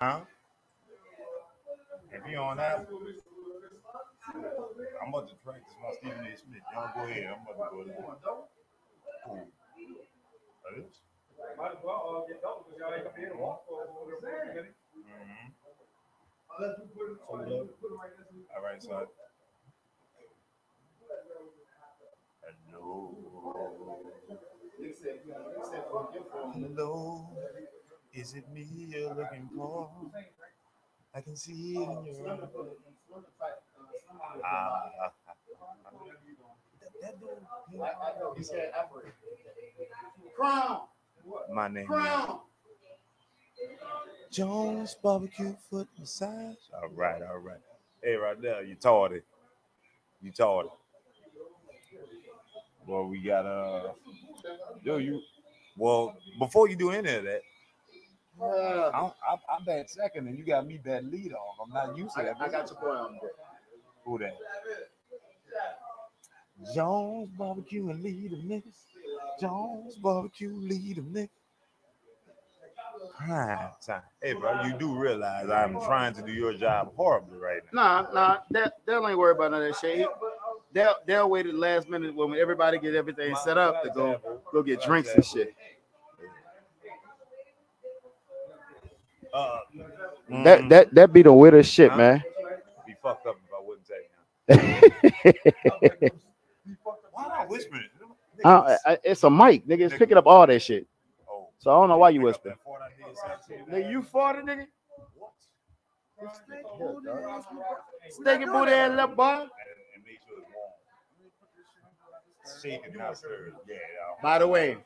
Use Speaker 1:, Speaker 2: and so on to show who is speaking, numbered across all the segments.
Speaker 1: Huh? If you on that, I'm about to practice my Stephen A. Smith. Y'all go ahead. I'm about to go ahead. Cool. That is? Mm-hmm. All right, so. Hello. Hello. Is it me you're looking for? I can see it in your eyes. Ah. That- that dude- My name. is Jones Barbecue Foot Massage. All right, all right. Hey, right there, you taught it. You taught it. Well, we got uh, yo, you. Well, before you do any of that,
Speaker 2: Uh,
Speaker 1: I'm, I'm, I'm back second, and you got me back lead off. I'm not used to that. Who that? Jones Barbecue and lead them niggas. Jones Barbecue lead them niggas. Prime time. Hey, bro, you do realize I'm trying to do your job horribly right now.
Speaker 2: Nah, nah, that they'll ain't worry about none of that shit. They'll they'll wait at the last minute when everybody get everything set up to go go get drinks and shit.
Speaker 1: Uh,
Speaker 2: That
Speaker 1: mm,
Speaker 2: that that be the weirdest shit,
Speaker 1: Huh?
Speaker 2: man.
Speaker 1: be fucked up if I wouldn't tell you. Why not whispering?
Speaker 2: Uh, I- it's a mic, nigga. It's picking up all that shit.
Speaker 1: Oh,
Speaker 2: So I don't know why you
Speaker 1: pick up
Speaker 2: whispering.
Speaker 1: that fort I did say.
Speaker 2: Nigga, you farted, nigga.
Speaker 1: What?
Speaker 2: Stinking booty ass left boy.
Speaker 1: And, and make sure it's warm. Shake it, not stir it. Yeah. yeah.
Speaker 2: By the way,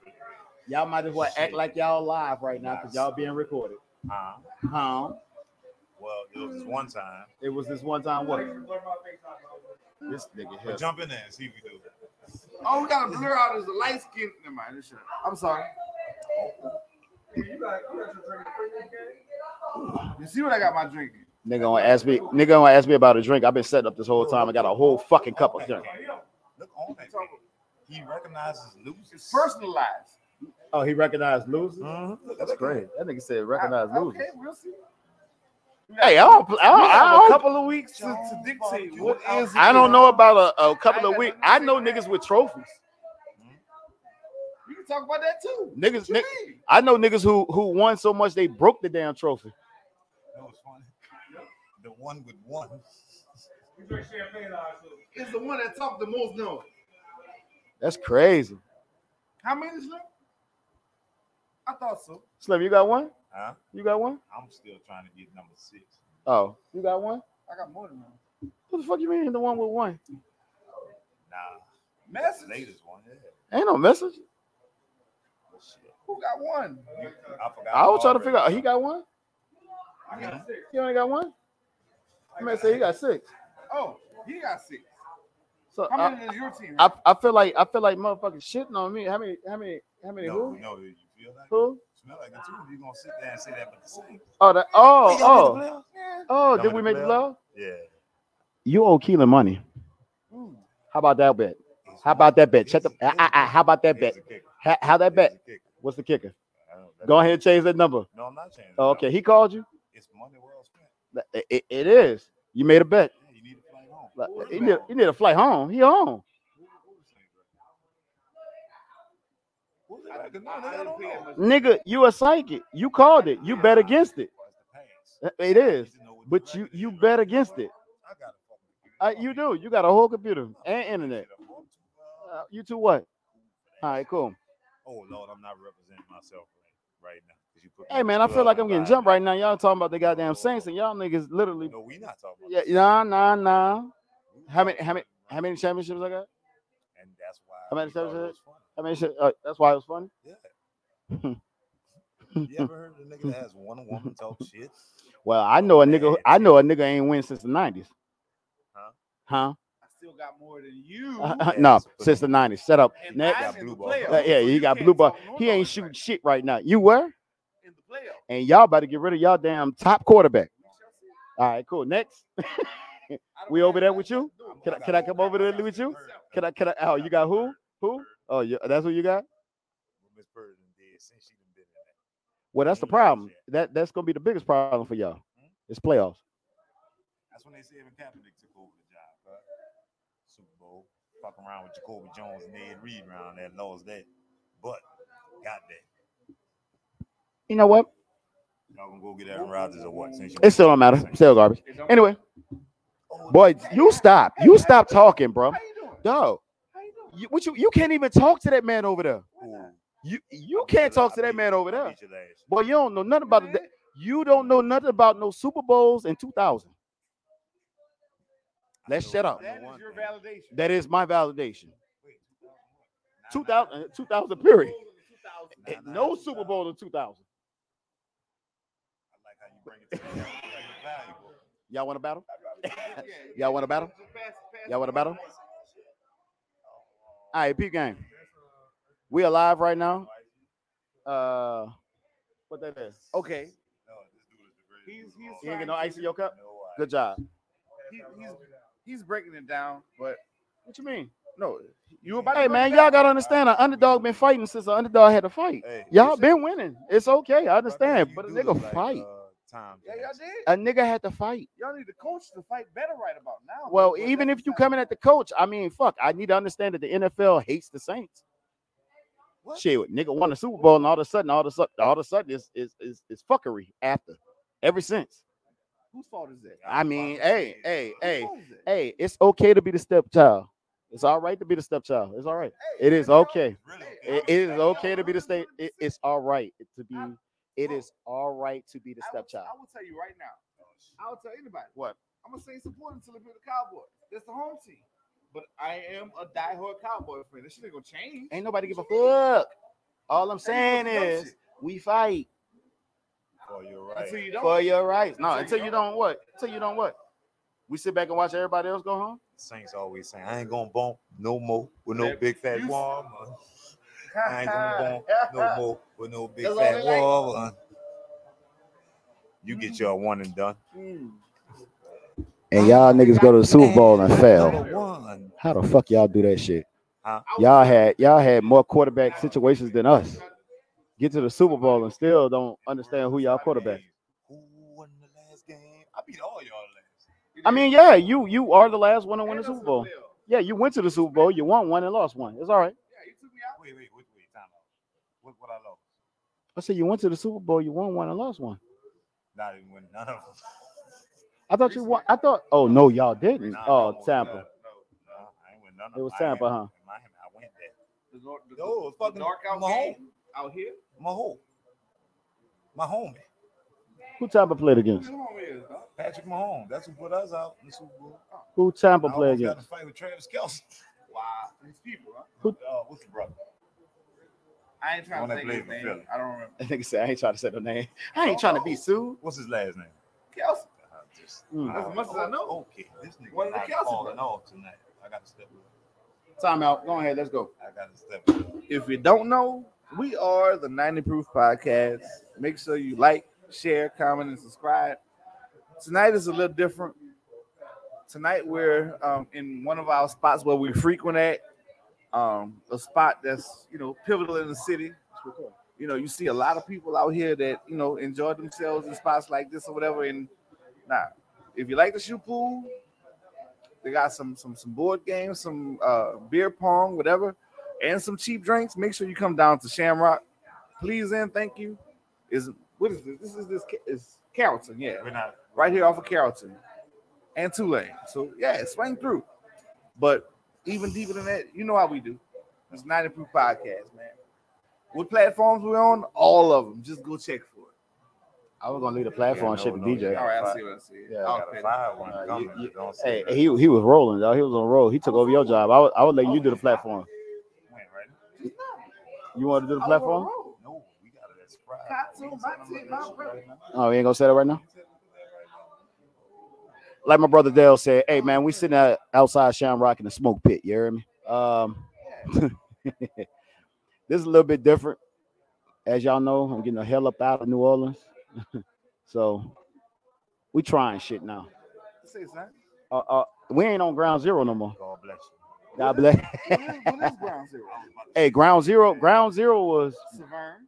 Speaker 2: y'all might as well act like y'all live right now because y'all being recorded.
Speaker 1: Uh,
Speaker 2: Huh?
Speaker 1: well, it was this one time.
Speaker 2: It was this one time what? This nigga
Speaker 1: But
Speaker 2: here.
Speaker 1: jump in there and see if we do.
Speaker 2: Oh, we gotta blur out his light skin. Never mind, this shit. I'm sorry. You see what I got my drink? in? Nigga gonna ask me. Nigga gonna ask me about a drink. I've been setting up this whole time. I got a whole fucking cup of
Speaker 1: Look on
Speaker 2: drink.
Speaker 1: that camera. Look on that camera. He recognizes losers.
Speaker 3: It's personalized.
Speaker 2: Oh, he recognized losers.
Speaker 1: Mhm. Look at
Speaker 2: Mm-hmm. That's
Speaker 1: that.
Speaker 2: great. That nigga said
Speaker 3: I-
Speaker 2: recognize losers.
Speaker 3: okay, we'll see. We got,
Speaker 2: Hey, I don't. I
Speaker 3: we
Speaker 2: don't,
Speaker 3: have
Speaker 2: I
Speaker 3: a
Speaker 2: don't,
Speaker 3: couple of weeks to, to
Speaker 1: Jones
Speaker 3: dictate
Speaker 1: barbecue
Speaker 3: what
Speaker 1: without-
Speaker 3: is. it
Speaker 2: I don't
Speaker 3: that-
Speaker 2: know about a, a
Speaker 3: I
Speaker 2: couple
Speaker 3: ain't
Speaker 2: of
Speaker 3: got
Speaker 2: weeks.
Speaker 3: nothing to
Speaker 2: I
Speaker 3: say
Speaker 2: know
Speaker 3: to that.
Speaker 2: niggas with trophies.
Speaker 1: Mhm.
Speaker 3: You can talk about that too.
Speaker 2: Niggas,
Speaker 3: What
Speaker 2: nigg-
Speaker 3: you mean?
Speaker 2: I know niggas who who won so much they broke the damn trophy.
Speaker 1: That was funny. The one with one.
Speaker 3: It's the one that talked the most noise.
Speaker 2: That's crazy.
Speaker 3: How many is left? I thought so.
Speaker 2: Slim, you got one?
Speaker 1: Huh?
Speaker 2: You got one?
Speaker 1: I'm still trying to get number six.
Speaker 2: Oh, you got one?
Speaker 3: I got more than one.
Speaker 2: What the fuck you mean the one with one?
Speaker 1: Nah.
Speaker 3: Message.
Speaker 1: Latest one. Yeah.
Speaker 2: Ain't no message.
Speaker 1: Well, shit.
Speaker 3: Who got one?
Speaker 1: You, I forgot.
Speaker 2: I was trying to
Speaker 1: already.
Speaker 2: figure out. He got one.
Speaker 1: Mhm.
Speaker 2: He only got one. I man say he got six.
Speaker 3: Oh, he got six.
Speaker 2: So
Speaker 3: How
Speaker 2: I,
Speaker 3: many is your team?
Speaker 2: Uh, I I feel like I feel like motherfucking shitting on me. How many? How many? How many?
Speaker 1: No,
Speaker 2: Who?
Speaker 1: no. You feel like it?
Speaker 2: Who?
Speaker 1: Smell like it too. You gonna sit there and say that, but the same.
Speaker 2: Oh, that.
Speaker 1: Wait, y'all made the
Speaker 2: Oh, oh,
Speaker 1: playoffs? Yeah.
Speaker 2: oh.
Speaker 1: Y'all
Speaker 2: Did
Speaker 1: made
Speaker 2: we
Speaker 1: the
Speaker 2: make the
Speaker 1: playoffs?
Speaker 2: law?
Speaker 1: Yeah.
Speaker 2: You owe Keelan money.
Speaker 3: Ooh,
Speaker 2: How about that bet?
Speaker 1: It's
Speaker 2: How
Speaker 1: one.
Speaker 2: about that bet? Check
Speaker 1: Here's
Speaker 2: the.
Speaker 1: a
Speaker 2: ah,
Speaker 1: here's
Speaker 2: ah,
Speaker 1: a
Speaker 2: ah,
Speaker 1: kicker.
Speaker 2: how about that
Speaker 1: Here's
Speaker 2: bet?
Speaker 1: a kicker.
Speaker 2: How, how that
Speaker 1: Here's
Speaker 2: bet?
Speaker 1: a kicker.
Speaker 2: What's the kicker?
Speaker 1: I don't- that
Speaker 2: Go
Speaker 1: don't-
Speaker 2: ahead and change that number.
Speaker 1: No, I'm not changing.
Speaker 2: Oh,
Speaker 1: No,
Speaker 2: okay, he called you.
Speaker 1: it's money well spent.
Speaker 2: That- It, it- it is. You made a bet.
Speaker 1: Yeah, you need to fly home.
Speaker 2: Like,
Speaker 3: who is
Speaker 2: You
Speaker 3: that?
Speaker 2: need, you need a flight home. He home.
Speaker 1: Who's
Speaker 3: I,
Speaker 1: that? No,
Speaker 3: I, I
Speaker 1: nigga, I
Speaker 3: didn't
Speaker 1: don't
Speaker 3: pay that
Speaker 1: know.
Speaker 3: much.
Speaker 2: Nigga, you a psychic. You called it. You bet against it.
Speaker 1: What's the pass?
Speaker 2: Uh, It
Speaker 1: I
Speaker 2: is.
Speaker 1: need to know what the
Speaker 2: But you
Speaker 1: record
Speaker 2: you
Speaker 1: is.
Speaker 2: bet against it.
Speaker 1: I got a fucking
Speaker 2: Uh, you do. You got a whole computer and internet. Uh,
Speaker 1: computer.
Speaker 2: you two what? All right, cool.
Speaker 1: Oh Lord, I'm not representing myself right, right now because you put me
Speaker 2: Hey
Speaker 1: in
Speaker 2: man,
Speaker 1: the
Speaker 2: I feel
Speaker 1: club
Speaker 2: like I'm getting jumped
Speaker 1: environment.
Speaker 2: right now. Y'all talking about the goddamn Saints and y'all niggas literally.
Speaker 1: No, we not talking about.
Speaker 2: Yeah,
Speaker 1: that.
Speaker 2: nah, nah, nah.
Speaker 1: We were
Speaker 2: How many
Speaker 1: talking
Speaker 2: how many
Speaker 1: about
Speaker 2: how many championships I got?
Speaker 1: the- And that's why
Speaker 2: How many
Speaker 1: we thought it
Speaker 2: championships?
Speaker 1: was funny.
Speaker 2: I mean, shit, uh, that's why it was funny.
Speaker 1: Yeah. You ever heard of a nigga that has one woman talk shit?
Speaker 2: well, I
Speaker 1: Talk
Speaker 2: know a nigga.
Speaker 1: mad
Speaker 2: who- I
Speaker 1: shit.
Speaker 2: know a nigga ain't win since the nineties,
Speaker 1: Huh?
Speaker 2: huh?
Speaker 3: I still got more than you.
Speaker 2: no,
Speaker 1: Yes, but
Speaker 2: since the nineties. Shut up.
Speaker 3: And
Speaker 2: Next.
Speaker 1: got
Speaker 3: I'm in
Speaker 1: blue
Speaker 3: the
Speaker 1: ball.
Speaker 2: Uh,
Speaker 3: playoffs.
Speaker 2: yeah,
Speaker 3: So
Speaker 2: he
Speaker 3: you
Speaker 2: got blue
Speaker 3: can't
Speaker 2: ball.
Speaker 3: talk no
Speaker 2: He ain't
Speaker 3: noise right
Speaker 2: shooting shit right now. You were,
Speaker 3: in the playoffs.
Speaker 2: and y'all about to get rid of y'all damn top quarterback.
Speaker 3: We shall see.
Speaker 2: All right, cool. Next,
Speaker 3: I don't
Speaker 2: we
Speaker 3: have
Speaker 2: over there with
Speaker 3: nothing
Speaker 2: you?
Speaker 3: to do.
Speaker 1: I'm-
Speaker 2: Can
Speaker 1: I
Speaker 2: I
Speaker 1: got
Speaker 2: can I come over
Speaker 1: I
Speaker 2: there
Speaker 1: got
Speaker 2: with
Speaker 1: Miss
Speaker 2: you?
Speaker 1: Purdy.
Speaker 2: Can I can I?
Speaker 1: I
Speaker 2: Oh, you
Speaker 1: got
Speaker 2: got
Speaker 1: Miss
Speaker 2: who?
Speaker 1: Purdy.
Speaker 2: Who?
Speaker 1: Purdy.
Speaker 2: Oh, yeah, that's who you got.
Speaker 1: What Miss Purdy done did since she done been in that.
Speaker 2: Well, that's the problem. That that's gonna be the biggest problem for y'all.
Speaker 1: Hmm?
Speaker 2: It's playoffs.
Speaker 1: That's when they said when Kaepernick took over the job, bro. Super Bowl, fucking around with Jacoby Jones and Ed Reed around there, lost that, but got that.
Speaker 2: You know what?
Speaker 1: Y'all gonna go get Aaron Rodgers or what? Since you
Speaker 2: It still don't matter. Still garbage. Anyway, boy, you stop. You stop talking, bro.
Speaker 3: How you doing?
Speaker 2: Dog,
Speaker 3: How you doing?
Speaker 2: you, what you you can't even talk to that man over there.
Speaker 1: Ooh,
Speaker 2: You you can't talk to
Speaker 1: I
Speaker 2: that
Speaker 1: beat-
Speaker 2: man over
Speaker 1: I
Speaker 2: there.
Speaker 1: beat your ass.
Speaker 2: Boy, you don't know nothing about
Speaker 3: Man,
Speaker 2: that. You don't know nothing about no Super Bowls in 2000.
Speaker 1: I
Speaker 2: Let's
Speaker 1: know-
Speaker 2: shut
Speaker 1: I
Speaker 2: up.
Speaker 1: know
Speaker 3: That
Speaker 1: one
Speaker 3: is your
Speaker 1: thing.
Speaker 3: validation.
Speaker 2: That is my validation.
Speaker 1: Wait,
Speaker 2: 2000, uh, 2000 period.
Speaker 1: Nah,
Speaker 2: Eh,
Speaker 1: nah,
Speaker 2: No
Speaker 1: nah,
Speaker 2: Super
Speaker 1: 2000.
Speaker 2: Bowl in 2000.
Speaker 1: I like how you bring it to the valuable.
Speaker 2: Y'all want to battle?
Speaker 3: Yeah,
Speaker 2: Y'all want to battle?
Speaker 3: just pass it, pass
Speaker 2: Y'all
Speaker 3: it.
Speaker 2: want to battle? All right, peep game. We alive right now. Uh, what that is? Okay,
Speaker 1: No, this dude is the greatest.
Speaker 3: He's-
Speaker 1: dude of
Speaker 3: he's
Speaker 1: all
Speaker 2: you ain't
Speaker 1: time.
Speaker 2: get no ice in your cup.
Speaker 1: No ice.
Speaker 2: Good job.
Speaker 3: He, he's, he's breaking it down, but
Speaker 2: What you mean?
Speaker 3: no, you about
Speaker 2: Hey
Speaker 3: to break
Speaker 2: man,
Speaker 3: it down.
Speaker 2: y'all gotta understand. An underdog been fighting since an underdog had to fight.
Speaker 1: Hey,
Speaker 2: Y'all
Speaker 1: listen,
Speaker 2: been winning. It's okay. I
Speaker 1: brother,
Speaker 2: understand.
Speaker 1: you
Speaker 2: But a
Speaker 1: do
Speaker 2: nigga
Speaker 1: look like,
Speaker 2: fight.
Speaker 1: uh, Tom
Speaker 3: Yeah,
Speaker 1: Hanks.
Speaker 3: y'all did.
Speaker 2: A nigga had to fight.
Speaker 3: Y'all need the coach to fight better right about now.
Speaker 2: Well,
Speaker 3: But
Speaker 2: even
Speaker 3: that's
Speaker 2: if you
Speaker 3: not-
Speaker 2: coming at the coach, I mean, fuck. I need to understand that the NFL hates the Saints.
Speaker 1: What?
Speaker 2: Shit, nigga won the Super Bowl, and all of a sudden, all of a sudden, all of a sudden, it's it's it's, it's fuckery after. Ever since.
Speaker 3: whose fault is that?
Speaker 2: I mean, hey, hey, hey,
Speaker 3: Whose fault is that?
Speaker 2: hey. It's okay to be the stepchild. It's all right to be the stepchild. It's all right.
Speaker 3: Hey,
Speaker 2: It is
Speaker 3: y'all-
Speaker 2: okay.
Speaker 1: Really?
Speaker 3: Hey,
Speaker 2: It- it is okay to be the state. It, it's all right to be. It is all right to be the
Speaker 3: I will-
Speaker 2: stepchild.
Speaker 3: I will tell you right now. I'll tell anybody.
Speaker 2: What?
Speaker 3: I'm gonna say support until they play the Cowboys. That's the home team. But I am a diehard Cowboy fan. This shit ain't gonna change.
Speaker 2: Ain't nobody give a fuck. All I'm saying is we fight
Speaker 1: Oh, you're right.
Speaker 3: until you don't.
Speaker 2: for your rights. No, until you don't what? Until you don't what? We sit back and watch everybody else go home.
Speaker 1: Saints always saying, I ain't gonna bump no more with no
Speaker 3: That-
Speaker 1: big fat
Speaker 3: you-
Speaker 1: woman. I ain't gonna bump no more with no big
Speaker 3: That's all
Speaker 1: fat
Speaker 3: they like.
Speaker 1: woman. You get your one and done.
Speaker 3: Mm.
Speaker 2: And y'all niggas go to the Super Bowl and fail.
Speaker 1: One.
Speaker 2: How the fuck y'all do that shit?
Speaker 3: I
Speaker 2: Y'all
Speaker 3: was-
Speaker 2: had y'all had more quarterback situations than us. Get to the Super Bowl and still don't understand who y'all quarterback.
Speaker 1: Who won the last game? I beat all y'all last.
Speaker 2: I mean, yeah, you you are the last one to win the
Speaker 3: And us
Speaker 2: Super Bowl.
Speaker 3: as well.
Speaker 2: Yeah, you went to the Super Bowl, you won one and lost one. It's all right.
Speaker 3: Yeah, you took me out.
Speaker 1: Wait, wait, wait, wait, time out. What what I lost?
Speaker 2: I said you went to the Super Bowl, you won one and lost one.
Speaker 1: Not even win none of them.
Speaker 2: I thought you won. I thought. Oh no, y'all didn't.
Speaker 1: Nah, I
Speaker 2: Oh,
Speaker 1: almost
Speaker 2: Tampa.
Speaker 1: won. No, I ain't win none of
Speaker 2: It was
Speaker 1: them. I ain't
Speaker 2: Tampa, huh?
Speaker 1: win Miami, I went there.
Speaker 3: The, nor- the,
Speaker 1: No, it was fucking
Speaker 3: dark out
Speaker 1: Mahomes.
Speaker 3: game out here.
Speaker 1: My home. My homie.
Speaker 2: Who Tampa played
Speaker 3: Who
Speaker 2: against?
Speaker 3: your home is, huh?
Speaker 1: Patrick Mahomes. That's who put us out in the Super Bowl.
Speaker 2: Who Tampa
Speaker 1: I
Speaker 2: played
Speaker 1: almost got in a
Speaker 2: against?
Speaker 1: fight with Travis Kelsey.
Speaker 3: Wow, these people, huh?
Speaker 1: Uh, what's the brother?
Speaker 3: I ain't trying
Speaker 1: One
Speaker 3: to
Speaker 1: that
Speaker 3: say
Speaker 1: plays
Speaker 3: his
Speaker 1: for
Speaker 3: name.
Speaker 1: Philly.
Speaker 3: I don't remember.
Speaker 2: That nigga said, I ain't trying to say no name. I ain't trying to be sued.
Speaker 1: What's his last name?
Speaker 3: Kelsey.
Speaker 1: Uh, just,
Speaker 2: Mm.
Speaker 3: As much as I know.
Speaker 1: Okay, this nigga
Speaker 3: One of the
Speaker 1: not
Speaker 3: Kelsey
Speaker 1: calling
Speaker 3: brothers.
Speaker 1: off tonight. I gotta step up.
Speaker 2: Time out. Go ahead. Let's go.
Speaker 1: I gotta step up.
Speaker 3: If you don't know, we are the 90 Proof Podcast. Make sure you like, share, comment, and subscribe. Tonight is a little different. Tonight we're um, in one of our spots where we frequent at, um, a spot that's you know pivotal in the city. You know, you see a lot of people out here that you know enjoy themselves in spots like this or whatever. And nah, if you like the shoe pool, they got some some some board games, some uh, beer pong, whatever and some cheap drinks. Make sure you come down to Shamrock. Please and thank you. Is what is this? This is this Ca- is Carrollton, yeah,
Speaker 1: We're not
Speaker 3: right here off of Carrollton and Tulane. So yeah, swing through. But even deeper than that, you know how we do. It's 90 Proof Podcast, man. What platforms we're on? All of them. Just go check for it.
Speaker 2: I was gonna leave the platform shit to
Speaker 1: no, no,
Speaker 2: DJ.
Speaker 1: Yeah,
Speaker 3: All right, I
Speaker 1: fine.
Speaker 3: see what I see.
Speaker 2: Yeah,
Speaker 1: I got
Speaker 3: Okay.
Speaker 1: a five one
Speaker 2: Uh, you-
Speaker 1: coming.
Speaker 2: you-
Speaker 1: Don't say
Speaker 2: Hey,
Speaker 1: that.
Speaker 2: he he was rolling though. He was on a roll. He took over your job. I would I would let you do the platform.
Speaker 1: Went, right?
Speaker 2: You want to do the
Speaker 3: I was on
Speaker 2: platform?
Speaker 3: roll.
Speaker 1: No, we got it. That's Friday.
Speaker 3: Cops
Speaker 1: We
Speaker 3: on
Speaker 1: ain't
Speaker 3: my
Speaker 1: telling
Speaker 3: team,
Speaker 1: them
Speaker 3: my
Speaker 1: that shit
Speaker 3: brother.
Speaker 1: right now.
Speaker 2: Oh, he ain't gonna say that right now.
Speaker 1: We telling them that right now.
Speaker 2: Like my brother Dale said, hey man, we sitting out outside Shamrock in the smoke pit. You hear me? Um, this is a little bit different. As y'all know, I'm getting the hell up out of New Orleans. so we trying shit now.
Speaker 3: Say it's not.
Speaker 2: Uh, uh, we ain't on ground zero no more.
Speaker 1: God bless you.
Speaker 2: God bless.
Speaker 3: What is, what is Ground Zero?
Speaker 2: Hey, ground zero, ground zero was
Speaker 3: Severn.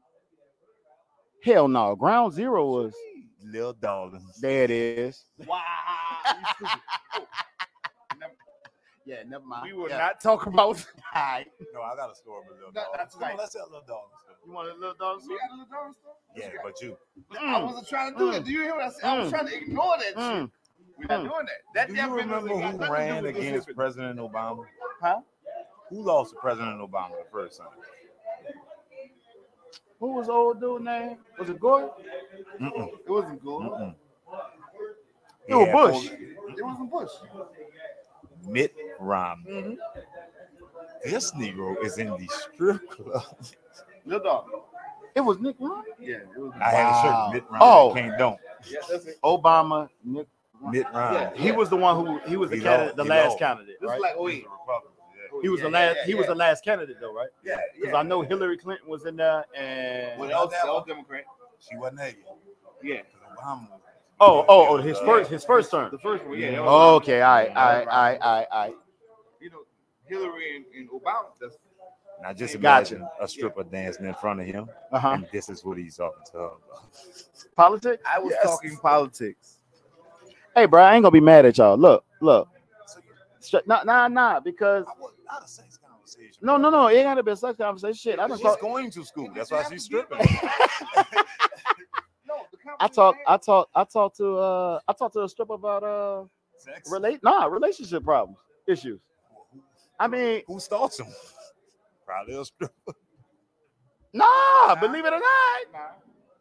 Speaker 2: Hell no. Ground zero was
Speaker 1: Lil Dolphins.
Speaker 2: there. It is.
Speaker 4: Wow. yeah, never mind.
Speaker 5: We will
Speaker 4: yeah.
Speaker 5: not talk about
Speaker 4: All right.
Speaker 1: No, I got a story with Lil
Speaker 4: Not- not
Speaker 1: Dolphins. Come
Speaker 4: tonight.
Speaker 1: on, let's tell Lil Dolphins.
Speaker 4: You want a little dog?
Speaker 3: We had a little dog stuff?
Speaker 1: Yeah, but you.
Speaker 3: I
Speaker 2: Mm,
Speaker 3: wasn't trying to do that. Do you hear what I said? I was
Speaker 4: Mm.
Speaker 3: trying to ignore that shit.
Speaker 4: Mm.
Speaker 3: We're not
Speaker 4: Mm.
Speaker 3: doing that. That
Speaker 1: Do you
Speaker 3: definitely
Speaker 1: remember
Speaker 3: got
Speaker 1: who
Speaker 3: nothing to
Speaker 1: ran
Speaker 3: do with this
Speaker 1: against
Speaker 3: history.
Speaker 1: President Obama?
Speaker 4: Huh?
Speaker 1: Who lost to President Obama the first time?
Speaker 4: Who was old dude name? Was it Gore?
Speaker 1: Mm-mm,
Speaker 4: It wasn't Gore.
Speaker 1: mm-mm.
Speaker 5: It was Bush.
Speaker 3: It wasn't Bush.
Speaker 1: Mitt Romney. This Negro is in the strip club.
Speaker 4: Little dog. It was Nick Romney.
Speaker 3: Yeah, it was.
Speaker 1: I had a
Speaker 4: Wow.
Speaker 1: shirt, Mitt Romney.
Speaker 4: Oh.
Speaker 1: I can't don't.
Speaker 3: Yeah, that's it.
Speaker 4: Obama. Nick.
Speaker 1: Mitt Romney.
Speaker 3: Yeah.
Speaker 4: He was the one who he was the
Speaker 1: He lost.
Speaker 4: candidate, the
Speaker 1: He
Speaker 4: last
Speaker 1: lost.
Speaker 4: candidate,
Speaker 3: This
Speaker 4: right?
Speaker 3: is like
Speaker 1: He's
Speaker 3: 08.
Speaker 1: a Republican, yeah.
Speaker 4: he was
Speaker 3: Yeah,
Speaker 4: the last.
Speaker 3: yeah,
Speaker 4: he was
Speaker 3: yeah.
Speaker 4: the last candidate though, right?
Speaker 3: Yeah,
Speaker 4: Because
Speaker 3: yeah.
Speaker 4: I know Hillary Clinton was in there, and
Speaker 3: Well, that was, that was Democrat.
Speaker 1: She wasn't there yet.
Speaker 3: Yeah.
Speaker 1: 'cause Obama was-
Speaker 4: oh, oh, oh, his first, his first term.
Speaker 3: The first one, yeah.
Speaker 1: Oh,
Speaker 3: that was-
Speaker 2: Okay. All right. All right. All right. All right. All right.
Speaker 3: You know, Hillary and, and Obama. That's
Speaker 1: Now just
Speaker 2: Gotcha.
Speaker 1: imagine a stripper dancing in front of him,
Speaker 2: Uh
Speaker 3: Uh-huh.
Speaker 2: huh.
Speaker 1: and this is what he's talking to her about.
Speaker 2: Politics.
Speaker 5: I was talking politics.
Speaker 2: Hey, bro, I ain't gonna be mad at y'all. Look, look. Sh- Nah, nah, nah. Because
Speaker 1: I want not a sex conversation.
Speaker 2: no,
Speaker 1: bro.
Speaker 2: no, no. It ain't gotta be a sex conversation. Shit, I
Speaker 1: She's
Speaker 2: just talk.
Speaker 1: going to school. That's
Speaker 3: You
Speaker 1: why
Speaker 3: have
Speaker 1: she's
Speaker 3: to do
Speaker 1: stripping.
Speaker 3: no. The
Speaker 2: I talk. I talk. I talk to. Uh, I talk to a strip about uh
Speaker 1: Sex.
Speaker 2: relate. Nah, relationship problems, issues. I mean,
Speaker 1: Who starts him? Probably a stripper.
Speaker 2: nah. Believe it or not,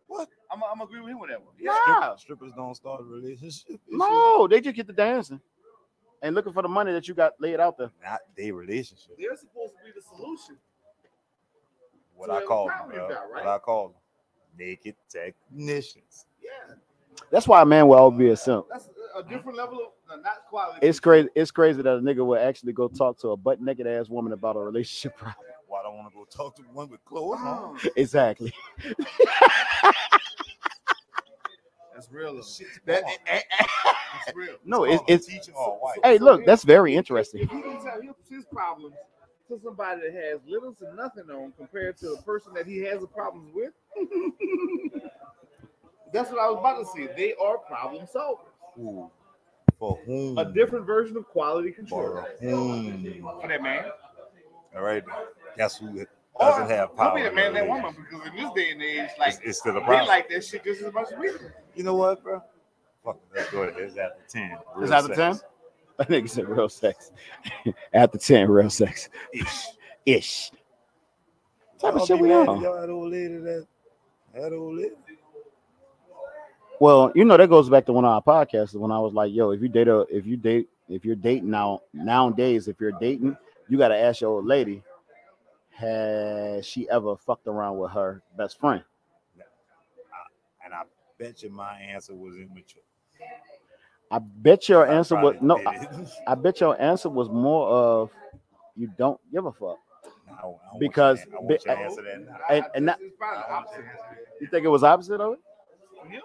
Speaker 3: What? I'm I'm agree with him with that one.
Speaker 2: nah.
Speaker 1: Stripper- Strippers don't start a relationship.
Speaker 2: No, they just get to dancing and looking for the money that you got laid out there.
Speaker 1: Not their relationship.
Speaker 3: They're supposed to be the solution.
Speaker 1: What
Speaker 3: So
Speaker 1: I
Speaker 3: it was
Speaker 1: call them,
Speaker 3: probably
Speaker 1: bro.
Speaker 3: about, right?
Speaker 1: What I call them. Naked technicians.
Speaker 3: Yeah,
Speaker 2: That's why a man will always be a simp.
Speaker 3: that's a- a different level of no, not quality.
Speaker 2: It's crazy. It's crazy that a nigga will actually go talk to a butt naked ass woman about a relationship problem.
Speaker 1: Why don't want to go talk to one with clothes on?
Speaker 3: Oh,
Speaker 2: Exactly.
Speaker 3: that's real. though.
Speaker 1: Shit's
Speaker 5: That-
Speaker 1: gone.
Speaker 2: eh,
Speaker 3: That's real.
Speaker 2: No,
Speaker 1: It's
Speaker 2: it,
Speaker 1: called a
Speaker 2: it's.
Speaker 1: teacher or a wife.
Speaker 2: Hey, look, that's very interesting.
Speaker 3: If he can tell his- his problems to somebody that has little to nothing on compared to a person that he has a problem with, that's what I was about to say. They are problem solvers.
Speaker 1: Who- For whom?
Speaker 3: A different version of quality control
Speaker 1: For whom?
Speaker 3: for that man.
Speaker 1: All right. That's who it
Speaker 3: Or
Speaker 1: doesn't have
Speaker 3: Don't
Speaker 1: power.
Speaker 3: be the
Speaker 1: in
Speaker 3: man
Speaker 1: the
Speaker 3: that
Speaker 1: relationship.
Speaker 3: woman because in this day and age,
Speaker 1: It's,
Speaker 3: like
Speaker 1: it's still a
Speaker 3: they
Speaker 1: problem.
Speaker 3: like that shit just as much as we do.
Speaker 1: you know what, bro? Fuck, it, let's go. ahead. It's after 10.
Speaker 2: It's
Speaker 1: Real
Speaker 2: after
Speaker 1: sex.
Speaker 2: That nigga said real sex. After 10, real sex.
Speaker 1: Ish.
Speaker 2: Ish. Type of
Speaker 1: Y'all
Speaker 2: shit
Speaker 1: be
Speaker 2: we
Speaker 1: mad
Speaker 2: on.
Speaker 1: if Y'all had old lady that, that old lady.
Speaker 2: Well, you know, that goes back to one of our podcasts when I was like, yo, if you date a if you date if you're dating now nowadays, if you're dating, you gotta ask your old lady, has she ever fucked around with her best friend?
Speaker 1: And I bet you my answer was immature.
Speaker 2: I bet your
Speaker 1: I
Speaker 2: answer was
Speaker 1: probably
Speaker 2: no, uh,
Speaker 1: did
Speaker 2: I,
Speaker 1: it.
Speaker 2: I bet your answer was more of you don't give a fuck.
Speaker 1: No, I don't- I don't
Speaker 2: Because
Speaker 1: want you to- I
Speaker 2: be- uh,
Speaker 1: want you to answer that now.
Speaker 3: I-
Speaker 2: And- and
Speaker 3: I-
Speaker 2: that-
Speaker 3: it's probably the opposite.
Speaker 2: You think it was opposite of it?
Speaker 3: For him,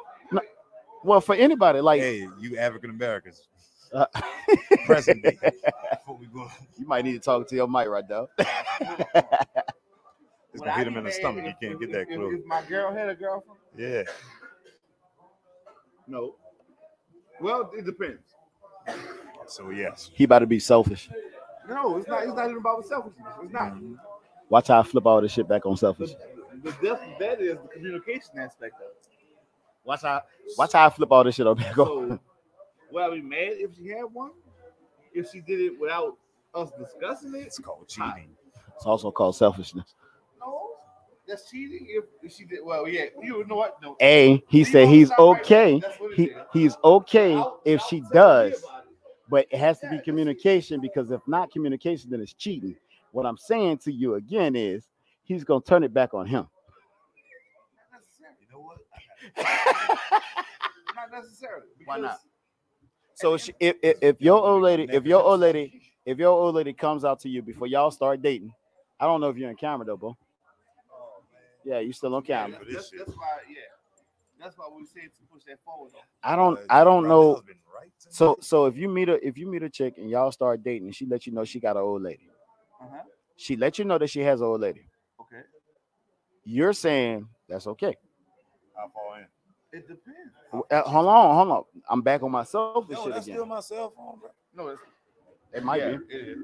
Speaker 2: Well, for anybody, like
Speaker 1: Hey, you African Americans,
Speaker 2: Uh,
Speaker 1: present day. Before we go,
Speaker 2: you might need to talk to your mic right now.
Speaker 1: it's
Speaker 3: would
Speaker 1: gonna
Speaker 3: I
Speaker 1: hit
Speaker 3: be
Speaker 1: him in the
Speaker 3: mad
Speaker 1: stomach. You
Speaker 3: if-
Speaker 1: can't
Speaker 3: if-
Speaker 1: get that
Speaker 3: if-
Speaker 1: close.
Speaker 3: If my girl had a girlfriend.
Speaker 1: Yeah,
Speaker 3: No. Well, it depends.
Speaker 1: so yes,
Speaker 2: He about to be selfish.
Speaker 3: No, it's not. It's not even about selfishness. It's not.
Speaker 2: Mm-hmm. Watch how I flip all this shit back on
Speaker 3: The,
Speaker 2: selfish.
Speaker 3: the death of that is the communication aspect of it.
Speaker 2: Watch how watch how I flip all this shit on back on.
Speaker 3: So, would I be mad if she had one? If she did it without us discussing it?
Speaker 1: it's called cheating.
Speaker 2: It's also called selfishness.
Speaker 3: No, that's cheating. If, if she did, well, yeah. You know what? No.
Speaker 2: A he
Speaker 3: See,
Speaker 2: said
Speaker 3: you
Speaker 2: he's
Speaker 3: know what I'm saying?
Speaker 2: okay.
Speaker 3: That's what it
Speaker 2: He
Speaker 3: is.
Speaker 2: he's okay
Speaker 3: I'll-
Speaker 2: if
Speaker 3: I'll
Speaker 2: she
Speaker 3: tell you
Speaker 2: does,
Speaker 3: about it.
Speaker 2: but it has to be communication because if not communication, then it's cheating. What I'm saying to you again is he's gonna turn it back on him.
Speaker 3: Not necessarily. You know what? Not necessarily.
Speaker 2: Why
Speaker 3: because-
Speaker 2: not? So if, she, if if if your old lady, if your old lady, if your old lady comes out to you before y'all start dating, I don't know if you're on camera though, bro. Yeah, you still on
Speaker 3: Yeah,
Speaker 2: camera.
Speaker 1: but
Speaker 3: that's,
Speaker 1: this
Speaker 3: that's
Speaker 1: shit-
Speaker 3: why, yeah. That's why we said to push that forward. though.
Speaker 2: I don't
Speaker 1: Uh,
Speaker 2: I don't
Speaker 1: my
Speaker 2: know.
Speaker 1: husband, right?
Speaker 2: So so if you meet a if you meet a chick and y'all start dating, and she let you know she got an old lady.
Speaker 3: Uh-huh.
Speaker 2: She let you know that she has an old lady.
Speaker 3: Okay.
Speaker 2: You're saying that's okay.
Speaker 1: How far in?
Speaker 3: It depends.
Speaker 2: Uh, Hold on, hold on. I'm back on my selfish
Speaker 1: No,
Speaker 2: shit
Speaker 1: that's
Speaker 2: again.
Speaker 1: still my cell phone, bro.
Speaker 4: No, it's
Speaker 2: it might
Speaker 4: yeah,
Speaker 2: be.
Speaker 4: It is.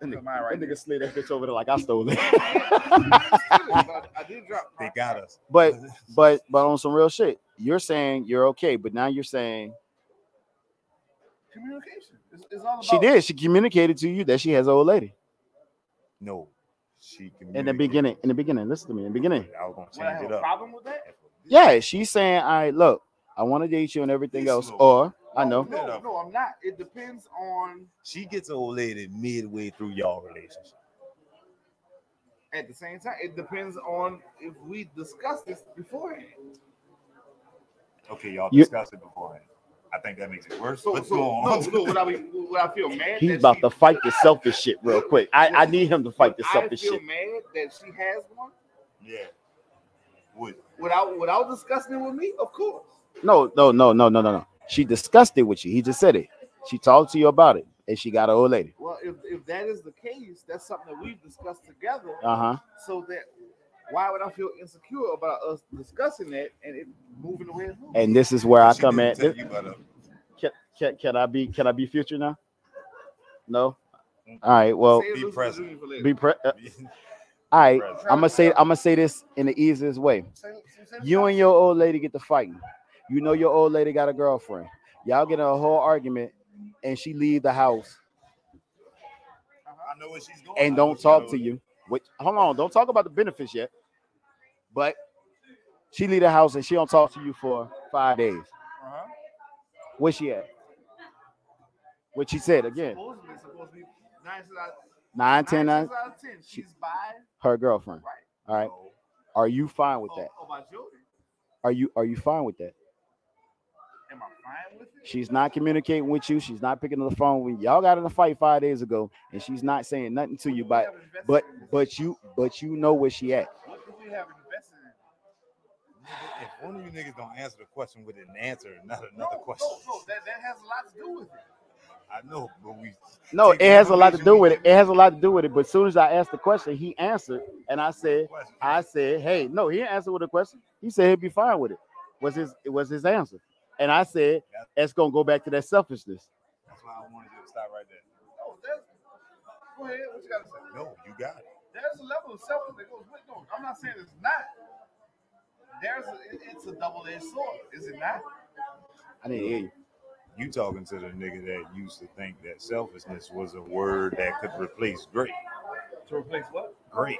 Speaker 2: That
Speaker 4: Look at mine right
Speaker 2: That nigga slid that bitch over there like I stole it.
Speaker 3: I, I did drop.
Speaker 1: They got us.
Speaker 2: but but but on some real shit, you're saying you're okay, but now you're saying
Speaker 3: communication. It's, it's all about
Speaker 2: she did. She communicated to you that she has an old lady
Speaker 1: no, she can.
Speaker 2: in the beginning. In the beginning, listen to me. In the beginning,
Speaker 1: I was gonna
Speaker 3: Would I
Speaker 1: change
Speaker 3: have
Speaker 1: it
Speaker 3: a
Speaker 1: up.
Speaker 3: problem with that?
Speaker 2: yeah, she's saying, "I look, I want to date you and everything
Speaker 1: He's
Speaker 2: else,"
Speaker 1: slow.
Speaker 2: or I know.
Speaker 3: No, no, no, I'm not. It depends on
Speaker 1: She gets an old lady midway through y'all relationship.
Speaker 3: at the same time. It depends on if we discuss this beforehand.
Speaker 1: Okay, y'all
Speaker 2: You-
Speaker 1: discussed it beforehand. I think that makes it worse.
Speaker 3: So,
Speaker 1: What's
Speaker 3: so
Speaker 1: going
Speaker 3: no,
Speaker 1: on?
Speaker 3: no, would I be, would I feel mad?
Speaker 2: He's
Speaker 3: that
Speaker 2: about
Speaker 3: she-
Speaker 2: to fight the selfish shit real quick. I, I need him to fight the
Speaker 3: would
Speaker 2: selfish
Speaker 3: I feel
Speaker 2: shit.
Speaker 3: mad that she has one
Speaker 1: yeah. Would
Speaker 3: without without discussing it with me. Of course.
Speaker 2: No, no, no, no, no, no, no. She discussed it with you. He just said it. She talked to you about it, and she got an old lady.
Speaker 3: Well, if, if that is the case, that's something that we've discussed together.
Speaker 2: Uh huh.
Speaker 3: so that why would I feel insecure about us discussing that and it moving the way it's moving?
Speaker 2: And this is where I
Speaker 1: She
Speaker 2: come
Speaker 1: didn't
Speaker 2: at.
Speaker 1: tell
Speaker 2: This-
Speaker 1: you about a-
Speaker 2: Can, can, can I be can I be future now? No.
Speaker 1: Mm-hmm.
Speaker 2: All right. Well,
Speaker 3: Say it
Speaker 1: be
Speaker 3: loosely,
Speaker 1: present.
Speaker 3: Junior, for later.
Speaker 2: be pre- uh, all right.
Speaker 1: Present.
Speaker 2: I'm gonna say I'm gonna say this in the easiest way.
Speaker 3: Say- say- say it
Speaker 2: You
Speaker 3: loosely.
Speaker 2: and your old lady get to fighting. You know your old lady got a girlfriend. Y'all get in a whole argument, and she leave the house
Speaker 1: I know what she's going.
Speaker 2: and
Speaker 1: I know
Speaker 2: don't
Speaker 1: she
Speaker 2: talk
Speaker 1: knows
Speaker 2: to
Speaker 1: it.
Speaker 2: you. Which hold on, don't talk about the benefits yet. But she leave the house and she don't talk to you for five days.
Speaker 3: Uh-huh.
Speaker 2: Where she at? What she said again?
Speaker 3: Supposedly, it's supposed to be nine times out, nine
Speaker 2: Nine, ten, nine.
Speaker 3: times out of ten. She's by
Speaker 2: Her girlfriend.
Speaker 3: Right.
Speaker 2: All right.
Speaker 1: No.
Speaker 2: Are you fine with
Speaker 3: oh,
Speaker 2: that?
Speaker 3: oh, by Jody.
Speaker 2: Are you are you fine with that?
Speaker 3: Am I fine with it?
Speaker 2: She's not communicating with you. She's not picking up the phone when y'all got in a fight five days ago, and she's not saying nothing to you.
Speaker 3: We
Speaker 2: But
Speaker 3: haven't invested
Speaker 2: but
Speaker 3: in this.
Speaker 2: but you but you know where she at.
Speaker 3: what if we have invested in? it?
Speaker 1: Nigga, If one of you niggas don't answer the question with an answer, and not
Speaker 3: No,
Speaker 1: another question.
Speaker 3: no, no, that, that has a lot to do with it.
Speaker 1: I know, but we.
Speaker 2: No,
Speaker 1: Take
Speaker 2: it
Speaker 1: the
Speaker 2: has a lot to
Speaker 1: information
Speaker 2: do
Speaker 1: we
Speaker 2: with it.
Speaker 1: give
Speaker 2: It has a lot to do with it. But as soon as I asked the question, he answered, and I said
Speaker 1: Question.
Speaker 2: I said, hey, no, he didn't answer with a question. He said he'd be fine with it. Was his it was his answer, and I said that's gonna go back to that selfishness.
Speaker 1: That's why I wanted you to stop right there.
Speaker 3: No, that's, go ahead. What you got to say?
Speaker 1: No, you got it.
Speaker 3: There's a level of selfishness that goes with those. I'm not saying it's not. There's a, it- it's a double-edged sword, is it not?
Speaker 2: I didn't hear you.
Speaker 1: You talking to the nigga that used to think that selfishness was a word that could replace great.
Speaker 3: To replace what?
Speaker 1: Great.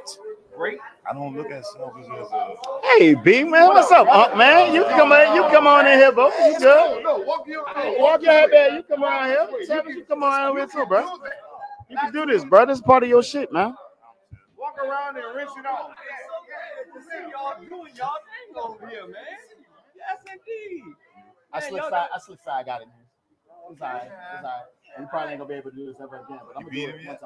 Speaker 3: Great.
Speaker 1: I don't look at selfishness as a.
Speaker 2: Hey, B man, what's up, Unc, man? You come on, you come on in here, bro. You good?
Speaker 3: No, walk your
Speaker 2: Hey, walk your head back. You come on here. Travis, you come on over here too, bro. You can do this, bro. This is part of your shit, man.
Speaker 3: Walk around and rinse it off.
Speaker 2: I slick side, I slick side got it, man. It's all right. It's all right. We probably ain't gonna be able to do this ever again, but I'm
Speaker 1: You beat him yet?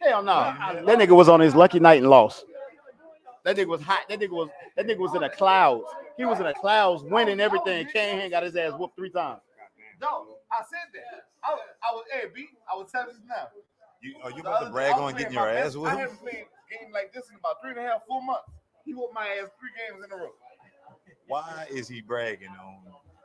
Speaker 2: Hell no. That nigga was on his lucky night and lost. That nigga was hot. That nigga was that nigga was in the clouds. He was in the clouds winning everything. Came here and got his ass whooped three times.
Speaker 3: No, I said that. I was, I was, hey, B, I was telling you now.
Speaker 1: You, are you
Speaker 3: The
Speaker 1: about
Speaker 3: other
Speaker 1: to
Speaker 3: day,
Speaker 1: brag
Speaker 3: I was
Speaker 1: on
Speaker 3: playing
Speaker 1: getting
Speaker 3: my
Speaker 1: your
Speaker 3: best-
Speaker 1: ass
Speaker 3: I
Speaker 1: with him?
Speaker 3: haven't played a game like this in about three and a half, four months. He whooped my ass three games in a row.
Speaker 1: Why is he bragging on?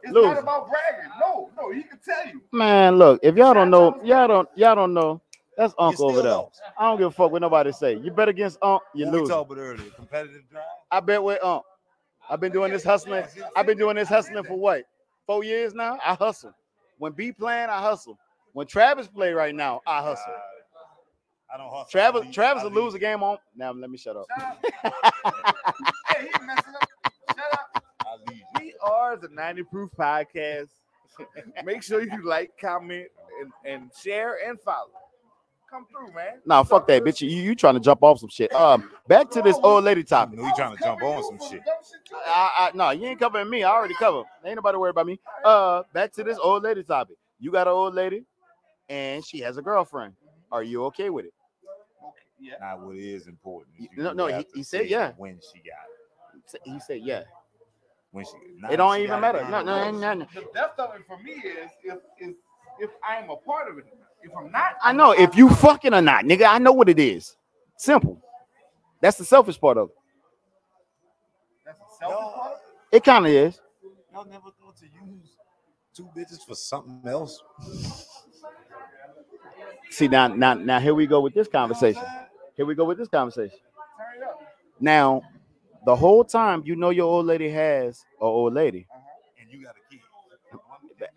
Speaker 3: It's not
Speaker 2: Lose.
Speaker 3: about bragging. No, no, he can tell you.
Speaker 2: Man, look, if y'all don't know, y'all don't y'all don't know. That's Unc
Speaker 1: You
Speaker 2: over
Speaker 1: still
Speaker 2: there.
Speaker 1: lost.
Speaker 2: I don't give a fuck what nobody say. You bet against Unc, you
Speaker 1: What
Speaker 2: lose.
Speaker 1: We talked about earlier competitive drive.
Speaker 2: I bet with Unc. I've been doing this hustling. I've been doing this hustling for what? Four years now? I hustle. When B playing, I hustle. When Travis play right now, I hustle.
Speaker 1: Uh, I don't hustle. I
Speaker 2: Travis
Speaker 1: lead-
Speaker 2: Travis
Speaker 1: I
Speaker 2: will
Speaker 1: lead.
Speaker 2: lose a game on. Now let me shut up.
Speaker 3: Shut up. hey, he messing up. Shut up.
Speaker 1: I lead.
Speaker 5: We are the 90 Proof Podcast. Make sure you like, comment, and, and share and follow.
Speaker 3: Come through, man.
Speaker 2: Nah, fuck that, bitch. You you trying to jump off some shit. Um, back to this old lady
Speaker 1: I
Speaker 2: topic.
Speaker 1: know you trying to jump on some shit.
Speaker 2: I, I no, you ain't covering me. I already covered. Ain't nobody worried about me. Uh, back to this old lady topic. You got an old lady, and she has a girlfriend. Are you okay with it?
Speaker 1: Now, what is important? is
Speaker 2: No,
Speaker 1: do
Speaker 2: no,
Speaker 1: have
Speaker 2: he-
Speaker 1: to
Speaker 2: he said
Speaker 1: say
Speaker 2: yeah.
Speaker 1: When she got it.
Speaker 2: He said, "Yeah."
Speaker 1: When she.
Speaker 2: It
Speaker 1: Nah,
Speaker 2: don't
Speaker 1: she
Speaker 2: even
Speaker 1: got it
Speaker 2: matter. No,
Speaker 1: now.
Speaker 2: no, no, no.
Speaker 3: The depth of it for me is if if if I'm a part of it. If I'm not,
Speaker 2: I know if you fucking or not, nigga. I know what it is. Simple. That's the selfish part of it.
Speaker 3: That's a selfish part.
Speaker 2: It kind of is.
Speaker 1: Y'all never thought to use two bitches for something else.
Speaker 2: See now, now, now here we go with this conversation. Here we go with this conversation. Now, the whole time you know your old lady has a old lady.
Speaker 1: And you got a kid.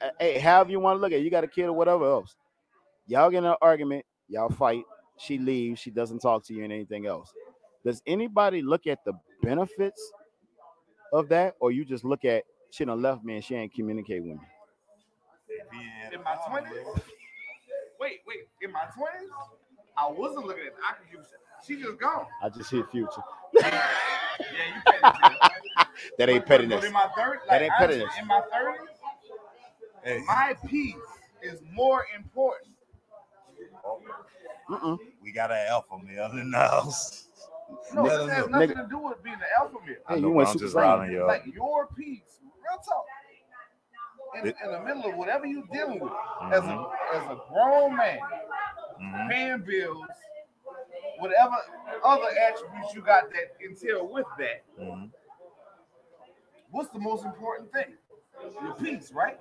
Speaker 2: Uh, hey, however you want to look at it, you got a kid or whatever else. Y'all get in an argument, y'all fight, she leaves, she doesn't talk to you and anything else. Does anybody look at the benefits of that, or you just look at she done left me and she ain't communicate with me?
Speaker 1: Being
Speaker 3: In my 20s? Wait, wait. In my 20s, I wasn't looking at I could use She just gone.
Speaker 2: I just hit future.
Speaker 3: Yeah, you petty. Jay.
Speaker 2: That
Speaker 3: But- but
Speaker 2: ain't pettiness.
Speaker 3: In my third, like,
Speaker 2: That ain't
Speaker 3: honestly,
Speaker 2: pettiness.
Speaker 3: In my 30s,
Speaker 1: Hey,
Speaker 3: my peace is more important.
Speaker 2: Mm-mm.
Speaker 1: we got an alpha male in the house.
Speaker 3: No,
Speaker 1: Nigga,
Speaker 3: it has
Speaker 1: nigga.
Speaker 3: nothing to do with being an alpha male.
Speaker 1: I
Speaker 2: Hey, you
Speaker 1: know,
Speaker 2: went
Speaker 1: but I'm
Speaker 2: Super
Speaker 1: just
Speaker 2: Saiyan.
Speaker 1: riling you up.
Speaker 3: Like your peace, real talk. In,
Speaker 1: It-
Speaker 3: in the middle of whatever you're dealing with, as a
Speaker 1: Mhm,
Speaker 3: as a grown man,
Speaker 1: mhm.
Speaker 3: paying bills, whatever other attributes you got that entail with that,
Speaker 1: Mhm.
Speaker 3: what's the most important thing? Your peace, right?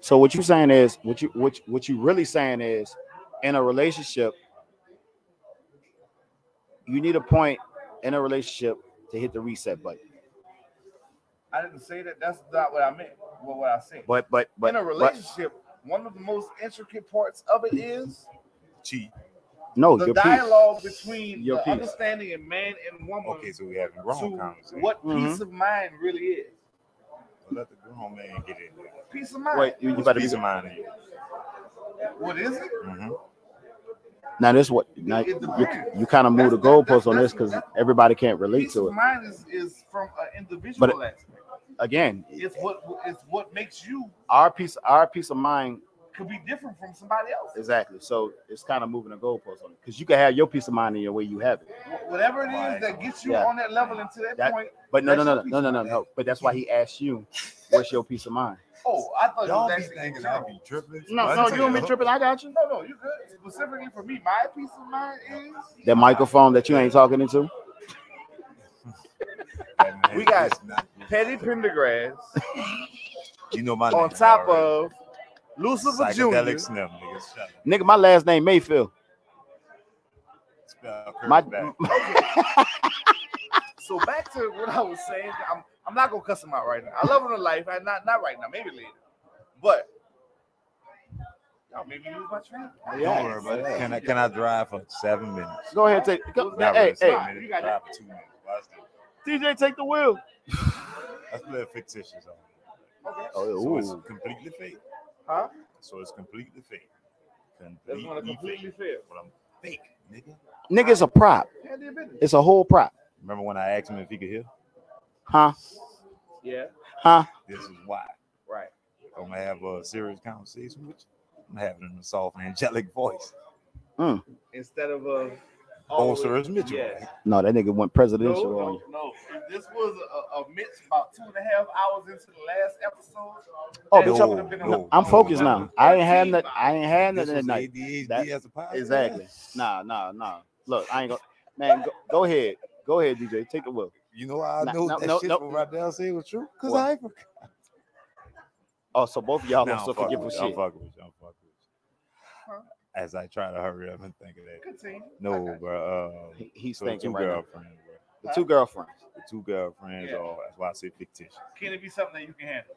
Speaker 2: So what you saying is what you what you- what you really saying is in a relationship, you need a point in a relationship to hit the reset button.
Speaker 3: I didn't say that. That's not what I meant. What what I said.
Speaker 2: But but but
Speaker 3: in a
Speaker 2: but-
Speaker 3: relationship, one of the most intricate parts of it is
Speaker 1: Cheat.
Speaker 2: no,
Speaker 3: the
Speaker 2: Oh, your peace.
Speaker 3: dialogue between
Speaker 2: Your
Speaker 3: the
Speaker 2: peace.
Speaker 3: understanding in man and woman
Speaker 1: Okay, so we having
Speaker 3: to
Speaker 1: grown conversation.
Speaker 3: what
Speaker 2: Mhm.
Speaker 3: peace of mind really is.
Speaker 1: Let the grown man get in there.
Speaker 3: Peace of mind.
Speaker 2: Wait, you, you better be
Speaker 1: Peace of mind. in you.
Speaker 3: What is it?
Speaker 1: Mhm.
Speaker 2: now. This what now
Speaker 3: It
Speaker 2: you,
Speaker 3: depends.
Speaker 2: you kind of move the
Speaker 3: That's- that-
Speaker 2: goalpost on
Speaker 3: that's-
Speaker 2: this because
Speaker 3: that's-
Speaker 2: everybody can't relate
Speaker 3: peace
Speaker 2: to
Speaker 3: of
Speaker 2: it.
Speaker 3: mind is, is from an individual aspect.
Speaker 2: Again,
Speaker 3: It's what it's what makes you
Speaker 2: our piece our peace of mind
Speaker 3: could be different from somebody else.
Speaker 2: exactly. So it's kind of moving the goalpost on it because you can have your peace of mind in your way you have it.
Speaker 3: Wh- Whatever it is that gets you
Speaker 2: Yeah.
Speaker 3: on that level until that,
Speaker 2: That-
Speaker 3: point.
Speaker 2: But no no
Speaker 3: That's
Speaker 2: no
Speaker 3: your peace
Speaker 2: no no
Speaker 3: of
Speaker 2: no
Speaker 3: mind.
Speaker 2: no. But that's why he asked you, "What's your peace of mind?"
Speaker 3: Oh, I
Speaker 1: Y'all
Speaker 3: thought you
Speaker 1: be
Speaker 3: was actually
Speaker 1: thinking I be tripping.
Speaker 2: No
Speaker 1: But
Speaker 2: no,
Speaker 1: I
Speaker 2: you
Speaker 1: tell
Speaker 2: don't be
Speaker 1: y'all,
Speaker 2: tripping. I got you.
Speaker 3: No, no, you good. Specifically for me, my peace of mind is
Speaker 2: That microphone that you ain't talking into.
Speaker 1: that man
Speaker 5: We got-
Speaker 1: is not-
Speaker 5: Petty Pendergrass
Speaker 1: You know my
Speaker 5: on
Speaker 1: name
Speaker 5: top
Speaker 1: already.
Speaker 5: of Lucifer Jr.
Speaker 1: psychedelic slim, nigga. Shut up.
Speaker 2: Nigga, my last name Mayfield.
Speaker 1: Spell
Speaker 2: My,
Speaker 1: curve back.
Speaker 3: so back to what I was saying. I'm I'm not gonna cuss him out right now. I love him in life, and not not right now, maybe later. But y'all made me lose my train.
Speaker 1: Don't worry about it. Can I can I drive for seven minutes?
Speaker 2: go ahead, take. Go,
Speaker 1: Not
Speaker 2: hey,
Speaker 1: really
Speaker 2: hey,
Speaker 1: seven minutes.
Speaker 3: you got
Speaker 1: drive for two minutes. Watch this.
Speaker 2: DJ, take the wheel.
Speaker 1: Let's play a fictitious song.
Speaker 3: Okay.
Speaker 1: So it's
Speaker 2: Oh,
Speaker 1: completely fake.
Speaker 3: Huh?
Speaker 1: So it's completely fake.
Speaker 3: That's gonna
Speaker 1: Completely
Speaker 3: completely
Speaker 1: fake.
Speaker 3: fail.
Speaker 1: But I'm fake, nigga.
Speaker 2: nigga, it's a prop.
Speaker 3: Hand their business.
Speaker 2: It's a whole prop.
Speaker 1: Remember when I asked him if he could hear?
Speaker 2: Huh?
Speaker 3: Yeah.
Speaker 2: Huh?
Speaker 1: This is why.
Speaker 3: Right.
Speaker 1: I'm gonna have a serious conversation with you. I'm having a soft angelic voice.
Speaker 3: Instead of uh, a.
Speaker 2: Oh,
Speaker 1: Bolsterous Mitchell.
Speaker 3: Yes.
Speaker 2: No, that nigga went
Speaker 3: No,
Speaker 2: presidential on
Speaker 3: no,
Speaker 2: you.
Speaker 3: no. If This was a, a Mitch about two and a half hours into the last episode.
Speaker 2: Oh,
Speaker 3: that
Speaker 2: bitch,
Speaker 3: shit
Speaker 2: I'm-
Speaker 3: would've been a-
Speaker 1: no.
Speaker 2: I'm focused now. I ain't had nothing. I ain't had
Speaker 1: This
Speaker 2: nothing
Speaker 1: was
Speaker 2: that night.
Speaker 1: ADHD
Speaker 2: That-
Speaker 1: as a podcast.
Speaker 2: Exactly. Nah, nah, nah. Look, I ain't gonna. Man, go, go ahead. Go ahead, DJ. Take the wheel.
Speaker 1: You know how I
Speaker 2: Nah,
Speaker 1: know
Speaker 2: no,
Speaker 1: that
Speaker 2: no,
Speaker 1: shit
Speaker 2: no.
Speaker 1: from Rodell said was true? Because
Speaker 2: What?
Speaker 1: I ain't forgot.
Speaker 2: Oh, so both of y'all
Speaker 1: Nah,
Speaker 2: gonna still
Speaker 1: I'm fucking
Speaker 2: forget
Speaker 1: with
Speaker 2: for
Speaker 1: you. I'm
Speaker 2: shit.
Speaker 1: fucking with you. I'm fucking with you.
Speaker 3: Huh?
Speaker 1: As I try to hurry up and think of that.
Speaker 3: Continue.
Speaker 1: No,
Speaker 3: Okay.
Speaker 1: bro. Um,
Speaker 2: He- He's
Speaker 1: so the
Speaker 2: thinking
Speaker 1: two
Speaker 2: right now.
Speaker 1: girlfriends. Bro.
Speaker 2: The two girlfriends.
Speaker 1: The two girlfriends.
Speaker 3: Yeah.
Speaker 1: Or that's why I say fictitious.
Speaker 3: Can it be something that you can handle?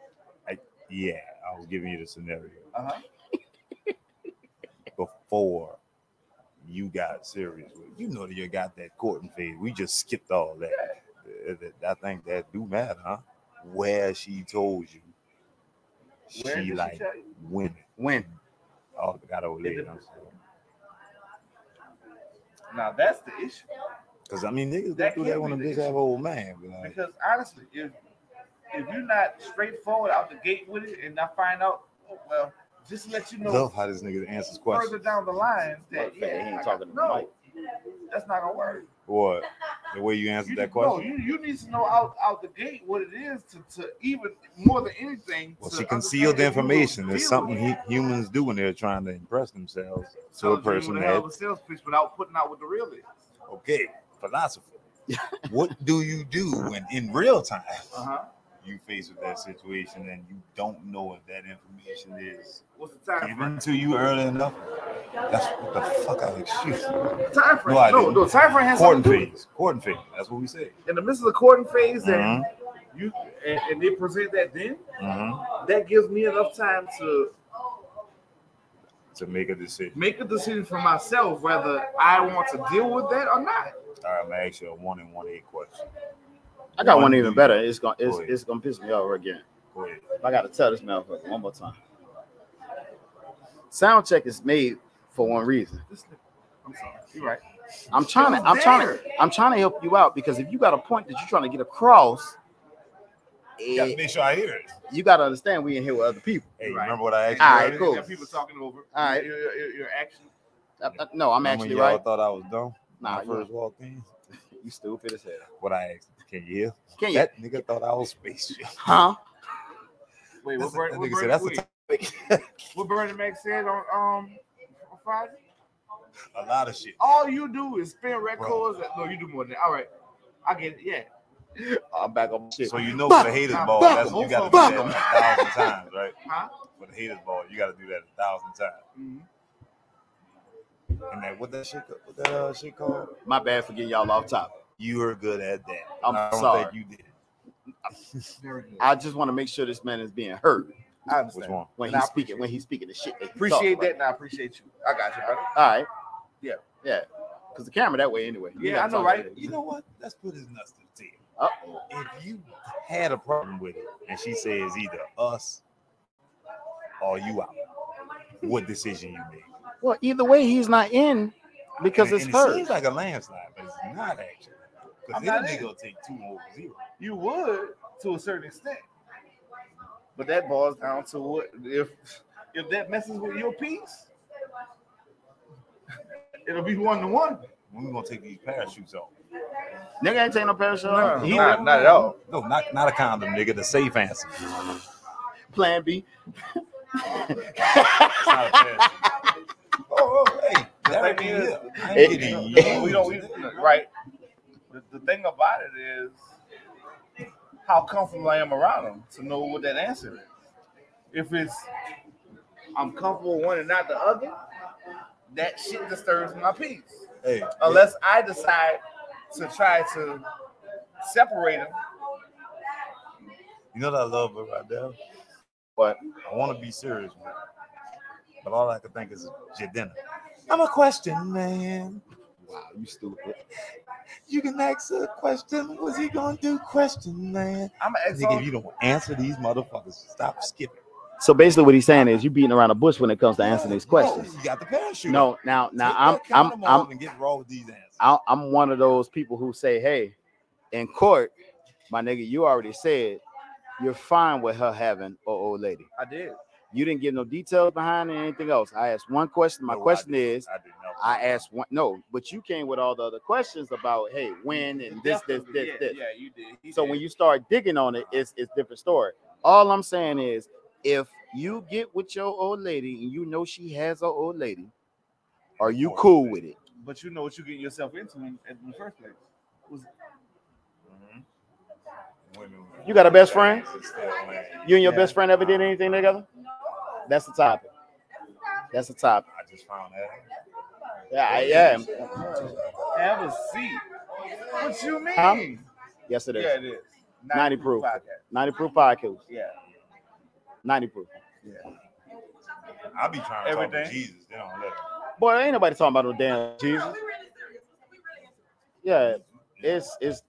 Speaker 1: Yeah, I was giving you the scenario
Speaker 3: Uh huh.
Speaker 1: before you got serious. with You know that you got that courting phase. We just skipped all that. Uh, that- I think that do matter, huh? Where she told you
Speaker 3: Where did
Speaker 1: she
Speaker 3: she
Speaker 1: like
Speaker 3: tell you?
Speaker 1: women.
Speaker 2: When?
Speaker 1: Oh, I got old lady. I'm sorry.
Speaker 3: Now that's the issue.
Speaker 1: Cause I mean niggas go
Speaker 3: That
Speaker 1: through
Speaker 3: can't
Speaker 1: that when a
Speaker 3: be the
Speaker 1: bitch
Speaker 3: issue.
Speaker 1: have an old man. but, like,
Speaker 3: Because honestly, if if you're not straightforward out the gate with it, and I find out, oh, well, just to let you know
Speaker 1: love how this nigga answers
Speaker 3: further
Speaker 1: questions.
Speaker 3: down the line that
Speaker 2: He ain't
Speaker 3: yeah, I
Speaker 2: talking to
Speaker 3: got, no, that's not gonna work.
Speaker 1: What? The way you answered
Speaker 3: You,
Speaker 1: that
Speaker 3: no,
Speaker 1: question?
Speaker 3: you, you need to know out out the gate what it is to, to even more than anything.
Speaker 1: Well,
Speaker 3: to
Speaker 1: she concealed the
Speaker 3: understand if you
Speaker 1: information.
Speaker 3: gonna
Speaker 1: There's
Speaker 3: deal
Speaker 1: something
Speaker 3: with
Speaker 1: he, humans do when they're trying to impress themselves
Speaker 3: it.
Speaker 1: to a
Speaker 3: Tells you
Speaker 1: person
Speaker 3: what the
Speaker 1: that
Speaker 3: hell of a sales pitch without putting out what the real is.
Speaker 1: okay, philosopher. what do you do when in real time
Speaker 3: Uh huh.
Speaker 1: you faced with that situation and you don't know if that information is
Speaker 3: What's the time frame?
Speaker 1: given to you early enough, that's what the fuck I was excuse.
Speaker 3: Time frame?
Speaker 1: No, I
Speaker 3: No, no,
Speaker 1: didn't.
Speaker 3: time frame has
Speaker 1: Courting
Speaker 3: something to do-
Speaker 1: phase. Courting phase. That's what we say.
Speaker 3: in the midst of the courting phase,
Speaker 1: Mhm,
Speaker 3: and you and, and they present that then
Speaker 1: mhm.
Speaker 3: that gives me enough time to
Speaker 1: To make a decision.
Speaker 3: make a decision for myself whether I want to deal with that or not.
Speaker 1: All right, I'm gonna ask you a one and one eight question.
Speaker 2: I got one
Speaker 1: One
Speaker 2: even
Speaker 1: dude.
Speaker 2: better. It's gonna it's,
Speaker 1: Go ahead.
Speaker 2: it's gonna piss me off again.
Speaker 1: Go ahead.
Speaker 2: I gotta tell this motherfucker one more time. Sound check is made for one reason.
Speaker 3: I'm sorry, you're right.
Speaker 2: I'm trying to I'm trying to I'm trying to help you out because if you got a point that you're trying to get across,
Speaker 1: You gotta
Speaker 2: eh,
Speaker 1: make sure I hear it.
Speaker 2: you gotta understand we in here with other people.
Speaker 1: Hey,
Speaker 3: Right.
Speaker 1: remember what I asked
Speaker 2: All
Speaker 1: you?
Speaker 2: right,
Speaker 1: earlier?
Speaker 2: cool.
Speaker 3: You got people talking over.
Speaker 2: All right.
Speaker 3: your, your, your- your action.
Speaker 2: Uh, uh, no, I'm
Speaker 1: Remember
Speaker 2: actually
Speaker 1: when y'all
Speaker 2: right.
Speaker 1: thought I was dumb when
Speaker 2: Nah,
Speaker 1: I
Speaker 2: you-
Speaker 1: first walked in?
Speaker 2: you stupid as hell.
Speaker 1: What I asked, can you hear?
Speaker 2: Can you?
Speaker 1: That nigga thought I was spaceship.
Speaker 2: Huh?
Speaker 3: Wait,
Speaker 1: That's
Speaker 3: what,
Speaker 1: a- that
Speaker 3: Bur- what,
Speaker 1: nigga said,
Speaker 3: Bernie,
Speaker 1: that's a
Speaker 3: wait, what Bernie Mac said on um on Friday?
Speaker 1: A lot of shit.
Speaker 3: All you do is spin records. No, you do more than that. All right, I get it. Yeah,
Speaker 2: I'm back on shit.
Speaker 1: So you know
Speaker 2: Fuck
Speaker 1: for the haters
Speaker 3: them,
Speaker 1: ball,
Speaker 3: fuck
Speaker 1: that's,
Speaker 3: them,
Speaker 1: you gotta do
Speaker 2: fuck
Speaker 1: that a thousand times, right?
Speaker 3: huh?
Speaker 1: For the haters ball, you gotta do that a thousand times.
Speaker 3: Mhm.
Speaker 1: And that what that shit ca- what that uh, shit called?
Speaker 2: My bad for getting y'all off top.
Speaker 1: You were good at that.
Speaker 2: I'm
Speaker 1: I don't
Speaker 2: sorry.
Speaker 1: think you did.
Speaker 3: Very good.
Speaker 2: I just want to make sure this man is being heard
Speaker 5: I
Speaker 1: Which
Speaker 5: understand.
Speaker 1: one?
Speaker 2: when
Speaker 5: And I
Speaker 2: he's speaking. When he's speaking the shit. that he
Speaker 5: Appreciate
Speaker 2: talking
Speaker 5: that, and I appreciate you. I got you, brother.
Speaker 2: about. All right.
Speaker 5: Yeah.
Speaker 2: Yeah. Cause the camera that way anyway. You
Speaker 3: Yeah,
Speaker 2: gotta
Speaker 3: I know,
Speaker 2: talk
Speaker 3: right?
Speaker 2: to it. Uh,
Speaker 1: You know what? Let's put his nuts to the table.
Speaker 2: Uh-oh.
Speaker 1: If you had a problem with it, and she says either us or you out, what decision you make?
Speaker 2: Well, either way, he's not in because
Speaker 1: And-
Speaker 2: it's
Speaker 1: and It
Speaker 2: her.
Speaker 1: seems like a landslide, but it's not actually. Because
Speaker 3: I'm
Speaker 1: then
Speaker 3: not
Speaker 1: a
Speaker 3: in.
Speaker 1: nigga will take two over zero.
Speaker 3: You would to a certain extent,
Speaker 5: But that boils down to what if
Speaker 3: if that messes with your piece, it'll be one to one.
Speaker 1: When we gonna take these parachutes off?
Speaker 2: Nigga ain't taking no parachute.
Speaker 5: Nah,
Speaker 2: He
Speaker 5: not, not at all.
Speaker 1: No, not not a condom, nigga. The safe answer. It's
Speaker 2: plan B.
Speaker 1: not a parachute. oh, oh, hey, that ain't it. I ain't
Speaker 2: It-
Speaker 1: getting
Speaker 2: it-
Speaker 1: you.
Speaker 5: we don't we, right. The, the thing about it is how comfortable I am around them to know what that answer is. If it's I'm comfortable with one and not the other, that shit disturbs my peace.
Speaker 1: Hey,
Speaker 5: Unless I decide to try to separate them.
Speaker 1: you know what I love about that?
Speaker 2: What?
Speaker 1: I want to be serious, man. But all I can think is Jadena. I'm a question man.
Speaker 2: Wow, you stupid.
Speaker 1: You can ask a question. What's he gonna do? Question man.
Speaker 5: I'm an ex.
Speaker 1: Nigga, if you don't answer these motherfuckers, stop skipping.
Speaker 2: So basically, what he's saying is you beating around the bush when it comes to answering these questions.
Speaker 1: No, you got the parachute.
Speaker 2: No, now,
Speaker 1: Oh, Take
Speaker 2: now
Speaker 1: that
Speaker 2: I'm, I'm,
Speaker 1: condom
Speaker 2: I'm,
Speaker 1: off and get raw with these answers.
Speaker 2: I- I'm one of those people who say, "Hey, in court, my nigga, you already said you're fine with her having a old lady.
Speaker 5: I did.
Speaker 2: You didn't give no details behind it, or anything else. I asked one question. My
Speaker 1: No, I
Speaker 2: question
Speaker 1: didn't.
Speaker 2: is,
Speaker 1: I didn't know.
Speaker 2: I asked one. No, but you came with all the other questions about, hey, when and this, this,
Speaker 5: Definitely,
Speaker 2: this,
Speaker 5: yeah,
Speaker 2: this.
Speaker 5: Yeah, you did. He
Speaker 2: So
Speaker 5: did.
Speaker 2: when you start digging on it, it's it's different story. All I'm saying is, if you get with your old lady and you know she has a old lady, are you cool with it?
Speaker 5: but you know what you're getting yourself into in, in the first place.
Speaker 1: Mhm. Women-
Speaker 2: You got a best friend?
Speaker 1: It's still lame.
Speaker 2: You and your
Speaker 5: Yeah. Uh-huh.
Speaker 2: best friend ever did anything together? That's the topic. That's the topic.
Speaker 1: I just found that. out.
Speaker 2: Yeah, I am.
Speaker 5: Have a seat. What you mean?
Speaker 2: Huh? Yes, it is.
Speaker 5: Yeah, it is.
Speaker 2: 90 proof.
Speaker 5: podcast.
Speaker 2: 90 proof podcast.
Speaker 5: Yeah.
Speaker 2: 90 proof.
Speaker 1: I be trying to talk
Speaker 5: Everything.
Speaker 1: to Jesus. They don't let. me.
Speaker 2: Boy, ain't nobody talking about no damn Jesus. Yeah, it's it's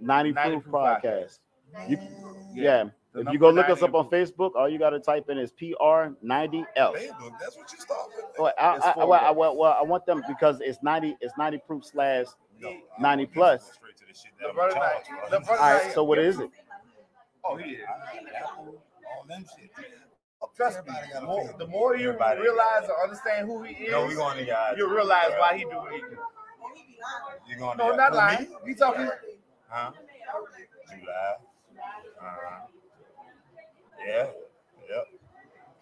Speaker 2: 90 proof,
Speaker 5: 90 proof
Speaker 2: podcast. You, yeah.
Speaker 5: Yeah. The
Speaker 2: If
Speaker 5: number
Speaker 2: you go look us
Speaker 5: 90
Speaker 2: up on Facebook, all you got to type in is PR90L.
Speaker 1: Facebook, that's what you start with.
Speaker 2: Well, I,
Speaker 5: It's
Speaker 2: I,
Speaker 5: four
Speaker 2: well, I, well, well, I want them because it's 90 it's 90 proof slash
Speaker 1: No, I'm
Speaker 2: 90
Speaker 1: just
Speaker 2: plus.
Speaker 1: going Straight to the shit
Speaker 5: The
Speaker 1: that I'm
Speaker 5: brother
Speaker 1: charged
Speaker 5: night.
Speaker 1: with.
Speaker 5: The brother
Speaker 2: All right, so what is it?
Speaker 5: Oh, he is.
Speaker 1: All them shit.
Speaker 5: Trust me.
Speaker 1: Everybody got a
Speaker 5: more-
Speaker 1: favorite.
Speaker 5: the more you
Speaker 1: Everybody.
Speaker 5: realize or understand who he is,
Speaker 1: No, we going to God.
Speaker 5: you'll realize why he do what he do.
Speaker 1: You going to
Speaker 5: No, not lying. He talking.
Speaker 1: Huh? July. Uh-huh. Yeah. Yep.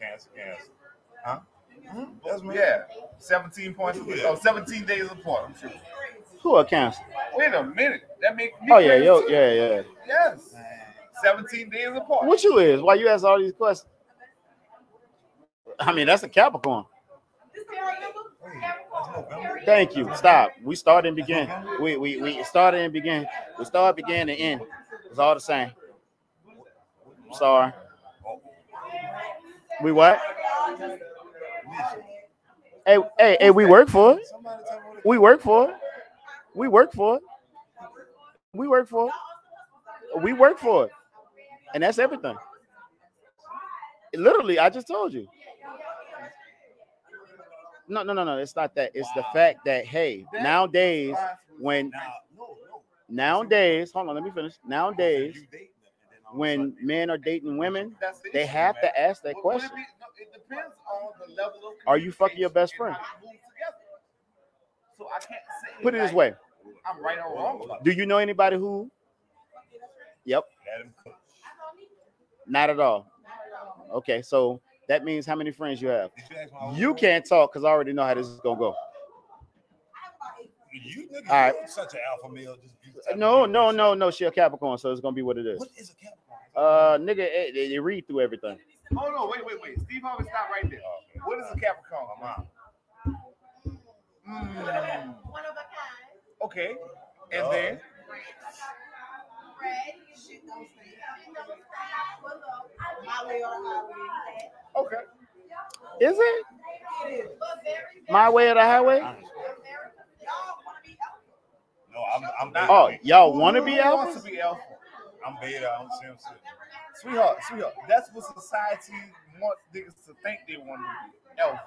Speaker 1: Cancer, cancer. Huh? That's me.
Speaker 5: hmm? Yeah. 17 points.
Speaker 1: Yeah.
Speaker 5: Oh, 17 days apart. I'm sure.
Speaker 2: Who are cancer?
Speaker 3: Wait a minute. That makes me.
Speaker 2: Oh yeah, yo,
Speaker 3: crazy, too.
Speaker 2: yeah, yeah.
Speaker 3: Yes. 17 days apart.
Speaker 2: What you is? Why you ask all these questions? I mean, that's a Capricorn. Thank you. Stop. We start and begin. We we we start and begin. We start, begin, and end. It's all the same. I'm sorry. We what? Hey, hey, hey, we work for it. We work for it. We work for it. We work for it. We work for it. And that's everything. Literally, I just told you. No, no, no, no. It's not that. It's the fact that hey, nowadays when nowadays, hold on, let me finish. Nowadays, when men are dating women,
Speaker 3: That's the
Speaker 2: they
Speaker 3: issue,
Speaker 2: have
Speaker 3: man.
Speaker 2: to ask that
Speaker 3: Would- would
Speaker 2: question.
Speaker 3: It, be, no, it depends on the level of
Speaker 2: Are you fucking your best
Speaker 3: communication and how it moves together. So I can't say
Speaker 2: Put it this
Speaker 3: like,
Speaker 2: way:
Speaker 3: I'm right or wrong about
Speaker 2: Do you know anybody who? Yep, not at all. Okay, so that means how many friends you have. You can't talk because I already know how this is gonna go.
Speaker 1: You niggas,
Speaker 2: All right.
Speaker 1: you're such an alpha male. Just you
Speaker 2: No, no, no, no. She a Capricorn, so it's gonna be what it is.
Speaker 1: What is a Capricorn?
Speaker 2: Uh, nigga, eh, they, they read through everything.
Speaker 3: it. Oh no, wait, wait, wait. Steve Harvey's not right there. What is a Capricorn? Mm, okay. And
Speaker 1: Oh.
Speaker 3: then okay.
Speaker 2: Is it my way or the highway?
Speaker 1: No, I'm, I'm beta.
Speaker 2: Oh, y'all want to
Speaker 3: Who
Speaker 2: be
Speaker 3: wants
Speaker 2: alphas?
Speaker 3: to be alpha?
Speaker 1: I'm beta. I'm Simpson.
Speaker 3: Sweetheart, sweetheart. That's what society wants niggas to think they want to be alpha.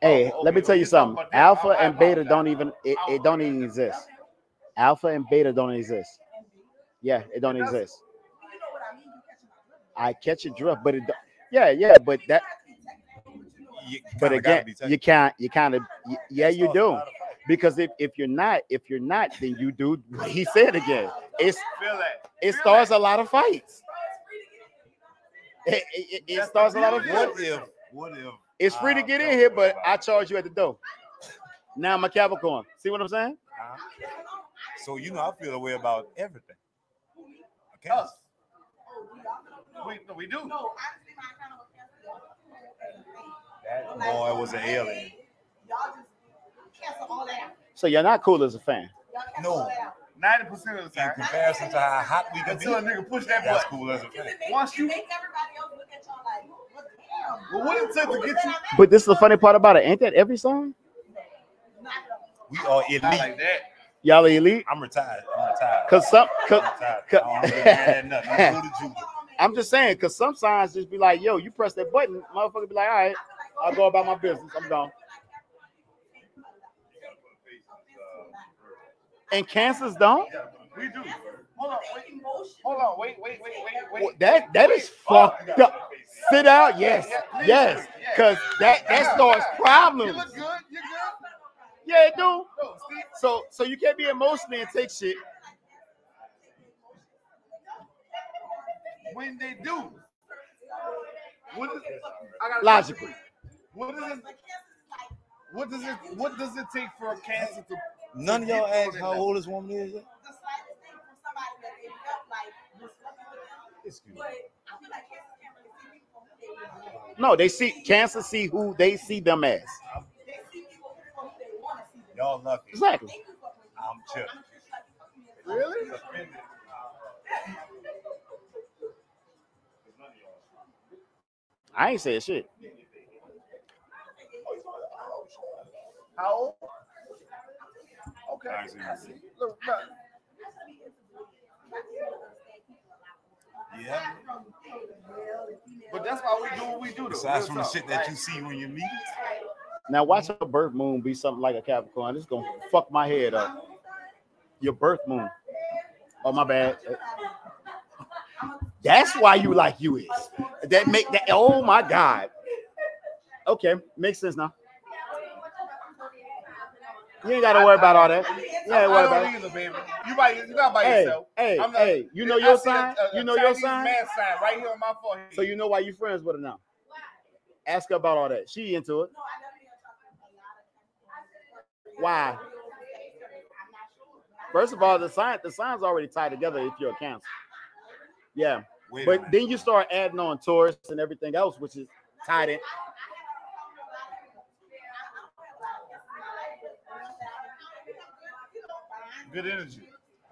Speaker 2: Hey,
Speaker 3: Oh,
Speaker 2: let me
Speaker 3: okay,
Speaker 2: tell
Speaker 3: we
Speaker 2: you
Speaker 3: just talking
Speaker 2: something.
Speaker 3: about that.
Speaker 2: Alpha
Speaker 3: I- I
Speaker 2: and beta
Speaker 3: apologize.
Speaker 2: don't even it,
Speaker 3: I
Speaker 2: it don't even exist. Alpha and beta don't exist. Yeah, it don't
Speaker 3: It doesn't.
Speaker 2: exist. I catch a drift, but it don't- yeah, yeah, but that
Speaker 1: You kinda
Speaker 2: but
Speaker 1: gotta
Speaker 2: again,
Speaker 1: be
Speaker 2: you
Speaker 1: technical.
Speaker 2: can't you kind of yeah, you
Speaker 1: Starts a
Speaker 2: do.
Speaker 1: lot of fight.
Speaker 2: Because if, if you're not, if you're not, then you do what he said again. It's
Speaker 3: Feel that.
Speaker 2: it
Speaker 3: Feel
Speaker 2: starts
Speaker 3: that.
Speaker 2: a lot of fights. It, it, it- it
Speaker 3: That's
Speaker 2: starts a
Speaker 3: the
Speaker 2: lot of
Speaker 3: beauty
Speaker 1: What
Speaker 3: it.
Speaker 1: if? What if?
Speaker 2: It's free to
Speaker 1: I
Speaker 2: get in
Speaker 1: don't
Speaker 2: here, but
Speaker 1: know about
Speaker 2: I
Speaker 1: it?
Speaker 2: charge you at the door. Now I'm a Capricorn. See what I'm saying?
Speaker 1: So you know, I feel a way about everything. Okay.
Speaker 3: Us. We, no, we do.
Speaker 1: That boy was an alien.
Speaker 2: So you're not cool as a fan.
Speaker 1: No,
Speaker 3: Ninety percent of the
Speaker 1: in
Speaker 3: time.
Speaker 1: comparison to how hot we can be,
Speaker 3: Until a nigga push that
Speaker 1: that's
Speaker 3: button.
Speaker 1: cool as a fan.
Speaker 3: Once you- Well, what it took to get you
Speaker 2: But this is the funny part about it. Ain't that every song?
Speaker 1: We are
Speaker 3: I
Speaker 1: elite.
Speaker 3: like that.
Speaker 2: Y'all are elite.
Speaker 1: I'm retired. I'm retired.
Speaker 2: Cause some, cause,
Speaker 1: I'm retired.
Speaker 2: cause-
Speaker 1: I don't get mad at nothing. I'm good at you.
Speaker 2: I'm just saying, cause some signs just be like, yo, you press that button, motherfucker be like, all right, I'll go about my business. I'm gone. And cancers don't.
Speaker 3: We do. Hold on, wait. Hold on, wait, wait, wait, wait, wait. Oh,
Speaker 2: That that is fucked up. Sit out, yes, yes, cause that that starts
Speaker 3: You
Speaker 2: problems.
Speaker 3: look good. You good?
Speaker 2: Yeah, it do.
Speaker 3: No, Steve.
Speaker 2: So so you can't be emotionally and take shit.
Speaker 3: When they do. What is? I gotta-
Speaker 2: Logically.
Speaker 3: What does it? What does it? What does it take for a cancer to?
Speaker 1: None of y'all asked how old this woman is. yet? Excuse me.
Speaker 2: No, they see cancer see who they see them as.
Speaker 1: Y'all lucky.
Speaker 2: Exactly.
Speaker 1: I'm chill.
Speaker 3: Really?
Speaker 2: I ain't saying shit.
Speaker 3: How old? Okay.
Speaker 1: I see.
Speaker 3: Look, look.
Speaker 1: Yeah.
Speaker 3: But that's why we do what we do. Though.
Speaker 1: Besides
Speaker 3: Real
Speaker 1: from the
Speaker 3: talk.
Speaker 1: shit that you
Speaker 3: Like,
Speaker 1: see when you meet,
Speaker 2: Now watch your birth moon be something like a Capricorn. It's gonna fuck my head up. Your birth moon. Oh my bad. That's why you like you is. That make that. Oh my god. Okay, makes sense now. You ain't gotta worry about all that. You
Speaker 3: I
Speaker 2: ain't worry about
Speaker 3: don't
Speaker 2: it.
Speaker 3: either, baby. You by you not by
Speaker 2: Hey,
Speaker 3: yourself.
Speaker 2: hey,
Speaker 3: I'm not-
Speaker 2: hey. You know
Speaker 3: I
Speaker 2: your
Speaker 3: see a-
Speaker 2: sign.
Speaker 3: a- a
Speaker 2: You know your
Speaker 3: Chinese
Speaker 2: sign.
Speaker 3: Man sign right here on my forehead.
Speaker 2: So you know why you friends with her now. Ask her about all that. She into it. Why?
Speaker 4: First of all, the sign the sign's already tied together if you're a cancer. Yeah.
Speaker 1: Wait a
Speaker 4: But
Speaker 1: minute.
Speaker 4: then you start adding on tourists and everything else, which is tied in.
Speaker 1: Good energy.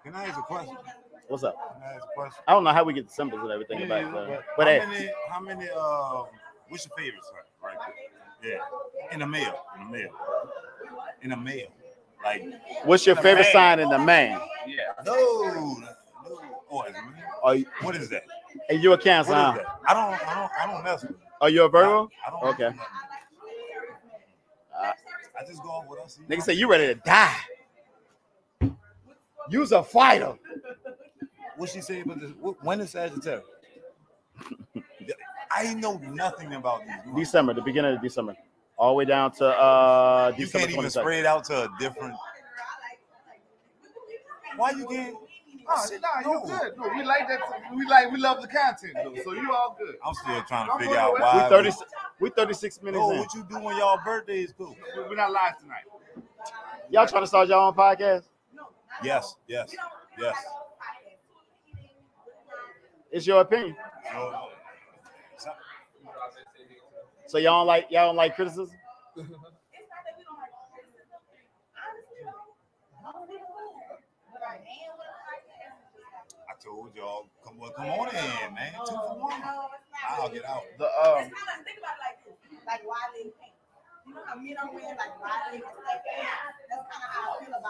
Speaker 1: Can I ask a question?
Speaker 4: What's up?
Speaker 1: Can I ask a question?
Speaker 4: I don't know how we get the symbols and everything
Speaker 1: Yeah,
Speaker 4: about
Speaker 1: but
Speaker 4: it. But
Speaker 1: how
Speaker 4: hey,
Speaker 1: many? How many? Uh, what's your favorite song right there? Yeah, in the mail, in the mail, in the mail. Like
Speaker 4: what's your
Speaker 1: the
Speaker 4: favorite
Speaker 1: man.
Speaker 4: sign in the man?
Speaker 1: no, no. Oh, is it-
Speaker 4: Are you,
Speaker 1: what is that?
Speaker 4: and you a
Speaker 1: What
Speaker 4: cancer?
Speaker 1: is
Speaker 4: Huh?
Speaker 1: that? I don't, I don't, I don't mess with. it.
Speaker 4: Are you a Virgo?
Speaker 1: I don't mess
Speaker 4: Okay.
Speaker 1: with nothing. I just go off what I see.
Speaker 4: Nigga say you ready to die. You's a fighter.
Speaker 1: What she say about this? What, when is Sagittarius? I know nothing about these. months.
Speaker 4: December, the beginning of December, all the way down to uh
Speaker 1: You
Speaker 4: December
Speaker 1: can't even
Speaker 4: 22nd.
Speaker 1: spread out to a different. Why you can't?
Speaker 2: Oh,
Speaker 3: Nah, shit, Oh, nah, you good. No, we like that. We like we love the content though, so you all good.
Speaker 1: I'm still trying to
Speaker 3: I'm
Speaker 1: figure
Speaker 3: going
Speaker 1: out
Speaker 3: with-
Speaker 1: why.
Speaker 4: We 30, we 36 minutes
Speaker 1: Yo,
Speaker 4: in.
Speaker 1: what you do when y'all birthdays cool?
Speaker 3: We- We're not live tonight.
Speaker 4: Y'all trying to start your own podcast?
Speaker 1: Yes, yes, yes.
Speaker 4: It's your opinion.
Speaker 1: So, so-
Speaker 4: So y'all don't like y'all don't like criticism?
Speaker 1: I told y'all, come, well, come on in, man. Two for one. I'll get out.
Speaker 3: The um,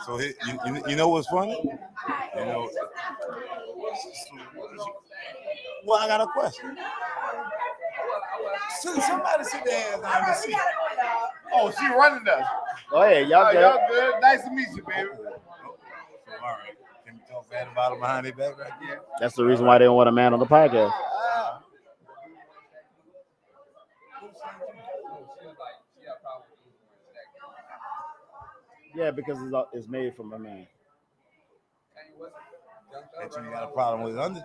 Speaker 1: So he, you, you, you know what's funny? You know. Well, I got a question. So somebody sit there and have a seat.
Speaker 3: oh, she running us.
Speaker 4: Go ahead, y'all
Speaker 3: Nah,
Speaker 4: good.
Speaker 3: y'all good. Nice to meet you, baby.
Speaker 1: Oh, oh, all right. Can we talk bad about him behind their back right there?
Speaker 2: That's the reason why they don't want a man on the podcast.
Speaker 4: Yeah, because it's, all- it's made from a man.
Speaker 1: That you got a problem with under?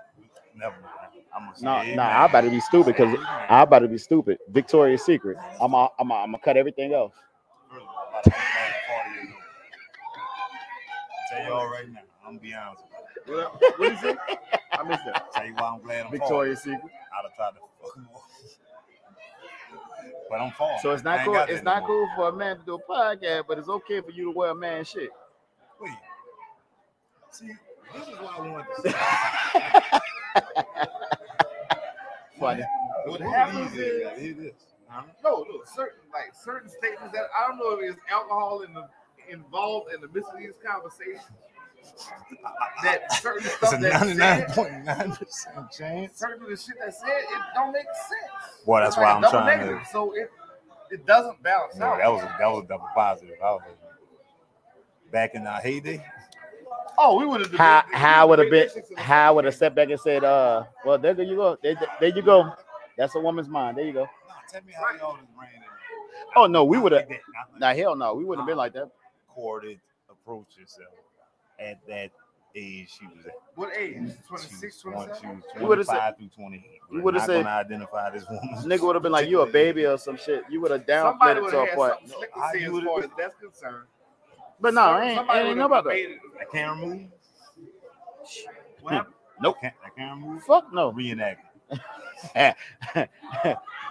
Speaker 1: Never mind. I'm gonna say,
Speaker 2: No,
Speaker 1: hey,
Speaker 2: no,
Speaker 1: man.
Speaker 2: I about to be stupid because I about to be stupid. Victoria's Secret. I'm i I'm i am I'm gonna cut everything off.
Speaker 1: First of all, about to be mad at 40 years old. Tell y'all right now, I'm be honest. with you.
Speaker 3: What is it? I missed that.
Speaker 1: Tell you why I'm glad I'm
Speaker 4: Victoria's Secret.
Speaker 1: falling. I'd have tried to fuck him off. But I'm falling.
Speaker 4: So it's
Speaker 1: I
Speaker 4: not
Speaker 1: ain't
Speaker 4: cool.
Speaker 1: got
Speaker 4: It's
Speaker 1: that no
Speaker 4: not
Speaker 1: more.
Speaker 4: cool for a man to do a podcast, but it's okay for you to wear a man shit.
Speaker 1: Wait. See, this is why I wanted to say.
Speaker 4: Funny.
Speaker 1: What
Speaker 3: What
Speaker 1: happens
Speaker 3: happens
Speaker 1: is,
Speaker 3: is-
Speaker 1: it is. Huh?
Speaker 3: No, no, certain like certain statements that I don't know if it's alcohol in the, involved in the midst of these conversations. That certain
Speaker 1: It's
Speaker 3: stuff
Speaker 1: a
Speaker 3: that's
Speaker 1: ninety-nine
Speaker 3: said,
Speaker 1: point nine percent chance.
Speaker 3: certain of the shit that's said, it don't make sense.
Speaker 1: Boy, that's
Speaker 3: It's
Speaker 1: why
Speaker 3: like
Speaker 1: I'm
Speaker 3: double
Speaker 1: trying to-
Speaker 3: negative, So it it doesn't balance
Speaker 1: No,
Speaker 3: out.
Speaker 1: that was a, that was a double positive. I was like, back in our heyday.
Speaker 3: oh, we would have
Speaker 2: How how would have been how would have sat back and said, uh, well, there you go. There, there you go. That's a woman's mind. There you go.
Speaker 1: No, tell me how y'all was ran
Speaker 2: Oh no, we would have
Speaker 1: not
Speaker 2: now hell no, we wouldn't have been like that.
Speaker 1: recorded approach herself at that age she was at.
Speaker 3: What age?
Speaker 1: She
Speaker 3: 26,
Speaker 1: was, one, she
Speaker 3: 27?
Speaker 1: was
Speaker 2: You would've
Speaker 1: 25
Speaker 2: said-
Speaker 1: through 28.
Speaker 2: you
Speaker 1: We're
Speaker 2: would've
Speaker 1: not
Speaker 2: said-
Speaker 1: gonna identify this woman.
Speaker 2: Nigga would have been like, you a baby or some shit. You would have downplayed
Speaker 3: Somebody
Speaker 2: it
Speaker 3: would
Speaker 2: to
Speaker 3: have
Speaker 2: a
Speaker 3: had
Speaker 2: point.
Speaker 3: something slick to
Speaker 1: I-
Speaker 3: say
Speaker 1: you
Speaker 3: as
Speaker 1: would've
Speaker 3: far as
Speaker 1: been-
Speaker 3: that's concerned.
Speaker 2: But no, I
Speaker 3: Somebody
Speaker 2: ain't, I ain't
Speaker 3: would've
Speaker 2: know about that.
Speaker 3: debated it.
Speaker 1: That camera move?
Speaker 3: What happened?
Speaker 1: Nope. That camera move?
Speaker 2: Fuck no.
Speaker 1: Reenact.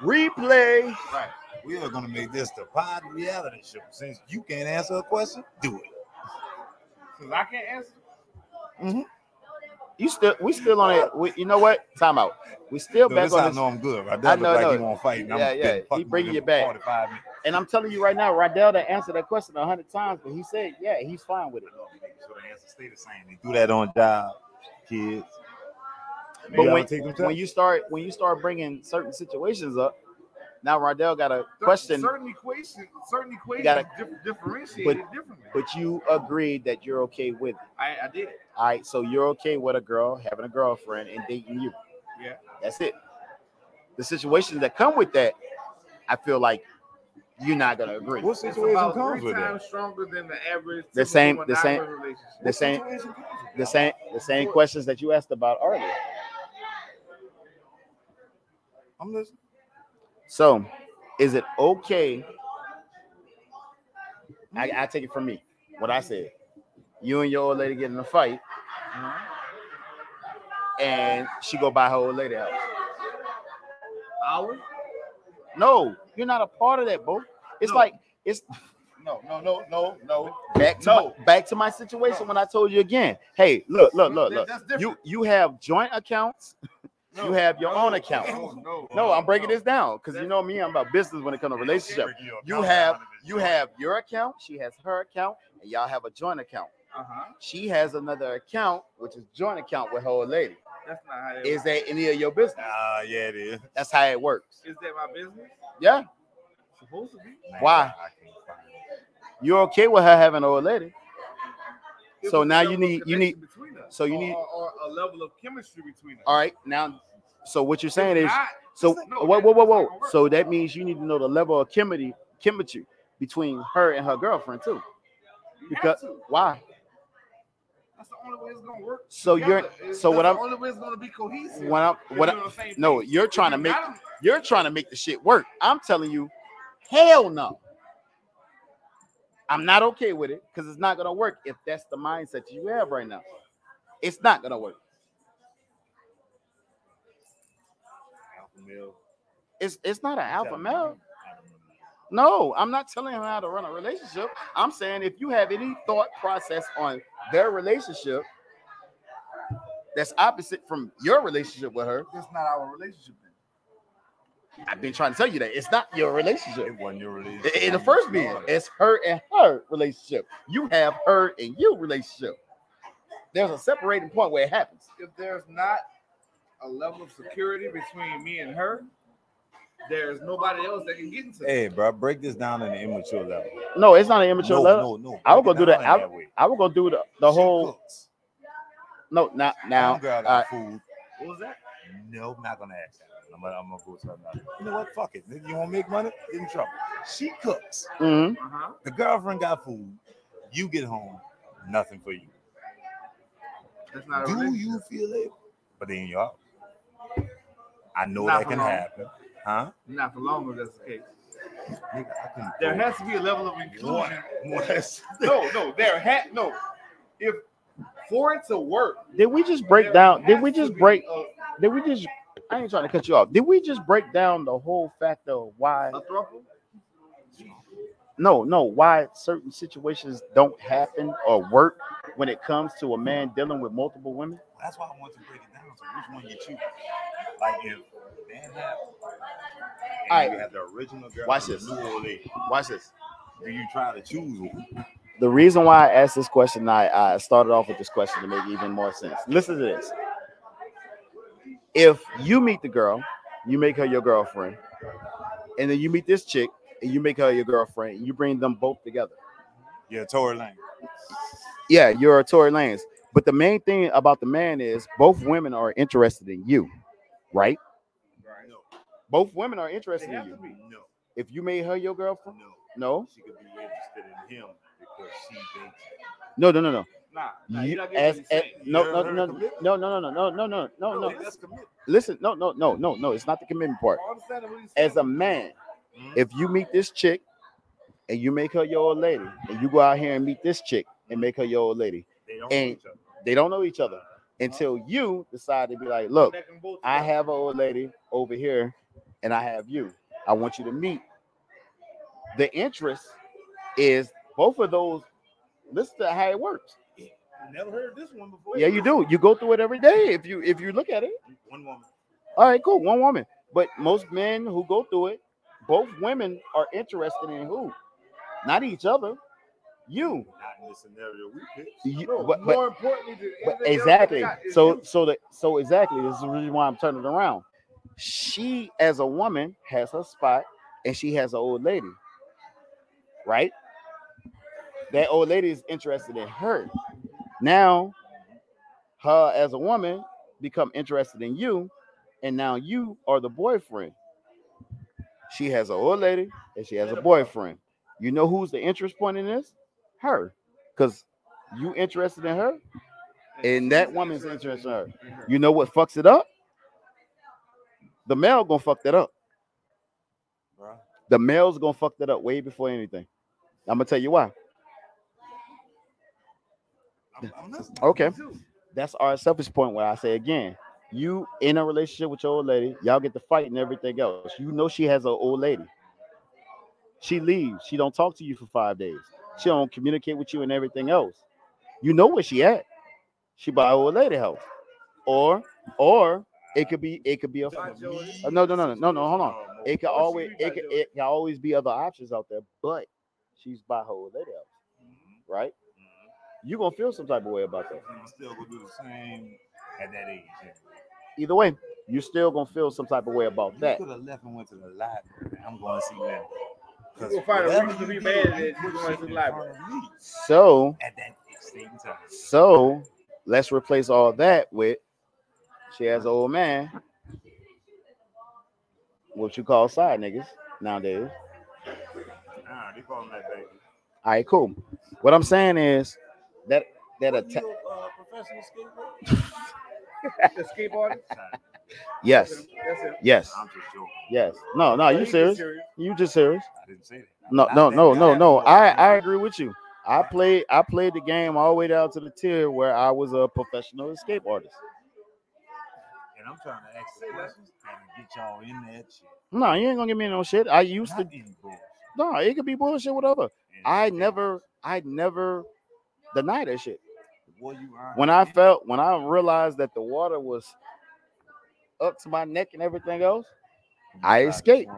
Speaker 2: Replay.
Speaker 3: Right.
Speaker 1: We are gonna make this the pod reality show. Since you can't answer a question, do it.
Speaker 3: Because I can't answer.
Speaker 2: You still we still on it. We, you know what? Time out. We still
Speaker 1: So
Speaker 2: back
Speaker 1: this how
Speaker 2: on
Speaker 1: I
Speaker 2: this.
Speaker 1: know I'm good. Right?
Speaker 2: I
Speaker 1: That
Speaker 2: know,
Speaker 1: look
Speaker 2: I
Speaker 1: like
Speaker 2: know.
Speaker 1: you want to fight. And
Speaker 2: Yeah,
Speaker 1: I'm
Speaker 2: yeah.
Speaker 1: getting fucked
Speaker 2: He
Speaker 1: with
Speaker 2: bringing
Speaker 1: him
Speaker 2: you
Speaker 1: for
Speaker 2: back.
Speaker 1: 45 minutes.
Speaker 2: And I'm telling you right now, Rydell done answered that question a hundred times, but he said, yeah, he's fine with it.
Speaker 1: So the answer stay the same. They do that on job, kids.
Speaker 2: But
Speaker 1: gotta
Speaker 2: when,
Speaker 1: take them
Speaker 2: when you start when you start bringing certain situations up, now Rydell got a question,
Speaker 3: Certain equations, certain equations
Speaker 2: gotta-
Speaker 3: dif- differentiate
Speaker 2: but-
Speaker 3: it differently.
Speaker 2: but you agreed that you're okay with it.
Speaker 3: I, I did.
Speaker 2: All right, so you're okay with a girl having a girlfriend and dating you.
Speaker 3: Yeah.
Speaker 2: That's it. The situations that come with that, I feel like you're not gonna agree.
Speaker 1: What
Speaker 3: It's
Speaker 1: situation
Speaker 3: about
Speaker 1: comes
Speaker 3: three
Speaker 1: with that?
Speaker 3: times stronger than the average.
Speaker 2: The same-
Speaker 3: typical
Speaker 2: the same-
Speaker 3: monogamous relationship.
Speaker 2: The same
Speaker 1: Situation comes with
Speaker 2: the same the same questions that you asked about earlier.
Speaker 1: that. I'm listening.
Speaker 2: So, is it okay? I, I take it from me. what I said. You and your old lady get in a fight, and she go buy her old lady house.
Speaker 4: Hours?
Speaker 2: No, you're not a part of that, bro. It's
Speaker 4: No.
Speaker 2: like it's
Speaker 3: No, no, no, no, no.
Speaker 2: back to
Speaker 3: No.
Speaker 2: my, back to my situation when I told you again. Hey, look, look, look,
Speaker 3: That-
Speaker 2: look.
Speaker 3: that's different.
Speaker 2: You you have joint accounts. you have your own account.
Speaker 3: No, no,
Speaker 2: No, I'm breaking this down because you know me. I'm about business when it comes to relationship. You have you have your account. She has her account, and y'all have a joint account.
Speaker 3: Uh-huh.
Speaker 2: She has another account, which is joint account with her old lady.
Speaker 3: That's not how that
Speaker 2: Is that any of your business?
Speaker 1: Ah, yeah, it is.
Speaker 2: That's how it works.
Speaker 3: Is that my business?
Speaker 2: Yeah.
Speaker 3: Supposed to be.
Speaker 2: Why?
Speaker 1: I can't find it.
Speaker 2: You're okay with her having an old lady.
Speaker 3: It
Speaker 2: So
Speaker 3: was a
Speaker 2: now
Speaker 3: level
Speaker 2: you
Speaker 3: of
Speaker 2: need- you need-
Speaker 3: connection between us,
Speaker 2: so you
Speaker 3: or-
Speaker 2: need-
Speaker 3: or, or a level of chemistry between us.
Speaker 2: All right. Now, so what you're saying
Speaker 3: If
Speaker 2: is,
Speaker 3: not,
Speaker 2: so
Speaker 3: it's not- no,
Speaker 2: whoa,
Speaker 3: that-
Speaker 2: whoa, whoa,
Speaker 3: that's not
Speaker 2: whoa.
Speaker 3: gonna work.
Speaker 2: So that means you need to know the level of chemistry, chemistry between her and her girlfriend too.
Speaker 3: You have
Speaker 2: Because
Speaker 3: to.
Speaker 2: why?
Speaker 3: that's the only way it's gonna work.
Speaker 2: So you're
Speaker 3: together. It's-
Speaker 2: so
Speaker 3: uh, that's
Speaker 2: what
Speaker 3: the
Speaker 2: I'm
Speaker 3: only way it's gonna be cohesive.
Speaker 2: what I'm
Speaker 3: if
Speaker 2: what
Speaker 3: you're
Speaker 2: I'm,
Speaker 3: on the same
Speaker 2: no
Speaker 3: page.
Speaker 2: you're
Speaker 3: If
Speaker 2: trying to
Speaker 3: you
Speaker 2: make
Speaker 3: got 'em,
Speaker 2: you're trying to make the shit work. I'm telling you, hell no. I'm not okay with it because it's not gonna work if that's the mindset you have right now. It's not gonna work.
Speaker 1: Alpha male.
Speaker 2: It's it's not an alpha
Speaker 1: Gotta
Speaker 2: male.
Speaker 1: be. I don't know.
Speaker 2: No, I'm not telling him how to run a relationship. I'm saying if you have any thought process on their relationship that's opposite from your relationship with her,
Speaker 3: That's not our relationship. Then.
Speaker 2: I've been trying to tell you that it's not your relationship.
Speaker 1: It wasn't your release.
Speaker 2: I- In the first being, it's her and her relationship. You have her and you relationship. There's a separating point where it happens.
Speaker 3: If there's not a level of security between me and her, there's nobody else that can get into that.
Speaker 1: Hey, bro, break this down in the immature level.
Speaker 2: No, it's not an immature
Speaker 1: no,
Speaker 2: level.
Speaker 1: no, no.
Speaker 2: I would
Speaker 1: break
Speaker 2: go
Speaker 1: it
Speaker 2: do
Speaker 1: down
Speaker 2: the
Speaker 1: in
Speaker 2: al-
Speaker 1: that way.
Speaker 2: I would go do the, the
Speaker 1: She
Speaker 2: whole
Speaker 1: cooks.
Speaker 2: no not now.
Speaker 1: Home girl
Speaker 2: uh,
Speaker 1: got food.
Speaker 3: What was that?
Speaker 1: No, I'm not gonna ask that. I'm gonna, I'm gonna go to another. You know what? Fuck it. Nigga, You wanna make money? Get in trouble. She cooks.
Speaker 2: mhm.
Speaker 3: Uh huh.
Speaker 1: The girlfriend got food. You get home, nothing for you.
Speaker 3: That's not a
Speaker 1: Do
Speaker 3: relationship.
Speaker 1: you feel it? But then you are. I know
Speaker 3: Not
Speaker 1: that can
Speaker 3: wrong.
Speaker 1: happen, huh?
Speaker 3: Not for long if that's the case.
Speaker 1: Nigga, I can
Speaker 3: There
Speaker 1: go
Speaker 3: has to be a level of
Speaker 1: one,
Speaker 3: inclusion.
Speaker 1: one
Speaker 3: No, no, there had no. If for it to work,
Speaker 2: Did we just break
Speaker 3: there
Speaker 2: down? Did
Speaker 3: has
Speaker 2: we
Speaker 3: to
Speaker 2: just
Speaker 3: be
Speaker 2: break?
Speaker 3: a,
Speaker 2: Did we just? I ain't trying to cut you off. Did we just break down the whole factor of why?
Speaker 3: a throuple?
Speaker 2: No, no. Why certain situations don't happen or work when it comes to a man dealing with multiple women?
Speaker 1: That's why I want to break it down. So which one you choose? Like if Van Halen, and
Speaker 2: Alright.
Speaker 1: you have the original girl,
Speaker 2: Watch
Speaker 1: and
Speaker 2: this.
Speaker 1: the new old lady.
Speaker 2: Watch this.
Speaker 1: Do you try to choose one?
Speaker 2: The reason why I asked this question, I, I started off with this question to make even more sense. Listen to this. If you meet the girl, you make her your girlfriend, and then you meet this chick and you make her your girlfriend, and you bring them both together.
Speaker 1: Yeah, Tory Lane.
Speaker 2: Yeah, you're a Tory Lanez. But the main thing about the man is both women are interested in you, right?
Speaker 3: Right. No,
Speaker 2: Both women are
Speaker 3: they
Speaker 2: interested in
Speaker 3: have to
Speaker 2: you.
Speaker 3: be.
Speaker 1: No,
Speaker 2: If you made her your girlfriend,
Speaker 1: no.
Speaker 2: no,
Speaker 1: She could be interested in him because she thinks
Speaker 2: no, no, no, no.
Speaker 3: Nah, nah
Speaker 2: You,
Speaker 3: you're not getting
Speaker 2: as,
Speaker 3: what
Speaker 2: as,
Speaker 3: he's saying.
Speaker 2: no,
Speaker 1: You heard
Speaker 2: no, no,
Speaker 1: the
Speaker 2: no,
Speaker 1: commitment.
Speaker 2: no, no, no, no, no, no, no, no.
Speaker 1: that's commitment.
Speaker 2: Listen, no, no, no, no, no. It's not the commitment part.
Speaker 3: I understand what he's
Speaker 2: As a
Speaker 3: saying.
Speaker 2: man,
Speaker 1: Mhm.
Speaker 2: if you meet this chick and you make her your old lady, and you go out here and meet this chick and make her your old lady,
Speaker 1: They don't
Speaker 2: And-
Speaker 1: know each other.
Speaker 2: they don't know each other until you decide to be like, look,
Speaker 3: That can both
Speaker 2: I
Speaker 3: together.
Speaker 2: have an old lady over here, and I have you. I want you to meet. The interest is both of those. Listen to how it works.
Speaker 3: never heard this one before.
Speaker 2: Yeah, you do. You go through it every day if you if you look at it.
Speaker 1: One woman.
Speaker 2: All right, cool. One woman, but most men who go through it, both women are interested in who, not each other. You,
Speaker 1: Not in the scenario we picked.
Speaker 2: You-
Speaker 3: No,
Speaker 2: but, but,
Speaker 3: more importantly, than anything
Speaker 2: but
Speaker 3: else that they
Speaker 2: exactly.
Speaker 3: got is
Speaker 2: So
Speaker 3: you.
Speaker 2: so that so exactly. This is the reason why I'm turning it around. She, as a woman, has her spot, and she has an old lady, right? That old lady is interested in her. Now, her as a woman become interested in you, and now you are the boyfriend. She has an old lady, and she has a boyfriend. You know who's the interest point in this? Her, because you interested in her, and that woman's uh, interested in her.
Speaker 3: in her.
Speaker 2: You know what fucks it up? The male gonna fuck that up.
Speaker 1: Bruh.
Speaker 2: The male's gonna fuck that up way before anything. I'm gonna tell you why.
Speaker 1: I'm, I'm listening.
Speaker 2: Okay. That's our selfish point where I say again, you in a relationship with your old lady, y'all get to fight and everything else. You know she has an old lady. She leaves. She don't talk to you for five days. She don't communicate with you and everything else. You know where she at. She by her old lady house. Or or it could be it could be a Uh, no, no, no, no, no, no. Hold on.
Speaker 4: Oh,
Speaker 2: It could always it could, it can always be other options out there, but she's by her old lady house, right? You gonna feel some type of way about that.
Speaker 1: Mm-hmm. I'm still gonna do the same at that age. yeah.
Speaker 2: Either way, you still gonna feel some type of way about
Speaker 1: You
Speaker 2: that.
Speaker 1: could have left and went to the library. I'm going to see Linda.
Speaker 4: You gonna find a
Speaker 1: whatever
Speaker 4: reason to
Speaker 1: you do,
Speaker 4: be mad that
Speaker 1: you
Speaker 4: you're going to the
Speaker 1: shouldn't
Speaker 4: library.
Speaker 1: harm me
Speaker 2: So
Speaker 1: At that same time.
Speaker 2: so let's replace all that with she has an old man, what you call side niggas nowadays.
Speaker 1: Nah, they call him that baby.
Speaker 2: All right, cool. What I'm saying is that that attack.
Speaker 1: You a, uh, professional skateboarder?
Speaker 4: The skateboard.
Speaker 2: Yes,
Speaker 4: That's it.
Speaker 2: yes,
Speaker 1: I'm just joking.
Speaker 2: yes. No, no,
Speaker 4: He
Speaker 2: you
Speaker 4: get
Speaker 2: serious? You just serious?
Speaker 1: I didn't say that.
Speaker 2: No,
Speaker 1: Not
Speaker 2: no,
Speaker 1: that
Speaker 2: no,
Speaker 1: guy.
Speaker 2: no, no. I I agree with you. I played I played the game all the way down to the tier where I was a professional escape artist.
Speaker 1: And I'm trying to ask the questions and get y'all in that shit.
Speaker 2: No, you ain't gonna give me no shit. I used to.
Speaker 1: Not in bullshit.
Speaker 2: No, it could be bullshit, whatever.
Speaker 1: And-
Speaker 2: I
Speaker 1: and-
Speaker 2: never, I never denied that shit.
Speaker 1: Well, you are.
Speaker 2: When I felt, when I realized that the water was up to my neck and everything else, I escaped.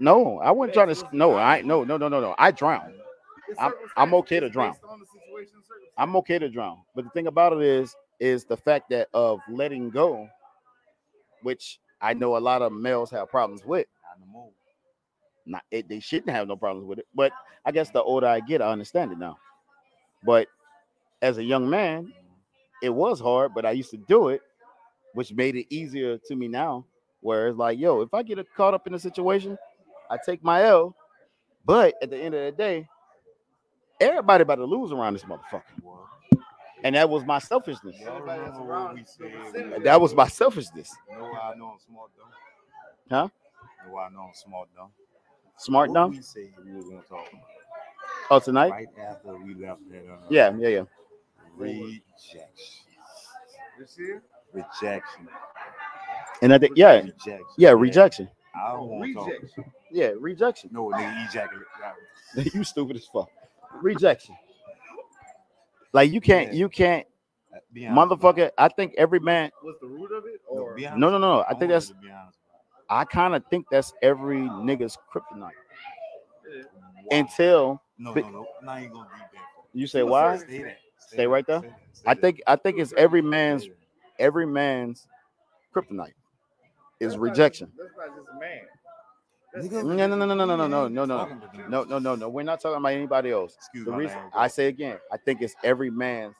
Speaker 2: No, I wasn't trying to. No, I no, no, no, no, no. I drowned.
Speaker 4: It's
Speaker 2: I'm-
Speaker 4: circumstances.
Speaker 2: I'm okay to
Speaker 4: It's
Speaker 2: drown.
Speaker 4: based on the situation and circumstances.
Speaker 2: I'm okay to drown. But the thing about it is, is the fact that of letting go, which I know a lot of males have problems with. Not it, they shouldn't have no problems with it. But I guess the older I get, I understand it now. But as a young man, it was hard, but I used to do it, which made it easier to me now. Where it's like, yo, if I get caught up in a situation, I take my L. But at the end of the day, everybody about to lose around this motherfucker. And that was my selfishness.
Speaker 4: Everybody that's around is
Speaker 1: That
Speaker 2: That was my selfishness.
Speaker 1: Know why I know I'm smart though?
Speaker 2: Huh?
Speaker 1: Know why I know I'm smart though?
Speaker 2: Smart
Speaker 1: What
Speaker 2: dumb.
Speaker 1: We said we were gonna talk about
Speaker 2: Oh, tonight?
Speaker 1: right after we left that. Uh,
Speaker 2: Yeah, yeah, yeah.
Speaker 1: Rejection.
Speaker 4: You see it?
Speaker 1: Rejection.
Speaker 2: And I think, yeah,
Speaker 1: Rejection.
Speaker 2: yeah, rejection.
Speaker 1: I don't want to talk.
Speaker 4: Rejection.
Speaker 2: Yeah, rejection.
Speaker 1: No, nigga, ejaculate.
Speaker 2: you stupid as fuck. Rejection. Like you can't,
Speaker 1: Yeah.
Speaker 2: you can't,
Speaker 1: uh, Be honest about it.
Speaker 2: motherfucker. I think every man.
Speaker 4: What's the root of it?
Speaker 1: No,
Speaker 4: Or
Speaker 1: be honest.
Speaker 2: No, no, no. I think
Speaker 1: want you
Speaker 2: that's.
Speaker 1: to be honest about
Speaker 2: I kind of think that's every nigga's kryptonite.
Speaker 1: it. Why?
Speaker 2: Until
Speaker 1: no,
Speaker 2: but-
Speaker 1: no, no. Now you gonna deep that.
Speaker 2: you say why?
Speaker 1: Stay there.
Speaker 2: Stay right there?
Speaker 1: Stay there. Stay
Speaker 2: I
Speaker 1: there.
Speaker 2: think, I think it's every man's,
Speaker 1: Stay there.
Speaker 2: every man's kryptonite is
Speaker 4: That's not
Speaker 2: rejection.
Speaker 4: just- That's not just a man. That's
Speaker 1: Nigga,
Speaker 2: No, no, no, no, no, no, no, no,
Speaker 1: you
Speaker 2: no, no,
Speaker 1: talking to me.
Speaker 2: No, no, no, no. We're not talking about anybody else.
Speaker 1: Excuse
Speaker 2: The
Speaker 1: my
Speaker 2: reason
Speaker 1: language.
Speaker 2: I say again, I think it's every man's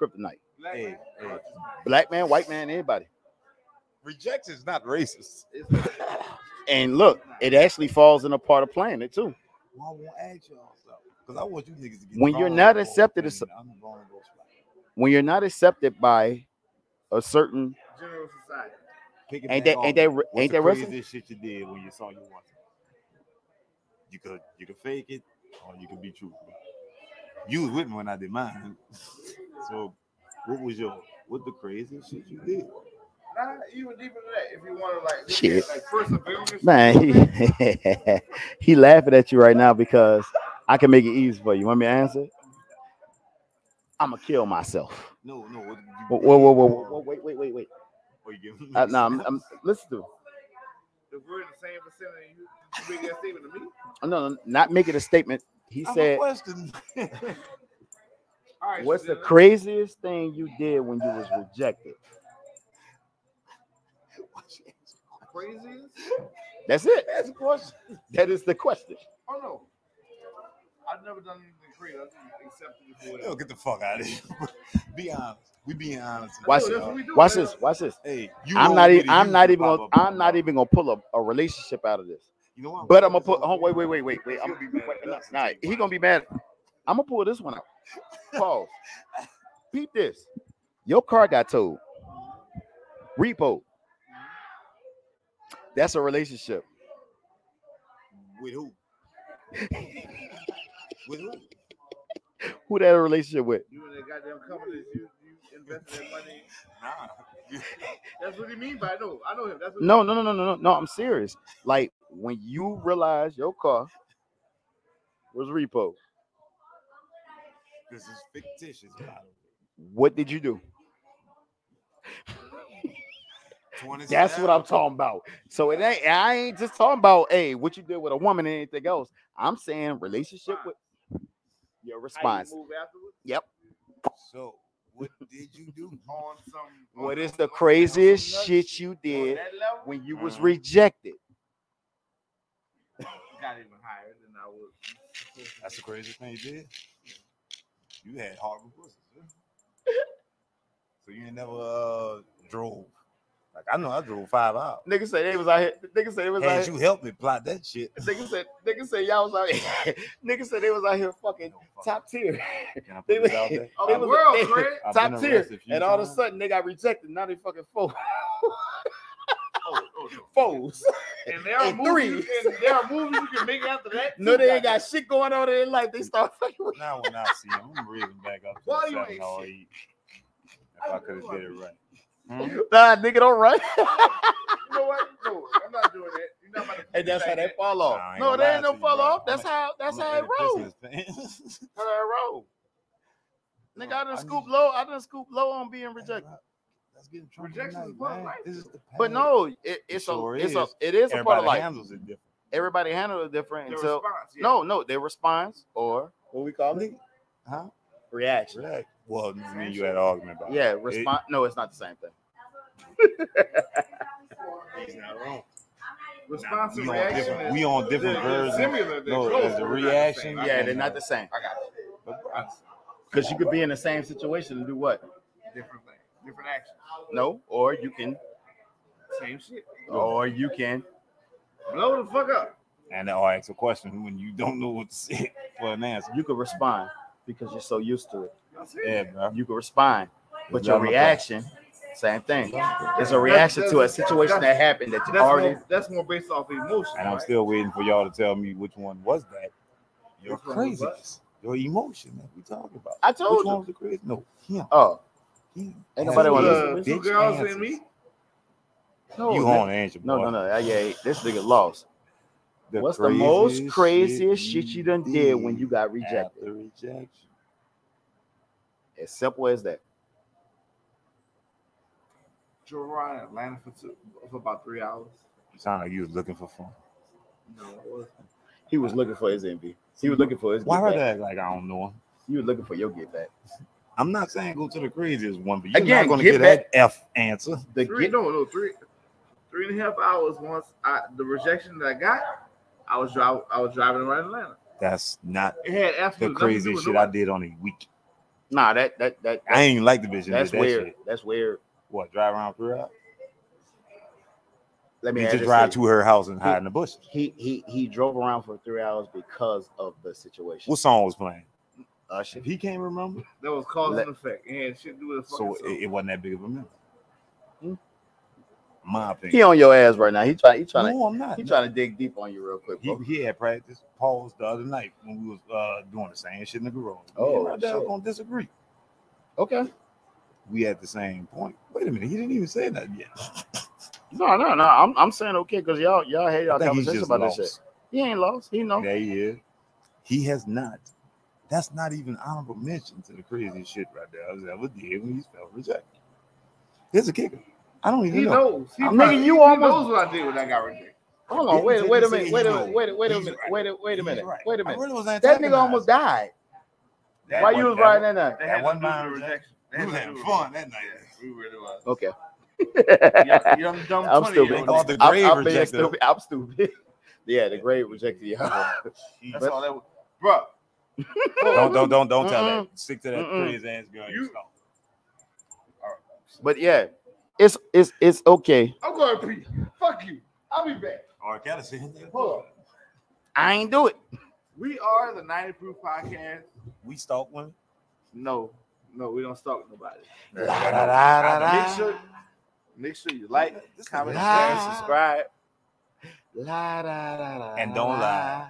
Speaker 2: kryptonite.
Speaker 4: black
Speaker 1: Hey,
Speaker 4: man.
Speaker 1: hey.
Speaker 2: Black man, white man, anybody.
Speaker 1: Reject is not racist.
Speaker 4: It's
Speaker 2: And look, it actually falls in a part of playing it
Speaker 1: Well,
Speaker 2: too.
Speaker 1: I won't ask y'all something. Because I want you niggas to get
Speaker 2: When you're
Speaker 1: vulnerable
Speaker 2: not accepted, it's-
Speaker 1: and I'm vulnerable.
Speaker 2: When you're not accepted by a certain
Speaker 4: general society.
Speaker 1: Pick it
Speaker 2: Ain't
Speaker 1: back
Speaker 2: that-
Speaker 1: off.
Speaker 2: ain't that-
Speaker 1: What's
Speaker 2: ain't
Speaker 1: the
Speaker 2: that racist?
Speaker 1: craziest shit you did when you saw you wanted? You could you could fake it or you could be truthful. You was with me when I did mine. so what was your what the craziest shit you did?
Speaker 4: Nah, even deeper than that. If you want to like, look at,
Speaker 2: Shit.
Speaker 4: like perseverance.
Speaker 2: man, he, he laughing at you right now because I can make it easy for you. Want me to answer? I'ma kill myself.
Speaker 1: No, no, what did you
Speaker 2: Whoa,
Speaker 1: do?
Speaker 2: whoa, whoa, whoa, whoa, wait, wait, wait, wait.
Speaker 1: Or you give
Speaker 2: Uh, no, I'm, I'm listen to him.
Speaker 4: If we're in the same vicinity, you you make that statement to me.
Speaker 2: Oh, No, no, not making a statement. He
Speaker 1: I'm
Speaker 2: said,
Speaker 1: a question.
Speaker 4: All right.
Speaker 2: What's
Speaker 4: so
Speaker 2: the
Speaker 4: then
Speaker 2: craziest thing you did when you was rejected?
Speaker 4: craziest?
Speaker 2: That's it.
Speaker 1: That's a question.
Speaker 2: That is the question.
Speaker 4: Oh no. I've never done anything crazy. I've just accepted it for
Speaker 1: Yo,
Speaker 4: whatever.
Speaker 1: get the fuck out of here. be honest. We being honest.
Speaker 2: Watch
Speaker 4: No,
Speaker 2: this.
Speaker 4: that's what we do,
Speaker 2: Watch
Speaker 4: man.
Speaker 2: this. Watch this.
Speaker 1: Hey, you
Speaker 2: I'm
Speaker 1: know
Speaker 2: not
Speaker 1: me
Speaker 2: even.
Speaker 1: to
Speaker 2: I'm
Speaker 1: use
Speaker 2: not
Speaker 1: the
Speaker 2: even. Gonna,
Speaker 1: pop-up
Speaker 2: I'm not
Speaker 1: bomb.
Speaker 2: even gonna pull a, a relationship out of this.
Speaker 1: You know what?
Speaker 2: But I'm gonna pull. Oh, wait, wait, wait, wait, wait. I'm,
Speaker 1: He'll be mad
Speaker 2: wait,
Speaker 1: at
Speaker 2: no,
Speaker 1: us and
Speaker 2: nah,
Speaker 1: take
Speaker 2: he
Speaker 1: mine.
Speaker 2: gonna be mad. I'm gonna pull this one out. Pause. Peep this. Your car got towed. Repo. That's a relationship.
Speaker 1: With who? With who?
Speaker 6: Who that a relationship with?
Speaker 3: You and the goddamn companies you, you invested that money.
Speaker 1: Nah.
Speaker 3: That's what he mean by no. I know him. That's what
Speaker 6: No, no, no, no, no, no, no. I'm serious. Like when you realize your car was repo,
Speaker 1: This is fictitious. by the way.
Speaker 6: what did you do?
Speaker 1: 20
Speaker 6: That's what I'm talking about. So it ain't. I ain't just talking about hey, what you did with a woman and anything else. I'm saying relationship with your
Speaker 3: How
Speaker 6: response.
Speaker 3: you move afterwards.
Speaker 6: Yep.
Speaker 1: So, what did you do?
Speaker 3: On some. on
Speaker 6: What is
Speaker 3: some-
Speaker 6: the
Speaker 3: on some
Speaker 6: craziest
Speaker 3: nuts
Speaker 6: shit you
Speaker 3: on
Speaker 6: did
Speaker 3: that level?
Speaker 6: when you was
Speaker 2: Mm.
Speaker 1: Mhm.
Speaker 6: rejected?
Speaker 3: got even higher than I was.
Speaker 1: That's the craziest thing you did. You had horrible pussies. huh? So you ain't never uh, drove. Like I know I drove five hours.
Speaker 2: Nigga said they was out here. Nigga said they was out
Speaker 1: Had
Speaker 2: here.
Speaker 1: you helped me plot that shit.
Speaker 2: Nigga said, nigga said y'all was out here. nigga said they was out here fucking top tier.
Speaker 1: Can I put
Speaker 2: They
Speaker 1: this out there?
Speaker 3: Oh,
Speaker 2: They
Speaker 3: the
Speaker 2: was-
Speaker 3: world,
Speaker 2: they-
Speaker 3: Craig.
Speaker 1: I've been
Speaker 2: top tier.
Speaker 1: arrested a few
Speaker 2: And all of a
Speaker 1: times.
Speaker 2: sudden they got rejected. Now they fucking four
Speaker 3: Oh, oh, no.
Speaker 2: foes.
Speaker 3: And there are
Speaker 2: And
Speaker 3: movies. And there are movies you can make after that.
Speaker 2: No,
Speaker 3: too,
Speaker 2: they ain't got
Speaker 3: goddamn.
Speaker 2: shit going on in their life. They start fucking with
Speaker 1: Now when I see him, I'm reeling back up.
Speaker 3: Why
Speaker 1: To
Speaker 3: you
Speaker 1: the seven
Speaker 3: ain't
Speaker 1: all
Speaker 3: shit?
Speaker 1: eight. If I could have did it right. Hmm?
Speaker 2: nah, nigga, don't run.
Speaker 3: You know what? No, I'm not doing that. You're not about to.
Speaker 2: and that's how they fall
Speaker 1: Nah, I
Speaker 2: off.
Speaker 1: ain't
Speaker 2: no,
Speaker 1: gonna
Speaker 2: they
Speaker 1: lie
Speaker 2: ain't
Speaker 1: to
Speaker 2: no
Speaker 1: you,
Speaker 2: fall
Speaker 1: bro.
Speaker 2: off. That's
Speaker 1: I'm
Speaker 2: how that's
Speaker 1: I'm
Speaker 2: how it
Speaker 1: gonna
Speaker 2: rolls.
Speaker 1: edit this in his pants.
Speaker 2: That's how it rolls. Nigga, I
Speaker 1: I
Speaker 2: done
Speaker 1: need-
Speaker 2: scoop low. I done scoop low on being rejected.
Speaker 1: Let's get in trouble
Speaker 3: Rejection is
Speaker 1: tonight,
Speaker 3: part of
Speaker 1: man.
Speaker 3: life,
Speaker 1: This is the
Speaker 2: But
Speaker 1: past.
Speaker 2: no, it, it's
Speaker 1: sure
Speaker 2: a it's a
Speaker 1: is.
Speaker 2: it is a part
Speaker 1: everybody
Speaker 2: of life.
Speaker 1: handles it different.
Speaker 2: Everybody handles it different
Speaker 3: The
Speaker 2: until
Speaker 3: response, yeah.
Speaker 2: no, no, their response or what we call it
Speaker 1: Huh?
Speaker 2: reaction.
Speaker 1: Right. Well, me and you had an argument about.
Speaker 2: Yeah,
Speaker 1: it. It-
Speaker 2: response. No, it's not the same thing.
Speaker 1: He's not wrong.
Speaker 3: Response
Speaker 1: we
Speaker 3: and
Speaker 1: on
Speaker 3: reaction
Speaker 1: different,
Speaker 3: is
Speaker 1: we on
Speaker 3: they're-
Speaker 1: different
Speaker 3: they're
Speaker 1: versions.
Speaker 3: similar. They're
Speaker 1: No,
Speaker 3: close,
Speaker 1: it's a
Speaker 3: but they're not the
Speaker 1: reaction.
Speaker 3: same. I
Speaker 2: Yeah,
Speaker 3: got
Speaker 2: they're
Speaker 3: you.
Speaker 2: not the same.
Speaker 3: I got you.
Speaker 1: But bro,
Speaker 2: Because you could be in the same situation and do what?
Speaker 3: Different thing. Different action.
Speaker 2: No, or you can,
Speaker 3: Same shit.
Speaker 2: or you can.
Speaker 3: Blow the fuck up.
Speaker 1: and they'll ask a question when you don't know what to say for an answer.
Speaker 2: You could respond because you're so used to it.
Speaker 3: That's it.
Speaker 1: Yeah, bro.
Speaker 2: You could respond, but
Speaker 1: It's
Speaker 2: your
Speaker 1: not my
Speaker 2: reaction, same thing. It's a reaction to a situation that happened that you
Speaker 3: That's
Speaker 2: already.
Speaker 3: more, that's more based off emotion.
Speaker 1: And I'm
Speaker 3: right?
Speaker 1: still waiting for y'all to tell me which one was that. Your
Speaker 3: Which one was what?
Speaker 1: craziness, your emotion that we talking about.
Speaker 2: I
Speaker 1: Which one
Speaker 2: told you.
Speaker 1: was the crazy? No, him.
Speaker 2: Oh,
Speaker 1: him.
Speaker 2: Ain't nobody
Speaker 1: That's
Speaker 2: wanna
Speaker 1: it.
Speaker 3: Uh, two
Speaker 1: Bitch
Speaker 3: girls
Speaker 1: answers.
Speaker 3: and me.
Speaker 2: no,
Speaker 1: You on answer,
Speaker 2: no,
Speaker 1: boy.
Speaker 2: no, no. Yeah, this nigga lost.
Speaker 1: The
Speaker 2: What's the most
Speaker 1: craziest
Speaker 2: craziest shit you done did when you got
Speaker 1: after
Speaker 2: rejected?
Speaker 1: rejection?
Speaker 2: As simple as that.
Speaker 3: Drove around Atlanta for, two, for about three hours.
Speaker 1: You sound like you was looking for fun.
Speaker 3: No, it was
Speaker 2: He was looking for his envy. He was looking for his.
Speaker 1: Why
Speaker 2: Why
Speaker 1: are they act like I don't know him?
Speaker 2: You were looking for your get back.
Speaker 1: I'm not saying go to the craziest one, but you're
Speaker 2: Again,
Speaker 1: not gonna
Speaker 2: get
Speaker 1: get that F answer.
Speaker 2: The
Speaker 3: three.
Speaker 2: get,
Speaker 3: No, no, three, three and a half hours. Once I, the rejection that I got, I was driving. I was driving around Atlanta.
Speaker 1: That's not
Speaker 3: It had
Speaker 1: the
Speaker 3: absolutely
Speaker 1: craziest shit I did on a week.
Speaker 2: nah, that that that,
Speaker 1: I ain't like the bitch. that
Speaker 2: that's
Speaker 1: did that
Speaker 2: weird.
Speaker 1: shit.
Speaker 2: That's weird.
Speaker 1: What drive around for her?
Speaker 2: Let me
Speaker 1: You
Speaker 2: ask
Speaker 1: just
Speaker 2: this
Speaker 1: drive
Speaker 2: to
Speaker 1: to her house and hide in the bushes.
Speaker 2: He he he drove around for three hours because of the situation.
Speaker 1: What song was playing?
Speaker 2: Usher.
Speaker 1: If he can't remember,
Speaker 3: That was cause
Speaker 2: Let-
Speaker 3: and effect. It had shit to do with the
Speaker 1: so
Speaker 3: fucking
Speaker 1: it, it wasn't that big of a memory.
Speaker 2: Hmm.
Speaker 1: My
Speaker 2: He
Speaker 1: opinion.
Speaker 2: on your ass right now. He trying he trying
Speaker 1: No, I'm
Speaker 2: to
Speaker 1: not.
Speaker 2: he trying to dig deep on you real quick,
Speaker 1: He,
Speaker 2: bro.
Speaker 1: he had practice pause the other night when we was uh, doing the same shit in the garage.
Speaker 2: Oh,
Speaker 1: Me and my dad
Speaker 2: shit.
Speaker 1: gonna disagree.
Speaker 2: Okay.
Speaker 1: We at the same point. Wait a minute, he didn't even say nothing yet.
Speaker 2: No, no, no. I'm I'm saying okay because y'all y'all had
Speaker 1: I
Speaker 2: y'all
Speaker 1: think he's
Speaker 2: conversation
Speaker 1: just
Speaker 2: about
Speaker 1: lost.
Speaker 2: this shit. He ain't lost. He know.
Speaker 1: Yeah, he is. He has not. That's not even honorable mention to the craziest shit right there I was ever did when he felt rejected. Here's a kicker. I don't even
Speaker 3: He
Speaker 1: know.
Speaker 3: knows. He
Speaker 2: Nigga,
Speaker 3: probably-
Speaker 2: you
Speaker 3: he
Speaker 2: almost-
Speaker 3: knows what I did when I got rejected.
Speaker 2: Hold on.
Speaker 1: He
Speaker 2: Wait
Speaker 1: didn't
Speaker 2: wait a
Speaker 1: say
Speaker 2: minute.
Speaker 1: he
Speaker 2: Wait a
Speaker 1: know.
Speaker 2: minute. Wait wait a
Speaker 1: He's
Speaker 2: minute.
Speaker 1: right.
Speaker 2: Wait a wait a
Speaker 1: He's
Speaker 2: minute.
Speaker 1: right.
Speaker 2: Wait a
Speaker 1: I
Speaker 2: minute.
Speaker 1: really was
Speaker 2: That
Speaker 1: antagonized.
Speaker 2: nigga almost died.
Speaker 1: That
Speaker 2: Why
Speaker 1: one-
Speaker 2: you was
Speaker 1: that
Speaker 2: riding that night?
Speaker 3: They
Speaker 1: That
Speaker 3: had
Speaker 1: wasn't
Speaker 3: to do
Speaker 1: my
Speaker 3: with the
Speaker 1: rejection.
Speaker 3: They
Speaker 1: We
Speaker 3: had to
Speaker 1: was having
Speaker 3: do with
Speaker 1: fun
Speaker 3: it.
Speaker 1: that night.
Speaker 3: Yeah, we really was.
Speaker 2: Okay.
Speaker 3: Young- young dumb
Speaker 2: I'm
Speaker 3: 20
Speaker 2: stupid.
Speaker 3: year
Speaker 1: They
Speaker 3: old.
Speaker 1: called the
Speaker 2: I'm,
Speaker 1: grave
Speaker 2: I'm being
Speaker 1: rejected.
Speaker 2: stupid. I'm stupid. yeah, the grade rejected you.
Speaker 3: That's all that was. Bruh,
Speaker 1: don't don't don't don't tell
Speaker 2: Mm-mm.
Speaker 1: that. Stick to that
Speaker 2: Mm-mm.
Speaker 1: crazy ass girl. You,
Speaker 3: You-
Speaker 1: stalked.
Speaker 2: but yeah, it's it's it's okay.
Speaker 3: I'm going to pee. Fuck you. I'll be back.
Speaker 1: Or Kelly said that.
Speaker 3: Hold on.
Speaker 2: I ain't do it.
Speaker 3: We are the 90 Proof Podcast.
Speaker 1: We stalked women.
Speaker 3: No, no, we don't stalk nobody.
Speaker 2: La,
Speaker 3: Make sure,
Speaker 7: Make sure you like,
Speaker 1: This nigga
Speaker 7: comment,
Speaker 1: is
Speaker 7: share,
Speaker 1: crazy.
Speaker 7: subscribe.
Speaker 2: la, da, da, da,
Speaker 1: And don't lie.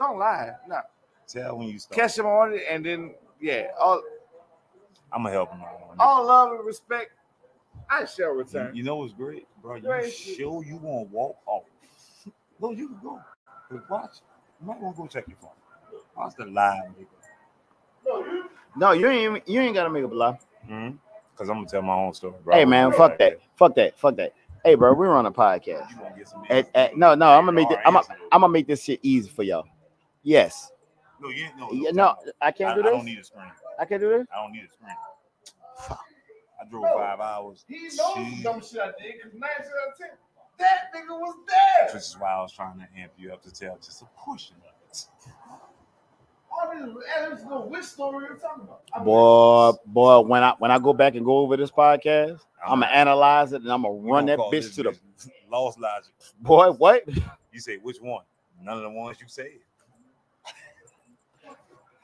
Speaker 3: don't lie. Nah,
Speaker 1: Tell when you stalk.
Speaker 3: catch them on it and then
Speaker 5: yeah, all
Speaker 1: I'm gonna help him out. on
Speaker 2: Oh,
Speaker 5: all love and respect. I shall
Speaker 1: this. You,
Speaker 5: return.
Speaker 1: you know what's great, bro? You
Speaker 5: Great.
Speaker 1: show you gonna walk off. No, you can go. But watch, you might wanna go check your phone. Watch the live, nigga.
Speaker 2: No, you ain't even- you ain't gotta make up a lie.
Speaker 1: Mhm. Cause I'm gonna tell my own story, bro.
Speaker 2: Hey man,
Speaker 1: Right
Speaker 2: fuck
Speaker 1: there.
Speaker 2: that, fuck that, fuck that. Hey bro, we're on a podcast.
Speaker 1: You gonna get some
Speaker 2: At, at, no, no, I'm gonna make it. I'm gonna
Speaker 1: Alright,
Speaker 2: I'm gonna make this shit easy for y'all. Yes.
Speaker 1: No, you ain't- no,
Speaker 2: Yeah,
Speaker 1: no.
Speaker 2: No, I
Speaker 1: I,
Speaker 2: can't
Speaker 1: I
Speaker 2: do
Speaker 1: don't
Speaker 2: this.
Speaker 1: need a screen.
Speaker 2: I can't do this.
Speaker 1: I don't need a screen. I drove five hours,
Speaker 3: He knows
Speaker 1: Jeez.
Speaker 3: the dumb shit I did because nine out of ten, that nigga was there.
Speaker 1: which is why I was trying to amp you up to tell just a portion of it.
Speaker 3: All this Adam's little witch story you're talking about. I mean,
Speaker 2: Boy, boy, when I when I go back and go over this podcast, I'm gonna analyze it and I'm gonna
Speaker 1: We
Speaker 2: run
Speaker 1: gonna
Speaker 2: that
Speaker 1: call
Speaker 2: bitch
Speaker 1: this
Speaker 2: to the
Speaker 1: lost logic.
Speaker 2: boy. What?
Speaker 1: You say which one? None of the ones you said.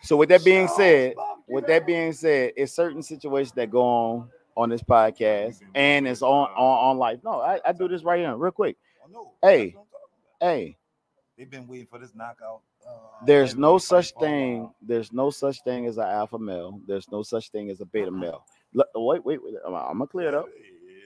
Speaker 2: So with that being
Speaker 1: Charles
Speaker 2: said,
Speaker 1: Bobby
Speaker 2: with that being said, it's certain situations that go on on this podcast and it's on on, on life. No, I, I do this right here, real quick.
Speaker 1: Oh, no,
Speaker 2: Hey.
Speaker 1: that's what I'm talking about.
Speaker 2: Hey,
Speaker 1: they've been waiting for this knockout. Uh,
Speaker 2: there's no
Speaker 1: heavyweight fight
Speaker 2: such
Speaker 1: for a
Speaker 2: thing.
Speaker 1: while.
Speaker 2: There's no such thing as an alpha male. There's no such thing as a beta male. Look, wait, wait, wait. I'm, gonna clear it up.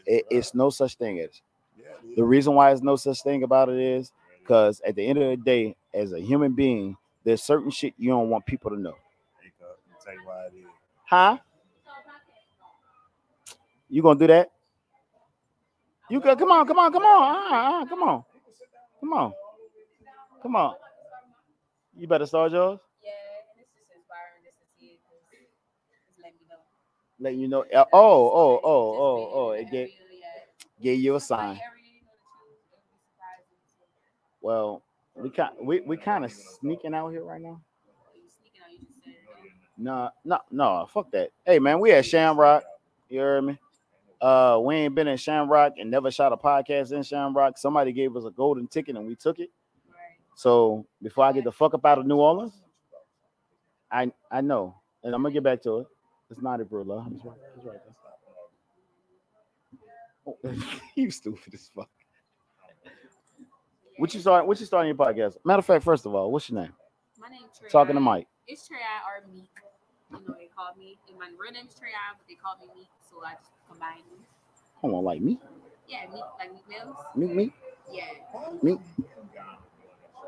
Speaker 2: It, it's no such thing as.
Speaker 1: Yeah, it is.
Speaker 2: The reason why there's no such thing about it is because at the end of the day, as a human being, there's certain shit you don't want people to know.
Speaker 1: Take up. I'll tell you why it is.
Speaker 2: Huh? You gonna do that? You go. Come on, come on, come on. Ah, ah, come on, come on, come on. You better start yours.
Speaker 8: Yeah, and it's just inspiring just to see it. Just, just let me know.
Speaker 2: Let you know. Oh, oh, oh, oh, oh. It get get you a sign. Well, we kind we we kind of sneaking out here right now. No, no, no. Fuck that. Hey man, we at Shamrock. You heard me? Uh, we ain't been in Shamrock and never shot a podcast in Shamrock. Somebody gave us a golden ticket and we took it. So before I get the fuck up out of New Orleans, I I know, and I'm gonna get back to it. It's not it, bro. love. It's right, it's right there. Oh, you stupid as fuck. What you starting? What you starting your podcast? Matter of fact, first of all, what's your name?
Speaker 8: My name's Trey.
Speaker 2: Talking to Mike.
Speaker 8: It's Trey or Meek. You know they called me. And my real name's Trey, but they called me Meek, so I just combined them.
Speaker 2: Hold on, like me,
Speaker 8: Yeah, Meek like Meek Mills.
Speaker 2: me, me,
Speaker 8: Yeah.
Speaker 2: me.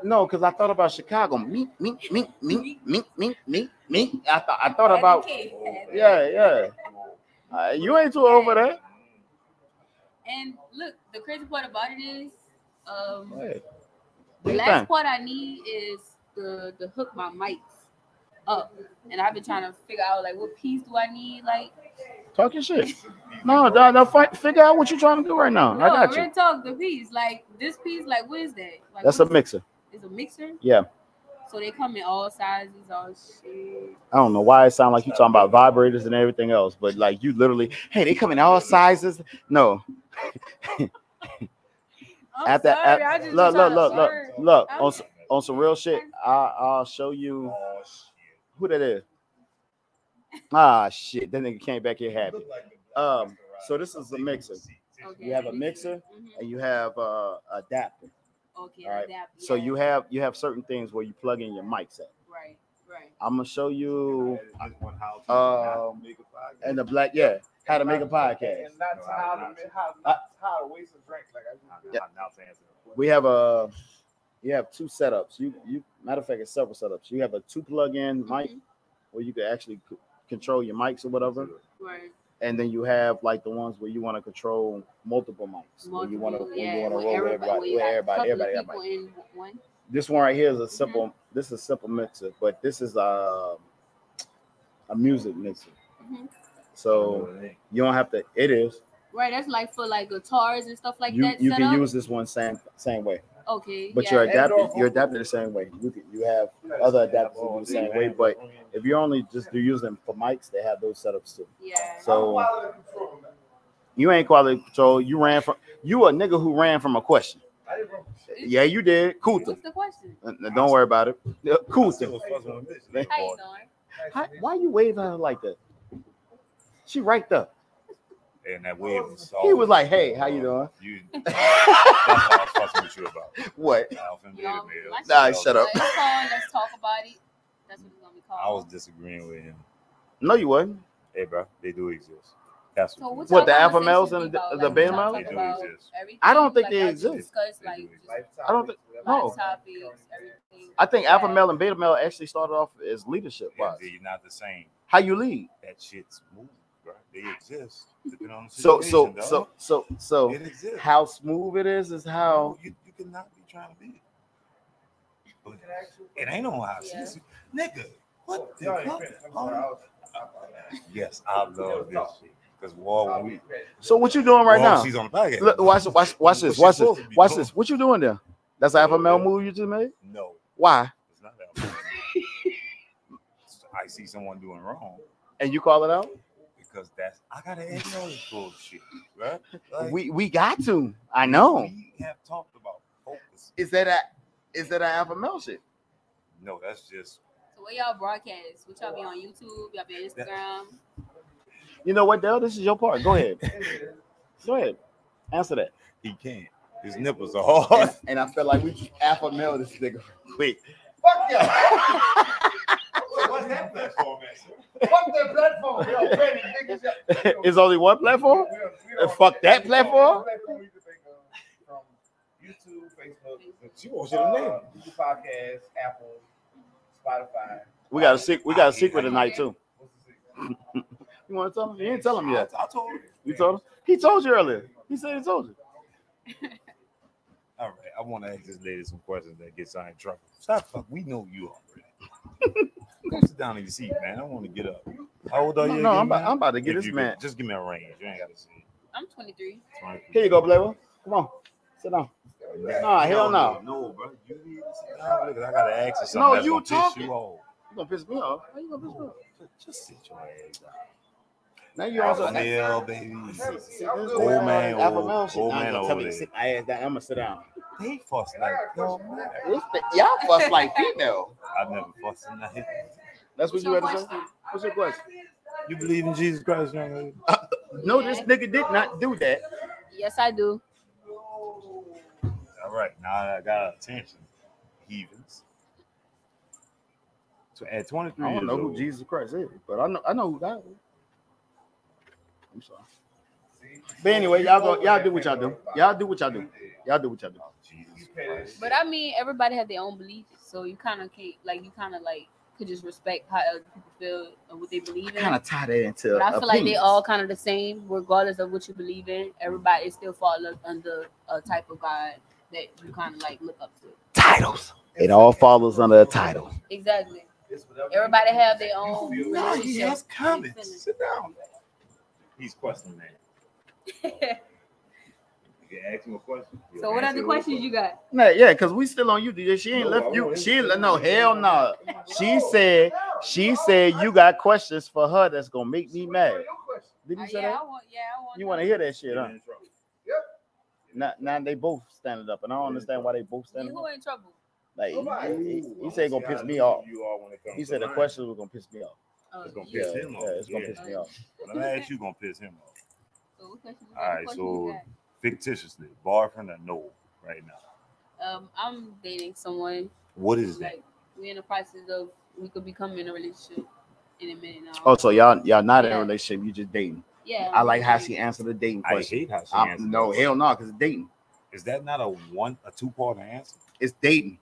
Speaker 2: No, because I thought about Chicago. Me, me, me, me, me, me, me, me. I thought I thought about. Yeah, yeah. Uh, you ain't too over that.
Speaker 8: And look, the crazy part about it is, um,
Speaker 2: Hey,
Speaker 8: The
Speaker 2: Big
Speaker 8: last
Speaker 2: time.
Speaker 8: part I need is the the hook my mics up, and I've been trying to figure out like what piece do I need. Like,
Speaker 2: Talk your shit. No, no, no. fi- Figure out what you're trying to do right now. Oh, I
Speaker 8: no,
Speaker 2: got
Speaker 8: real
Speaker 2: you.
Speaker 8: talk, the piece like this piece, like what is that? Like,
Speaker 2: That's a
Speaker 8: what is-
Speaker 2: mixer.
Speaker 8: It's a mixer.
Speaker 2: Yeah.
Speaker 8: So they come in all sizes, all shit.
Speaker 2: I don't know why it sounds like you talking about vibrators and everything else, but like you literally, hey, they come in all sizes. No,
Speaker 8: I'm
Speaker 2: At the-
Speaker 8: sorry,
Speaker 2: at-
Speaker 8: I just
Speaker 2: look,
Speaker 8: been trying
Speaker 2: look,
Speaker 8: to
Speaker 2: look,
Speaker 8: learn.
Speaker 2: look on
Speaker 8: I'm-
Speaker 2: s- on some real shit. I I'll show you
Speaker 1: Oh, shit.
Speaker 2: who that is. Ah, shit, that nigga came back here happy.
Speaker 1: Look like the black
Speaker 2: Um,
Speaker 1: masquerade.
Speaker 2: so this is a mixer.
Speaker 8: Okay,
Speaker 2: You have a
Speaker 8: let me see.
Speaker 2: mixer
Speaker 8: Mhm.
Speaker 2: and you have uh, adapter.
Speaker 8: Okay,
Speaker 2: all right.
Speaker 8: adapt,
Speaker 2: So
Speaker 8: yeah,
Speaker 2: you have you have certain things where you plug in your mics at.
Speaker 8: right, right.
Speaker 2: I'm gonna show you
Speaker 1: I just want how to
Speaker 2: Um,
Speaker 1: make a podcast.
Speaker 2: and the black yeah how to make a podcast.
Speaker 3: And that's
Speaker 1: No, I-
Speaker 3: how
Speaker 1: I-
Speaker 3: to how, not how to waste a drink. Like I,
Speaker 1: How-
Speaker 2: yeah.
Speaker 1: how- how to answer the question.
Speaker 2: We have a you have two setups. You you matter of fact, it's several setups. You have a two plug-in mic
Speaker 8: Mhm.
Speaker 2: where you can actually c- control your mics or whatever,
Speaker 8: Mm-hmm. Right.
Speaker 2: and then you have like the ones where you want to control multiple mics. where you want to
Speaker 8: Multiple,
Speaker 2: you
Speaker 8: yeah,
Speaker 2: want to roll
Speaker 8: where
Speaker 2: with everybody,
Speaker 8: where
Speaker 2: where
Speaker 8: you got
Speaker 2: everybody,
Speaker 8: a couple of
Speaker 2: everybody, got mics.
Speaker 8: people in one.
Speaker 2: This one right here is a
Speaker 8: Mm-hmm.
Speaker 2: simple. This is a simple mixer, but this is a a music mixer.
Speaker 8: Mhm.
Speaker 2: So you don't have to. It is
Speaker 8: Right, that's like for like guitars and stuff like
Speaker 2: you.
Speaker 8: that.
Speaker 2: You
Speaker 8: set
Speaker 2: can
Speaker 8: up?
Speaker 2: use this one same same way,
Speaker 8: okay,
Speaker 2: but
Speaker 8: yeah.
Speaker 2: you're
Speaker 3: And/or
Speaker 2: adapted. You're adapted the same way. You can, you have other adapters that do the same way, but if you only just do use them for mics, they have those setups too.
Speaker 8: yeah.
Speaker 2: So
Speaker 3: quality control. man.
Speaker 2: you ain't quality control. You ran from you a nigga who ran from a question.
Speaker 3: I didn't remember
Speaker 2: Yeah, you did. Kuta.
Speaker 8: What's the question?
Speaker 2: Uh, uh, Don't worry about it. Uh,
Speaker 1: I still
Speaker 2: Kuta.
Speaker 1: was fussing with this nigga,
Speaker 8: How you
Speaker 1: boy.
Speaker 8: doing?
Speaker 2: How- why you waving at her like that? She right there.
Speaker 1: And that wave was soft.
Speaker 2: He was like, "Hey, how you doing?"
Speaker 1: You, that's what I was fussing with you about.
Speaker 2: What?
Speaker 1: Alpha and
Speaker 8: You know,
Speaker 1: beta male.
Speaker 8: my
Speaker 2: Nah,
Speaker 8: shit-
Speaker 2: shut up.
Speaker 8: Let's call. Let's talk about it. That's what it's gonna be
Speaker 1: I was
Speaker 8: called.
Speaker 1: disagreeing with him.
Speaker 2: No, you wouldn't.
Speaker 1: Hey, bro, they do exist. That's
Speaker 8: So
Speaker 1: what.
Speaker 8: what,
Speaker 1: it is.
Speaker 2: What, the
Speaker 8: y'all
Speaker 2: alpha
Speaker 8: conversations
Speaker 2: males
Speaker 8: be
Speaker 2: and the-
Speaker 8: about?
Speaker 2: the
Speaker 8: Like,
Speaker 2: beta
Speaker 8: y'all talk
Speaker 1: males? They do
Speaker 8: about
Speaker 1: exist.
Speaker 8: everything,
Speaker 2: I don't think
Speaker 8: like,
Speaker 2: they
Speaker 8: y'all
Speaker 2: exist.
Speaker 8: Discuss
Speaker 1: They
Speaker 8: like
Speaker 1: do
Speaker 8: just
Speaker 1: exist.
Speaker 3: Lifetime
Speaker 2: I don't oh. think-
Speaker 3: leads to
Speaker 8: life
Speaker 2: no.
Speaker 8: topics, everything.
Speaker 2: I think alpha
Speaker 8: Yeah.
Speaker 2: male and beta male actually started off as leadership
Speaker 1: Yeah,
Speaker 2: wise.
Speaker 1: They're not the same.
Speaker 2: How you lead.
Speaker 1: That shit's moving, bro. They exist. Depending on the
Speaker 2: So so
Speaker 1: situation,
Speaker 2: so so
Speaker 1: dog.
Speaker 2: so
Speaker 1: it exists.
Speaker 2: how smooth it is is how
Speaker 1: No, Oh, you, you cannot be trying to be. But it ain't on how
Speaker 8: Yeah.
Speaker 1: she's nigga. What the fuck? Oh, yes, I love this shit. Because Wall, when we
Speaker 2: so what you doing right
Speaker 1: Wall,
Speaker 2: now?
Speaker 1: she's on the podcast.
Speaker 2: Look, watch watch watch
Speaker 1: What
Speaker 2: this,
Speaker 1: she
Speaker 2: watch this,
Speaker 1: supposed to be
Speaker 2: watch
Speaker 1: doing.
Speaker 2: this. What you doing there? That's an alpha
Speaker 1: Little
Speaker 2: male
Speaker 1: bit.
Speaker 2: move you just made?
Speaker 1: No,
Speaker 2: Why?
Speaker 1: it's not that. I see someone doing wrong
Speaker 2: And you call it out?
Speaker 1: because that's I gotta ignore this bullshit, right? Like,
Speaker 2: We we got to. I know.
Speaker 1: we have talked about focus.
Speaker 2: Is that a is that an alpha male shit?
Speaker 1: No, that's just
Speaker 8: So where y'all broadcast? What y'all be on YouTube? Y'all be on Instagram?
Speaker 2: You know what, Dale? This is your part. Go ahead. Go ahead. Answer that.
Speaker 1: he can't. His nipples are hard.
Speaker 2: And I feel like we just alpha male this nigga. Wait.
Speaker 3: Fuck yeah.
Speaker 1: What's that platform,
Speaker 3: Fuck that platform. Yo, baby, niggas, yo.
Speaker 2: It's only one platform?
Speaker 3: We- we- we-
Speaker 2: And fuck that
Speaker 3: we-
Speaker 2: platform?
Speaker 3: platform we can think of From YouTube, Facebook,
Speaker 1: She wants you to name.
Speaker 3: uh, Google Podcasts, Apple, Spotify.
Speaker 2: We got a secret. We got a secret tonight too.
Speaker 3: What's the secret?
Speaker 2: You want to tell him? You didn't tell him yet.
Speaker 1: I, I told her.
Speaker 2: You told him. He told you earlier. He said he told you.
Speaker 1: All right, I want to ask this lady some questions that gets her in trouble. Stop, fuck. We know you already. Go sit down in your seat, man. I want to get up. How old are
Speaker 2: No,
Speaker 1: you?
Speaker 2: no,
Speaker 1: again,
Speaker 2: I'm about,
Speaker 1: man?
Speaker 2: I'm about to get
Speaker 1: If
Speaker 2: this
Speaker 1: you
Speaker 2: man.
Speaker 1: could- Just give me a range. You ain't got to say. it.
Speaker 8: I'm 23.
Speaker 2: Here you go, Blaver. Come on, sit down. Nah, hell no.
Speaker 1: No, bro. You need to sit down because I gotta ask you something.
Speaker 2: No,
Speaker 1: that's
Speaker 2: you
Speaker 1: gonna piss
Speaker 2: talking.
Speaker 1: You off.
Speaker 2: You gonna piss me off? Why you gonna piss me off?
Speaker 1: Just sit your ass down.
Speaker 2: Now you also
Speaker 1: Male, baby.
Speaker 3: See, I'm good
Speaker 1: Old
Speaker 3: with
Speaker 1: man,
Speaker 3: all
Speaker 1: old- old man, old lady.
Speaker 2: I ass down. I'm gonna sit down.
Speaker 1: They fuss like no man.
Speaker 2: This thing- Y'all fuss like female.
Speaker 1: I never fuss in the head.
Speaker 2: That's what
Speaker 8: What's
Speaker 2: you
Speaker 8: your
Speaker 2: had to say.
Speaker 8: question?
Speaker 2: What's your question?
Speaker 1: You believe in Jesus Christ, young lady?
Speaker 2: No, this nigga did not do that.
Speaker 8: Yes, I do.
Speaker 1: All right, now I got attention. Heathens. So at 23
Speaker 2: I don't
Speaker 1: years
Speaker 2: know who
Speaker 1: old,
Speaker 2: Jesus Christ is, but I know I know who God is. I'm sorry. But anyway, y'all go, y'all do what y'all do. Y'all do what y'all do. Y'all do what y'all do.
Speaker 1: Oh, Jesus Christ.
Speaker 8: But I mean, everybody has their own beliefs, so you kind of can't like you kind of like could just respect how other people feel and what they believe in.
Speaker 2: Kind of tie that into.
Speaker 8: but I feel like they
Speaker 2: opinions.
Speaker 8: all kind of the same, regardless of what you believe in. Everybody still fall un- under a type of God that you kind of like look up to.
Speaker 2: titles. It all follows under a title.
Speaker 8: Exactly.
Speaker 3: It's whatever you
Speaker 8: Everybody
Speaker 3: do.
Speaker 8: have their own.
Speaker 1: No, he
Speaker 8: relationship.
Speaker 1: has comments. Sit down. He's questioning that. You can ask him a question. he'll
Speaker 8: so what
Speaker 1: answer
Speaker 8: other
Speaker 1: it.
Speaker 8: questions you got?
Speaker 2: Nah, yeah, because we still on you, DJ. She
Speaker 1: No,
Speaker 2: ain't
Speaker 1: I
Speaker 2: left you.
Speaker 1: won't.
Speaker 2: She ain't, le- no hell no. She said she said you got questions for her that's gonna make me mad. Did
Speaker 8: Uh,
Speaker 2: you say
Speaker 8: yeah,
Speaker 2: that?
Speaker 8: I want. Yeah, I want.
Speaker 2: You want to hear that shit,
Speaker 1: You're
Speaker 2: huh?
Speaker 1: in trouble.
Speaker 2: Now, now they both standing up, and I don't understand why they both
Speaker 8: that.
Speaker 2: standing
Speaker 8: Who
Speaker 2: up.
Speaker 8: in trouble?
Speaker 2: Like he, he,
Speaker 1: Ooh,
Speaker 2: he
Speaker 1: I
Speaker 2: said,
Speaker 1: wanna
Speaker 2: gonna
Speaker 1: see
Speaker 2: piss
Speaker 1: how
Speaker 2: me
Speaker 1: you
Speaker 2: off.
Speaker 1: are when it comes
Speaker 2: He
Speaker 1: to
Speaker 2: said the
Speaker 1: lying.
Speaker 2: questions were gonna piss me off.
Speaker 8: Oh,
Speaker 1: It's gonna
Speaker 8: yeah.
Speaker 1: piss
Speaker 2: Yeah,
Speaker 1: him off.
Speaker 2: yeah, it's gonna
Speaker 1: Yeah.
Speaker 2: piss me off.
Speaker 1: When I ask you, gonna piss him off.
Speaker 8: So what questions you got?
Speaker 1: All right,
Speaker 8: What questions
Speaker 1: so-
Speaker 8: you got?
Speaker 1: Fictitiously, boyfriend or no, right now.
Speaker 8: Um, I'm dating someone.
Speaker 1: What is that?
Speaker 8: Like we're in the process of we could become in a relationship in a minute now.
Speaker 2: Oh, so y'all y'all not in a
Speaker 8: Yeah.
Speaker 2: relationship. You just dating.
Speaker 8: yeah.
Speaker 2: I like how she answered the dating
Speaker 1: I
Speaker 2: question.
Speaker 1: hate how she
Speaker 2: I,
Speaker 1: answered.
Speaker 2: no,
Speaker 1: that.
Speaker 2: hell no, because it's dating.
Speaker 1: Is that not a one, a two part answer?
Speaker 2: It's dating.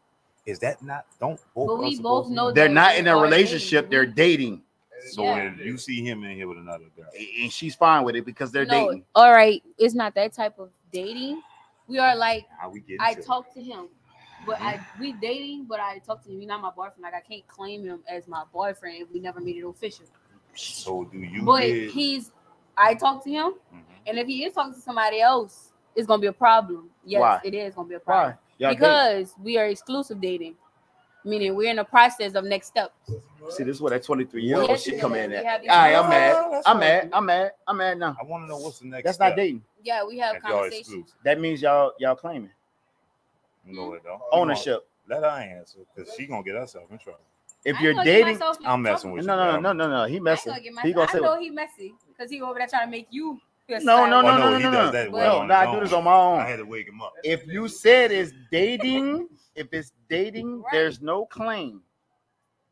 Speaker 1: Is that not? Don't both.
Speaker 8: But
Speaker 1: of us
Speaker 8: we
Speaker 1: supposed
Speaker 8: both
Speaker 1: to
Speaker 8: know
Speaker 2: They're
Speaker 8: that
Speaker 2: not
Speaker 8: we
Speaker 2: in a
Speaker 8: are dating.
Speaker 2: relationship. They're dating.
Speaker 1: So
Speaker 8: Yeah.
Speaker 1: when you see him in here with another girl,
Speaker 2: and she's fine with it because they're
Speaker 8: no,
Speaker 2: dating.
Speaker 8: all right. It's not that type of dating. We are like
Speaker 1: how we get?
Speaker 8: I talk to him, but I
Speaker 2: Mm-hmm.
Speaker 8: we dating, but I talk to him. He's not my boyfriend. Like I can't claim him as my boyfriend if we never made it official.
Speaker 1: So do you?
Speaker 8: but
Speaker 1: get-
Speaker 8: he's I talk to him,
Speaker 1: Mhm.
Speaker 8: and if he is talking to somebody else, it's gonna be a problem. Yes,
Speaker 2: Why?
Speaker 8: it is gonna be a problem.
Speaker 2: Why? Y'all dating.
Speaker 8: because we are exclusive dating, meaning we're in the process of next steps.
Speaker 2: see, this is where that 23 year old
Speaker 8: Yes,
Speaker 2: shit
Speaker 8: we
Speaker 2: come
Speaker 8: have-
Speaker 2: in
Speaker 8: we
Speaker 2: at.
Speaker 8: have these-
Speaker 2: All right, I'm
Speaker 1: Oh,
Speaker 2: mad.
Speaker 1: that's
Speaker 2: I'm
Speaker 1: not
Speaker 2: mad.
Speaker 1: good.
Speaker 2: I'm mad. I'm mad now.
Speaker 1: I want to know what's the next.
Speaker 2: That's not
Speaker 1: step
Speaker 2: dating.
Speaker 8: Yeah, we have
Speaker 1: if y'all
Speaker 8: conversations.
Speaker 1: exclusive.
Speaker 2: That means y'all y'all claiming
Speaker 8: Hmm?
Speaker 1: No, it don't.
Speaker 2: ownership.
Speaker 1: Let her answer because she gonna get herself in trouble.
Speaker 2: If
Speaker 8: I
Speaker 2: you're
Speaker 8: know
Speaker 2: dating,
Speaker 8: myself
Speaker 1: I'm messing
Speaker 2: no,
Speaker 1: with
Speaker 2: no,
Speaker 1: you.
Speaker 2: no,
Speaker 1: I'm-
Speaker 2: no, no, no. He
Speaker 8: I,
Speaker 2: messing.
Speaker 8: know, get
Speaker 2: He
Speaker 8: myself,
Speaker 2: gonna
Speaker 8: I
Speaker 2: say,
Speaker 8: know
Speaker 2: what-
Speaker 8: he messy because he over there trying to make you feel
Speaker 2: no, no,
Speaker 1: Oh,
Speaker 8: sorry.
Speaker 2: no,
Speaker 1: no,
Speaker 2: no,
Speaker 1: he
Speaker 2: no,
Speaker 1: does
Speaker 2: no,
Speaker 1: that well
Speaker 2: no.
Speaker 1: on
Speaker 2: no,
Speaker 1: his
Speaker 2: I do
Speaker 1: own.
Speaker 2: this on my
Speaker 1: I
Speaker 2: own.
Speaker 1: had to wake him up.
Speaker 2: If you said it's dating, if it's dating,
Speaker 8: Right.
Speaker 2: there's no claim.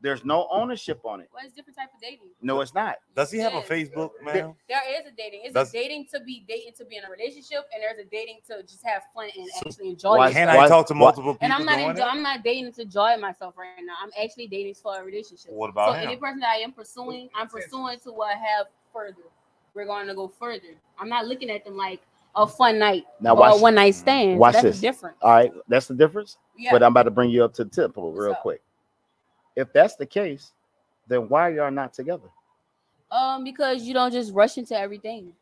Speaker 2: There's no ownership on it.
Speaker 8: Well, it's different type of dating.
Speaker 2: No, it's not.
Speaker 1: Does he have a
Speaker 8: Yes.
Speaker 1: Facebook, man?
Speaker 8: There is a dating. It's
Speaker 1: That's-
Speaker 8: a dating to be dating to be in a relationship, and there's a dating to just have fun and
Speaker 1: So
Speaker 8: actually enjoy
Speaker 2: why-
Speaker 1: Can
Speaker 8: yourself.
Speaker 1: I talk to
Speaker 2: why-
Speaker 1: multiple people
Speaker 8: And I'm not
Speaker 1: doing
Speaker 8: enjoy,
Speaker 1: it?
Speaker 8: I'm not dating to enjoy myself right now. I'm actually dating for a relationship.
Speaker 1: What about
Speaker 8: so any
Speaker 1: him?
Speaker 8: person that I am pursuing, I'm pursuing to what I have further. We're going to go further. I'm not looking at them like a fun night
Speaker 2: Now
Speaker 8: or a
Speaker 2: watch.
Speaker 8: one
Speaker 1: Mm.
Speaker 8: night stand.
Speaker 2: Watch
Speaker 8: That's
Speaker 2: this.
Speaker 8: different.
Speaker 2: All right, that's the difference.
Speaker 8: Yeah.
Speaker 1: uh,
Speaker 2: But I'm about to bring you up to the tip real
Speaker 8: What's up?
Speaker 2: quick. If that's the case, then why y'all not together?
Speaker 8: um, because you don't just rush into everything.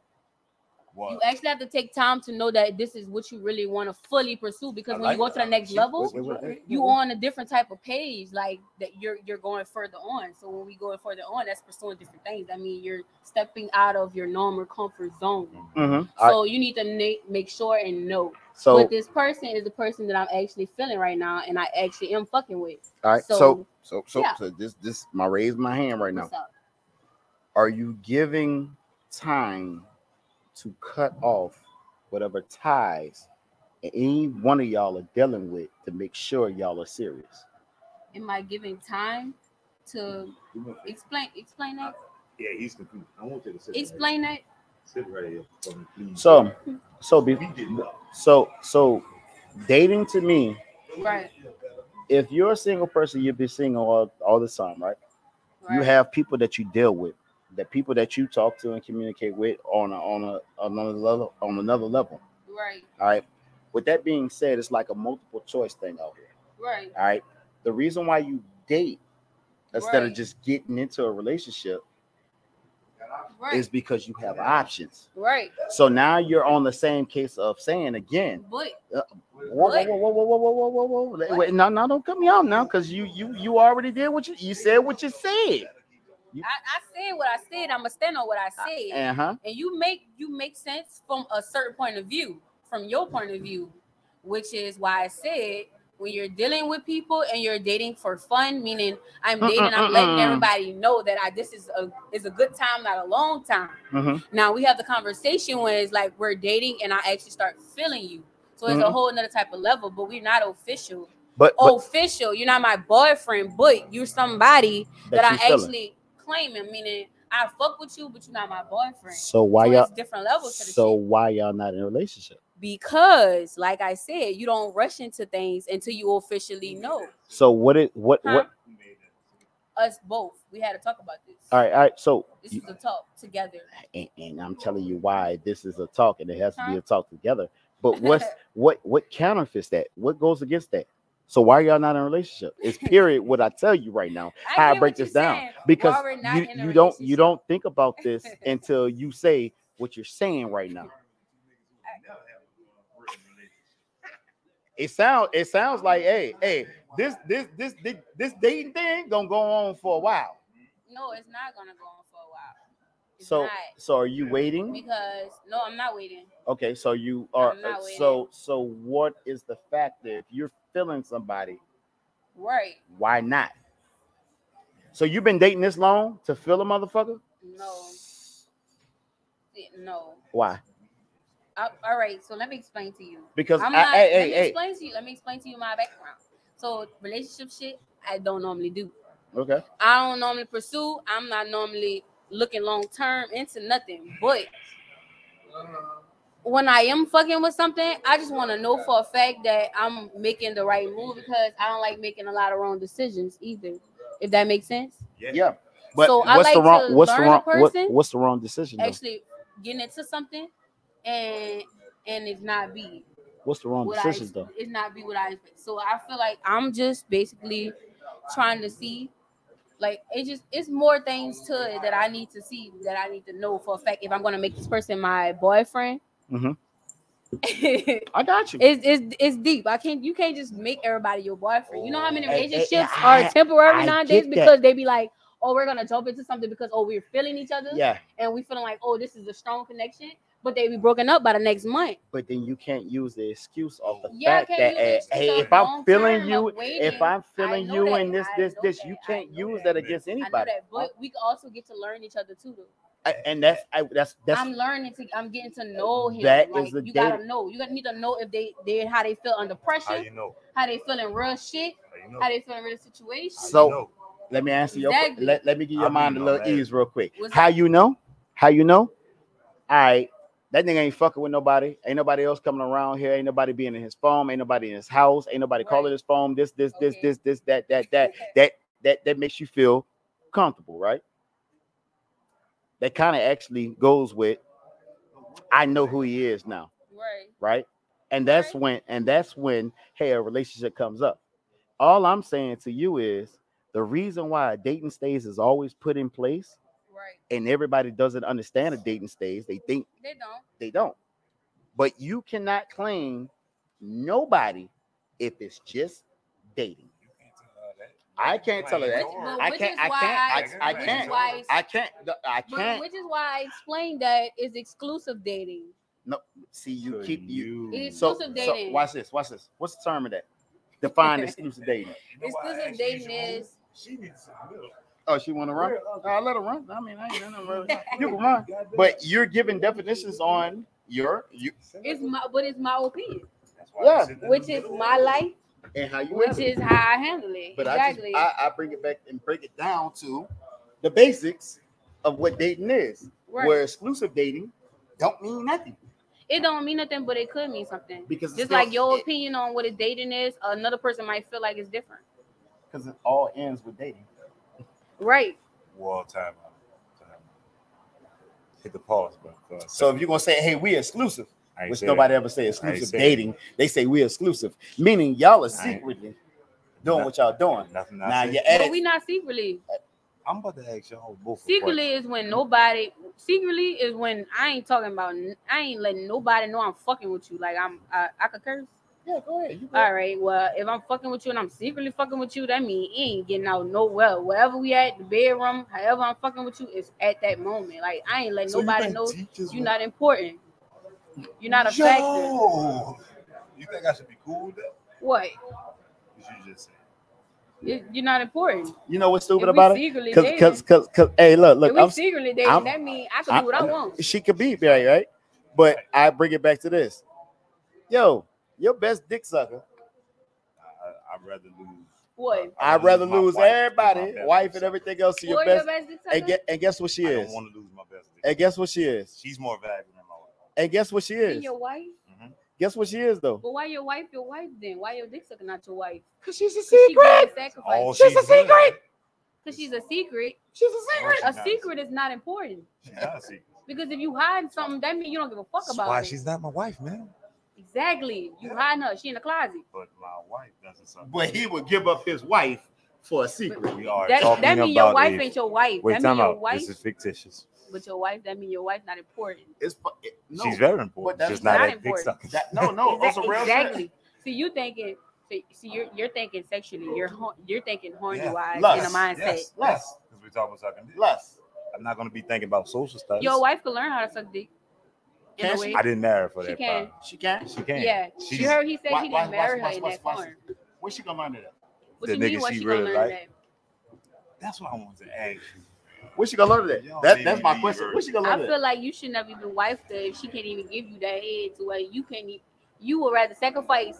Speaker 1: What?
Speaker 8: You actually have to take time to know that this is what you really want to fully pursue. Because
Speaker 1: I
Speaker 8: when
Speaker 1: like
Speaker 8: you go
Speaker 1: that.
Speaker 8: to the next level,
Speaker 2: Wait, wait, wait.
Speaker 8: you on a different type of page, like that you're you're going further on. So when we go further on, that's pursuing different things. I mean, you're stepping out of your normal comfort zone.
Speaker 2: Mhm. All right,
Speaker 8: So you need to na- make sure and know
Speaker 2: So,
Speaker 8: but this person is the person that I'm actually feeling right now, and I actually am fucking with.
Speaker 2: all right, so,
Speaker 8: so-
Speaker 2: so, so, so,
Speaker 8: yeah.
Speaker 2: this, this, my raise my hand right now.
Speaker 8: What's up?
Speaker 2: Are you giving time to cut off whatever ties any one of y'all are dealing with to make sure y'all are serious?
Speaker 8: Am I giving time to explain? Explain that.
Speaker 1: Yeah, he's confused. I want you to sit
Speaker 8: Explain that.
Speaker 1: Sit right here for me, please.
Speaker 2: So,
Speaker 8: Mm-hmm.
Speaker 2: so, be,
Speaker 1: getting up.
Speaker 2: so, so, dating to me
Speaker 8: Right.
Speaker 2: if you're a single person, you'll be single all, all the time, right?
Speaker 8: right.
Speaker 2: You have people that you deal with, the people that you talk to and communicate with on a, on a, on another level on another level.
Speaker 8: right.
Speaker 2: All right. With that being said, it's like a multiple choice thing out here.
Speaker 8: Right.
Speaker 2: All right. The reason why you date instead of
Speaker 8: Right.
Speaker 2: just getting into a relationship
Speaker 8: Right.
Speaker 2: is because you have options.
Speaker 8: right.
Speaker 2: So now you're on the same case of saying again,
Speaker 8: But
Speaker 2: whoa, whoa, whoa, whoa, whoa, whoa, whoa, whoa, whoa. Wait, no, no, don't cut me out now, because you you you already did what you you said what you said.
Speaker 8: I, I said what I said. I'ma stand on what I said.
Speaker 2: Uh huh.
Speaker 8: and you make you make sense from a certain point of view from your point of view which is why i said when you're dealing with people and you're dating for fun meaning i'm dating i'm letting
Speaker 2: Mm-mm-mm-mm.
Speaker 8: everybody know that i this is a is a good time not a long time
Speaker 2: Mhm.
Speaker 8: now we have the conversation when it's like we're dating and i actually start feeling you so it's a
Speaker 2: Mhm.
Speaker 8: whole nother type of level but we're not official
Speaker 2: But, but
Speaker 8: Oh, official you're not my boyfriend but you're somebody that,
Speaker 2: you
Speaker 8: i
Speaker 2: feeling.
Speaker 8: actually claiming meaning i fuck with you but you're not my boyfriend
Speaker 2: So why
Speaker 8: so
Speaker 2: y'all?
Speaker 8: it's different levels to the
Speaker 2: So
Speaker 8: shit.
Speaker 2: why y'all not in a relationship?
Speaker 8: Because, like I said, you don't rush into things until you officially know.
Speaker 2: So what it what
Speaker 8: Huh?
Speaker 2: what?
Speaker 8: Us both, we had to talk about this.
Speaker 2: All right, all right. So
Speaker 8: This is a talk together.
Speaker 2: and, and I'm telling you why this is a talk and it has to be
Speaker 8: Huh?
Speaker 2: a talk together. But what's what what counterfeits that? What goes against that? So why y'all not in a relationship? It's period what I tell you right now. How I
Speaker 8: get
Speaker 2: break
Speaker 8: what you're
Speaker 2: this down.
Speaker 8: saying.
Speaker 2: Because
Speaker 8: Why we're not
Speaker 2: you,
Speaker 8: in a
Speaker 2: you don't you
Speaker 8: relationship.
Speaker 2: don't think about this until you say what you're saying right now. It sounds it sounds like hey hey this this this this, this dating thing gonna go on for a while.
Speaker 8: No, it's not gonna go on for a while. It's
Speaker 2: So
Speaker 8: not
Speaker 2: so are you waiting?
Speaker 8: because no, I'm not waiting.
Speaker 2: Okay, so you are
Speaker 8: I'm not waiting.
Speaker 2: so so what is the factor if you're feeling somebody?
Speaker 8: Right?
Speaker 2: Why not? So you've been dating this long to feel a motherfucker?
Speaker 8: No. Yeah, No.
Speaker 2: Why?
Speaker 8: I- all right. So let me explain to you.
Speaker 2: Because
Speaker 8: I'm
Speaker 2: I-
Speaker 8: not.
Speaker 2: hey,
Speaker 8: let
Speaker 2: hey,
Speaker 8: me
Speaker 2: hey.
Speaker 8: explain to you. Let me explain to you my background. So relationship shit, I don't normally do.
Speaker 2: Okay.
Speaker 8: I don't normally pursue. I'm not normally looking long term into nothing. But when I am fucking with something, I just want to know for a fact that I'm making the right move because I don't like making a lot of wrong decisions either. If that makes sense,
Speaker 2: Yeah. But
Speaker 8: So I
Speaker 2: what's the
Speaker 8: like
Speaker 2: wrong
Speaker 8: to
Speaker 2: what's the
Speaker 8: learn a
Speaker 2: wrong what,
Speaker 8: person.
Speaker 2: what's the wrong decision? though?
Speaker 8: actually getting into something and and it's not be
Speaker 2: What's the wrong
Speaker 8: what
Speaker 2: decision
Speaker 8: I
Speaker 2: though?
Speaker 8: it's not be what I expect. So I feel like I'm just basically trying to see like it just it's more things to it that I need to see that I need to know for a fact if I'm gonna make this person my boyfriend.
Speaker 2: Mhm.
Speaker 8: it's,
Speaker 2: I got you.
Speaker 8: it's it's deep. I can't you can't just make everybody your boyfriend. You know how many
Speaker 2: Hey, hey,
Speaker 8: relationships
Speaker 2: hey, Oh, I-
Speaker 8: are temporary
Speaker 2: I
Speaker 8: nowadays
Speaker 2: get that.
Speaker 8: because they be like, oh, we're gonna jump into something because oh we're feeling each other
Speaker 2: yeah,
Speaker 8: and we feeling like oh this is a strong connection, but they be broken up by the next month.
Speaker 2: but then you can't use the excuse of the
Speaker 8: Yeah, I
Speaker 2: fact
Speaker 8: can't
Speaker 2: that
Speaker 8: use the
Speaker 2: eh,
Speaker 8: excuse
Speaker 2: hey,
Speaker 8: of
Speaker 2: if I'm
Speaker 8: long
Speaker 2: feeling
Speaker 8: term
Speaker 2: you,
Speaker 8: of waiting.
Speaker 2: if I'm feeling
Speaker 8: know
Speaker 2: you
Speaker 8: that.
Speaker 2: in this
Speaker 8: I
Speaker 2: this
Speaker 8: know
Speaker 2: this,
Speaker 8: that.
Speaker 2: you
Speaker 8: I
Speaker 2: can't
Speaker 8: know
Speaker 2: use
Speaker 8: that.
Speaker 2: that against
Speaker 8: I know
Speaker 2: anybody.
Speaker 8: that, but we also get to learn each other too. Though
Speaker 2: I- and that's I, that's that's
Speaker 8: I'm learning to, I'm getting to know him.
Speaker 2: That
Speaker 8: like
Speaker 2: is the
Speaker 8: you gotta know. You gotta need to know if they they how they feel under pressure,
Speaker 1: How you know?
Speaker 8: how they feel in real shit,
Speaker 1: How you know?
Speaker 8: how they feel in real situations.
Speaker 1: How you
Speaker 2: So-
Speaker 1: know?
Speaker 2: Let me answer your.
Speaker 8: Exactly.
Speaker 2: Let, let me give your
Speaker 1: I
Speaker 2: mind a
Speaker 1: mean,
Speaker 2: little
Speaker 1: my
Speaker 2: ease real quick.
Speaker 8: What's
Speaker 2: How you know? How you know? All right, that nigga ain't fucking with nobody. Ain't nobody else coming around here. Ain't nobody being in his phone. Ain't nobody in his house. Ain't nobody
Speaker 8: Right.
Speaker 2: calling his phone. This, this, this,
Speaker 8: Okay.
Speaker 2: this, this, that, that, that, that, that, that makes you feel comfortable, right? That kind of actually goes with. I know who he is now
Speaker 8: Right.
Speaker 2: right? And that's
Speaker 8: Right.
Speaker 2: when and that's when hey, a relationship comes up. All I'm saying to you is the reason why a dating stage is always put in place
Speaker 8: Right.
Speaker 2: and everybody doesn't understand a dating stage, they think
Speaker 8: They don't.
Speaker 2: they don't. But you cannot claim nobody if it's just dating. I can't tell her that.
Speaker 8: Which- but
Speaker 2: I
Speaker 8: which
Speaker 2: can't
Speaker 8: is
Speaker 2: I
Speaker 8: why
Speaker 2: can't I, I
Speaker 1: which is
Speaker 2: can't
Speaker 8: why
Speaker 2: I can't I
Speaker 8: But
Speaker 2: can't
Speaker 8: which is why I explained that it's exclusive dating.
Speaker 2: see you keep you
Speaker 8: It's
Speaker 2: so,
Speaker 8: exclusive
Speaker 2: so
Speaker 8: dating.
Speaker 2: watch this, watch this. What's the term of that? Define exclusive dating.
Speaker 8: exclusive dating is
Speaker 1: She needs some milk.
Speaker 2: Oh, she wanna run?
Speaker 1: I
Speaker 2: let
Speaker 1: her run.
Speaker 2: I mean, I ain't done nothing really. You can run, but you're giving definitions on your you
Speaker 8: it's my but it's my opinion,
Speaker 2: yeah,
Speaker 8: which is my life,
Speaker 2: and how you
Speaker 8: which
Speaker 2: handle it.
Speaker 8: is how I handle it.
Speaker 2: But
Speaker 8: exactly.
Speaker 2: I, just, I I bring it back and break it down to the basics of what dating is.
Speaker 8: right.
Speaker 2: Where exclusive dating don't mean nothing
Speaker 8: it don't mean nothing, but it could mean something.
Speaker 2: because it's
Speaker 8: Just like
Speaker 2: still-
Speaker 8: your opinion on what a dating is, another person might feel like it's different.
Speaker 2: because it all ends with dating.
Speaker 8: Right.
Speaker 1: Wall time out. Time out. Hit the pause, bro. for a
Speaker 2: So
Speaker 1: second.
Speaker 2: if you're gonna say, "Hey, we exclusive,"
Speaker 1: I ain't
Speaker 2: which
Speaker 1: say
Speaker 2: nobody
Speaker 1: that.
Speaker 2: ever say exclusive
Speaker 1: say that.
Speaker 2: dating, they say we exclusive, meaning y'all are
Speaker 1: I ain't-
Speaker 2: secretly doing what y'all doing.
Speaker 1: Nothing. I
Speaker 2: Now
Speaker 1: said.
Speaker 2: you
Speaker 8: But
Speaker 2: ask,
Speaker 8: we not secretly.
Speaker 1: I'm about to ask y'all both. a
Speaker 8: Secretly
Speaker 1: question.
Speaker 8: is when nobody. Secretly is when I ain't talking about. n- I ain't letting nobody know I'm fucking with you. Like I'm. I, I could curse.
Speaker 2: yeah, go ahead. You go
Speaker 8: All right. Well, if I'm fucking with you and I'm secretly fucking with you, that mean it ain't getting out nowhere. Wherever we at, the bedroom, however I'm fucking with you, it's at that moment. Like I ain't letting
Speaker 1: So you
Speaker 8: nobody
Speaker 1: think
Speaker 8: know
Speaker 1: teachers
Speaker 8: you're
Speaker 1: would-
Speaker 8: not important. You're not a factor.
Speaker 1: Yo! You think I should be cool with that?
Speaker 8: What?
Speaker 1: You should just say.
Speaker 8: You- You're not important.
Speaker 2: You know what's
Speaker 8: If
Speaker 2: stupid
Speaker 8: we
Speaker 2: about it?
Speaker 8: secretly
Speaker 2: Cause,
Speaker 8: dating,
Speaker 2: cause, cause, 'cause- hey, look,
Speaker 8: if
Speaker 2: look,
Speaker 8: we
Speaker 2: I'm,
Speaker 8: secretly dating,
Speaker 2: I'm-
Speaker 8: that mean I can
Speaker 2: I'm-
Speaker 8: do what i
Speaker 2: I'm-
Speaker 8: want.
Speaker 2: she could be right, right? But I bring it back to this. Yo, your best dick sucker.
Speaker 1: I, I'd rather lose.
Speaker 8: What?
Speaker 2: I'd rather
Speaker 1: my wife
Speaker 2: lose
Speaker 1: than my
Speaker 2: everybody,
Speaker 1: best
Speaker 2: wife
Speaker 1: dick
Speaker 2: and everything else to your
Speaker 8: Or
Speaker 2: best.
Speaker 8: best dick
Speaker 2: And,
Speaker 8: sucker?
Speaker 2: get, and guess what she
Speaker 1: sucker. I
Speaker 2: is?
Speaker 1: don't want to lose my best. dick
Speaker 2: And guess what she is?
Speaker 1: She's more valuable than my wife.
Speaker 2: And guess what she
Speaker 8: And
Speaker 2: is?
Speaker 8: your wife?
Speaker 2: Guess what she is though?
Speaker 8: But why your wife? Your wife then? Why your dick sucker not your wife?
Speaker 2: Cause she's a
Speaker 8: She gave sacrifice.
Speaker 1: All
Speaker 2: She's a
Speaker 1: good.
Speaker 2: secret.
Speaker 8: Cause she's a secret.
Speaker 2: She's a
Speaker 1: No, Oh, she's
Speaker 8: A
Speaker 1: not.
Speaker 8: secret is not important.
Speaker 1: She's not a secret.
Speaker 8: Because if you hide something, that means you don't give a fuck
Speaker 1: That's
Speaker 8: about
Speaker 1: why
Speaker 8: it.
Speaker 1: she's not my wife, man.
Speaker 8: Exactly. You hiding her. She in the closet.
Speaker 1: But my wife doesn't suck.
Speaker 2: But he would give up his wife for a secret.
Speaker 1: we are
Speaker 8: That,
Speaker 1: talking
Speaker 8: that means
Speaker 1: about
Speaker 8: your wife
Speaker 1: if-
Speaker 8: ain't your wife.
Speaker 1: Wait,
Speaker 8: that means
Speaker 1: time
Speaker 8: your
Speaker 1: out.
Speaker 8: wife,
Speaker 1: This is fictitious.
Speaker 8: but your wife, that means your wife not important.
Speaker 2: It's fu- it, no,
Speaker 1: She's very important.
Speaker 2: that's
Speaker 1: She's not,
Speaker 8: not
Speaker 1: that dick
Speaker 8: important.
Speaker 1: sucker.
Speaker 2: that, no, no.
Speaker 8: Exac-
Speaker 2: that's a real shit.
Speaker 8: exactly. So you thinking, so, so you're you're thinking sexually. You're ho- you're thinking horny
Speaker 1: Yeah.
Speaker 8: wise in a
Speaker 2: Lust.
Speaker 8: mindset.
Speaker 1: Yes, yes. Because we talking about sucking dick.
Speaker 2: Lust.
Speaker 1: I'm not gonna be thinking about social studies.
Speaker 8: Your wife could learn how to suck dick. In
Speaker 2: Can
Speaker 8: a
Speaker 2: she?
Speaker 8: way.
Speaker 1: I didn't marry her for
Speaker 8: She
Speaker 1: that.
Speaker 8: can.
Speaker 1: part.
Speaker 2: She can't.
Speaker 1: She can.
Speaker 8: Yeah.
Speaker 1: She's-
Speaker 8: you heard he said
Speaker 2: Why-
Speaker 8: he
Speaker 2: why-
Speaker 8: didn't
Speaker 2: why-
Speaker 8: marry
Speaker 2: why-
Speaker 8: her in
Speaker 2: why-
Speaker 8: that
Speaker 2: why-
Speaker 8: form.
Speaker 2: Where's she gonna learn it at?
Speaker 8: What
Speaker 1: The
Speaker 8: you mean?
Speaker 1: nigga
Speaker 8: What
Speaker 1: she
Speaker 8: she gonna
Speaker 1: really
Speaker 8: learn
Speaker 1: like?
Speaker 8: that?
Speaker 1: That's what I wanted to ask you.
Speaker 2: Where's she gonna learn it
Speaker 1: Y'all
Speaker 2: at? That,
Speaker 1: made
Speaker 2: that's
Speaker 1: me
Speaker 2: my
Speaker 1: leave
Speaker 2: question.
Speaker 1: early.
Speaker 2: Where's she gonna
Speaker 8: I
Speaker 2: learn it
Speaker 8: feel
Speaker 2: at?
Speaker 8: like you shouldn't have even wifed her if she can't even give you that head to where you can't. e- You would rather sacrifice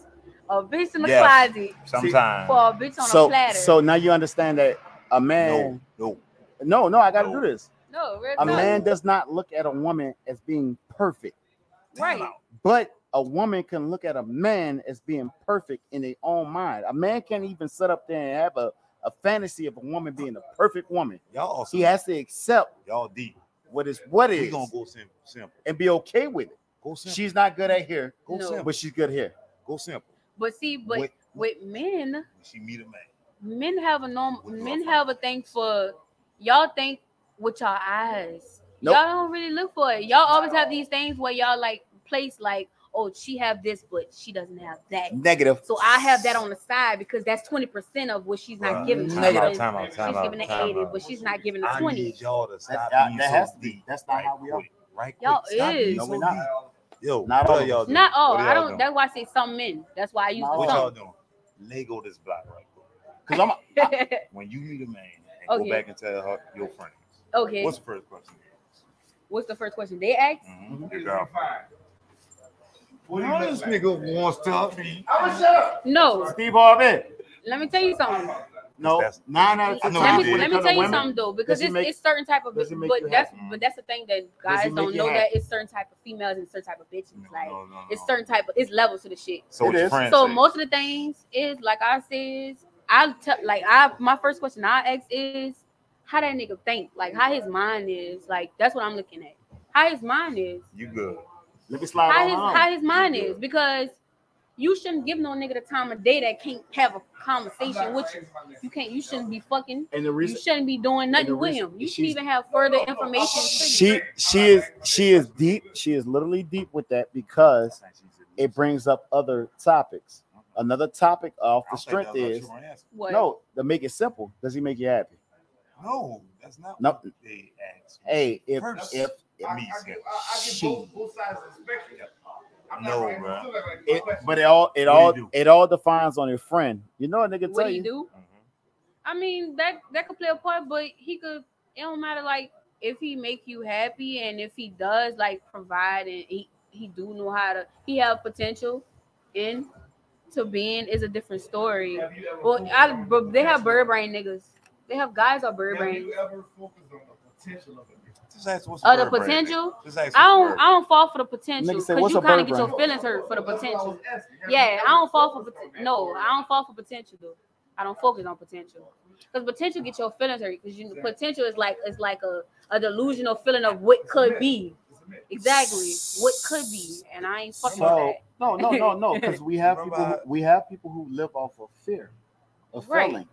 Speaker 8: a bitch in the
Speaker 1: Yes.
Speaker 8: closet
Speaker 1: Sometimes.
Speaker 8: for a bitch on a
Speaker 2: So,
Speaker 8: platter.
Speaker 2: so now you understand that a
Speaker 1: no,
Speaker 2: man.
Speaker 1: no.
Speaker 2: No, no, I gotta
Speaker 1: No.
Speaker 2: do this.
Speaker 8: no, real
Speaker 2: A
Speaker 8: talk.
Speaker 2: man does not look at a woman as being perfect,
Speaker 8: right?
Speaker 2: but a woman can look at a man as being perfect in their own mind. A man can't even sit up there and have a, a fantasy of a woman being a perfect woman.
Speaker 1: Y'all also
Speaker 2: He has to accept
Speaker 1: y'all deep.
Speaker 2: what is what
Speaker 1: We
Speaker 2: is
Speaker 1: gonna go simple. Simple.
Speaker 2: and be okay with it.
Speaker 1: Go simple.
Speaker 2: She's not good at here,
Speaker 1: go
Speaker 8: No.
Speaker 1: simple.
Speaker 2: but she's good here.
Speaker 1: Go simple.
Speaker 8: But see, but
Speaker 1: Wait.
Speaker 8: with men,
Speaker 1: When she meet a man.
Speaker 8: men have a norm.
Speaker 1: With
Speaker 8: Men
Speaker 1: love.
Speaker 8: have a thing for y'all think with y'all eyes.
Speaker 2: Nope.
Speaker 8: Y'all don't really look for it. Y'all always have these things where y'all like place like, oh, she have this, but she doesn't have that.
Speaker 2: Negative.
Speaker 8: So I have that on the side because that's twenty percent of what she's not
Speaker 1: Bruh,
Speaker 8: giving.
Speaker 1: Time
Speaker 8: She's
Speaker 1: out.
Speaker 8: giving-
Speaker 1: Time out. Time
Speaker 8: she's
Speaker 1: out.
Speaker 8: giving the
Speaker 1: time
Speaker 8: 80,
Speaker 1: out.
Speaker 8: but she's not giving the
Speaker 1: I
Speaker 8: 20.
Speaker 1: need y'all to stop
Speaker 2: that-
Speaker 1: being
Speaker 2: that
Speaker 1: so
Speaker 2: has to be.
Speaker 1: deep.
Speaker 2: That's not
Speaker 1: right
Speaker 2: how we are.
Speaker 1: quick, Right quick.
Speaker 8: Y'all
Speaker 1: Stop
Speaker 8: is.
Speaker 1: being
Speaker 2: No,
Speaker 1: so
Speaker 2: we not.
Speaker 1: deep. Yo,
Speaker 2: Not
Speaker 1: what
Speaker 2: all
Speaker 1: are
Speaker 2: of
Speaker 1: y'all
Speaker 2: us.
Speaker 1: doing?
Speaker 8: Not all.
Speaker 1: What are
Speaker 8: I
Speaker 1: y'all
Speaker 8: don't.
Speaker 1: doing?
Speaker 8: That's why I say some men. That's why I use
Speaker 2: Not
Speaker 1: What y'all
Speaker 8: the
Speaker 1: doing? Lego this block right quick.
Speaker 2: Because I'm
Speaker 8: some.
Speaker 1: When you meet a man and
Speaker 8: Okay.
Speaker 1: go back and tell her your friends.
Speaker 8: okay.
Speaker 1: What's
Speaker 8: What's,
Speaker 1: the first question?
Speaker 8: the first question they asked?
Speaker 1: Mm-hmm. Your girlfriend. Why this nigga wants to help me?
Speaker 8: No.
Speaker 2: Steve Harvey.
Speaker 8: Let me tell you something.
Speaker 1: No,
Speaker 2: That's-
Speaker 1: nine out of ten.
Speaker 8: Let me,
Speaker 1: I know
Speaker 8: let
Speaker 1: you
Speaker 8: me
Speaker 1: did.
Speaker 8: tell you something though, because
Speaker 4: does he
Speaker 8: it's,
Speaker 4: make-
Speaker 8: it's certain type of, but
Speaker 4: does he make you
Speaker 8: that's
Speaker 1: happy?
Speaker 8: but that's the thing that
Speaker 4: he
Speaker 8: guys
Speaker 4: make
Speaker 8: don't
Speaker 4: you
Speaker 8: know
Speaker 4: happy?
Speaker 8: that it's certain type of females and certain type of bitches. Like
Speaker 1: No, no, no,
Speaker 8: it's
Speaker 1: no.
Speaker 8: certain type of it's levels to the shit.
Speaker 1: So what
Speaker 4: It
Speaker 1: your
Speaker 4: is.
Speaker 1: friend
Speaker 8: So
Speaker 1: said.
Speaker 8: most of the things is like I says, I tell like I my first question I ask is how that nigga think, like how his mind is, like that's what I'm looking at. How his mind is,
Speaker 1: you good.
Speaker 4: Let me slide
Speaker 8: how
Speaker 4: on
Speaker 8: his
Speaker 4: home.
Speaker 8: how his mind is, because you shouldn't give no nigga the time of day that can't have a conversation with you. You can't. You shouldn't be fucking.
Speaker 4: And the
Speaker 8: You
Speaker 4: reason
Speaker 8: shouldn't be doing nothing
Speaker 4: the
Speaker 8: with
Speaker 4: reason-
Speaker 8: him. You should
Speaker 4: she's-
Speaker 8: even have further information. to you.
Speaker 2: She she is she is deep. She is literally deep with that because it brings up other topics. Another topic off
Speaker 1: I
Speaker 2: the
Speaker 1: don't think
Speaker 2: strength
Speaker 1: that's what
Speaker 2: is
Speaker 1: you were asking.
Speaker 8: What?
Speaker 2: no. To make it simple, does he make you happy?
Speaker 1: No, that's not
Speaker 2: No.
Speaker 1: what they asked.
Speaker 2: Hey, if
Speaker 1: First,
Speaker 2: if
Speaker 1: it meets that.
Speaker 2: she
Speaker 1: Mm-hmm. No, bro.
Speaker 2: it, but it all it
Speaker 1: What
Speaker 2: all
Speaker 1: do you do?
Speaker 2: it all defines on your friend. You know a nigga
Speaker 8: What
Speaker 2: tell
Speaker 8: do you
Speaker 2: you.
Speaker 8: do? I mean, that that could play a part, but he could. It don't matter. Like if he make you happy, and if he does like provide, and he he do know how to. He have potential in to being is a different story. Well, I, but they have bird brain niggas. They have guys are bird brain.
Speaker 1: Just ask what's
Speaker 8: Oh, the
Speaker 1: word, Brandon.
Speaker 8: potential.
Speaker 1: Just ask
Speaker 8: I
Speaker 1: what's
Speaker 8: don't. I
Speaker 1: word.
Speaker 8: don't fall for the potential
Speaker 2: Nigga
Speaker 8: because
Speaker 2: say, "What's
Speaker 8: you
Speaker 2: a
Speaker 8: kind of
Speaker 2: bird
Speaker 8: get your
Speaker 2: brain?"
Speaker 8: feelings hurt for the potential. Yeah, I don't fall for pot- no. I don't fall for potential though. I don't focus on potential because potential get your feelings hurt because you potential is like it's like a a delusional feeling of what could be. Exactly, what could be, and I ain't fucking
Speaker 2: So
Speaker 8: with
Speaker 2: no no no no because we have people who,
Speaker 1: Remember-
Speaker 2: we have people who live off of fear of
Speaker 8: Right.
Speaker 2: failing.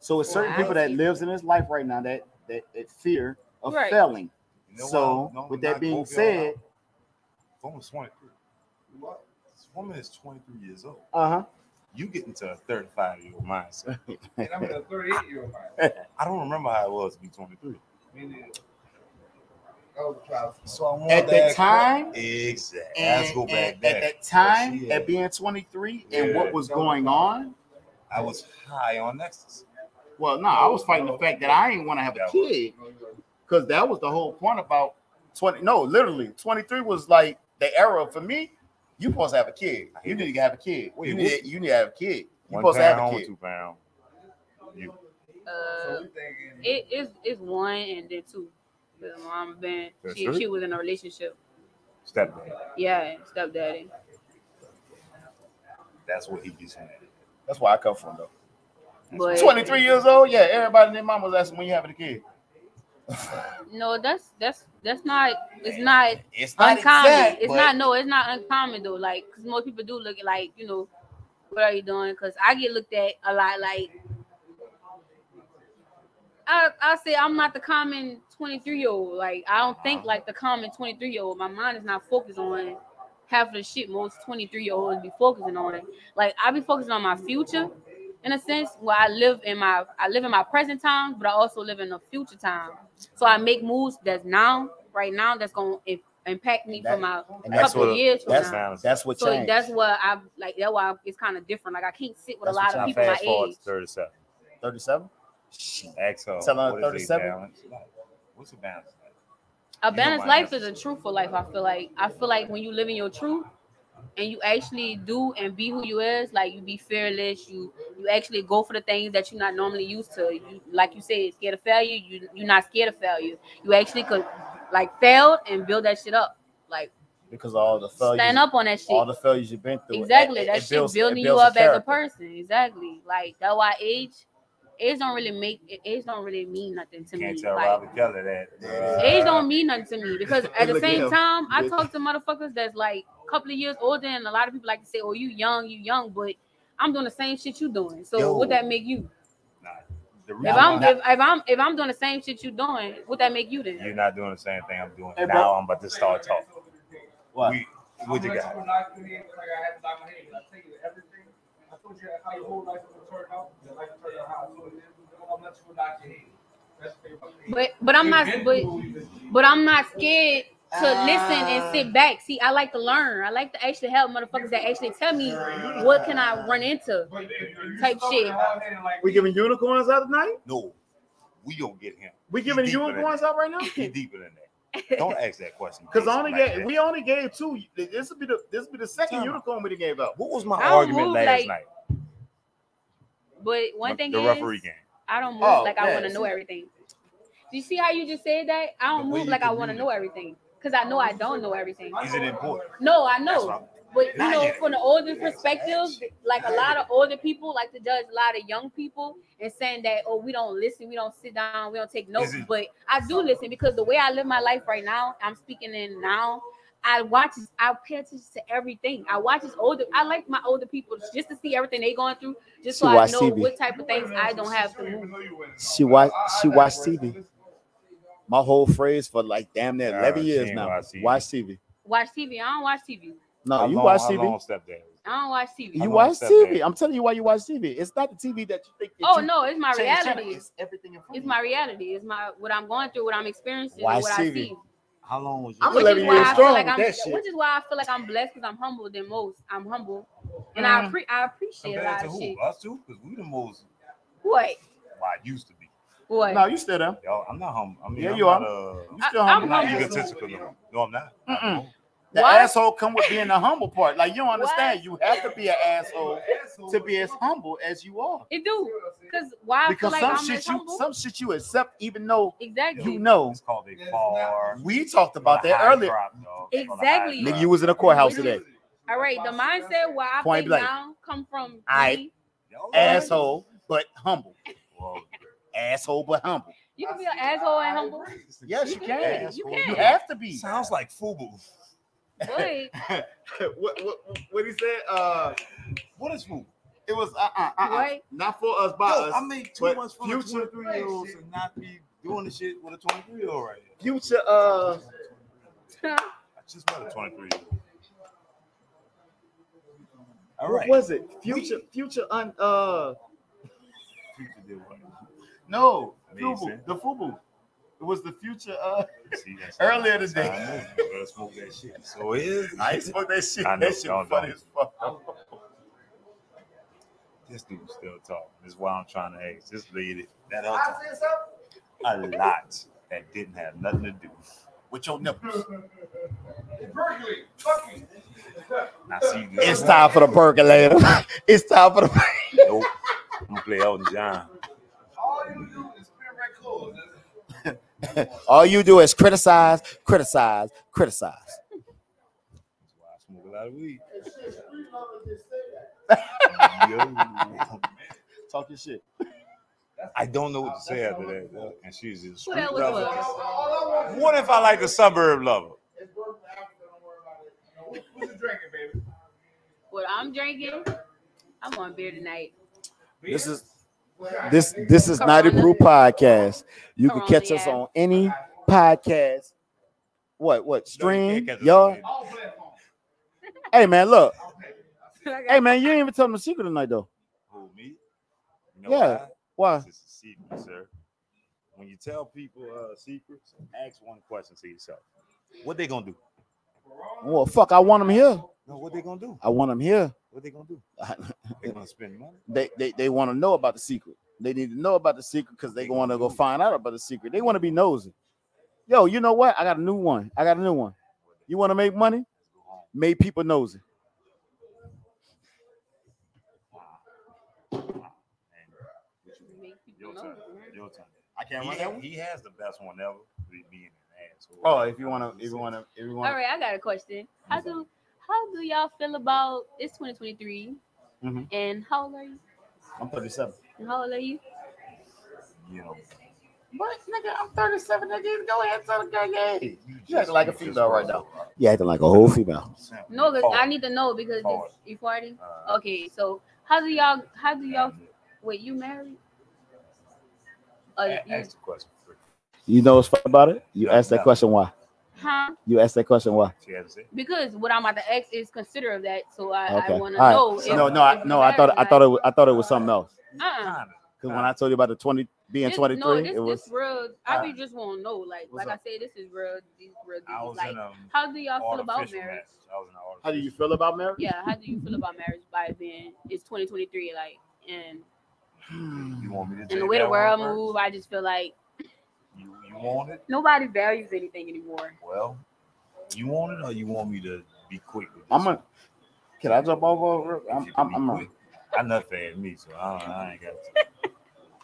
Speaker 2: So it's certain
Speaker 8: Well, I
Speaker 2: people that
Speaker 8: see.
Speaker 2: lives in this life right now that that, that fear of
Speaker 8: Right.
Speaker 2: failing.
Speaker 1: You know
Speaker 2: so
Speaker 1: what? No,
Speaker 2: with
Speaker 1: not
Speaker 2: that being
Speaker 1: both y'all
Speaker 2: said,
Speaker 1: out. This woman's 23. This woman is 23 years old.
Speaker 2: uh
Speaker 1: You get into a 35 year old mindset.
Speaker 2: huh.
Speaker 1: I don't remember how it was to be 23. So I want
Speaker 2: At
Speaker 1: to
Speaker 2: that
Speaker 1: ask-
Speaker 2: time,
Speaker 1: exactly. Let's
Speaker 2: And,
Speaker 1: go back
Speaker 2: and
Speaker 1: there.
Speaker 2: at that time,
Speaker 1: Yeah.
Speaker 2: at being 23, and
Speaker 1: Yeah.
Speaker 2: what was going on,
Speaker 1: I was high on ecstasy.
Speaker 2: well, no, I was fighting the fact that I didn't want to have a kid because that was the whole point about 20. No, literally, 23 was like the era for me. You supposed to have a kid. You need to have a kid.
Speaker 1: Wait,
Speaker 2: You need,
Speaker 1: what?
Speaker 2: you need to have a kid. You
Speaker 1: One
Speaker 2: supposed to have
Speaker 1: pound,
Speaker 2: a kid.
Speaker 1: two pound. You.
Speaker 8: that. Uh, it is it's one and then two. 'Cause my mom been
Speaker 1: That's
Speaker 8: she,
Speaker 1: it?
Speaker 8: she was in a relationship.
Speaker 1: Step back.
Speaker 8: Yeah, stepdaddy.
Speaker 1: That's what he gets mad at.
Speaker 2: That's where I come from, though.
Speaker 8: But
Speaker 2: 23 years old, yeah, everybody and their mom was asking when you having a kid.
Speaker 8: No, that's that's that's not. It's not
Speaker 2: It's not
Speaker 8: uncommon.
Speaker 2: exact,
Speaker 8: it's
Speaker 2: but-
Speaker 8: not no. It's not uncommon though. Like, cause most people do look at like you know, what are you doing? Cause I get looked at a lot. Like, I I say I'm not the common 23 year old. Like, I don't think like the common 23 year old. My mind is not focused on half of the shit most 23 year olds be focusing on. Like, I be focusing on my future. In a sense, where I live in my I live in my present time, but I also live in the future time. So I make moves that's now, right now, that's gonna im- impact me for
Speaker 2: That-
Speaker 8: my
Speaker 2: And
Speaker 1: that's
Speaker 8: couple
Speaker 1: what-
Speaker 8: years from
Speaker 2: that's,
Speaker 8: now.
Speaker 1: now.
Speaker 2: that's what
Speaker 8: So
Speaker 2: changed.
Speaker 8: that's what I like. That's why it's kind of different. Like I can't sit with
Speaker 2: That's
Speaker 8: a lot
Speaker 2: what
Speaker 8: of
Speaker 2: y'all
Speaker 8: people my
Speaker 1: Fast forward
Speaker 8: age.
Speaker 1: to 37.
Speaker 2: 37?
Speaker 1: Ask her.
Speaker 2: Tell her
Speaker 1: what is a
Speaker 2: 37?
Speaker 1: balance life? What's a balance? life?
Speaker 8: A
Speaker 1: know
Speaker 8: balanced
Speaker 1: why.
Speaker 8: life is a truthful life. I feel like I feel like when you live in your truth and you actually do and be who you is, like you be fearless. You you actually go for the things that you're not normally used to. You like you said, scared of failure. You you're not scared of failure. You actually could like fail and build that shit up. Like
Speaker 2: Because all the failures,
Speaker 8: stand up on that shit.
Speaker 2: all the failures you've been through.
Speaker 8: Exactly.
Speaker 2: it- it-
Speaker 8: that
Speaker 2: it
Speaker 8: shit
Speaker 2: builds- it
Speaker 8: building you
Speaker 2: builds
Speaker 8: up as a
Speaker 2: character.
Speaker 8: person. Exactly. Like that's why age age don't really make age don't really mean nothing to
Speaker 1: Can't
Speaker 8: me.
Speaker 1: tell
Speaker 8: Like
Speaker 1: Robert Kelly that. uh, bruh.
Speaker 8: age don't mean nothing to me because at the
Speaker 4: Look at
Speaker 8: same
Speaker 4: him.
Speaker 8: time I talk to motherfuckers that's like a couple of years older and a lot of people like to say, Oh, you young, you young, but I'm doing the same shit you doing. So
Speaker 2: Yo.
Speaker 8: what that make you?
Speaker 1: The
Speaker 8: If
Speaker 1: reason
Speaker 8: I'm
Speaker 1: why
Speaker 8: if, if I'm if I'm doing the same shit you doing, what that make you then?
Speaker 1: you're not doing the same thing I'm doing
Speaker 2: Hey, bro.
Speaker 1: now, I'm about to start talking.
Speaker 2: What?
Speaker 1: We, what you got?
Speaker 8: But but I'm not but but I'm not scared to listen and sit back. See, I like to learn. I like to actually help motherfuckers that actually tell me what can I run into type shit.
Speaker 4: we giving unicorns out tonight?
Speaker 1: No, we don't get him.
Speaker 4: We giving
Speaker 1: He deeper than
Speaker 4: unicorns out right now?
Speaker 1: that. He deeper than that. Don't ask that question.
Speaker 4: Because
Speaker 1: Jason,
Speaker 4: only
Speaker 1: like
Speaker 4: gave,
Speaker 1: that.
Speaker 4: we only gave two. This would be the this would be the second
Speaker 1: Time out.
Speaker 4: unicorn we done gave out.
Speaker 1: What was my
Speaker 8: I don't
Speaker 1: argument
Speaker 8: move
Speaker 1: last
Speaker 8: like-
Speaker 1: night?
Speaker 8: But one thing
Speaker 1: the
Speaker 8: is,
Speaker 1: referee game.
Speaker 8: I don't move
Speaker 3: Oh,
Speaker 8: like I
Speaker 3: yeah,
Speaker 8: want to know
Speaker 3: see.
Speaker 8: everything. Do you see how you just said that? I don't
Speaker 1: The way
Speaker 8: move
Speaker 1: you
Speaker 8: like I want to
Speaker 1: communicate.
Speaker 8: know everything because I know I don't know everything.
Speaker 1: Is it important?
Speaker 8: No, I
Speaker 1: That's
Speaker 8: know.
Speaker 1: what I'm-
Speaker 8: But you
Speaker 1: Not
Speaker 8: know,
Speaker 1: yet.
Speaker 8: from the older perspective, like a lot of older people like to judge a lot of young people and saying that, oh, we don't listen, we don't sit down, we don't take notes.
Speaker 1: it-
Speaker 8: But I do listen because the way I live my life right now, I'm speaking in now. I watch, I pay attention to everything. I watch this older, I like my older people just to see everything they going through, just so I know
Speaker 2: CYCB.
Speaker 8: what type of things I don't have to move.
Speaker 2: She watch she watched TV. My whole phrase for like damn near
Speaker 1: Nah,
Speaker 2: eleven
Speaker 1: she
Speaker 2: years
Speaker 1: ain't
Speaker 2: now.
Speaker 1: watch TV.
Speaker 2: Watch TV.
Speaker 8: Watch TV. I don't watch TV.
Speaker 2: No,
Speaker 1: How
Speaker 2: you
Speaker 1: long-
Speaker 2: watch
Speaker 1: how long
Speaker 2: TV.
Speaker 1: stepdad?
Speaker 8: I don't watch TV.
Speaker 1: how
Speaker 2: You
Speaker 1: long
Speaker 2: watch
Speaker 1: stepdad?
Speaker 2: TV. I'm telling you why you watch TV. It's not the TV that you think.
Speaker 8: Oh no, it's my reality.
Speaker 3: It's everything in front
Speaker 8: It's my reality. It's my what I'm going through, what I'm experiencing,
Speaker 2: Why
Speaker 8: and what I
Speaker 2: Stevie?
Speaker 8: see.
Speaker 1: How long was
Speaker 3: I'm
Speaker 8: Which
Speaker 3: eleven
Speaker 8: is, why
Speaker 3: years
Speaker 8: I feel
Speaker 3: strong
Speaker 8: like
Speaker 3: with
Speaker 8: I'm,
Speaker 3: that shit.
Speaker 8: which is why I feel like I'm blessed because I'm humble than most. I'm humble, and I
Speaker 5: Mm-hmm.
Speaker 8: appre- I appreciate a
Speaker 1: compared
Speaker 8: lot
Speaker 1: to
Speaker 8: of
Speaker 1: who?
Speaker 8: shit.
Speaker 1: Us two? Because we the most.
Speaker 8: What?
Speaker 1: Well, I used to be.
Speaker 8: What?
Speaker 5: No, you still there.
Speaker 1: Y'all, I'm not humble. I mean,
Speaker 5: Yeah,
Speaker 1: I'm
Speaker 5: you
Speaker 1: not, Uh,
Speaker 5: You
Speaker 8: I,
Speaker 5: still
Speaker 8: am
Speaker 1: I'm
Speaker 5: humble.
Speaker 1: not
Speaker 8: humble.
Speaker 1: egotistical. No, no, I'm not.
Speaker 5: Mm-mm. The
Speaker 8: What?
Speaker 5: asshole come with being the humble part. Like you don't understand,
Speaker 8: What?
Speaker 5: you have to be an asshole to be as humble as you are.
Speaker 8: It do because why I
Speaker 5: Because
Speaker 8: feel
Speaker 5: some
Speaker 8: like I'm
Speaker 5: shit
Speaker 8: this
Speaker 5: you
Speaker 8: humble.
Speaker 5: some shit you accept even though
Speaker 8: exactly.
Speaker 5: you know.
Speaker 1: It's called a far.
Speaker 5: We talked about that earlier.
Speaker 8: Exactly.
Speaker 2: Nigga, you was in a courthouse
Speaker 8: Which
Speaker 2: today.
Speaker 8: is- All right, the mindset where I
Speaker 5: Point
Speaker 8: think
Speaker 5: blank.
Speaker 8: now come from
Speaker 5: I-
Speaker 8: me.
Speaker 5: Asshole, but humble.
Speaker 1: Well,
Speaker 5: Asshole, but humble.
Speaker 8: You can be an asshole and humble,
Speaker 5: Yes, you can.
Speaker 8: You
Speaker 5: You
Speaker 8: can.
Speaker 5: have to be.
Speaker 1: Sounds like FUBU.
Speaker 8: but
Speaker 3: what, what, what he said? Uh,
Speaker 1: What is FUBU?
Speaker 3: it was uh, uh, uh, uh,
Speaker 8: right?
Speaker 3: not for us, by
Speaker 1: Yo,
Speaker 3: us.
Speaker 1: I made too
Speaker 3: but
Speaker 1: much for the
Speaker 3: future-
Speaker 1: 23 year olds and not be doing the shit with a 23 year old right here.
Speaker 3: Future, uh,
Speaker 1: I just met a 23 year old. All
Speaker 3: what
Speaker 1: right.
Speaker 3: was it? Future, future, un, uh,
Speaker 1: Future did what?
Speaker 3: no,
Speaker 1: Amazing.
Speaker 3: Fubu, the Fubu. It was the future. Uh,
Speaker 1: See, that's-
Speaker 3: Earlier today.
Speaker 1: that's how I knew. Better smoke that shit. So it is.
Speaker 3: I ain't spoke that shit.
Speaker 1: I know,
Speaker 3: that shit
Speaker 1: y'all
Speaker 3: funny
Speaker 1: know.
Speaker 3: as fuck.
Speaker 1: This dude still talking. That's why I'm trying to ask this lady that I a lot that didn't have nothing to do.
Speaker 5: With your nipples.
Speaker 1: I see this.
Speaker 2: It's time for the percolator. it's time for the.
Speaker 1: Nope. I'm gonna play Elton John.
Speaker 2: All you do is criticize, criticize, criticize.
Speaker 1: That's why I smoke a lot of weed. Yo.
Speaker 5: Talk your shit.
Speaker 1: I don't know what to say after that. though. And she's just
Speaker 8: Who that was? was?
Speaker 1: What if I like the suburb lover?
Speaker 8: What I'm drinking? I'm on beer tonight.
Speaker 2: This is this this is ninety proof podcast. You can
Speaker 8: Corona,
Speaker 2: catch us
Speaker 8: yeah.
Speaker 2: on any podcast. What what stream y'all? Hey man, look. Hey man, you ain't even telling the secret tonight though.
Speaker 1: Who me? You
Speaker 2: Yeah.
Speaker 1: why?
Speaker 2: Why?
Speaker 1: This is a secret, sir. When you tell people uh, secrets, ask one question to yourself. What they gonna do?
Speaker 2: Well, fuck, I want them here.
Speaker 1: No, what they gonna do?
Speaker 2: I want them here.
Speaker 1: What they gonna do? They gonna spend money.
Speaker 2: they they, they want to know about the secret. They need to know about the secret because they want to go find out about the secret. They want to be nosy. Yo, you know what? I got a new one. I got a new one. You want to make money? Make people nosy.
Speaker 8: Make people
Speaker 1: Your
Speaker 8: know.
Speaker 1: turn. Your turn.
Speaker 5: I can't
Speaker 1: He,
Speaker 5: run that one.
Speaker 1: he has the best one ever. Be- Being an asshole.
Speaker 5: Oh, if you wanna, if you wanna, if you
Speaker 8: All
Speaker 5: wanna.
Speaker 8: right, I got a question. How do how do y'all feel about it's 2023?
Speaker 2: Mm-hmm.
Speaker 5: Mhm.
Speaker 8: And how old are you?
Speaker 5: I'm 37.
Speaker 8: And how old are you?
Speaker 1: you know,
Speaker 5: What nigga? I'm 37. Nigga, go ahead, tell the guy. Hey,
Speaker 1: you
Speaker 5: you acting like a female right now.
Speaker 2: You acting like a whole female.
Speaker 8: No, 'cause I
Speaker 1: Forward.
Speaker 8: need to know because
Speaker 1: Forward.
Speaker 8: it's you forty.
Speaker 1: Oh, Uh,
Speaker 8: Okay, so how do y'all how do y'all wait? You married? Uh,
Speaker 1: a-
Speaker 8: you,
Speaker 1: ask the question.
Speaker 2: You know what's fun about it? You
Speaker 1: Yeah,
Speaker 2: ask that
Speaker 1: yeah.
Speaker 2: question why?
Speaker 8: huh?
Speaker 2: You ask that question why?
Speaker 1: She has to say.
Speaker 8: Because what I'm about to ask is consider of that, so I, I
Speaker 2: Okay.
Speaker 8: want to
Speaker 2: All right.
Speaker 8: know. if-
Speaker 2: No, no, I,
Speaker 8: if
Speaker 2: no.
Speaker 8: you
Speaker 2: I thought
Speaker 8: married
Speaker 2: I
Speaker 8: or
Speaker 2: thought
Speaker 8: not.
Speaker 2: it was, I thought it was something else.
Speaker 8: Uh-uh.
Speaker 2: Because when I told you about the twenty being
Speaker 8: This-
Speaker 2: twenty
Speaker 8: No,
Speaker 2: three,
Speaker 8: this,
Speaker 2: it was
Speaker 8: this real. I be just want to know, like,
Speaker 5: What's
Speaker 8: like I say, this is real. These real.
Speaker 1: I
Speaker 8: These,
Speaker 1: was
Speaker 8: like,
Speaker 1: in a
Speaker 8: how do y'all feel about
Speaker 1: artificial
Speaker 8: marriage?
Speaker 1: match. I was in an artificial.
Speaker 5: How do you feel about marriage?
Speaker 8: Yeah, how do you feel about marriage by being it's 2023, like, and
Speaker 1: You want me to
Speaker 8: and
Speaker 1: take
Speaker 8: the way the
Speaker 1: that one
Speaker 8: world
Speaker 1: first?
Speaker 8: move, I just feel like
Speaker 1: You you want it?
Speaker 8: nobody values anything anymore.
Speaker 1: Well, you want it, or you want me to be quick with this?
Speaker 5: I'm gonna. Can I jump over? real-
Speaker 1: If
Speaker 5: I'm,
Speaker 1: you can
Speaker 5: I'm,
Speaker 1: be
Speaker 5: I'm,
Speaker 1: quick.
Speaker 5: a,
Speaker 1: I nothing at me, so I, don't, I ain't got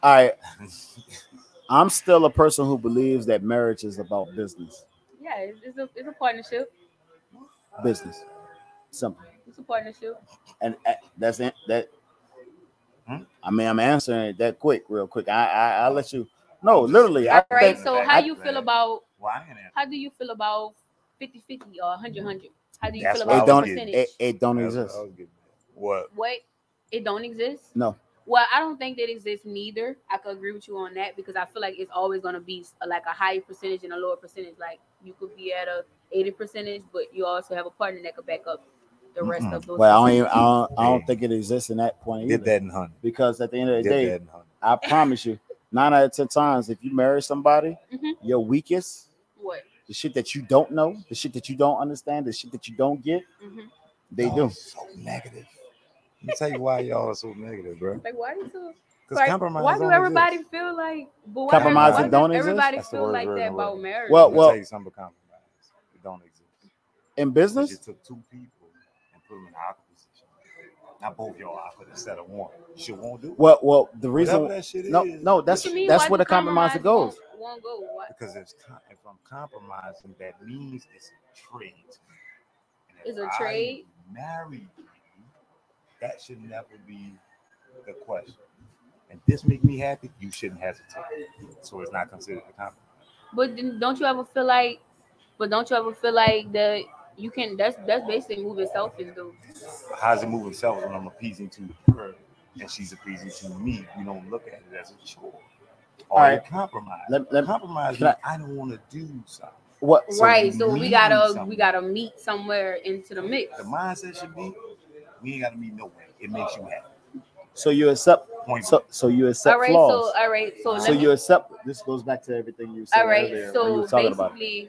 Speaker 2: All right,
Speaker 1: to.
Speaker 2: I'm still a person who believes that marriage is about business.
Speaker 8: Yeah, it's, it's a it's a partnership.
Speaker 2: Business, simple.
Speaker 8: It's a partnership.
Speaker 2: And uh, that's it. That.
Speaker 1: Hmm?
Speaker 2: I mean, I'm answering it that quick, real quick. I I, I let you. No, literally. I
Speaker 8: All right.
Speaker 2: think-
Speaker 8: So how you feel about
Speaker 1: Why ain't it?
Speaker 8: how do you feel about 50-50 or 100-100? How do you
Speaker 1: That's
Speaker 8: feel
Speaker 1: why
Speaker 2: it
Speaker 8: about
Speaker 2: don't.
Speaker 1: getting-
Speaker 8: percentage?
Speaker 2: It, it don't
Speaker 1: That's what I
Speaker 2: exist.
Speaker 1: was getting at. What?
Speaker 8: what it don't exist
Speaker 2: No.
Speaker 8: well i don't think that exists neither i could agree with you on that because i feel like it's always going to be uh, like a higher percentage and a lower percentage like you could be at a 80 percentage but you also have a partner that could back up the rest
Speaker 1: Mm-mm.
Speaker 8: of those
Speaker 2: Well, I don't. Even, I
Speaker 8: percentages.
Speaker 2: don't, I don't
Speaker 1: Hey.
Speaker 2: think it exists in that point either.
Speaker 1: Did that in honey.
Speaker 2: Because at the end of
Speaker 1: Did
Speaker 2: the day,
Speaker 1: that in honey.
Speaker 2: I promise you, nine out of ten times, if you marry somebody,
Speaker 8: Mhm.
Speaker 2: your weakest,
Speaker 8: what
Speaker 2: the shit that you don't know, the shit that you don't understand, the shit that you don't get,
Speaker 8: Mhm.
Speaker 2: they
Speaker 1: Y'all
Speaker 2: do.
Speaker 1: are Oh, So negative. Let me tell you why y'all are so negative, bro.
Speaker 8: like why do you feel-
Speaker 1: Because
Speaker 8: like,
Speaker 1: compromise.
Speaker 8: why do
Speaker 1: don't
Speaker 8: everybody
Speaker 1: Exist.
Speaker 8: feel like but why,
Speaker 2: Compromise
Speaker 8: why
Speaker 2: and don't
Speaker 8: does
Speaker 2: exist?
Speaker 8: everybody
Speaker 1: That's the
Speaker 8: feel
Speaker 1: word,
Speaker 8: like
Speaker 1: word,
Speaker 8: that
Speaker 1: word.
Speaker 8: about marriage
Speaker 2: Well,
Speaker 1: Let me
Speaker 2: well-
Speaker 1: tell you something about compromise. It don't exist.
Speaker 2: In
Speaker 1: You
Speaker 2: business,
Speaker 1: just took two people and put them in the opposite position. Now both y'all opposite instead of one. You should won't do it.
Speaker 2: well, well, the reason,
Speaker 1: Whatever that shit
Speaker 2: no,
Speaker 1: is.
Speaker 2: no, that's
Speaker 8: What you mean,
Speaker 2: that's
Speaker 8: why
Speaker 2: where
Speaker 8: do
Speaker 2: the compromise goes.
Speaker 8: won't- won't go Why-
Speaker 1: Because if, com- if I'm compromising, that means it's a trade. And if
Speaker 8: It's a
Speaker 1: I
Speaker 8: trade?
Speaker 1: Married, you, that should never be the question. And this make me happy. You shouldn't hesitate. So it's not considered a compromise.
Speaker 8: But then don't you ever feel like? But don't you ever feel like that you can? That's that's basically moving selfish, though.
Speaker 1: How's it moving self when I'm appeasing to her and she's appeasing to me? We don't look at it as a chore. Or
Speaker 2: Alright.
Speaker 1: a compromise.
Speaker 2: Let, let,
Speaker 1: compromise.
Speaker 2: can I-
Speaker 1: means I don't want to do something.
Speaker 2: what?
Speaker 1: So
Speaker 8: right.
Speaker 1: we
Speaker 8: So we
Speaker 1: need
Speaker 8: gotta we
Speaker 1: something.
Speaker 8: gotta meet somewhere into the mix.
Speaker 1: The mindset should be we ain't got to meet nowhere. It makes you happy.
Speaker 2: So you accept,
Speaker 1: Point
Speaker 2: so so you accept
Speaker 8: All right.
Speaker 2: flaws.
Speaker 8: So all right. So,
Speaker 2: So,
Speaker 8: let me,
Speaker 2: you accept. This goes back to everything you said
Speaker 8: all right.
Speaker 2: earlier when you
Speaker 8: So
Speaker 2: were talking about.
Speaker 8: basically,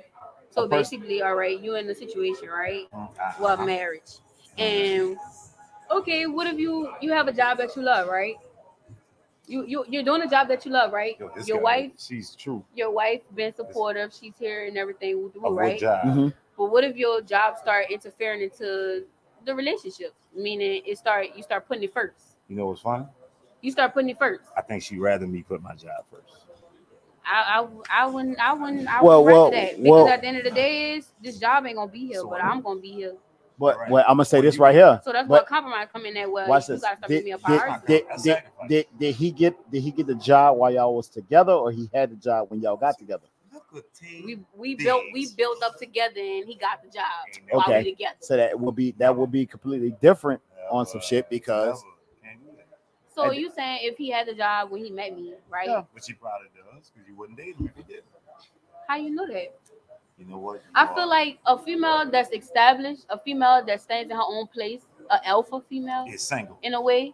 Speaker 8: so
Speaker 2: A person-
Speaker 8: basically, all right. You in the situation, right?
Speaker 1: Mm, I-
Speaker 8: Well,
Speaker 1: I-
Speaker 8: marriage, and okay. What if you you have a job that you love, right? You you you're doing a job that you love, right?
Speaker 1: Yo, this
Speaker 8: Your
Speaker 1: guy,
Speaker 8: wife.
Speaker 1: she's true.
Speaker 8: Your wife been supportive. She's here and everything. woo-doo,
Speaker 1: Of
Speaker 8: Right.
Speaker 1: what job?
Speaker 2: Mhm.
Speaker 8: But what if your job start interfering into the relationship? Meaning it start you start putting it first.
Speaker 1: You know what's funny?
Speaker 8: You start putting it first.
Speaker 1: I think she'd rather me put my job first.
Speaker 8: I I, I wouldn't I wouldn't I
Speaker 2: Well,
Speaker 8: wouldn't well,
Speaker 2: well,
Speaker 8: that because
Speaker 2: well-
Speaker 8: at the end of the day is this job ain't gonna be here,
Speaker 1: So
Speaker 8: but
Speaker 1: I-
Speaker 8: I'm gonna be here.
Speaker 2: But
Speaker 1: Right.
Speaker 2: well, I'm gonna say
Speaker 1: Well,
Speaker 2: this
Speaker 1: you-
Speaker 2: right here.
Speaker 8: So that's
Speaker 2: But-
Speaker 8: where compromise come in that well.
Speaker 2: Watch
Speaker 8: you
Speaker 2: this.
Speaker 8: gotta start
Speaker 2: Did,
Speaker 8: making me a
Speaker 2: did,
Speaker 8: priority.
Speaker 2: did, did, did, did he get did he get the job while y'all was together or he had the job when y'all got together?
Speaker 1: Look at T.
Speaker 8: We we built we built up together and he got the job
Speaker 1: Ain't
Speaker 8: while
Speaker 2: Okay.
Speaker 8: we together.
Speaker 2: So that will be that will be completely different.
Speaker 1: never-
Speaker 2: on some shit because-
Speaker 1: never. Can't do that.
Speaker 8: So
Speaker 2: And-
Speaker 8: you saying if he had the job when he met me, right?
Speaker 2: Yeah.
Speaker 1: But she probably does because you wouldn't date him if you did.
Speaker 8: How you know that?
Speaker 1: You know what? You
Speaker 8: I
Speaker 1: are-
Speaker 8: feel like a female that's established, a female that stands in her own place, a alpha female
Speaker 1: is single.
Speaker 8: in a way.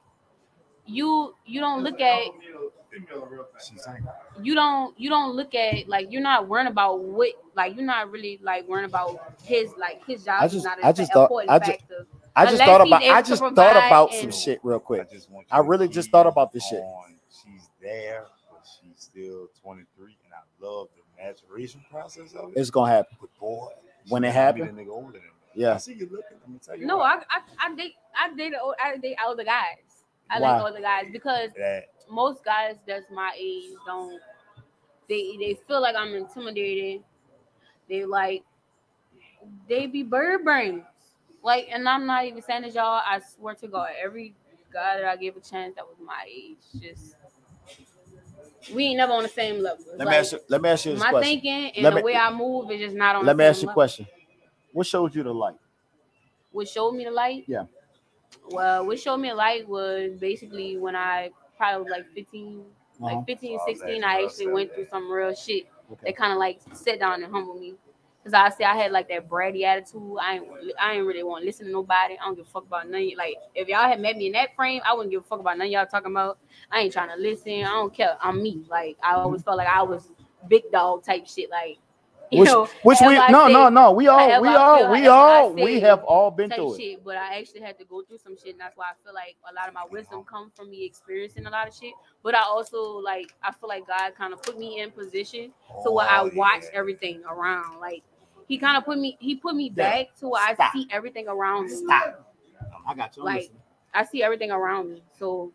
Speaker 8: You you don't look at
Speaker 1: She's single.
Speaker 8: you don't you don't look at like you're not worrying about what like you're not really like worrying about his like his job
Speaker 2: I
Speaker 8: is
Speaker 2: just-
Speaker 8: not
Speaker 2: I
Speaker 8: an
Speaker 2: just thought-
Speaker 8: important
Speaker 2: I ju-
Speaker 8: factor.
Speaker 2: I just
Speaker 8: Unless
Speaker 2: thought
Speaker 8: he's
Speaker 2: about
Speaker 8: able
Speaker 2: I
Speaker 8: to
Speaker 2: just thought about some
Speaker 8: provide
Speaker 2: shit real
Speaker 1: I,
Speaker 2: quick.
Speaker 1: just want
Speaker 2: I
Speaker 1: you to
Speaker 2: really just
Speaker 1: keep
Speaker 2: thought about this shit.
Speaker 1: on- She's there, but she's still 23, and I love the maturation process of it.
Speaker 2: It's gonna happen.
Speaker 1: But boy,
Speaker 2: When
Speaker 1: she
Speaker 2: it
Speaker 1: gotta be
Speaker 2: happen-
Speaker 1: the nigga older than me.
Speaker 2: Yeah.
Speaker 1: I see you looking. Let me tell you.
Speaker 8: No,
Speaker 1: why.
Speaker 8: I I, I date I date old, I date older guys. I
Speaker 2: Why?
Speaker 8: like older guys because
Speaker 1: that
Speaker 8: most guys that's my age don't they they feel like I'm intimidated. They like they be bird brains. Like, and I'm not even saying this, y'all. I swear to God, every guy that I gave a chance that was my age, just we ain't never on the same level. It's
Speaker 2: Let me
Speaker 8: like,
Speaker 2: ask you let me ask you this
Speaker 8: my
Speaker 2: question.
Speaker 8: thinking and
Speaker 2: Let
Speaker 8: the
Speaker 2: me-
Speaker 8: way I move is just not on
Speaker 2: Let
Speaker 8: the
Speaker 2: me
Speaker 8: same
Speaker 2: ask you a
Speaker 8: level.
Speaker 2: question. What showed you the light?
Speaker 8: what showed me the light?
Speaker 2: Yeah.
Speaker 8: Well, what showed me the light was basically when I probably was like 15,
Speaker 2: Uh-huh.
Speaker 8: like 15,
Speaker 1: Oh,
Speaker 8: 16,
Speaker 1: man,
Speaker 8: I
Speaker 1: you
Speaker 8: actually
Speaker 1: upset
Speaker 8: went
Speaker 1: that.
Speaker 8: through some real shit
Speaker 2: Okay.
Speaker 8: that kind of like sat down and humbled me. Cause I say I had like that bratty attitude. I ain't, I ain't really want to listen to nobody. I don't give a fuck about none. of you. Like if y'all had met me in that frame, I wouldn't give a fuck about none of y'all talking about. I ain't trying to listen. I don't care. I'm me. Like I
Speaker 2: Mm-hmm.
Speaker 8: always felt like I was big dog type shit. Like you
Speaker 2: Which
Speaker 8: know,
Speaker 2: which we
Speaker 8: however I
Speaker 2: no
Speaker 8: said-
Speaker 2: no no we all
Speaker 8: however
Speaker 2: we
Speaker 8: I
Speaker 2: all
Speaker 8: feel,
Speaker 2: we
Speaker 8: however I
Speaker 2: all we
Speaker 8: said,
Speaker 2: have all been
Speaker 8: type
Speaker 2: through it.
Speaker 8: shit, but I actually had to go through some shit, and that's why I feel like a lot of my wisdom comes from me experiencing a lot of shit. But I also like I feel like God kind of put me in position to where I
Speaker 1: Oh,
Speaker 8: watch
Speaker 1: yeah.
Speaker 8: everything around. Like He kind of put me, He put me
Speaker 2: Yeah.
Speaker 8: back to where I
Speaker 2: Stop.
Speaker 8: see everything around me.
Speaker 2: Stop. I got you. I'm
Speaker 8: Like,
Speaker 2: listening.
Speaker 8: I see everything around me. So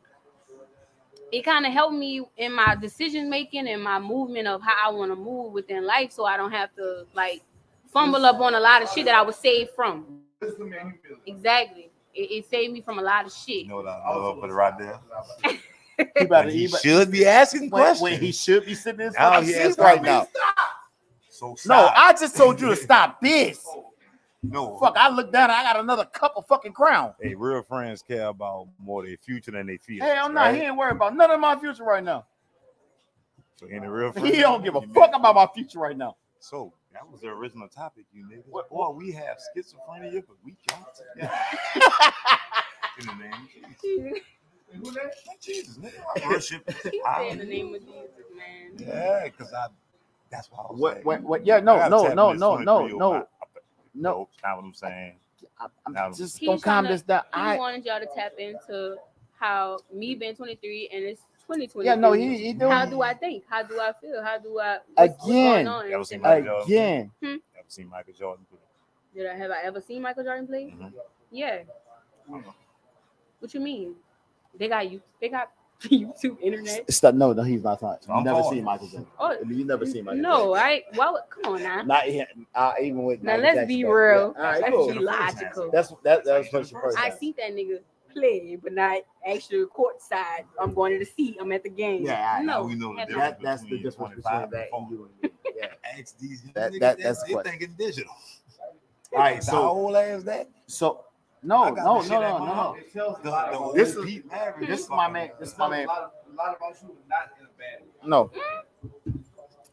Speaker 8: it kind of helped me in my decision making and my movement of how I want to move within life so I don't have to like fumble up on a lot of shit that I was saved from. Exactly. It, it saved me from a lot of shit.
Speaker 1: You know what
Speaker 4: Oh,
Speaker 1: I love? Put it right there.
Speaker 4: He about
Speaker 1: Like,
Speaker 4: to
Speaker 1: he
Speaker 4: eat
Speaker 1: should be asking
Speaker 4: when,
Speaker 1: questions.
Speaker 4: when he should be sitting in
Speaker 1: Now
Speaker 4: fucking
Speaker 1: he
Speaker 4: seat
Speaker 1: asking
Speaker 4: right
Speaker 1: me.
Speaker 4: now.
Speaker 1: so
Speaker 4: No,
Speaker 1: stop.
Speaker 4: I just told you to stop this.
Speaker 1: no.
Speaker 4: Fuck, I looked down. I got another cup of fucking crown.
Speaker 1: Hey, real friends care about more their future than their feelings.
Speaker 4: Hell no, he
Speaker 1: right?
Speaker 4: ain't worried about none of my future right now.
Speaker 1: So any real friend,
Speaker 4: He don't give a
Speaker 1: you
Speaker 4: fuck
Speaker 1: make-
Speaker 4: about my future right now.
Speaker 1: So that was the original topic, you niggas. What, Boy, we have schizophrenia, but we got together. In the name of Jesus. Jesus, nigga, I worship.
Speaker 8: He said in the name of Jesus, man.
Speaker 1: Yeah, because I. That's why I was
Speaker 2: What?
Speaker 1: saying.
Speaker 2: What? What? Yeah.
Speaker 1: I
Speaker 2: No.
Speaker 1: gotta
Speaker 2: No.
Speaker 1: tap
Speaker 2: No.
Speaker 1: in this
Speaker 2: No. No.
Speaker 1: 23-year-old.
Speaker 2: No.
Speaker 1: I- I-
Speaker 2: No.
Speaker 1: Nope, not what I'm saying. Now-
Speaker 4: I'm just
Speaker 8: He
Speaker 4: gonna calm
Speaker 8: tryna-
Speaker 4: this down.
Speaker 8: He
Speaker 4: I
Speaker 8: wanted y'all to tap into how me being 23 and it's 2020.
Speaker 4: yeah, no, he, he
Speaker 8: How
Speaker 4: doing
Speaker 8: do I think? How do I feel? How do I what's- what's
Speaker 4: Again.
Speaker 8: going on?
Speaker 1: That was in my-
Speaker 8: Did
Speaker 4: again.
Speaker 1: Ever seen Michael Jordan? do it?
Speaker 8: I have I ever seen Michael Jordan play?
Speaker 2: Mm-hmm.
Speaker 1: Mhm.
Speaker 8: Yeah. What you mean? They got you. They got YouTube internet.
Speaker 2: Stop. No. No. He's not. Talking.
Speaker 1: I'm
Speaker 2: You never
Speaker 1: calling.
Speaker 2: seen Michael Jordan.
Speaker 8: Oh
Speaker 2: I mean, you never seen Michael.
Speaker 8: no, I well come on now.
Speaker 2: Jordan. Not yet. Uh, even with.
Speaker 8: Now
Speaker 2: Michael
Speaker 8: let's
Speaker 2: Jackson
Speaker 8: be
Speaker 2: back.
Speaker 8: real.
Speaker 2: Yeah. All right.
Speaker 8: Let's
Speaker 2: Cool.
Speaker 8: be logical.
Speaker 2: That's that. That's what you first.
Speaker 8: I see that nigga play, but not actual court side. I'm going to the seat. I'm at the game.
Speaker 2: Yeah, I
Speaker 1: Now
Speaker 8: no,
Speaker 1: we know the
Speaker 8: hell no.
Speaker 1: difference.
Speaker 2: That, that's the
Speaker 1: between
Speaker 2: difference
Speaker 1: 25 and
Speaker 2: between that and
Speaker 1: 40.
Speaker 2: you and me. Yeah.
Speaker 1: Ask these young niggas
Speaker 2: That- that-
Speaker 1: that,
Speaker 2: that's
Speaker 1: they
Speaker 2: what-
Speaker 1: thinking digital.
Speaker 2: All right.
Speaker 1: the
Speaker 2: So.
Speaker 1: old ass that.
Speaker 2: So. No.
Speaker 1: I got
Speaker 2: Oh, No.
Speaker 1: the
Speaker 2: No.
Speaker 1: shit
Speaker 2: No.
Speaker 1: at
Speaker 2: No.
Speaker 1: my
Speaker 2: no.
Speaker 1: house. The- the old
Speaker 4: This is-
Speaker 1: Pete Maverick
Speaker 4: This is
Speaker 1: fucking-
Speaker 4: my man. This is my man.
Speaker 2: No.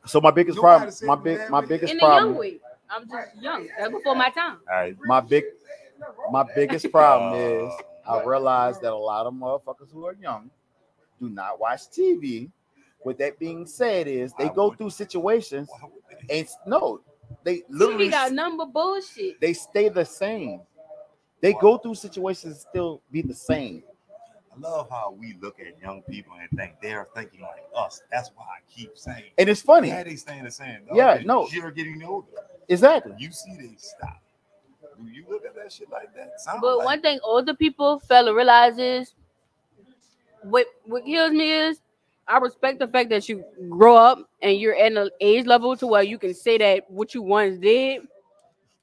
Speaker 2: So my biggest
Speaker 1: Nobody
Speaker 2: problem,
Speaker 1: said
Speaker 2: my
Speaker 1: you
Speaker 2: big,
Speaker 1: had
Speaker 2: my
Speaker 1: with it.
Speaker 2: biggest
Speaker 8: in the young
Speaker 2: problem,
Speaker 8: way. I'm just young. That's before my time.
Speaker 1: All right.
Speaker 2: my big, my biggest problem
Speaker 1: Uh,
Speaker 2: is I realize that a lot of motherfuckers who are young do not watch TV. With that being said, is they
Speaker 1: I
Speaker 2: go
Speaker 1: would-
Speaker 2: through situations
Speaker 1: what would they-
Speaker 2: and s- no, they
Speaker 8: Literally
Speaker 2: literally
Speaker 8: got
Speaker 2: s-
Speaker 8: number bullshit.
Speaker 2: they stay the same. They go through situations and still be the same.
Speaker 1: I love how we look at young people and think they're thinking like us. That's why I keep saying.
Speaker 2: And it's funny.
Speaker 1: Yeah, they staying the same. dog.
Speaker 2: Yeah,
Speaker 1: They-
Speaker 2: no.
Speaker 1: You're getting older.
Speaker 2: Exactly.
Speaker 1: You see, they stop. Do you look at that shit like that? Sound
Speaker 8: But
Speaker 1: like
Speaker 8: one thing older people fail to realize is what what kills me is I respect the fact that you grow up and you're at an age level to where you can say that what you once did,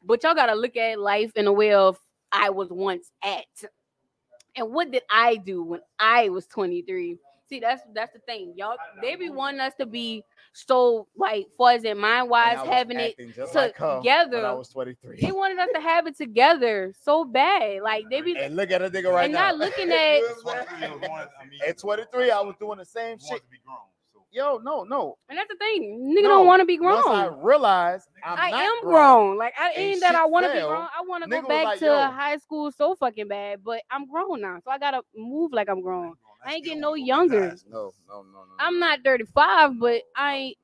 Speaker 8: but y'all gotta look at life in a way of I was once at. And what did I do when I was 23? See, that's that's the thing. Y'all they be wanting us to be so like far as in mind wise, having it together.
Speaker 2: I was 23.
Speaker 8: They wanted us to have it together so bad. Like they be
Speaker 2: And look at a nigga right
Speaker 8: and
Speaker 2: now.
Speaker 8: not looking at
Speaker 1: That's what we are going- I mean,
Speaker 2: At 23, I was doing the same
Speaker 1: we want
Speaker 2: shit.
Speaker 1: to be grown. So
Speaker 2: Yo, no, no.
Speaker 8: and that's the thing. Nigga
Speaker 2: No,
Speaker 8: don't want to be
Speaker 2: Once I
Speaker 8: grown.
Speaker 2: realized I'm
Speaker 8: I
Speaker 2: not
Speaker 8: am
Speaker 2: grown.
Speaker 8: grown. Like I
Speaker 2: and
Speaker 8: ain't that
Speaker 2: shit
Speaker 8: I want to be
Speaker 2: fell,
Speaker 8: grown. I want to
Speaker 2: nigga
Speaker 8: go
Speaker 2: was
Speaker 8: back
Speaker 2: like,
Speaker 8: to
Speaker 2: yo.
Speaker 8: high school so fucking bad, but I'm grown now, so I gotta move like I'm grown. I ain't getting no
Speaker 1: Still,
Speaker 8: younger.
Speaker 1: guys,
Speaker 2: No, no, no, no.
Speaker 8: I'm not 35, but I ain't.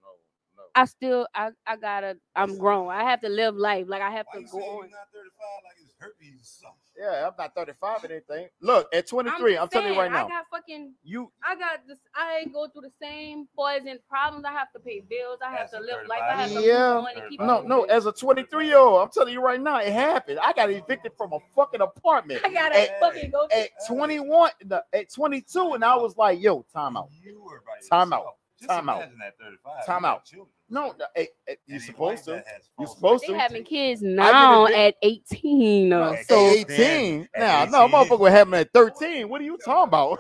Speaker 2: no,
Speaker 8: I still I I gotta. I'm grown. I have to live life. Like I have
Speaker 1: Why
Speaker 8: to
Speaker 1: you
Speaker 8: go
Speaker 1: saying
Speaker 8: on.
Speaker 1: you're not 35 like it's herpes or something?
Speaker 2: Yeah, I'm not 35 and anything. Look, at 23, I'm,
Speaker 8: just
Speaker 2: telling you right
Speaker 8: saying,
Speaker 2: now.
Speaker 8: I got fucking
Speaker 2: you
Speaker 8: I got this. I go through the same poison problems. I have to pay bills. I
Speaker 1: That's
Speaker 8: have to
Speaker 1: a
Speaker 8: live
Speaker 1: third
Speaker 8: life. I have
Speaker 1: body.
Speaker 8: to move
Speaker 2: Yeah.
Speaker 8: on and keep
Speaker 2: no, no,
Speaker 8: moving.
Speaker 2: as a 23 year old, I'm telling you right now, it happened. I got evicted from a fucking apartment
Speaker 8: I gotta
Speaker 2: At-
Speaker 8: fucking go.
Speaker 2: at 21, no, at 22, and I was like, yo, time out.
Speaker 1: You were by
Speaker 2: Time
Speaker 1: yourself.
Speaker 2: out.
Speaker 1: Just
Speaker 2: Time out.
Speaker 1: imagine that 35,
Speaker 2: Time
Speaker 1: you got
Speaker 2: out.
Speaker 1: children.
Speaker 2: No, no eh, eh, you're
Speaker 1: And they
Speaker 2: supposed
Speaker 1: like
Speaker 2: to.
Speaker 1: that as
Speaker 2: You're
Speaker 1: false
Speaker 2: supposed
Speaker 8: They
Speaker 2: to.
Speaker 8: having kids
Speaker 2: I
Speaker 8: now
Speaker 2: did it-
Speaker 8: at 18. uh,
Speaker 1: No,
Speaker 8: so
Speaker 1: they-
Speaker 2: at 18.
Speaker 1: At
Speaker 2: Now,
Speaker 1: 18.
Speaker 2: no, motherfucker would have me at 13. What are you talking about?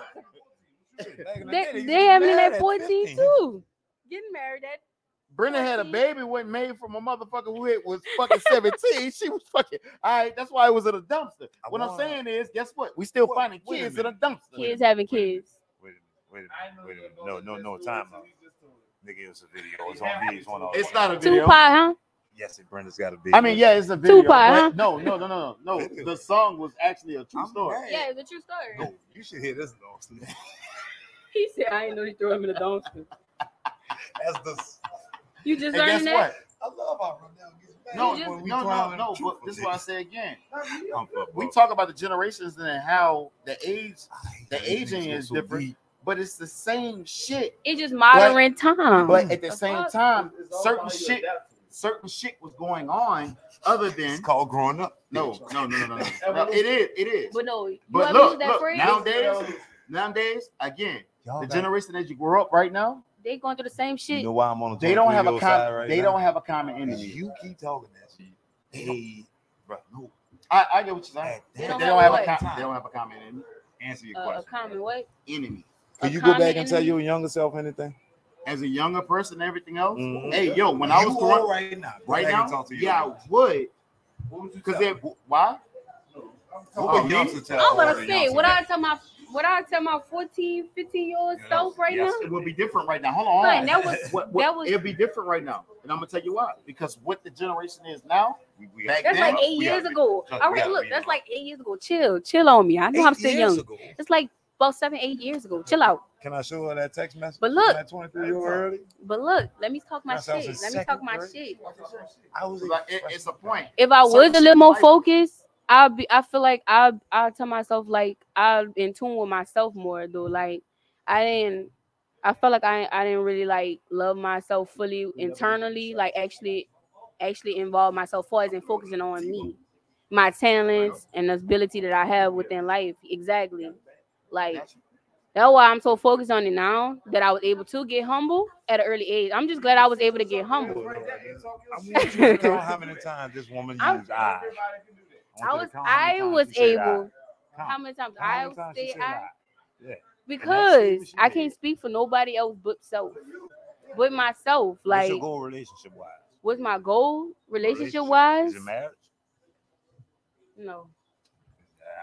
Speaker 1: Shit, back in the day,
Speaker 8: they,
Speaker 1: used
Speaker 8: they
Speaker 1: to get
Speaker 8: having it
Speaker 1: married
Speaker 8: at 14
Speaker 1: 15.
Speaker 8: too. Getting married at
Speaker 2: Brenda had a
Speaker 8: 14.
Speaker 2: baby wasn't made from a motherfucker who had- was fucking 17. She was fucking all right. That's why it was in a dumpster.
Speaker 1: I
Speaker 2: what I'm
Speaker 1: wanna-
Speaker 2: saying is, guess what? We still
Speaker 1: Wait-
Speaker 2: finding
Speaker 1: wait a
Speaker 2: kids in a
Speaker 1: minute.
Speaker 2: dumpster.
Speaker 8: kids having kids.
Speaker 1: Wait a minute. Wait a minute. Wait a minute. No, no, no. Time out. Nigga, it's a video. It's on VH1. all
Speaker 2: It's
Speaker 1: the
Speaker 2: not
Speaker 1: time.
Speaker 2: a
Speaker 8: Tupac,
Speaker 2: video.
Speaker 8: huh?
Speaker 1: Yes, and Brenda's got a video.
Speaker 2: I mean, yeah, it's a video.
Speaker 8: Tupac,
Speaker 2: but
Speaker 8: huh?
Speaker 2: No, no, no, no, no, no. The song was actually a true
Speaker 1: I'm
Speaker 2: story.
Speaker 1: mad.
Speaker 8: Yeah, it's a true story.
Speaker 1: No, you should hear this though.
Speaker 8: He said, "I didn't know he threw him in the dumpster."
Speaker 1: That's the.
Speaker 8: You just
Speaker 2: And guess
Speaker 8: learning that?
Speaker 2: what?
Speaker 1: I love how Ronell gets mad.
Speaker 2: No,
Speaker 1: when we
Speaker 2: no, no,
Speaker 1: clowning
Speaker 2: no.
Speaker 1: the
Speaker 2: But
Speaker 1: truth
Speaker 2: this is
Speaker 1: of
Speaker 2: what I
Speaker 1: it.
Speaker 2: say again.
Speaker 1: I'm fucked,
Speaker 2: We
Speaker 1: bro.
Speaker 2: talk about the generations and how the age,
Speaker 1: I hate
Speaker 2: the
Speaker 1: that
Speaker 2: aging
Speaker 1: niggas
Speaker 2: is
Speaker 1: so
Speaker 2: different,
Speaker 1: deep.
Speaker 2: but it's the same shit.
Speaker 8: It's just modern time.
Speaker 2: But at the
Speaker 8: Um, The
Speaker 2: same
Speaker 8: fuck?
Speaker 2: time, certain shit,
Speaker 4: certain shit was going on other
Speaker 1: It's
Speaker 4: than
Speaker 1: called growing up.
Speaker 4: no, no, no, no, no, no. no it is, it is.
Speaker 8: But no, you
Speaker 4: But
Speaker 8: ever
Speaker 4: look,
Speaker 8: use that
Speaker 4: look,
Speaker 8: phrase?
Speaker 4: nowadays, nowadays, again,
Speaker 1: Y'all
Speaker 4: the
Speaker 1: got-
Speaker 4: generation that you grew up right now,
Speaker 8: they going through the same
Speaker 1: you
Speaker 8: shit. uh,
Speaker 1: know why I'm on the
Speaker 4: they don't have a
Speaker 1: 23-year-old
Speaker 4: com-
Speaker 1: side right
Speaker 4: they
Speaker 1: now?
Speaker 4: don't have a common
Speaker 1: And
Speaker 4: enemy.
Speaker 1: you keep talking that shit. Hey, bro, no.
Speaker 4: I, I get what you're saying.
Speaker 1: that-
Speaker 8: They
Speaker 4: They
Speaker 1: that-
Speaker 4: don't,
Speaker 8: don't have
Speaker 4: have,
Speaker 8: what?
Speaker 4: a com- they don't have a common enemy.
Speaker 1: answer your
Speaker 8: Uh, a
Speaker 1: question.
Speaker 8: common what?
Speaker 4: enemy.
Speaker 1: Can
Speaker 8: a
Speaker 1: you go
Speaker 8: common
Speaker 1: back and tell
Speaker 8: enemy?
Speaker 1: your younger self anything?
Speaker 4: As a younger person, and everything else.
Speaker 1: Mhm.
Speaker 4: Hey, yo, when I was
Speaker 1: You
Speaker 4: growing
Speaker 1: old
Speaker 4: up
Speaker 1: right now, go
Speaker 4: right
Speaker 1: back and
Speaker 4: now,
Speaker 1: talk to your
Speaker 4: yeah, I
Speaker 1: younger self.
Speaker 4: would.
Speaker 1: tell
Speaker 4: Because then why?
Speaker 1: What would
Speaker 4: Oh,
Speaker 1: youngster tell?
Speaker 8: I'm
Speaker 1: older
Speaker 8: gonna say
Speaker 1: youngster
Speaker 8: what
Speaker 1: that?
Speaker 8: I tell my what I tell my 14, 15 year old
Speaker 1: Yeah, that was-
Speaker 8: self right
Speaker 1: yes,
Speaker 8: now.
Speaker 4: It would be different right now. Hold on.
Speaker 8: Fine, that was
Speaker 4: What- what-
Speaker 8: that was-
Speaker 4: it'd be different right now, and I'm gonna tell you why. Because what the generation is now,
Speaker 1: We- we-
Speaker 4: Back
Speaker 8: That's
Speaker 4: then,
Speaker 8: like eight
Speaker 1: we
Speaker 8: years
Speaker 1: are-
Speaker 8: ago.
Speaker 1: Yeah,
Speaker 8: All right,
Speaker 1: we
Speaker 8: look,
Speaker 1: are-
Speaker 8: that's like eight years ago. Chill, chill on me. I know I'm
Speaker 1: Eight
Speaker 8: still
Speaker 1: years
Speaker 8: young.
Speaker 1: ago.
Speaker 8: It's like about seven, eight years ago. Chill out.
Speaker 1: Can I show her that text message?
Speaker 8: But look-
Speaker 1: from that 23 year old early?
Speaker 8: But look, let me talk my
Speaker 1: That sounds
Speaker 8: shit.
Speaker 1: in
Speaker 8: Let me talk
Speaker 1: second
Speaker 8: my
Speaker 1: grade.
Speaker 8: shit.
Speaker 1: I was
Speaker 4: like, it- it's a point.
Speaker 8: If I
Speaker 4: Certain
Speaker 8: was a
Speaker 4: shit
Speaker 8: little more
Speaker 4: like-
Speaker 8: focused, I'll be. I feel like I I tell myself like I'm in tune with myself more though. Like I didn't. I felt like I I didn't really like love myself fully internally. Like actually, actually involve myself far as in focusing on me, my talents and the ability that I have within life. Exactly. Like That's why I'm so focused on it now that I was able to get humble at an early age. I'm just glad I was able to get humble.
Speaker 1: I want you to count how many times this woman
Speaker 8: I'm-
Speaker 1: used I.
Speaker 8: I was
Speaker 1: want you to count how many
Speaker 8: I
Speaker 1: times
Speaker 8: was
Speaker 1: she said I.
Speaker 8: able.
Speaker 1: Count.
Speaker 8: How many times
Speaker 1: How
Speaker 8: I
Speaker 1: many times she
Speaker 8: say
Speaker 1: said ah.
Speaker 8: I?
Speaker 1: statement
Speaker 8: Because
Speaker 1: she
Speaker 8: I
Speaker 1: made.
Speaker 8: can't speak for nobody else but self, but myself.
Speaker 1: What's
Speaker 8: Like,
Speaker 1: your goal relationship wise?
Speaker 8: what's my goal relationship wise?
Speaker 1: Is it marriage?
Speaker 8: No,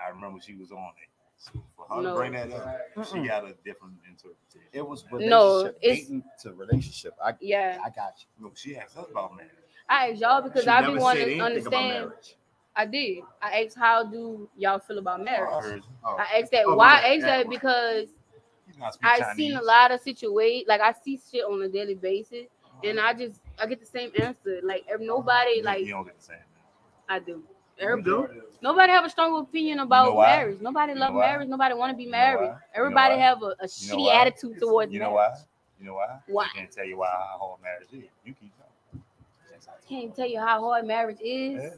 Speaker 1: I remember she was on it. So for her
Speaker 8: No.
Speaker 1: to bring that up, she got a different interpretation.
Speaker 4: It was
Speaker 8: No,
Speaker 4: relationship,
Speaker 8: it's-
Speaker 4: dating to relationship. I,
Speaker 8: yeah.
Speaker 4: I got you.
Speaker 1: No, she asked us about marriage.
Speaker 8: I asked y'all because
Speaker 4: She
Speaker 8: I've
Speaker 4: never
Speaker 8: been
Speaker 4: said
Speaker 8: wanting
Speaker 4: anything
Speaker 8: to
Speaker 4: about
Speaker 8: understand.
Speaker 4: marriage.
Speaker 8: I did. I asked how do y'all feel about
Speaker 1: I
Speaker 8: marriage?
Speaker 1: heard you.
Speaker 8: I asked that.
Speaker 4: Oh,
Speaker 8: Why?
Speaker 4: yeah,
Speaker 8: I asked
Speaker 4: that
Speaker 8: that
Speaker 4: one.
Speaker 8: because
Speaker 1: You not speak
Speaker 8: I've
Speaker 1: Chinese.
Speaker 8: seen a lot of situations. Like I see shit on a daily basis, and I just I get the same answer. Like ev- nobody,
Speaker 1: You-
Speaker 8: like
Speaker 1: Uh-huh. you don't get the same.
Speaker 8: I do. Everybody, nobody have a strong opinion about
Speaker 1: know why?
Speaker 8: marriage. Nobody
Speaker 1: You know
Speaker 8: love
Speaker 1: why?
Speaker 8: marriage. Nobody want to be
Speaker 1: know
Speaker 8: married.
Speaker 1: why? You know
Speaker 8: Everybody
Speaker 1: why?
Speaker 8: have a, a
Speaker 1: You know
Speaker 8: shitty
Speaker 1: why?
Speaker 8: attitude towards
Speaker 1: You know
Speaker 8: marriage.
Speaker 1: why? You know why?
Speaker 8: Why?
Speaker 1: I can't tell you why how hard marriage is. You keep talking.
Speaker 8: Can't tell you how hard marriage is.
Speaker 1: Yeah.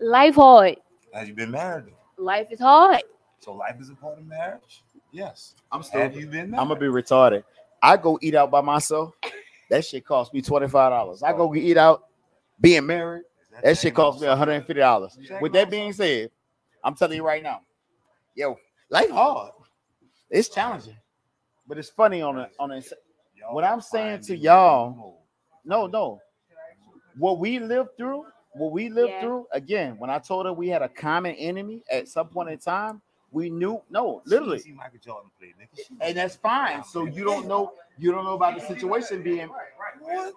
Speaker 8: Life hard.
Speaker 1: Have you been married? Though?
Speaker 8: Life is hard.
Speaker 1: So life is a part of marriage. Yes.
Speaker 4: I'm still.
Speaker 1: Have you been married?
Speaker 2: I'm gonna be retarded. I go eat out by myself. That shit costs me twenty five dollars. I
Speaker 1: Oh.
Speaker 2: go eat out. Being married, that shit costs me one hundred and fifty dollars. With that being said, I'm telling you right now, yo, life hard. It's challenging, but it's funny on a on a.
Speaker 1: Y'all
Speaker 2: what I'm saying
Speaker 1: find
Speaker 2: to
Speaker 1: me
Speaker 2: y'all-
Speaker 1: more.
Speaker 2: No, no. What we lived through, what we lived
Speaker 8: Yeah.
Speaker 2: through. Again, when I told her we had a common enemy at some point in time, we knew. No,
Speaker 1: She
Speaker 2: literally,
Speaker 1: see Michael Jordan play, nigga. She-
Speaker 4: And that's fine. So you don't know. You don't know about the situation being.
Speaker 1: What?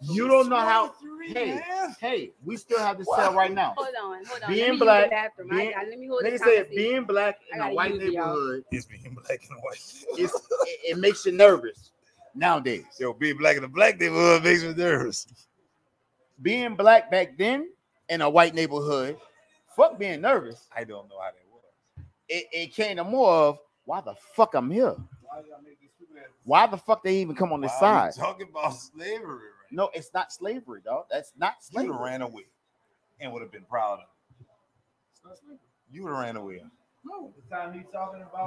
Speaker 4: You don't know how.
Speaker 1: Three
Speaker 4: Hey.
Speaker 1: and a half?
Speaker 4: Hey, we still have this cell right now.
Speaker 8: Hold on, hold on.
Speaker 4: Being
Speaker 8: let me
Speaker 4: black,
Speaker 8: use the bathroom.
Speaker 4: being-
Speaker 8: I, I, let me hold
Speaker 4: Nigga
Speaker 8: this
Speaker 4: said
Speaker 8: conversation.
Speaker 4: being black
Speaker 8: I
Speaker 4: in a
Speaker 8: gotta
Speaker 4: white
Speaker 8: use it, y'all.
Speaker 4: neighborhood,
Speaker 1: It's being black and white.
Speaker 4: it's, it, it makes you nervous nowadays.
Speaker 1: Yo, being black in the black neighborhood makes me nervous.
Speaker 2: being black back then in a white neighborhood, fuck being nervous.
Speaker 1: I don't know how that works.
Speaker 2: It, it came to more of why the fuck I'm here. Why the fuck they even come on this
Speaker 1: Why are we
Speaker 2: side?
Speaker 1: Talking about slavery right
Speaker 2: No, it's not slavery, dog. That's not
Speaker 1: You would
Speaker 2: slavery.
Speaker 1: have ran away and would have been proud of it. You would have ran away. You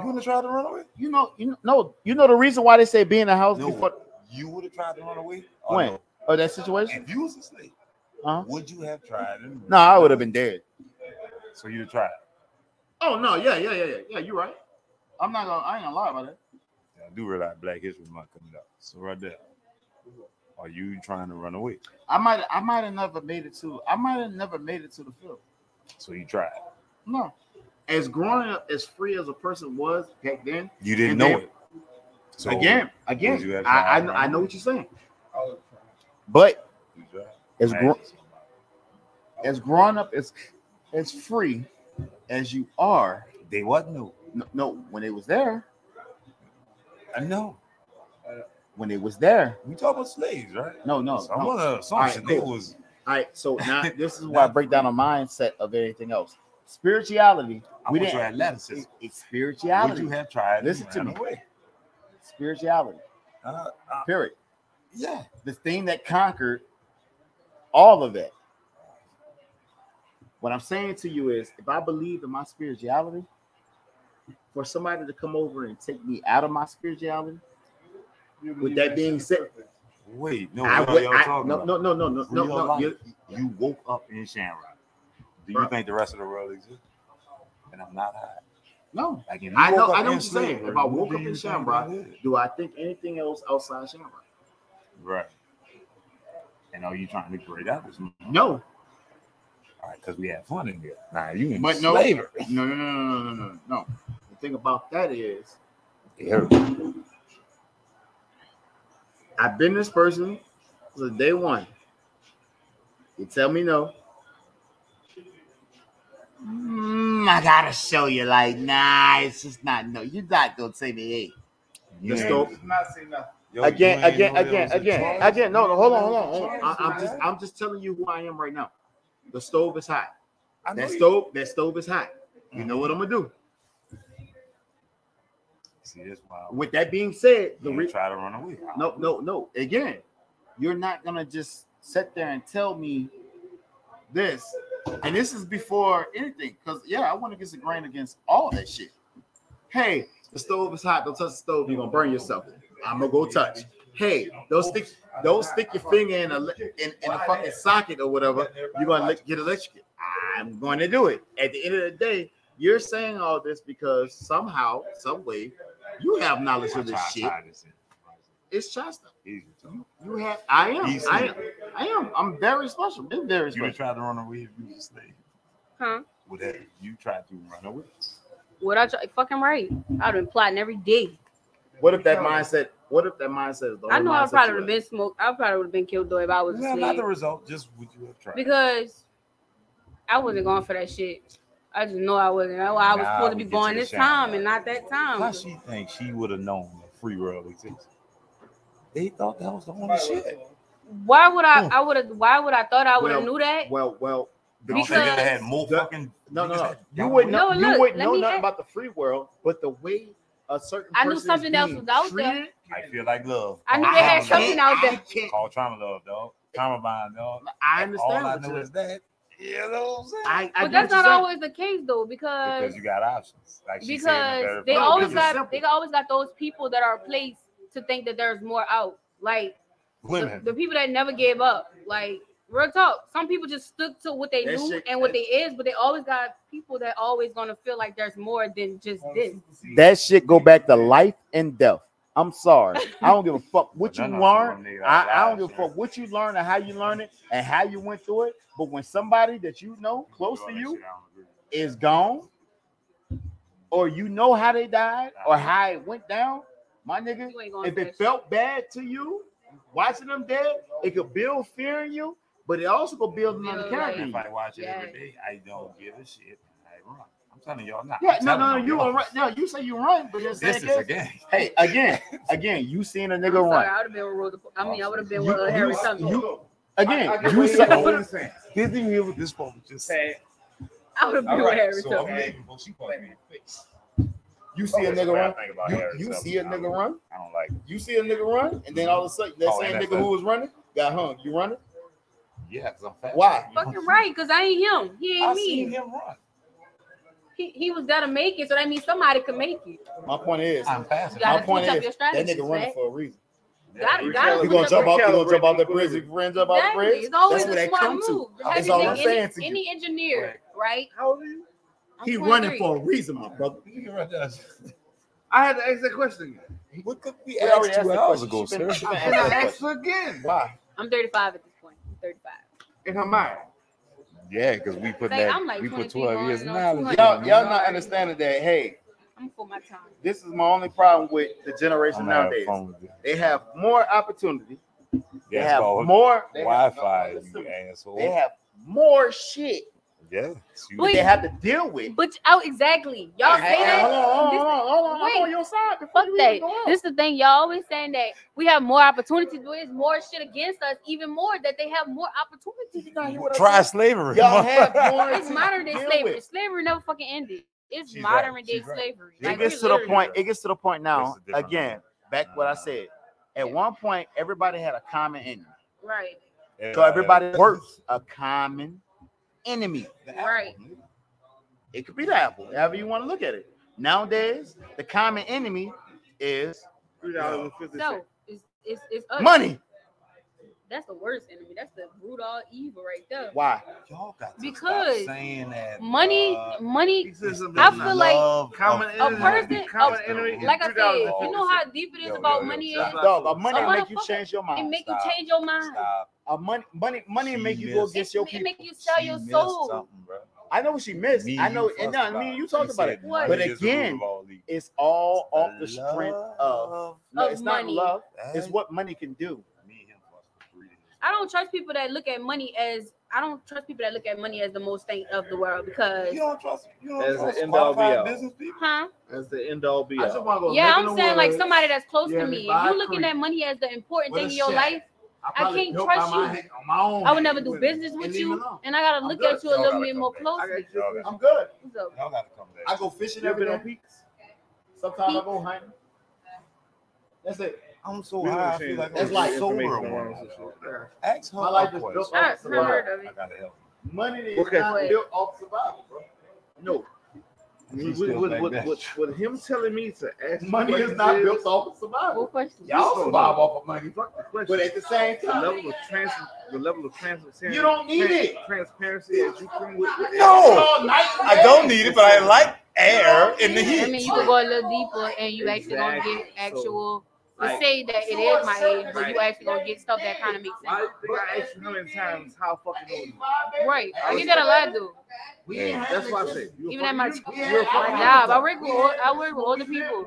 Speaker 1: would have tried to run away?
Speaker 2: You know, you know, no, you know the reason why they say being in a house
Speaker 1: No.
Speaker 2: before
Speaker 1: You would have tried to run away? Or
Speaker 2: when
Speaker 1: no?
Speaker 2: or that situation.
Speaker 1: If you was a slave,
Speaker 4: Uh-huh.
Speaker 2: Huh?
Speaker 1: would you have tried? and-
Speaker 2: No, I would have been dead.
Speaker 1: So you tried.
Speaker 4: Oh no, yeah, yeah, yeah, yeah, yeah. You're right. I'm not gonna. I ain't gonna lie about it.
Speaker 1: Yeah, I do realize Black History Month coming up. So right there. Are you trying to run away?
Speaker 4: I might. I might have never made it to. I might have never made it to the field.
Speaker 1: So you tried.
Speaker 4: No. As growing up, as free as a person was back then,
Speaker 1: You didn't
Speaker 4: And
Speaker 1: know
Speaker 4: then-
Speaker 1: it. So
Speaker 4: again,
Speaker 1: would you
Speaker 4: again,
Speaker 1: have
Speaker 4: I, I,
Speaker 1: tried?
Speaker 4: know- I know what you're saying.
Speaker 2: But
Speaker 1: you tried.
Speaker 2: as gr-
Speaker 4: As growing up, as as free as you are.
Speaker 1: they wasn't no.
Speaker 4: No, no, when it was there,
Speaker 1: I know.
Speaker 4: when it was there.
Speaker 1: We talk about slaves, right?
Speaker 4: No, no.
Speaker 1: So I'm
Speaker 4: no. All
Speaker 1: under the assumption
Speaker 4: Alright,
Speaker 1: they
Speaker 4: cool.
Speaker 1: was
Speaker 4: right. So now this is
Speaker 2: why I
Speaker 4: why
Speaker 2: break down a mindset of anything else. Spirituality.
Speaker 1: I
Speaker 2: We
Speaker 1: want your
Speaker 2: didn't.
Speaker 1: athleticism.
Speaker 2: It's
Speaker 1: Would
Speaker 2: spirituality.
Speaker 1: you have tried? and
Speaker 2: Listen to
Speaker 1: ran
Speaker 2: me.
Speaker 1: away?
Speaker 2: Spirituality.
Speaker 1: Uh, uh,
Speaker 2: Period.
Speaker 1: yeah.
Speaker 2: the thing that conquered all of that. What I'm saying to you is, if I believe in my spirituality, for somebody to come over and take me out of my spirituality, with that being said,
Speaker 1: Wait, no,
Speaker 2: I
Speaker 1: Oh, what
Speaker 2: would.
Speaker 1: y'all
Speaker 2: I,
Speaker 1: talking
Speaker 2: no,
Speaker 1: about?
Speaker 2: no, no, no, no, no,
Speaker 1: Real
Speaker 2: no.
Speaker 1: life.
Speaker 2: You,
Speaker 1: You woke up in Shamrock. Do you
Speaker 2: Bruh.
Speaker 1: think the rest of the world exists? And I'm not high.
Speaker 2: no.
Speaker 1: Like, if you
Speaker 2: I
Speaker 1: woke
Speaker 2: know.
Speaker 1: up
Speaker 2: I know
Speaker 1: in
Speaker 2: what you're saying.
Speaker 1: Slick,
Speaker 2: If I
Speaker 1: who
Speaker 2: woke
Speaker 1: do
Speaker 2: up
Speaker 1: you
Speaker 2: in
Speaker 1: think that
Speaker 2: Shamrock,
Speaker 1: is?
Speaker 2: do I think anything else outside Shamrock?
Speaker 1: Right. And are you trying to create that was all
Speaker 2: No.
Speaker 1: right because we had fun in here. Nah, you in
Speaker 2: But no.
Speaker 1: slavery.
Speaker 2: No, no, no, no, no, no, no. The thing about that is,
Speaker 1: Yeah.
Speaker 2: I've been this person since day one. You tell me no. Mm, I gotta show you, like, nah, it's just not no. You're not gonna say me, hey.
Speaker 1: You
Speaker 2: Just
Speaker 1: ain't-
Speaker 2: don't-
Speaker 3: It's not say nothing.
Speaker 1: yo,
Speaker 2: again,
Speaker 1: you ain't
Speaker 2: again,
Speaker 1: know there
Speaker 2: again,
Speaker 1: was a
Speaker 2: again,
Speaker 1: charge?
Speaker 2: again. No, no, hold on, hold on. Hold on. I, I'm just, I'm just telling you who I am right now. The stove is hot.
Speaker 1: I know
Speaker 2: That
Speaker 1: you-
Speaker 2: stove, that stove is hot. You know what I'm gonna do.
Speaker 1: See, that's why I-
Speaker 2: With that being said, the
Speaker 1: you
Speaker 2: re-
Speaker 1: try to run away.
Speaker 2: no, no, no. Again, you're not gonna just sit there and tell me this. And this is before anything, because yeah, I want to get a grain against all that shit. Hey, the stove is hot. Don't touch the stove. You're gonna burn yourself. I'm gonna go touch. Hey, don't stick, don't stick your finger in a le- in, in a fucking socket or whatever. You're gonna le- get electrocuted. I'm going to do it. At the end of the day, you're saying all this because somehow, some way, you have knowledge
Speaker 1: I
Speaker 2: of this
Speaker 1: try to
Speaker 2: shit.
Speaker 1: tie this in.
Speaker 2: It's Shasta.
Speaker 1: Easy to-
Speaker 2: You have. I am.
Speaker 1: Easy.
Speaker 2: I am. I am. I'm very special. Been very
Speaker 1: You would try
Speaker 2: special.
Speaker 1: to run away if you was a slave.
Speaker 8: Huh?
Speaker 1: Would that you tried to run away?
Speaker 8: What I try, fucking right. I've been plotting every day.
Speaker 2: What if that mindset? What if that mindset is the only
Speaker 8: I know I
Speaker 2: mindset
Speaker 8: probably
Speaker 2: you
Speaker 8: would have
Speaker 2: have?
Speaker 8: been smoked. I probably would have been killed though if I was
Speaker 1: Not,
Speaker 8: a
Speaker 1: not
Speaker 8: slave
Speaker 1: the result, just would you have tried?
Speaker 8: Oh, because I wasn't going for that shit. I just know I wasn't. I, I was
Speaker 1: Nah,
Speaker 8: supposed to
Speaker 1: we
Speaker 8: be
Speaker 1: get to
Speaker 8: going
Speaker 1: the
Speaker 8: this
Speaker 1: shadow.
Speaker 8: time and not that
Speaker 1: How
Speaker 8: time.
Speaker 1: she think she would have known that free world exists? They thought that was the only shit.
Speaker 8: Why would I? I would have. Why would I thought I would have
Speaker 2: Well,
Speaker 8: knew that?
Speaker 2: Well, well,
Speaker 1: Don't you
Speaker 8: Because-
Speaker 1: think they had more
Speaker 2: The-
Speaker 1: fucking
Speaker 2: no, no,
Speaker 1: niggas
Speaker 2: no.
Speaker 1: that-
Speaker 2: You wouldn't
Speaker 8: No,
Speaker 2: know. you
Speaker 8: look,
Speaker 2: wouldn't
Speaker 8: let
Speaker 2: know
Speaker 8: me
Speaker 2: nothing
Speaker 8: ask-
Speaker 2: about the free world, but the way a certain
Speaker 8: I knew
Speaker 2: person is
Speaker 8: something else
Speaker 2: being
Speaker 8: was out there.
Speaker 2: treated,
Speaker 1: I feel like love.
Speaker 8: I knew
Speaker 1: Call
Speaker 8: they had
Speaker 1: trauma
Speaker 8: something out
Speaker 2: I
Speaker 8: there.
Speaker 2: can't.
Speaker 1: love. Call trauma love, dog. Trauma bond, dog.
Speaker 2: I understand.
Speaker 1: All I
Speaker 2: what
Speaker 1: know
Speaker 2: you're-
Speaker 1: is that. You know what I'm saying?
Speaker 2: I, I
Speaker 8: But
Speaker 2: get what
Speaker 8: that's not
Speaker 2: you're saying.
Speaker 8: always the case though, because
Speaker 1: because you got options. Like she said in the
Speaker 8: because
Speaker 1: third
Speaker 8: they
Speaker 1: part.
Speaker 2: problem.
Speaker 8: always
Speaker 2: Because
Speaker 8: got
Speaker 2: it's simple.
Speaker 8: they always got those people that are placed to think that there's more out. Like the,
Speaker 1: women.
Speaker 8: the people that never gave up. Like real talk, some people just stuck to what they
Speaker 2: That
Speaker 8: knew
Speaker 2: shit-
Speaker 8: and what they is, but they always got people that always gonna feel like there's more than just this.
Speaker 2: That shit go back to life and death. I'm sorry. I don't give a fuck what you
Speaker 1: None of them
Speaker 2: learn.
Speaker 1: niggas
Speaker 2: I, I
Speaker 1: lies,
Speaker 2: don't give a
Speaker 1: man.
Speaker 2: fuck what you learn and how you learn it and how you went through it. But when somebody that you know close to you is gone, or you know how they died or how it went down, my nigga,
Speaker 8: You ain't gonna
Speaker 2: if
Speaker 8: say
Speaker 2: it felt bad to you, watching them dead, it could build fear in you, but it also could build another
Speaker 8: Build,
Speaker 2: character. in
Speaker 1: If
Speaker 2: you.
Speaker 1: I watch it every
Speaker 8: Yeah.
Speaker 1: day, I don't give a shit. I run. I'm telling y'all not.
Speaker 2: Yeah,
Speaker 1: I'm
Speaker 2: no,
Speaker 1: telling
Speaker 2: no, no,
Speaker 1: y'all.
Speaker 2: you are right. No, you say you run, but then say
Speaker 1: This is a
Speaker 2: again.
Speaker 1: game.
Speaker 2: Hey, again, again, you seen a
Speaker 8: I'm
Speaker 2: nigga
Speaker 8: sorry,
Speaker 2: run.
Speaker 8: I would have been with Rosa. I mean, I would have been
Speaker 1: You-
Speaker 8: with uh,
Speaker 1: you-
Speaker 8: Harry Tubman.
Speaker 2: Again,
Speaker 3: I get
Speaker 2: you
Speaker 3: what
Speaker 2: saw.
Speaker 3: you're- what I'm saying.
Speaker 1: Did you hear what this phone just said?
Speaker 3: Say,
Speaker 8: I would have been
Speaker 3: All
Speaker 8: with
Speaker 3: right,
Speaker 8: Harry
Speaker 1: So
Speaker 8: Tubman.
Speaker 1: I'm
Speaker 3: Okay.
Speaker 1: leaving, but she called me a bitch.
Speaker 2: You see a
Speaker 1: That's
Speaker 2: nigga
Speaker 1: what I
Speaker 2: run.
Speaker 1: think about
Speaker 2: You,
Speaker 1: Harry
Speaker 2: you
Speaker 1: Tubman.
Speaker 2: see a
Speaker 1: I don't-
Speaker 2: nigga run.
Speaker 1: I don't like it.
Speaker 2: You see a nigga run, and then all of a sudden that
Speaker 1: Oh,
Speaker 2: same
Speaker 1: and
Speaker 2: nigga
Speaker 1: that's
Speaker 2: who was running got hung. You running?
Speaker 1: Yeah, because I'm fat.
Speaker 2: Why?
Speaker 8: Fucking right, cause I ain't him. He ain't
Speaker 1: I
Speaker 8: me.
Speaker 1: seen him run.
Speaker 8: He, he was gotta make it, so that means somebody could make it.
Speaker 2: My point is,
Speaker 1: I'm
Speaker 8: You
Speaker 1: passing.
Speaker 2: my
Speaker 8: gotta
Speaker 2: point
Speaker 8: switch up
Speaker 2: is
Speaker 8: your
Speaker 2: that
Speaker 8: strategy.
Speaker 2: nigga running for a reason.
Speaker 8: Gotta,
Speaker 3: You
Speaker 8: gotta
Speaker 3: gonna
Speaker 2: You
Speaker 8: switch
Speaker 2: gonna
Speaker 8: up
Speaker 2: jump
Speaker 8: your-
Speaker 2: out? You gonna jump out that bridge? If you ran jump out the
Speaker 8: Exactly.
Speaker 2: bridge,
Speaker 8: It's always
Speaker 2: that's where
Speaker 8: a
Speaker 2: that
Speaker 8: smart
Speaker 2: come to.
Speaker 8: move. Have
Speaker 2: That's
Speaker 8: you
Speaker 2: all
Speaker 8: think
Speaker 2: I'm
Speaker 8: any,
Speaker 2: saying to you.
Speaker 8: any engineer, right?
Speaker 3: how old are you?
Speaker 8: I'm
Speaker 2: He
Speaker 8: 23.
Speaker 2: running for a reason, my brother.
Speaker 1: You can run that.
Speaker 3: I had to ask that question again.
Speaker 1: What could we
Speaker 2: We
Speaker 1: asked
Speaker 2: already asked
Speaker 1: two
Speaker 2: that
Speaker 1: hours
Speaker 2: question.
Speaker 1: ago,
Speaker 2: She been-
Speaker 1: sir?
Speaker 2: she been
Speaker 3: And I
Speaker 2: asked that
Speaker 3: asked
Speaker 2: question.
Speaker 3: her again
Speaker 2: Why?
Speaker 8: I'm 35 at this point. I'm 35.
Speaker 3: in her mind.
Speaker 1: Yeah, because we put
Speaker 8: Like,
Speaker 1: that,
Speaker 8: I'm like
Speaker 1: we put
Speaker 8: 23
Speaker 1: 12
Speaker 8: going
Speaker 1: years
Speaker 8: on
Speaker 1: of knowledge.
Speaker 8: 200.
Speaker 2: Y'all, y'all not understanding that? Hey,
Speaker 8: I'm for my time.
Speaker 2: this is my only problem with the
Speaker 1: I'm
Speaker 2: generation
Speaker 1: gonna have
Speaker 2: nowadays.
Speaker 1: fun with it.
Speaker 2: They have more opportunity. They
Speaker 1: That's
Speaker 2: have
Speaker 1: called
Speaker 2: more they have-
Speaker 1: Wi-Fi,
Speaker 2: no, listen to
Speaker 1: you
Speaker 2: me.
Speaker 1: asshole.
Speaker 2: They have more shit
Speaker 1: oh, Yeah.
Speaker 8: Wait.
Speaker 2: they have to deal with.
Speaker 8: But oh, exactly. Y'all say
Speaker 2: Hey, hey,
Speaker 8: that.
Speaker 2: hold on,
Speaker 8: This-
Speaker 2: hold on, hold on, hold on. I'm
Speaker 8: wait.
Speaker 2: on your side before
Speaker 8: Fuck
Speaker 2: you
Speaker 8: that.
Speaker 2: even go on.
Speaker 8: This is the thing. Y'all always saying that we have more opportunities, but there's more shit against us, even more that they have more opportunities.
Speaker 1: Try slavery.
Speaker 2: Y'all have more
Speaker 8: It's
Speaker 2: to
Speaker 8: modern day
Speaker 2: deal
Speaker 8: slavery.
Speaker 2: with.
Speaker 8: Slavery never fucking ended. It's
Speaker 1: She's right.
Speaker 8: modern day
Speaker 1: She's right.
Speaker 8: slavery.
Speaker 2: It
Speaker 8: Like,
Speaker 2: gets
Speaker 8: we
Speaker 2: to the
Speaker 8: literally-
Speaker 2: point. It gets to the point now.
Speaker 1: It's a different
Speaker 2: Again,
Speaker 1: world.
Speaker 2: back what I said. At one point, everybody had a common enemy.
Speaker 8: Right.
Speaker 2: So
Speaker 1: uh,
Speaker 2: everybody works a common enemy.
Speaker 8: Right.
Speaker 2: It could be the apple, however you want to look at it. Nowadays, the common enemy is
Speaker 3: Three dollars and fifty cents.
Speaker 8: So it's it's it's us.
Speaker 2: money.
Speaker 8: That's the worst enemy. That's the root all evil right there.
Speaker 2: Why?
Speaker 1: Y'all got to
Speaker 8: Because
Speaker 1: stop saying that
Speaker 8: Money,
Speaker 1: dog.
Speaker 8: money.
Speaker 1: It's the
Speaker 8: I feel like
Speaker 1: love
Speaker 3: common
Speaker 1: of-
Speaker 8: A
Speaker 3: enemy.
Speaker 8: person,
Speaker 3: common
Speaker 8: a-
Speaker 3: enemy. is
Speaker 8: like I said,
Speaker 3: $3.50.
Speaker 8: you know how deep it
Speaker 1: Yo,
Speaker 8: is
Speaker 1: yo,
Speaker 8: about
Speaker 1: yo,
Speaker 8: money
Speaker 1: stop.
Speaker 8: is.
Speaker 2: Dog, a money
Speaker 8: A
Speaker 2: will make you
Speaker 8: motherfucker-
Speaker 2: change your
Speaker 8: It
Speaker 2: mind.
Speaker 8: make you
Speaker 1: Stop.
Speaker 8: change your mind.
Speaker 1: Stop.
Speaker 2: A money, money, money
Speaker 1: She
Speaker 2: make you go
Speaker 1: missed.
Speaker 2: against
Speaker 8: It's,
Speaker 2: your
Speaker 8: it
Speaker 2: people.
Speaker 8: make you sell
Speaker 1: She
Speaker 8: your
Speaker 1: missed
Speaker 8: soul.
Speaker 1: something, bruh.
Speaker 2: I know what she missed.
Speaker 1: Me
Speaker 2: I
Speaker 1: and
Speaker 2: know,
Speaker 1: you fussed
Speaker 2: and nah, me and
Speaker 1: about
Speaker 2: you talked
Speaker 1: She
Speaker 2: about
Speaker 1: said
Speaker 2: it.
Speaker 1: money
Speaker 8: What?
Speaker 2: But
Speaker 1: is the root
Speaker 2: again,
Speaker 1: of all evil.
Speaker 2: It's all off the
Speaker 1: Love
Speaker 2: strength of. No,
Speaker 8: Of
Speaker 2: it's
Speaker 8: money.
Speaker 2: not love.
Speaker 1: that.
Speaker 2: It's what money can do.
Speaker 1: Me and him fussed for three days.
Speaker 8: I don't trust people that look at money as I don't trust people that look at money as the most thing of the world because
Speaker 1: You don't trust. You don't
Speaker 3: As
Speaker 1: trust
Speaker 3: an end all be
Speaker 1: qualified
Speaker 3: all.
Speaker 1: business people.
Speaker 8: huh?
Speaker 3: That's the end all be
Speaker 4: I just
Speaker 3: all.
Speaker 4: want to go.
Speaker 8: Yeah,
Speaker 4: live in
Speaker 8: I'm
Speaker 4: the
Speaker 8: saying like
Speaker 4: woods.
Speaker 8: somebody that's close
Speaker 4: Yeah,
Speaker 8: to me.
Speaker 4: buy
Speaker 8: If
Speaker 4: a
Speaker 8: you're looking
Speaker 4: creek
Speaker 8: at money as the important
Speaker 4: with a
Speaker 8: thing in your
Speaker 4: shack.
Speaker 8: life, I
Speaker 4: probably
Speaker 8: can't
Speaker 4: built
Speaker 8: trust
Speaker 4: by my
Speaker 8: you.
Speaker 4: hand- on my own
Speaker 8: I would
Speaker 4: hand
Speaker 8: never do
Speaker 4: with it
Speaker 8: business
Speaker 4: and
Speaker 8: with
Speaker 4: leave it
Speaker 8: you,
Speaker 4: alone.
Speaker 8: and I gotta look
Speaker 1: good.
Speaker 8: at you a
Speaker 1: Y'all
Speaker 8: little
Speaker 1: gotta
Speaker 8: bit more
Speaker 1: come back.
Speaker 8: closely.
Speaker 1: Y'all got-
Speaker 4: I'm good.
Speaker 8: What's up?
Speaker 1: y'all gotta come
Speaker 4: I
Speaker 1: back.
Speaker 4: go fishing
Speaker 3: You
Speaker 4: every
Speaker 3: been on
Speaker 4: day.
Speaker 3: peaks?
Speaker 4: Sometimes I go hunting. That's it.
Speaker 1: I'm so
Speaker 3: We don't
Speaker 1: high. I
Speaker 3: change
Speaker 1: feel like
Speaker 4: That's
Speaker 1: I'm
Speaker 4: like
Speaker 1: sober.
Speaker 3: information
Speaker 1: when
Speaker 3: around
Speaker 1: I'm
Speaker 3: this
Speaker 1: out.
Speaker 3: shit.
Speaker 1: Ask her.
Speaker 4: My life
Speaker 1: a
Speaker 4: is built
Speaker 1: question.
Speaker 8: I
Speaker 4: off survival.
Speaker 8: heard of
Speaker 1: I
Speaker 8: it.
Speaker 1: gotta help.
Speaker 4: Money is
Speaker 3: Okay.
Speaker 4: not built off survival, bro.
Speaker 3: No.
Speaker 1: He's
Speaker 3: With,
Speaker 1: still
Speaker 3: with,
Speaker 1: back
Speaker 3: with,
Speaker 1: there.
Speaker 3: with, with him telling me to ask
Speaker 4: Money is
Speaker 3: questions,
Speaker 4: not built off of
Speaker 8: What
Speaker 4: survival.
Speaker 8: question?
Speaker 4: Y'all
Speaker 3: don't
Speaker 4: survive
Speaker 3: know.
Speaker 4: off of money,
Speaker 3: Fuck the question.
Speaker 4: but at the same
Speaker 3: the
Speaker 4: time,
Speaker 3: level of trans, the level of transparency.
Speaker 4: you don't need
Speaker 3: trans-
Speaker 4: it.
Speaker 3: Transparency that you come with. with
Speaker 1: No,
Speaker 4: All night and
Speaker 1: I
Speaker 4: day.
Speaker 1: don't need it, but I like air in the
Speaker 8: I
Speaker 1: heat.
Speaker 8: mean, you can go a little deeper, and you actually gonna get
Speaker 3: Exactly. So,
Speaker 8: actual.
Speaker 3: like-
Speaker 8: Let's say that it is my age, but you
Speaker 3: Right.
Speaker 8: actually gonna get stuff that kind of makes
Speaker 3: Why do
Speaker 8: sense.
Speaker 3: you think I asked you how many times how fucking old you? are?
Speaker 8: Right, I get that a lot though.
Speaker 4: We ain't had
Speaker 3: That's why I
Speaker 4: this-
Speaker 3: said you a
Speaker 8: Even at my
Speaker 3: fucking-
Speaker 8: job,
Speaker 3: you a fucking-
Speaker 8: nah, but I work with old- I work with older people.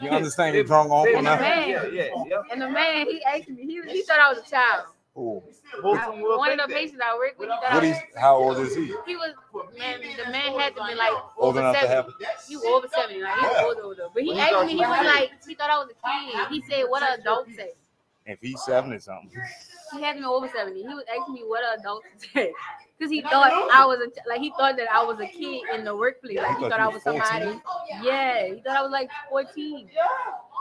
Speaker 1: You understand you're drunk on
Speaker 3: Yeah,
Speaker 1: when
Speaker 8: man.
Speaker 1: I-
Speaker 3: yeah, yeah, yeah.
Speaker 8: And the man, he asked me, he, he thought I was a child.
Speaker 1: Oh,
Speaker 3: Both of them will
Speaker 8: One of
Speaker 3: think
Speaker 8: the
Speaker 3: that.
Speaker 8: patients I worked with, he
Speaker 1: What
Speaker 8: thought I
Speaker 1: is?
Speaker 8: was,
Speaker 1: How old is he?
Speaker 8: he was, man, the man had to be like
Speaker 1: Old
Speaker 8: over
Speaker 1: enough to
Speaker 8: 70.
Speaker 1: have.
Speaker 8: You over 70, like, he was
Speaker 1: Yeah.
Speaker 8: older, older. But he
Speaker 3: When you
Speaker 8: asked
Speaker 3: thought
Speaker 8: me,
Speaker 3: you
Speaker 8: he
Speaker 3: was
Speaker 8: was
Speaker 3: a
Speaker 8: like, he thought I was a kid. He said, what an adult say?
Speaker 1: If he's seventy something,
Speaker 8: He had me over 70. He was asking me what an adult say. Because he thought I was, a, ch- like, he thought that I was a kid in the workplace. Like, he
Speaker 1: Thought
Speaker 8: thought
Speaker 1: you
Speaker 8: I
Speaker 1: was
Speaker 8: was somebody. Yeah, he thought I was like 14.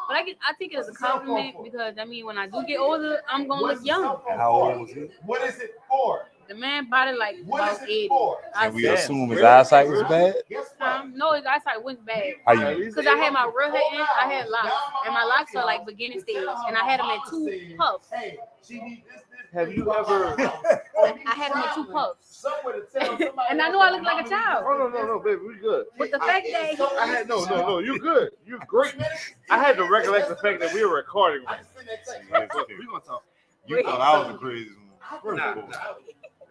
Speaker 8: But I, get, I take it as a compliment because, I mean, when I do get older, I'm going to look young.
Speaker 1: and how old was he?
Speaker 4: What is it for?
Speaker 8: The man body like
Speaker 4: What is
Speaker 8: about
Speaker 4: it
Speaker 8: 80.
Speaker 4: for?
Speaker 8: I
Speaker 1: And we
Speaker 8: said,
Speaker 1: assume his eyesight was bad.
Speaker 4: Guess what?
Speaker 8: um, no, his eyesight wasn't bad.
Speaker 1: How you?
Speaker 8: Because I had my real hair in, I had locks. And my locks are like beginning stage. And I had them in two puffs.
Speaker 4: Hey, she need this, this.
Speaker 3: Have you ever?
Speaker 8: I had them in two puffs.
Speaker 4: Somewhere to tell somebody.
Speaker 8: And I know I look like a child.
Speaker 3: Oh no no no, baby, we good.
Speaker 8: But the fact that he,
Speaker 3: I had no no no, you good, you great. I had to recollect the fact that we were recording.
Speaker 4: I
Speaker 3: Right
Speaker 4: just sent that text.
Speaker 3: now. Look, we gonna talk.
Speaker 1: You thought I was the craziest one.
Speaker 3: Nah,
Speaker 1: First of all,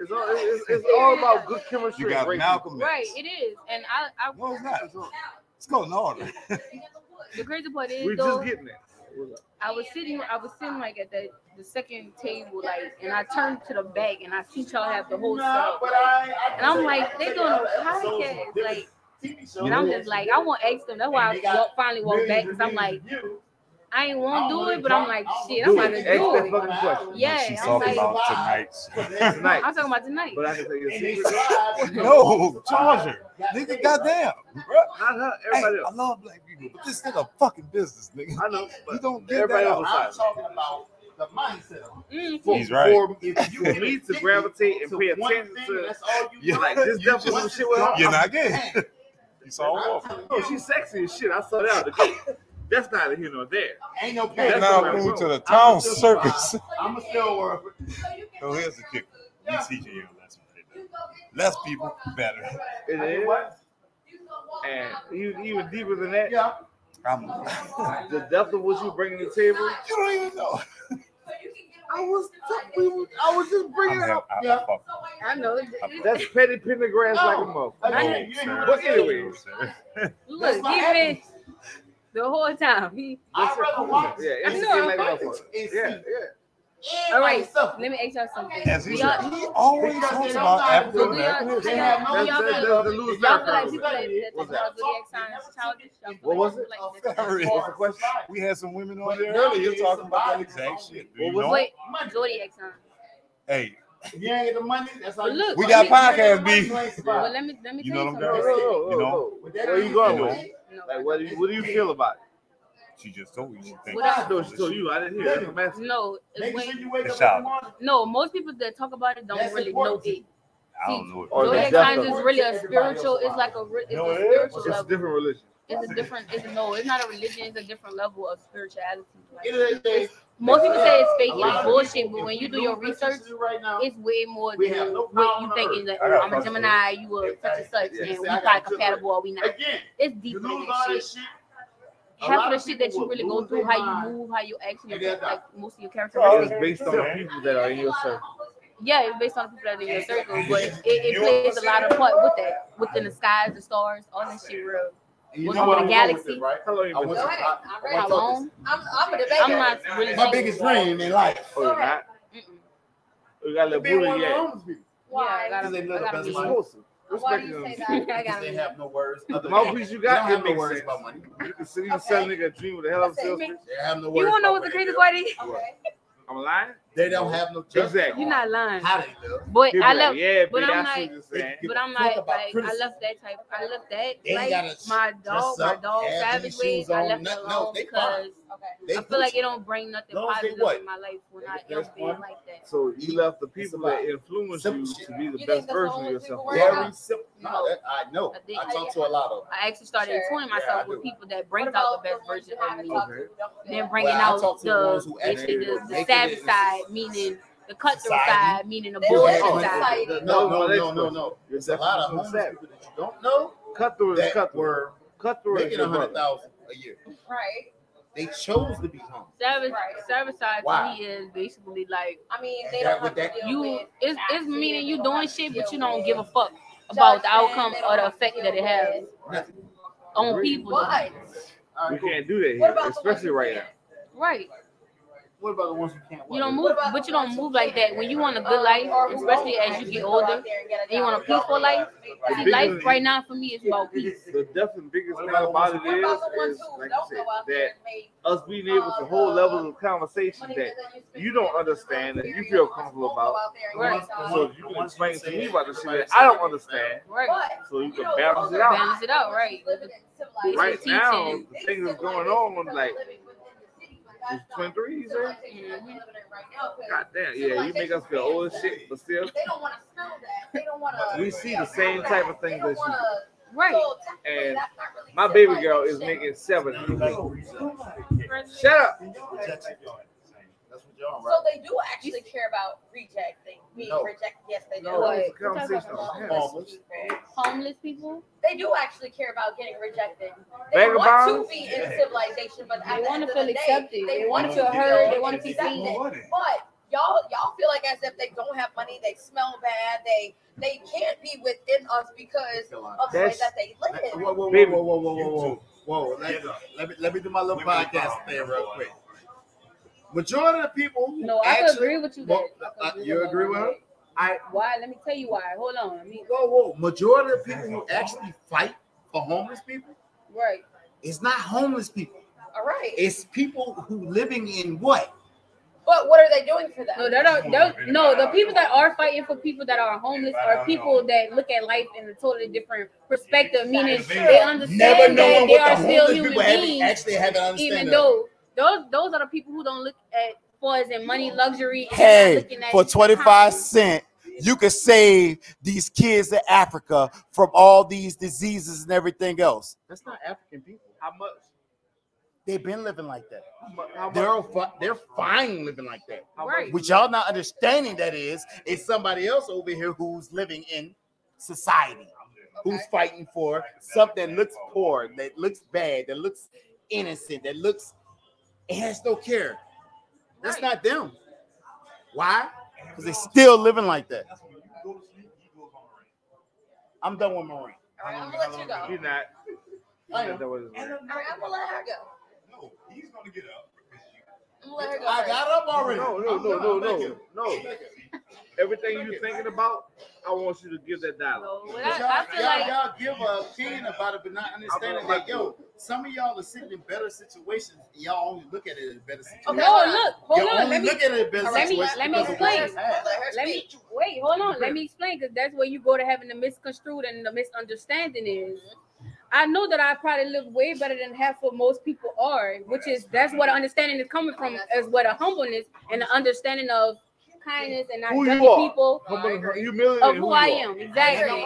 Speaker 3: It's all it's, it's all about good chemistry.
Speaker 1: you
Speaker 3: and
Speaker 1: got
Speaker 3: great
Speaker 1: Malcolm.
Speaker 8: right,
Speaker 1: X.
Speaker 8: it is. And I, I
Speaker 1: No, it's not. What's going on?
Speaker 8: the crazy part
Speaker 3: people.
Speaker 8: is
Speaker 3: We're
Speaker 8: though,
Speaker 3: just getting it. We're like,
Speaker 8: I was sitting, I was sitting like at the, the second table, like, and I turned to the back and I see y'all have the whole
Speaker 4: No,
Speaker 8: stuff.
Speaker 4: but I- I-
Speaker 8: And I'm like, they doing a
Speaker 4: Episodes of
Speaker 8: podcast,
Speaker 4: different
Speaker 8: like.
Speaker 4: TV shows.
Speaker 8: And I'm just like, I won't ask them. That's why I walk, finally walked back
Speaker 4: Millions
Speaker 8: because
Speaker 4: and
Speaker 8: I'm like,
Speaker 4: millions of you.
Speaker 8: I ain't want to do it, but I'm like, shit, I'm
Speaker 3: Do
Speaker 8: about
Speaker 3: it.
Speaker 8: to
Speaker 3: Ask
Speaker 8: do
Speaker 3: that
Speaker 8: it.
Speaker 3: fucking question.
Speaker 8: Yeah,
Speaker 1: She's
Speaker 8: I'm
Speaker 1: talking
Speaker 8: like,
Speaker 1: about tonight's.
Speaker 3: Tonight,
Speaker 8: I'm talking about tonight.
Speaker 3: but I can tell you a
Speaker 4: And
Speaker 3: secret.
Speaker 4: it's live.
Speaker 1: No charger, nigga. Goddamn, bro.
Speaker 3: Not her,
Speaker 1: Hey,
Speaker 3: everybody
Speaker 1: I
Speaker 3: else.
Speaker 1: love black people, but this nigga fucking business, nigga.
Speaker 3: I know,
Speaker 1: You
Speaker 3: but
Speaker 1: don't get
Speaker 3: everybody
Speaker 1: that
Speaker 3: else
Speaker 4: I'm
Speaker 3: aside.
Speaker 4: talking about the mindset of
Speaker 8: Mm,
Speaker 4: it.
Speaker 3: For,
Speaker 1: He's right.
Speaker 3: for, if you
Speaker 4: If
Speaker 3: need
Speaker 4: addicted
Speaker 3: to gravitate and pay
Speaker 4: to one
Speaker 3: attention
Speaker 4: thing,
Speaker 3: to,
Speaker 4: that's all you
Speaker 1: Yeah.
Speaker 4: do.
Speaker 3: like this
Speaker 1: You
Speaker 3: definitely
Speaker 1: just-
Speaker 3: some shit with her.
Speaker 1: You're not gay. You saw
Speaker 4: I'm
Speaker 1: Wolf.
Speaker 4: telling
Speaker 3: Oh,
Speaker 4: you,
Speaker 3: she's sexy as shit. I saw that out the gate. That's not here nor there.
Speaker 4: ain't no pain.
Speaker 3: That's
Speaker 1: Now
Speaker 3: what I
Speaker 1: move to
Speaker 3: wrote.
Speaker 1: the town circus.
Speaker 4: I'm a still world.
Speaker 1: So here's the kicker. You teaching you a lesson right there. Less people, better.
Speaker 3: It is. And even, even deeper than that,
Speaker 4: Yeah.
Speaker 1: I'm,
Speaker 3: the depth of what you bring to the table.
Speaker 1: you don't even know.
Speaker 3: I was, we were- I was just
Speaker 1: I'm
Speaker 3: bringing it
Speaker 1: having,
Speaker 3: up.
Speaker 1: I,
Speaker 4: Yeah.
Speaker 1: I fuck.
Speaker 8: I know.
Speaker 3: That's petty pindergrass like a mother.
Speaker 1: No,
Speaker 4: Again, you ain't
Speaker 1: sir.
Speaker 4: gonna
Speaker 3: But
Speaker 4: tell me.
Speaker 3: anyway,
Speaker 1: sir.
Speaker 4: That's
Speaker 8: Look,
Speaker 4: my
Speaker 8: he been
Speaker 4: happiness.
Speaker 8: the whole time. He,
Speaker 4: I'd rather watch
Speaker 3: yeah,
Speaker 8: I
Speaker 3: it's
Speaker 8: know,
Speaker 3: just like
Speaker 8: right?
Speaker 3: that for it.
Speaker 4: It's-
Speaker 3: Yeah, yeah.
Speaker 8: all right.
Speaker 4: Everybody suffer.
Speaker 8: Let me ask y'all something.
Speaker 1: As he
Speaker 8: Do
Speaker 1: said,
Speaker 8: y'all,
Speaker 1: he always
Speaker 4: Because
Speaker 1: talks
Speaker 4: they
Speaker 1: about
Speaker 4: don't
Speaker 1: African
Speaker 8: do
Speaker 1: American
Speaker 8: y'all, do
Speaker 1: history.
Speaker 8: y'all,
Speaker 3: That's,
Speaker 8: do y'all,
Speaker 3: that's,
Speaker 8: feel-
Speaker 3: that's the loose
Speaker 8: y'all
Speaker 3: background.
Speaker 8: feel like people
Speaker 3: What's
Speaker 8: that, that talk about zodiac signs is childish? Y'all feel
Speaker 3: What
Speaker 8: like
Speaker 3: was
Speaker 8: people like that talk
Speaker 1: Sorry.
Speaker 3: the question?
Speaker 1: We had some women on
Speaker 4: But
Speaker 1: there
Speaker 4: now
Speaker 1: earlier
Speaker 4: it's
Speaker 1: talking about that
Speaker 4: about
Speaker 1: exact
Speaker 4: it.
Speaker 1: shit. Do you
Speaker 3: What
Speaker 1: know?
Speaker 3: was
Speaker 1: it?
Speaker 8: Wait, zodiac signs.
Speaker 1: Hey,
Speaker 4: You ain't get the money. That's all.
Speaker 8: But look,
Speaker 1: we
Speaker 8: I
Speaker 1: got
Speaker 8: mean,
Speaker 1: podcast beef.
Speaker 8: Well,
Speaker 4: beef.
Speaker 8: let me let me
Speaker 1: You
Speaker 8: tell
Speaker 1: know
Speaker 8: you
Speaker 1: them
Speaker 3: No, no,
Speaker 1: girls?
Speaker 8: something.
Speaker 3: no, no,
Speaker 1: You know?
Speaker 3: no. Where you going with it?
Speaker 8: No,
Speaker 3: Like, what do you, what do you feel about it?
Speaker 1: She just told you she thinks.
Speaker 8: What I-
Speaker 3: No, she told you. I didn't hear. That's what I'm asking.
Speaker 8: No, it's when,
Speaker 1: The shower.
Speaker 8: no. Most people that talk about it don't really know it.
Speaker 1: I don't know.
Speaker 3: Or
Speaker 8: Zodiac
Speaker 3: that's
Speaker 8: signs
Speaker 3: definitely-
Speaker 8: is really a spiritual. It's like a. re- It's
Speaker 1: No,
Speaker 8: a
Speaker 1: it is.
Speaker 8: spiritual
Speaker 3: It's a
Speaker 8: level.
Speaker 3: different religion.
Speaker 8: It's a different. It's no. It's not a religion. It's a different level of spirituality. Like,
Speaker 2: End of the day,
Speaker 8: most people say it's fake
Speaker 2: a
Speaker 8: and
Speaker 2: lot
Speaker 8: it's
Speaker 2: of
Speaker 8: bullshit,
Speaker 2: people-
Speaker 8: but when
Speaker 2: if
Speaker 8: you do
Speaker 2: know
Speaker 8: your
Speaker 2: what this
Speaker 8: research,
Speaker 2: is right now,
Speaker 8: it's way more
Speaker 2: We
Speaker 8: than
Speaker 2: have no
Speaker 8: what
Speaker 2: power
Speaker 8: you
Speaker 2: on
Speaker 8: thinking. Like,
Speaker 1: I got
Speaker 8: oh, I'm a
Speaker 1: problems with
Speaker 8: Gemini, you a such and such,
Speaker 3: Yeah,
Speaker 8: and we
Speaker 2: see, I
Speaker 8: probably
Speaker 2: got
Speaker 8: compatible or we not.
Speaker 2: again,
Speaker 8: It's
Speaker 2: you
Speaker 8: deeper
Speaker 2: lose
Speaker 8: than
Speaker 2: all
Speaker 8: shit.
Speaker 2: this shit. a
Speaker 8: Half
Speaker 2: lot
Speaker 8: of
Speaker 2: of
Speaker 8: the shit that
Speaker 2: people
Speaker 8: you really
Speaker 2: will
Speaker 8: go
Speaker 2: lose
Speaker 8: through,
Speaker 2: their
Speaker 8: how you
Speaker 2: mind.
Speaker 8: move, how you act, and
Speaker 2: And
Speaker 8: your-
Speaker 2: they're
Speaker 8: like most of your characteristics.
Speaker 3: It's based on people that are in your circle.
Speaker 8: Yeah, it's based on people that are in your circle, but it, it plays a lot of part with that. Within the skies, the stars, all that shit real.
Speaker 2: You
Speaker 8: What's
Speaker 2: know what
Speaker 8: in
Speaker 2: I'm going
Speaker 8: the
Speaker 2: with
Speaker 8: galaxy?
Speaker 2: it, right?
Speaker 3: How long you Oh, been
Speaker 2: I want
Speaker 9: Go
Speaker 2: to-
Speaker 9: ahead.
Speaker 2: I-
Speaker 9: I'm
Speaker 2: I
Speaker 9: ready.
Speaker 2: want to
Speaker 8: How
Speaker 2: talk
Speaker 8: long?
Speaker 9: I'm, I'm a
Speaker 8: I'm
Speaker 9: debater.
Speaker 8: not really.
Speaker 2: My biggest dream in life.
Speaker 3: Oh, you're not?
Speaker 8: Mm-mm.
Speaker 3: You got a little
Speaker 2: Being one
Speaker 3: booty
Speaker 2: of the
Speaker 3: yet.
Speaker 2: homeless people.
Speaker 9: Why?
Speaker 8: Yeah, I
Speaker 2: Because they
Speaker 8: I
Speaker 2: live the
Speaker 8: gotta
Speaker 2: best
Speaker 8: be-
Speaker 2: life.
Speaker 9: Why do you say that?
Speaker 8: I
Speaker 2: Because
Speaker 8: got
Speaker 2: they
Speaker 8: it.
Speaker 2: have no words. other
Speaker 3: The
Speaker 2: than-
Speaker 3: mouthpiece you
Speaker 2: They don't
Speaker 3: got,
Speaker 2: have
Speaker 3: it
Speaker 2: no
Speaker 3: makes
Speaker 2: words
Speaker 3: sense.
Speaker 2: about money.
Speaker 3: You can see, you can sell a nigga a dream with a hell of a
Speaker 9: Okay.
Speaker 3: sales
Speaker 9: Okay.
Speaker 3: pitch.
Speaker 2: They have no words.
Speaker 8: You wanna know
Speaker 2: about
Speaker 8: what the
Speaker 2: money,
Speaker 8: craziest
Speaker 2: girl.
Speaker 8: part is?
Speaker 9: Okay.
Speaker 3: I'm lying?
Speaker 2: They don't have no judgment
Speaker 3: Exactly.
Speaker 8: You're
Speaker 2: on
Speaker 8: not lying.
Speaker 2: How they live.
Speaker 8: But
Speaker 3: He'll be
Speaker 8: I
Speaker 3: like,
Speaker 8: love,
Speaker 3: yeah,
Speaker 8: but
Speaker 3: bitch,
Speaker 8: I'm
Speaker 3: I see
Speaker 8: like-
Speaker 3: what you're saying.
Speaker 2: Give
Speaker 8: but I'm
Speaker 2: a fuck
Speaker 8: like,
Speaker 2: about
Speaker 8: like I
Speaker 2: criticism.
Speaker 8: love that type. I love that.
Speaker 2: They ain't
Speaker 8: Like
Speaker 2: gotta
Speaker 8: my dog,
Speaker 2: dress
Speaker 8: my
Speaker 2: up,
Speaker 8: dog
Speaker 2: have
Speaker 8: savage
Speaker 2: these
Speaker 8: ways.
Speaker 2: shoes
Speaker 8: I
Speaker 2: on,
Speaker 8: left it
Speaker 2: nothing-
Speaker 8: alone
Speaker 2: no, they
Speaker 8: because
Speaker 9: Okay.
Speaker 2: They
Speaker 8: I feel like
Speaker 2: Gucci.
Speaker 8: it don't bring nothing
Speaker 2: Long as they
Speaker 8: positive
Speaker 2: what?
Speaker 8: in my life when
Speaker 2: They
Speaker 8: I am
Speaker 2: dress
Speaker 8: being
Speaker 2: one.
Speaker 8: like that.
Speaker 3: So you left the people
Speaker 2: about
Speaker 3: that influence
Speaker 2: simple
Speaker 3: you
Speaker 2: shit.
Speaker 3: to be the
Speaker 9: You think
Speaker 3: best
Speaker 9: that's
Speaker 3: version
Speaker 9: all
Speaker 3: of
Speaker 9: those people
Speaker 3: yourself.
Speaker 9: work
Speaker 3: Yeah.
Speaker 9: out?
Speaker 2: Very simple.
Speaker 8: No.
Speaker 2: No, that, I know.
Speaker 8: I think-
Speaker 2: I talk to a lot of them.
Speaker 8: I actually started
Speaker 9: Sure.
Speaker 8: acquainting
Speaker 2: Yeah,
Speaker 8: myself
Speaker 2: I
Speaker 8: with
Speaker 2: do.
Speaker 8: people that
Speaker 9: What
Speaker 8: brings out
Speaker 9: about
Speaker 8: the best
Speaker 9: ones
Speaker 8: version
Speaker 9: you
Speaker 8: of
Speaker 9: haven't
Speaker 8: me.
Speaker 9: talked to? Don't
Speaker 8: Then
Speaker 9: say
Speaker 8: bringing
Speaker 2: Well, I
Speaker 8: out
Speaker 2: talk to the ones
Speaker 8: the
Speaker 2: who
Speaker 8: they say
Speaker 2: actually
Speaker 8: the, the
Speaker 2: make it
Speaker 8: savage
Speaker 2: in
Speaker 8: side, meaning the cutthroat
Speaker 2: society.
Speaker 8: side, meaning the
Speaker 9: They live
Speaker 8: bullshit
Speaker 9: in
Speaker 8: side.
Speaker 9: society.
Speaker 2: No, no, no, no, no.
Speaker 3: You're
Speaker 2: There's a lot of homeless
Speaker 3: savage.
Speaker 2: people that you don't know
Speaker 3: Cut through is
Speaker 2: that
Speaker 3: cut through.
Speaker 2: were
Speaker 3: Cut through is
Speaker 2: making
Speaker 3: your
Speaker 2: a
Speaker 3: brother.
Speaker 2: hundred thousand a year.
Speaker 9: that. Right.
Speaker 2: They chose to be homeless.
Speaker 8: Savage,
Speaker 9: Right.
Speaker 8: savage side
Speaker 2: Wow.
Speaker 8: to me is basically like
Speaker 9: I mean,
Speaker 2: And
Speaker 9: they
Speaker 2: that
Speaker 9: don't
Speaker 2: would
Speaker 9: have to
Speaker 2: that-
Speaker 9: deal
Speaker 8: you.
Speaker 9: with
Speaker 8: It's, it's
Speaker 9: accidents,
Speaker 8: meaning
Speaker 9: they
Speaker 8: you
Speaker 9: don't
Speaker 8: doing
Speaker 9: have to
Speaker 8: shit,
Speaker 9: deal
Speaker 8: but you don't
Speaker 9: with
Speaker 8: give a fuck about the
Speaker 9: judgment,
Speaker 8: outcome
Speaker 9: they don't
Speaker 8: or the
Speaker 9: have to
Speaker 8: effect
Speaker 9: deal
Speaker 8: that it
Speaker 9: with
Speaker 8: has
Speaker 2: Nothing.
Speaker 8: on people.
Speaker 9: What?
Speaker 2: All
Speaker 3: We
Speaker 2: right, cool.
Speaker 3: can't do that
Speaker 9: What
Speaker 3: here,
Speaker 9: about
Speaker 3: especially
Speaker 9: the ones
Speaker 3: right
Speaker 9: you
Speaker 3: now.
Speaker 9: can't?
Speaker 8: Right.
Speaker 2: What about the ones who can't?
Speaker 8: You don't
Speaker 9: What
Speaker 8: move,
Speaker 9: about
Speaker 8: but
Speaker 9: the
Speaker 8: you don't
Speaker 9: ones who
Speaker 8: move like that. When you want a good life,
Speaker 9: Or who
Speaker 8: especially
Speaker 9: won't
Speaker 8: as you
Speaker 9: actually
Speaker 8: get
Speaker 9: go
Speaker 8: older,
Speaker 9: out there and get a
Speaker 8: and you want a
Speaker 9: job.
Speaker 8: peaceful life.
Speaker 3: The
Speaker 8: See,
Speaker 3: biggest-
Speaker 8: life right now for me is about peace.
Speaker 3: The definite biggest
Speaker 2: What
Speaker 3: thing
Speaker 2: about
Speaker 3: about
Speaker 2: the
Speaker 3: it
Speaker 9: What
Speaker 3: is,
Speaker 9: about the ones
Speaker 3: is
Speaker 9: who
Speaker 3: like
Speaker 9: don't
Speaker 3: you said,
Speaker 9: go out
Speaker 3: that
Speaker 9: there and make
Speaker 3: us being able to hold levels of conversation
Speaker 9: money
Speaker 3: that
Speaker 9: that you spend
Speaker 3: you don't
Speaker 9: on
Speaker 3: understand and you feel
Speaker 9: material, won't
Speaker 3: comfortable
Speaker 9: go
Speaker 3: about.
Speaker 9: out there and
Speaker 8: Right.
Speaker 9: get a
Speaker 3: And
Speaker 9: job.
Speaker 3: so you can explain to me about the shit that I don't understand,
Speaker 8: Right.
Speaker 3: so you can
Speaker 9: know,
Speaker 3: balance
Speaker 9: those
Speaker 3: it
Speaker 9: are
Speaker 3: out.
Speaker 8: Balance it out,
Speaker 9: guys
Speaker 8: right.
Speaker 9: living in civilized
Speaker 3: Right
Speaker 9: cities.
Speaker 3: now,
Speaker 8: teaching.
Speaker 3: the thing that's
Speaker 9: Civilized
Speaker 3: going on,
Speaker 9: cities are
Speaker 3: like
Speaker 9: living within the city, but that's not
Speaker 3: twenty three, you say?
Speaker 9: civilization that we're living in right now, 'cause
Speaker 3: God damn, yeah, you make us feel old as shit, but still,
Speaker 9: They don't want to smell that. They don't want to.
Speaker 3: We see the same type of things that you
Speaker 8: Right.
Speaker 3: and my baby girl is making seven. Shut up.
Speaker 2: That's what y'all
Speaker 9: So they do actually care about rejecting, being
Speaker 2: No.
Speaker 9: rejected. Yes, they do.
Speaker 3: No, that was a
Speaker 8: What?
Speaker 3: conversation I was having.
Speaker 8: Homeless people,
Speaker 9: They do actually care about getting rejected. They want
Speaker 3: Vagabonds?
Speaker 9: to be in civilization, but at
Speaker 8: they
Speaker 9: the
Speaker 8: want
Speaker 9: end
Speaker 8: to
Speaker 9: of
Speaker 8: feel
Speaker 9: the day,
Speaker 8: accepted.
Speaker 9: They
Speaker 8: They
Speaker 9: want
Speaker 8: want to feel
Speaker 9: be
Speaker 8: heard. They
Speaker 9: known,
Speaker 8: want to be
Speaker 9: accepted.
Speaker 8: seen.
Speaker 9: But y'all, y'all feel like as if they don't have money, they smell bad, they they can't be within us because of the way
Speaker 3: That's-
Speaker 9: that they live.
Speaker 2: Whoa, whoa, whoa,
Speaker 3: Baby.
Speaker 2: whoa, whoa, whoa, whoa, whoa. Let, let me let me do my little podcast thing real quick. Majority of the people who
Speaker 8: No, I could
Speaker 2: actually,
Speaker 8: agree with you. That I could
Speaker 2: Uh, you agree with her?
Speaker 8: that.
Speaker 2: I
Speaker 8: Why? Let me tell you why. Hold on. I mean,
Speaker 2: whoa, whoa. Majority of the people who actually fight for homeless people,
Speaker 8: right.
Speaker 2: it's not homeless people.
Speaker 9: All right,
Speaker 2: It's people who living in what?
Speaker 9: but what are they doing for that?
Speaker 8: No, that are that, no the people that are fighting for people that are homeless are people that look at life in a totally different perspective, meaning they
Speaker 2: Never
Speaker 8: understand that
Speaker 2: knowing
Speaker 8: they
Speaker 2: what
Speaker 8: are
Speaker 2: the
Speaker 8: still
Speaker 2: homeless
Speaker 8: human
Speaker 2: people have,
Speaker 8: beings,
Speaker 2: actually have an understanding.
Speaker 8: even
Speaker 2: of.
Speaker 8: though those those are the people who don't look at funds and money, luxury. and
Speaker 1: Hey,
Speaker 8: looking at
Speaker 1: for
Speaker 8: you
Speaker 1: 25
Speaker 8: how-
Speaker 1: cent you can save these kids in africa from all these diseases and everything else
Speaker 2: That's not African people.
Speaker 3: How much?
Speaker 2: They've been living like that.
Speaker 3: How mu- how much?
Speaker 2: They're fi- they're fine living like that.
Speaker 3: How
Speaker 8: Right.
Speaker 3: much?
Speaker 2: What y'all not understanding that is it's somebody else over here who's living in society, who's fighting for something that looks poor, that looks bad, that looks innocent, that looks it has no care. That's
Speaker 8: Right.
Speaker 2: not them. Why? Because they're still living like that. I'm done with Marine.
Speaker 9: All right, I'm gonna let you go.
Speaker 3: You're not.
Speaker 2: I
Speaker 3: That was-
Speaker 9: All right, I'm gonna let her go.
Speaker 1: no he's gonna get up
Speaker 9: I'm gonna let her go.
Speaker 2: I
Speaker 9: first.
Speaker 2: got up already.
Speaker 3: No, no,
Speaker 2: I'm
Speaker 3: no,
Speaker 2: done.
Speaker 3: no,
Speaker 2: I'm making
Speaker 3: no,
Speaker 2: it.
Speaker 3: no. Everything you're thinking about, I want you to give that dialogue.
Speaker 8: So, what
Speaker 2: Y'all,
Speaker 8: I, I feel
Speaker 2: y'all,
Speaker 8: like
Speaker 2: y'all give a opinion about it, but not understanding that yo, some of y'all are sitting in better situations. And y'all only look at it in better situations.
Speaker 9: Okay,
Speaker 8: no. Look,
Speaker 2: y'all
Speaker 8: hold on.
Speaker 2: only
Speaker 8: Let me
Speaker 2: look at it in better
Speaker 8: let me-
Speaker 2: situations.
Speaker 8: let me
Speaker 2: because of what
Speaker 8: explain.
Speaker 2: you have.
Speaker 8: let me wait. Hold on. Let me explain because that's where you go to having the misconstrued and the misunderstanding is. I know that I probably look way better than half what most people are, which is that's what understanding is coming from, is what a humbleness and an understanding of kindness and not
Speaker 3: Who you
Speaker 8: judging
Speaker 3: are.
Speaker 8: people
Speaker 3: Humility.
Speaker 8: of
Speaker 3: you
Speaker 8: who I
Speaker 3: are.
Speaker 8: am. Exactly.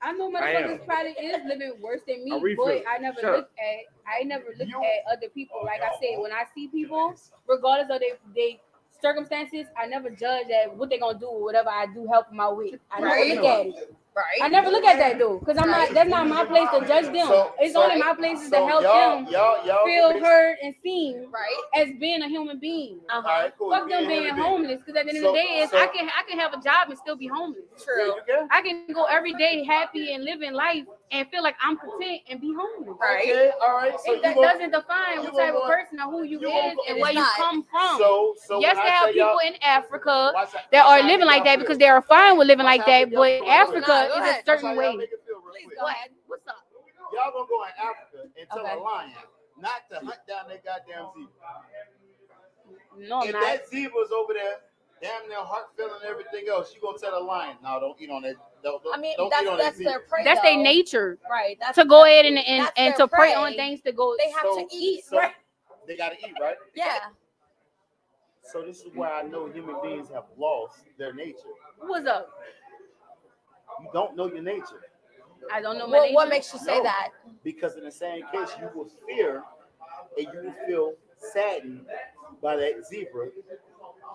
Speaker 8: I know motherfuckers probably is living worse than me,
Speaker 3: I refill
Speaker 8: but
Speaker 3: it.
Speaker 8: I never
Speaker 3: Shut
Speaker 8: look at I never look at other people. Like I said, when I see people, regardless of their they circumstances, I never judge at what they're gonna do or whatever I do help them out with. I never
Speaker 9: Right.
Speaker 8: look at it.
Speaker 9: right?
Speaker 8: I never look at that though, because I'm not that's not my place to judge them.
Speaker 2: So-
Speaker 8: it's
Speaker 2: so-
Speaker 8: only my place is to
Speaker 2: So
Speaker 8: help
Speaker 2: y'all,
Speaker 8: them
Speaker 2: y'all, y'all
Speaker 8: feel
Speaker 2: convinced-
Speaker 8: heard and seen
Speaker 9: Right?
Speaker 8: as being a human being.
Speaker 2: All right, cool.
Speaker 8: Fuck them
Speaker 2: You
Speaker 8: being
Speaker 2: human being.
Speaker 8: homeless, because at the end
Speaker 2: So-
Speaker 8: of the day, is
Speaker 2: so-
Speaker 8: I can I can have a job and still be homeless.
Speaker 9: True.
Speaker 8: I can go every day happy and living life and feel like I'm content and be homeless.
Speaker 9: Right?
Speaker 2: Okay, all right. So
Speaker 8: It,
Speaker 2: you
Speaker 8: that
Speaker 2: gonna-
Speaker 8: doesn't define
Speaker 2: you
Speaker 8: what type of
Speaker 2: gonna-
Speaker 8: person or who you,
Speaker 2: you gonna-
Speaker 8: is and where you
Speaker 9: It's not.
Speaker 8: come from.
Speaker 2: So, so
Speaker 8: yes,
Speaker 2: when
Speaker 8: there
Speaker 2: I
Speaker 8: are
Speaker 2: say
Speaker 8: people
Speaker 2: y'all-
Speaker 8: in Africa
Speaker 2: watch out-
Speaker 8: that
Speaker 2: watch
Speaker 8: are
Speaker 2: out
Speaker 8: living
Speaker 2: how
Speaker 8: like
Speaker 2: y'all
Speaker 8: that
Speaker 2: feel.
Speaker 8: because they are fine with living like
Speaker 2: Watch out
Speaker 8: that,
Speaker 2: how y'all
Speaker 8: but
Speaker 2: feel real
Speaker 9: Nah,
Speaker 8: Africa
Speaker 9: go
Speaker 8: is
Speaker 9: ahead.
Speaker 8: a
Speaker 2: That's
Speaker 8: certain
Speaker 2: how y'all
Speaker 8: way.
Speaker 2: make it feel real
Speaker 9: Please
Speaker 2: quick.
Speaker 9: go ahead.
Speaker 8: What's up?
Speaker 2: Y'all gonna go in Africa and tell
Speaker 8: Okay.
Speaker 2: a lion not to hunt down that goddamn zebra.
Speaker 8: No, I'm
Speaker 2: if
Speaker 8: not.
Speaker 2: that zebra's over there, damn near heart feeling and everything else, you gonna tell a lion, no, don't eat on that. Don't, don't,
Speaker 9: I mean,
Speaker 2: don't eat
Speaker 9: that's
Speaker 2: on
Speaker 9: that's
Speaker 2: that zebra.
Speaker 9: their prey.
Speaker 8: That's
Speaker 9: though.
Speaker 8: their nature
Speaker 9: Right. That's
Speaker 8: to go ahead and and,
Speaker 9: That's
Speaker 8: and
Speaker 9: their
Speaker 8: to prey
Speaker 9: prey.
Speaker 8: on things to go.
Speaker 9: They have
Speaker 2: So-
Speaker 9: to eat.
Speaker 2: so-
Speaker 9: right?
Speaker 2: They gotta eat, right?
Speaker 9: Yeah.
Speaker 2: So this is where I know human beings have lost their nature.
Speaker 8: What's up?
Speaker 2: You don't know your nature
Speaker 8: I don't know my
Speaker 9: What, what
Speaker 8: nature.
Speaker 9: makes you say
Speaker 2: No.
Speaker 9: that?
Speaker 2: because in the same case, you will fear and you will feel saddened by that zebra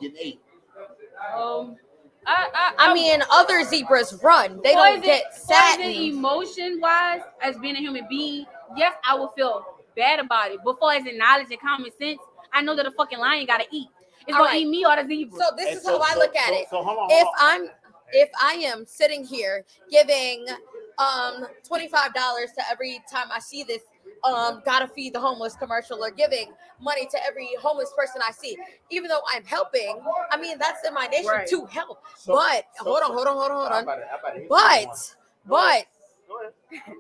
Speaker 2: getting ate.
Speaker 8: Um, I I,
Speaker 9: I mean, other zebras run. They
Speaker 8: Or
Speaker 9: don't
Speaker 8: is it- or
Speaker 9: get
Speaker 8: is it
Speaker 9: saddened.
Speaker 8: emotion wise, as being a human being, yes, I would feel bad about it. But far as in knowledge and common sense, I know that a fucking lion gotta eat. It's
Speaker 9: All
Speaker 8: gonna
Speaker 9: right.
Speaker 8: eat me or the zebra.
Speaker 9: So this
Speaker 2: And
Speaker 9: is how I
Speaker 2: so-
Speaker 9: look at
Speaker 2: so-
Speaker 9: it.
Speaker 2: So hold on.
Speaker 9: If
Speaker 2: hold on.
Speaker 9: I'm if I am sitting here giving um twenty five dollars to every time I see this um gotta feed the homeless commercial or giving money to every homeless person I see, even though I'm helping, I mean that's in my nature
Speaker 8: Right.
Speaker 9: to help.
Speaker 2: So-
Speaker 9: But
Speaker 2: so-
Speaker 9: hold on, hold on, hold on,
Speaker 2: I'm
Speaker 9: hold on.
Speaker 2: about to- I'm about to hit you on
Speaker 9: But
Speaker 2: Go ahead.
Speaker 9: but
Speaker 2: Go ahead.